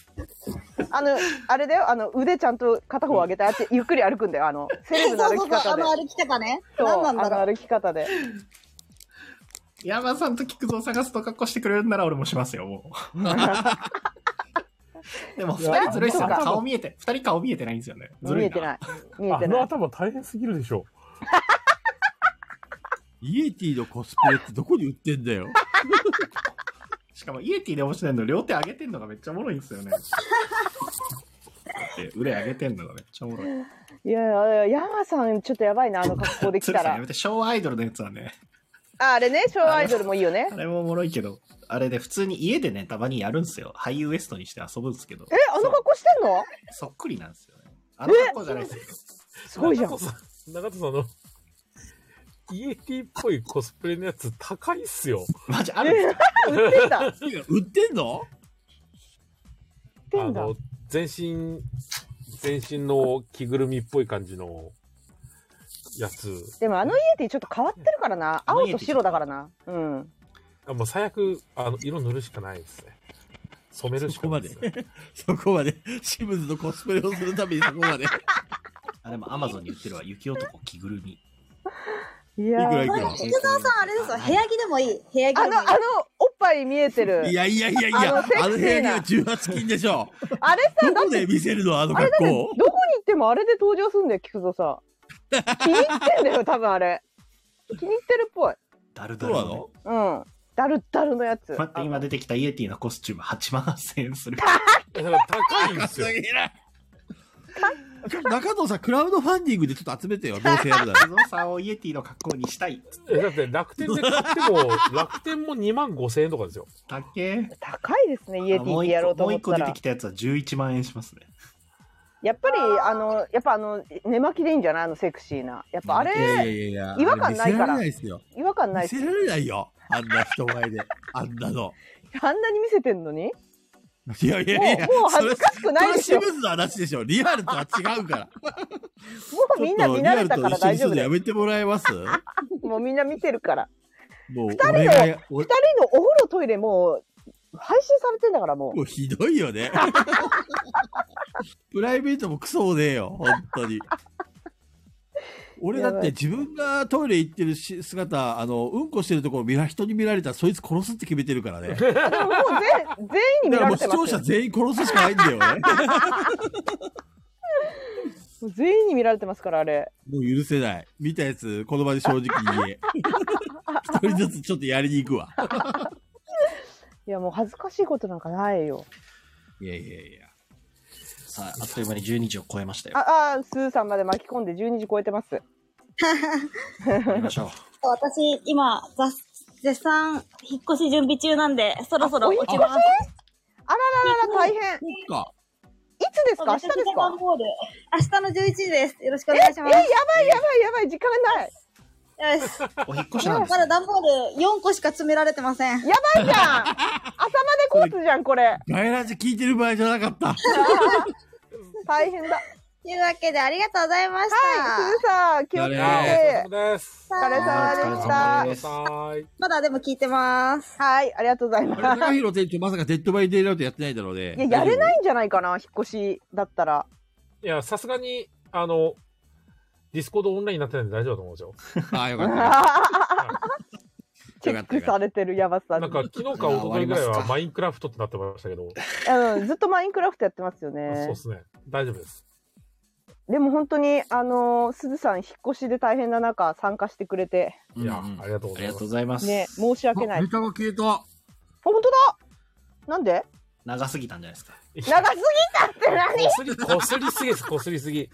S4: あの、あれだよ、あの、腕ちゃんと片方上げて、あっちゆっくり歩くんだよ、あの、セレブの
S7: そう
S4: 歩
S7: そう
S4: き
S7: そう、あ
S4: 方で。
S7: の歩き方ね。
S4: そう
S7: 何なんだ
S4: あ
S7: ろ
S4: の
S7: う。
S4: 歩き方で。
S3: 山さんと菊蔵探すと格好してくれるんなら俺もしますよ、も
S4: [LAUGHS]
S3: う。でも二人ずるいっすよ。
S4: いや
S3: 顔見えて、二人顔見えてないんですよね。ず
S4: 見え
S3: るいな。
S4: てない。見え
S2: あ
S4: て
S2: の
S4: ない。
S2: 頭大変すぎるでしょ。
S6: イエティのコスプレってどこに売ってんだよ。
S3: しかもイエティで面白いの両手上げてんのがめっちゃおもろいんです
S4: [LAUGHS]
S3: よね。で腕上げてんのがめっちゃおもろい。
S4: いや、山さん、ちょっとやばいな、あの格好でき
S3: そ
S4: た
S3: れさ
S4: ら
S3: [LAUGHS] やめ。て、昭和アイドルのやつはね、
S4: ああれね、昭和アイドルもいいよね
S3: あ。れもおもろいけど、あれで普通に家でね、たまにやるんですよ。ハイウエストにして遊ぶんですけど。
S4: え、あの格好してんの
S3: そっくりなんですよね。あの格好じゃないですよ。
S4: すごいじゃん。
S2: 中
S4: い
S2: 藤さん中藤さんの、イエティっぽいコスプレのやつ高いっすよ。
S3: マジあるんですか
S4: 売ってた。売っ
S6: 売ってんの
S4: て
S2: あ
S4: んだ
S2: の。、全身、全身の着ぐるみっぽい感じのやつ。
S4: でもあのイエティちょっと変わってるからな。
S3: あの
S4: 青
S3: イエティ
S4: と白だからな。うん。
S2: あもう最悪、あの、色塗るしかないですね。染めるし
S6: そ
S2: か
S6: こ
S2: な
S6: ま
S2: い
S6: で
S2: ですね。。
S6: そこまで。シムズのコスプレをするためにそこまで。いく
S3: あ、でもアマゾンに売ってるわ。雪男着ぐるみ。
S4: いや
S6: らい
S4: ー
S6: くら。
S7: 菊蔵さん、あれですよ、部屋着でもいい。部屋着
S4: あ
S7: で
S4: の、
S7: も
S4: あ
S7: いい
S4: の。、おっぱい見えてる
S6: い。やいやいやい
S4: あ
S6: や、
S4: のセクシーな
S6: あの部屋には18金でしょ。
S4: あれさ、
S6: ど
S4: だっ
S6: こ
S4: て
S6: で見せるのあの
S4: あれ
S6: 格
S4: だってど
S6: 好
S4: こに行ってもあれで登場すんだよ菊蔵さん気に入ってんだよ多分あれ気に入ってるっぽい
S3: ダルダ
S6: そう
S3: ル
S6: な
S3: のね。
S6: の
S4: うんダルダルのやつ。
S3: 待って、今出てきたイエティのコスチューム8万8000円する。
S2: だから高いん
S3: [LAUGHS]
S2: ですよ。
S6: 中藤さん、クラウドファンディングでちょっと集めてよ、どうせや
S3: [LAUGHS]
S6: るだ
S3: ゾウさんをイエティの格好にしたい。
S2: えだって楽天で買って
S3: [LAUGHS]
S2: も、楽天も2万5千円とかですよ。
S3: たけ
S4: 高いですね、イエティでやろうと思
S3: もう
S4: っ
S3: 一個
S4: た
S3: 出て
S4: ら
S3: き。たやつは11万円しますね。
S4: やっぱり、あの、やっぱあの、寝巻きでいいんじゃないあのセクシーな。やっぱあ
S6: いやいや
S4: れ、
S6: いやや
S4: 違和感ない
S6: あれ見せ
S4: から
S6: られないですよ。
S4: 違和感ない
S6: 見
S4: っす
S6: せられないよ。あんな人前で。あんなの。
S4: あんなに見せてんのに
S6: [LAUGHS] いやいやいや。
S4: もうもう恥ずかしくないでしょ
S6: それそれ私物の話でしょ。リアルとは違うから。
S4: もう [LAUGHS] みんな見慣れたから大丈夫だ
S6: や
S4: よ。
S6: めてもらえ
S4: [LAUGHS]
S6: ます
S4: もうみんな見てるから。
S6: もう、
S4: 人
S6: 俺が、俺
S4: 二人のお風呂トイレもう配信されてんだからもう。
S6: もうひどいよね。 [LAUGHS] プライベートもクソもねえよ、本当に。俺だって自分がトイレ行ってるし姿、あの、うんこしてるところを見ら人に見られたらそいつ殺すって決めてるから
S4: [LAUGHS]
S6: ね。だ
S4: でももう全全員に見
S6: かららも
S4: れ
S6: う視
S4: てますよ
S6: 聴者全員殺すしかないんだよね。 [LAUGHS]
S4: もう全員に見られてますからあれ。
S6: もう許せない。見たやつ、この場で正直に言え。 [LAUGHS] 一人ずつちょっとやりに行くわ。
S4: いやもう恥ずかしいことなんかないよ。
S6: いやいやいや。
S3: さあ、あっという間に12時を超えました
S4: [LAUGHS]
S3: よ。
S4: ああスーさんまで巻き込んで12時超えてます。
S3: 行きましょう。
S7: 私、今、ざ絶賛、引っ越し準備中なんで、そろそろ
S4: あお引
S7: 落
S4: っ越
S7: ち
S4: し
S7: ます。
S4: あらららら大変。い
S6: そっか。
S4: つですか明日
S7: 私
S4: ですか。
S7: が段ボール明日の11時です。よろしくお
S4: ええ
S7: 願い
S4: や
S7: し
S4: ば
S7: ま
S4: い
S7: す。
S4: やばいやばい時間が
S2: [LAUGHS]
S4: ない。
S7: よし。
S3: お引っ越しなんです
S7: まだ段ボール4個しか詰められてません。
S4: やばいじゃん。朝までコースじゃんこれ。
S6: ガイラジ聞いてる場合じゃなかった。
S2: [LAUGHS]
S4: 大変だ。
S7: というわけで、ありがとうございました。
S4: はいスーさん気を
S2: お
S4: つけて。
S2: 疲れ様です。
S4: お疲れ様でし
S3: お疲れ様
S4: た
S3: で。
S2: はーい。
S7: まだでも聞いてます。
S4: はい、ありがとうございま
S2: [LAUGHS]
S4: す。
S6: 高弘店長まさかデッドバイデイラウトやってないだろうね。
S4: いや、やれないんじゃないかな、引っ越しだっ
S2: [LAUGHS]
S4: たら。
S2: いや、さすがに、あの、ディスコードオンラインになってないんで大丈夫だと思うんですよ。
S6: ああ、よかった。
S4: チェックされてるやばさ
S2: なんか、昨日か一昨日ぐらいはマインクラフトってなってましたけど、
S4: うんずっとマインクラフトやってますよ
S2: そう
S4: ね
S2: で。すね。大丈夫です。
S4: でも本当に、あのー、すずさん、引っ越しで大変な中、参加してくれて、
S3: うん
S2: いや、
S3: うん
S2: ありがとうご
S3: あ
S2: ざ
S3: り
S2: いま
S3: がとう
S2: す
S3: ご。ざいます。
S4: ね、申し訳ない。
S1: ネ
S4: あ
S1: タが消えた。
S4: 本当だなんで
S3: 長すぎたんじゃないですか。
S2: いや
S4: 長すぎたって何
S2: こすり、こすりすぎです、こすりすぎ。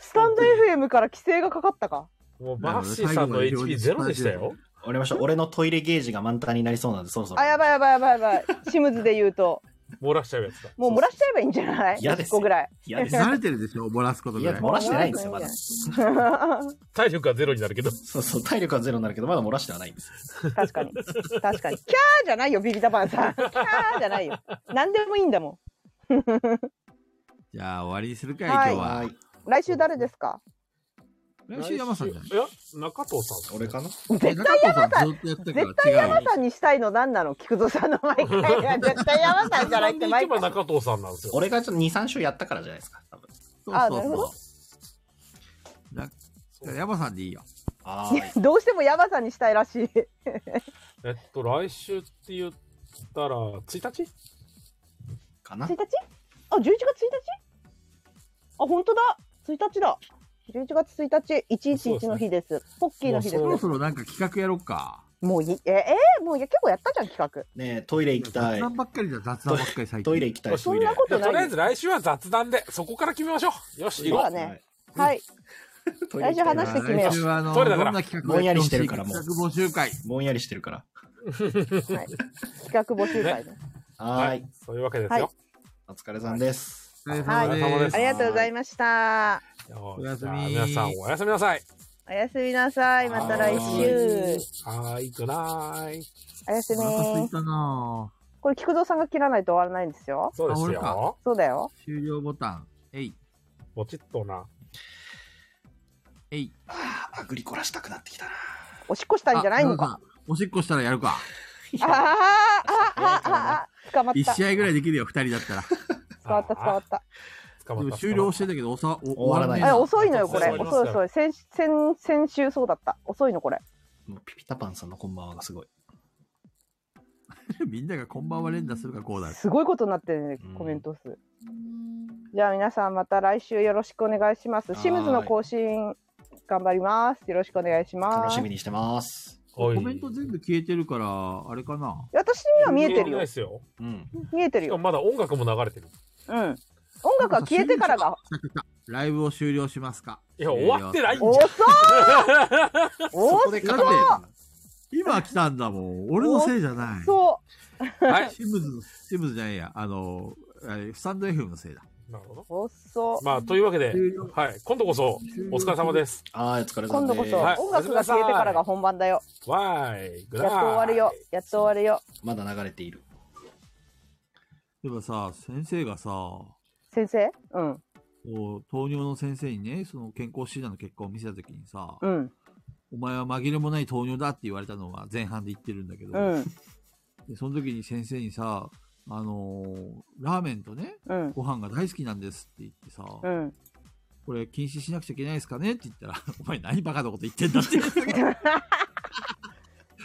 S4: スタンド FM から規制がかかったか
S2: もう、バッシーさんの HP ゼロでしたよ。
S3: 俺ましょう。俺のトイレゲージが満タンになりそうなんで、そろそろ。
S4: あ、やばいやばいやばいやばい。シムズで言うと、
S2: 漏らしちゃうやつだ。
S4: もう漏らしちゃえばいいんじゃない
S3: 嫌です
S4: ?1 個ぐらい。
S3: いやです。 [LAUGHS]
S1: 慣れてるでしょ漏らすこと
S3: い
S1: ぐ
S3: や、
S1: らい。
S3: 漏らしてないんです [LAUGHS] よ、まだ。
S2: 体力がゼロになるけど。
S3: そうそう、体力はゼロになるけど、まだ漏らしてはないんです。
S4: 確かに。確かに。キャーじゃないよ、ビビタパンさん。キャーじゃないよ。何でもいいんだも
S6: じゃあ終わりにするかい、
S4: はい
S6: 今日は。
S3: はい。
S4: ん。来週誰ですか
S6: 来週山さんじゃ
S2: いや、中藤さんですね。
S3: 俺かな
S6: ない中藤さんずっとやってた
S4: 絶
S6: か
S4: 対
S6: ら違う
S4: 山さんにしたいの何なの菊蔵さんの毎回は絶対山さんじゃないって
S2: 行け
S4: 毎
S2: ば
S4: 回
S2: 中藤さんなんですよ。
S3: 俺がちょっと2、3週やったからじゃないですか、多分。
S4: あ
S6: そう
S4: なる
S6: そう
S4: ほど
S6: そう。だから山さんでいいよ。
S3: あー
S4: どうしても山さんにしたいらしい
S2: えっと、来週って言ったら、1日
S3: かな
S4: 1日あ11月1日あ本当だ1日だ11月1日111の日ですポッキーの日です
S2: も
S1: そうろ
S4: す
S1: そろなんか企画やろうか。
S4: もういええーもういや結構やったじゃん企画
S3: ねえトイレ行きた
S1: 雑
S3: い。
S1: 談ばっかりじゃん雑談ばっかり最近。
S3: トイレ行きたい、
S4: そ
S3: トイ
S4: ん
S3: レ
S4: な。こ
S2: と
S4: と
S2: りあ
S4: な
S2: え
S4: い
S2: ず来週は雑談で、そこから決めましょう。よし、行
S4: そ
S2: こ
S4: うだ
S2: う。
S4: ねはい
S3: トイレ
S4: 来
S3: 行きたい
S4: 週話して決めよう
S6: 来週はあの、
S2: トイレ
S6: ど
S2: だ
S6: ん
S2: から
S6: な企画
S3: ぼんやりしてるからもう
S6: 企画募集会。
S3: ぼんやりしてるから。
S4: はい、企画募集会で
S3: はーい。。
S2: そういうわけですよ。
S3: お疲れさんです。
S1: お疲れ様です
S2: はいお疲れ様です
S4: ありがとうございました
S2: よ
S1: お
S2: ー
S1: や
S2: し
S1: す
S2: じ
S1: み
S2: ゃあ皆さんおやすみなさい。
S4: おやすみなさいまた来週
S2: はーい、グッナイ。
S4: おやすみ
S1: お腹空いたなぁ
S4: これ菊蔵さんが切らないと終わらないんですよ
S2: そうです
S1: あ
S2: よ。
S4: そうだよ
S1: 終了ボタン。えい。
S2: ポチッとな。
S1: えい。
S3: あグリコラしたくなってきたな。
S4: おしっこしたんじゃないのか
S1: あ。中田さんおしっこしたらやるか。
S4: あーあーあーあー捕まっ
S1: 一
S4: た
S1: 試合ぐらいできるよ、二人だったら。
S4: 捕まった捕ま
S2: あ
S4: った
S2: ー
S1: で
S2: 捕ま
S1: も
S2: った。
S1: 終了してたけど、おさお
S3: 終わらない
S1: ねえ
S4: え遅いのよこれ
S2: そう
S4: 遅い遅い先先先週そうだった遅いのこれ
S3: もうピピタパンさんのこんばんはがすごい。
S1: みんながこんばんは連打するかこうなる。
S4: すごいことになってるね
S3: うん
S4: コメント数じゃあ皆さんまた来週よろしくお願いします
S3: ーい
S4: シムズの更新頑張りますよろしくお願いします
S3: 楽しみにしてます。
S2: おい
S1: コメント全部消えてるから、あれかな。
S4: 私には見えてる
S2: ない
S4: よ
S2: で。すよ。
S3: うん。
S4: 見えてる
S2: しか
S4: よ。
S2: もまだ音楽も流れてる。
S4: うん。音楽は消えてからが。
S1: 来た来たライブを終了しますか。
S2: いや、終わってないんじゃん
S4: 遅い
S9: そ
S4: 遅
S9: こ
S1: [LAUGHS]
S9: で勝て
S4: い
S1: 今来たんだもん。俺のせいじゃない。
S4: そ
S2: はい。
S1: シムズの、シムズじゃないや。あの、あれスタンド FM のせいだ。
S2: なるほど。
S4: う遅い
S2: まあ、というわけで、
S1: 終了
S2: はい。今度こそ、お疲れ様です。
S3: ああ、お疲れ様です。
S4: 今度こそ
S2: はい
S4: 音楽が消えてからが本番だよ。
S2: わーい。グ
S4: や
S2: ラ
S4: っと終わるよ。やっと終わるよ。
S3: まだ流れている。
S1: でもさ、先生がさ、こ
S4: 先生うん。
S1: う糖尿の先生にね、その健康診断の結果を見せたときにさ、
S4: うん。
S1: お前は紛れもない糖尿だって言われたのは前半で言ってるんだけど、
S4: うん。
S1: でその時に先生にさ、あのーラーメンとね、
S4: うん。
S1: ご飯が大好きなんですって言ってさ、
S4: うん。
S1: これ禁止しなくちゃいけないですかねって言ったら、 [LAUGHS] お前何バカなこと言ってんだ
S4: [LAUGHS]
S1: って。禁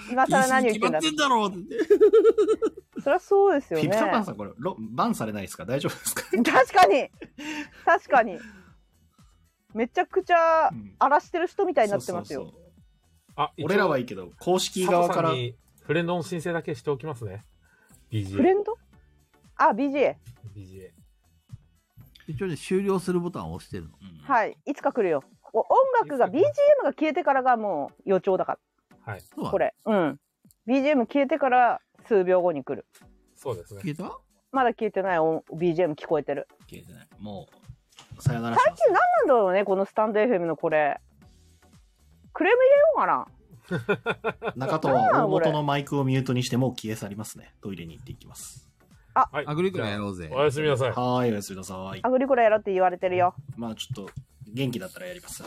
S4: 今更
S1: 止
S4: 何を
S1: に
S4: 言
S1: 決ま
S4: ってんだ
S1: ってんだろうって。
S4: そりゃそうですよ
S3: ピ
S4: ね
S3: ピ。タパンさん、これ、ロバンされないですか大丈夫ですか
S4: [LAUGHS] 確かに確かに [LAUGHS] めちゃくちゃ
S3: うん
S4: 荒らしてる人みたいになってます
S3: そう
S4: よ
S3: そうそう
S2: あ、一応
S3: 俺らはいいけど、公式
S2: 佐
S3: 側
S2: 藤
S3: か
S2: さん。
S3: ら
S2: にフレンドの申請だけしておきますね。
S4: フレ
S2: BGA。
S4: ンドあ BGA
S2: BGA。
S1: 一応ね、終了するボタンを押してるの。
S3: うん
S4: はいいつか来るよお音楽が
S2: いつ
S4: BGM が消えてからがもう予兆だか
S2: はい。
S1: そう
S4: ら
S1: だ
S4: これうん BGM 消えてから数秒後に来る
S2: そうですね。
S1: 消えた
S4: まだ消えてない音 BGM 聞こえてる
S3: 消えてない。もう、さよならし
S4: 最
S3: ます
S4: [LAUGHS] 近何なんだろうねこのスタンド FM のこれクレーム入れようかな
S3: 中藤は大元のマイクをミュートにしてもう消え去りますね。トイレに行っていきます。
S2: はい。
S1: アグリコラやろうぜ
S2: じゃあおやすみなさい。
S3: はーい、おやすみなさい
S4: ア。グリコラやろうって言われてるよ
S3: まあちょっと、元気だったらやります。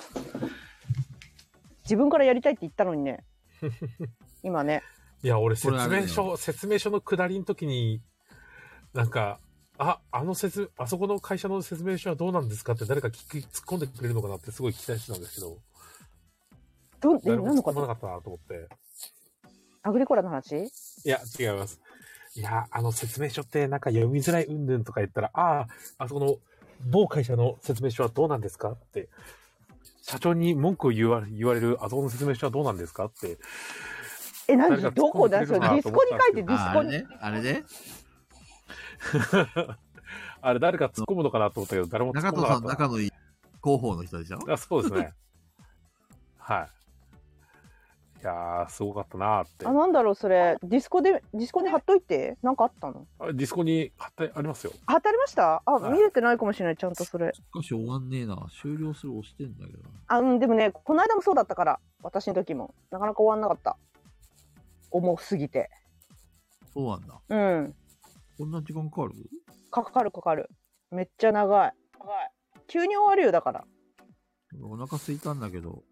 S4: 自分からやりたいって言ったのにね今ね
S2: いや、俺、
S1: こ
S2: 説
S1: れあれ
S2: 明書、説明書の下りの時に、なんか、あ、あの説、あそこの会社の説明書はどうなんですかって誰か聞き、突っ込んでくれるのかなってすごい期待してたんですけど、
S4: どんえ
S2: 誰も
S4: 何
S2: 突
S4: の
S2: っ
S4: こ
S2: 込まな
S4: と
S2: かったなと思って。
S4: アグリコラの話
S2: いや、違います。いや、あの説明書ってなんか読みづらいうんぬんとか言ったら、ああ、あそこの某会社の説明書はどうなんですかって、社長に文句を言わ言われるあそこの説明書はどうなんですかって、
S4: え、何
S2: 誰か突っ
S4: どこ
S2: 込んで
S4: だ
S2: く
S4: そ
S2: れ
S4: れ
S2: るかな
S4: ディ
S2: と
S4: ス
S2: 思った
S4: コに
S2: ん
S4: 書い
S2: ですけど
S4: てディス
S1: ああ
S4: コ
S1: れ
S4: に。
S1: ね、あれね。
S2: あれ誰か突っ込むのかなと思ったけど、誰も突っ
S1: 中
S2: 込
S1: 藤
S2: ま
S1: さん、
S2: なか
S1: 仲
S2: っ
S1: のいい広報の人でしょ
S2: た。あそうですね。はい。いやー、すごかったなーって
S4: あ、。なんだろう、それ。ディスコで、ディスコに貼っといて。なんかあったの
S2: あディスコに貼ってありますよ。
S4: 貼ってありましたあ、
S2: はい
S4: 見れてないかもしれない、ちゃんとそれ。
S1: しかし終わんねえな。終了する押してんだけどな。
S4: あ、うん、でもね、この間もそうだったから。私の時も。なかなか終わんなかった。重すぎて。
S1: そうなんだ。
S4: うん。
S1: こんな時間かかる
S4: かかるかかる。めっちゃ長い。長い。急に終わるよ、だから。
S1: お腹空いたんだけど。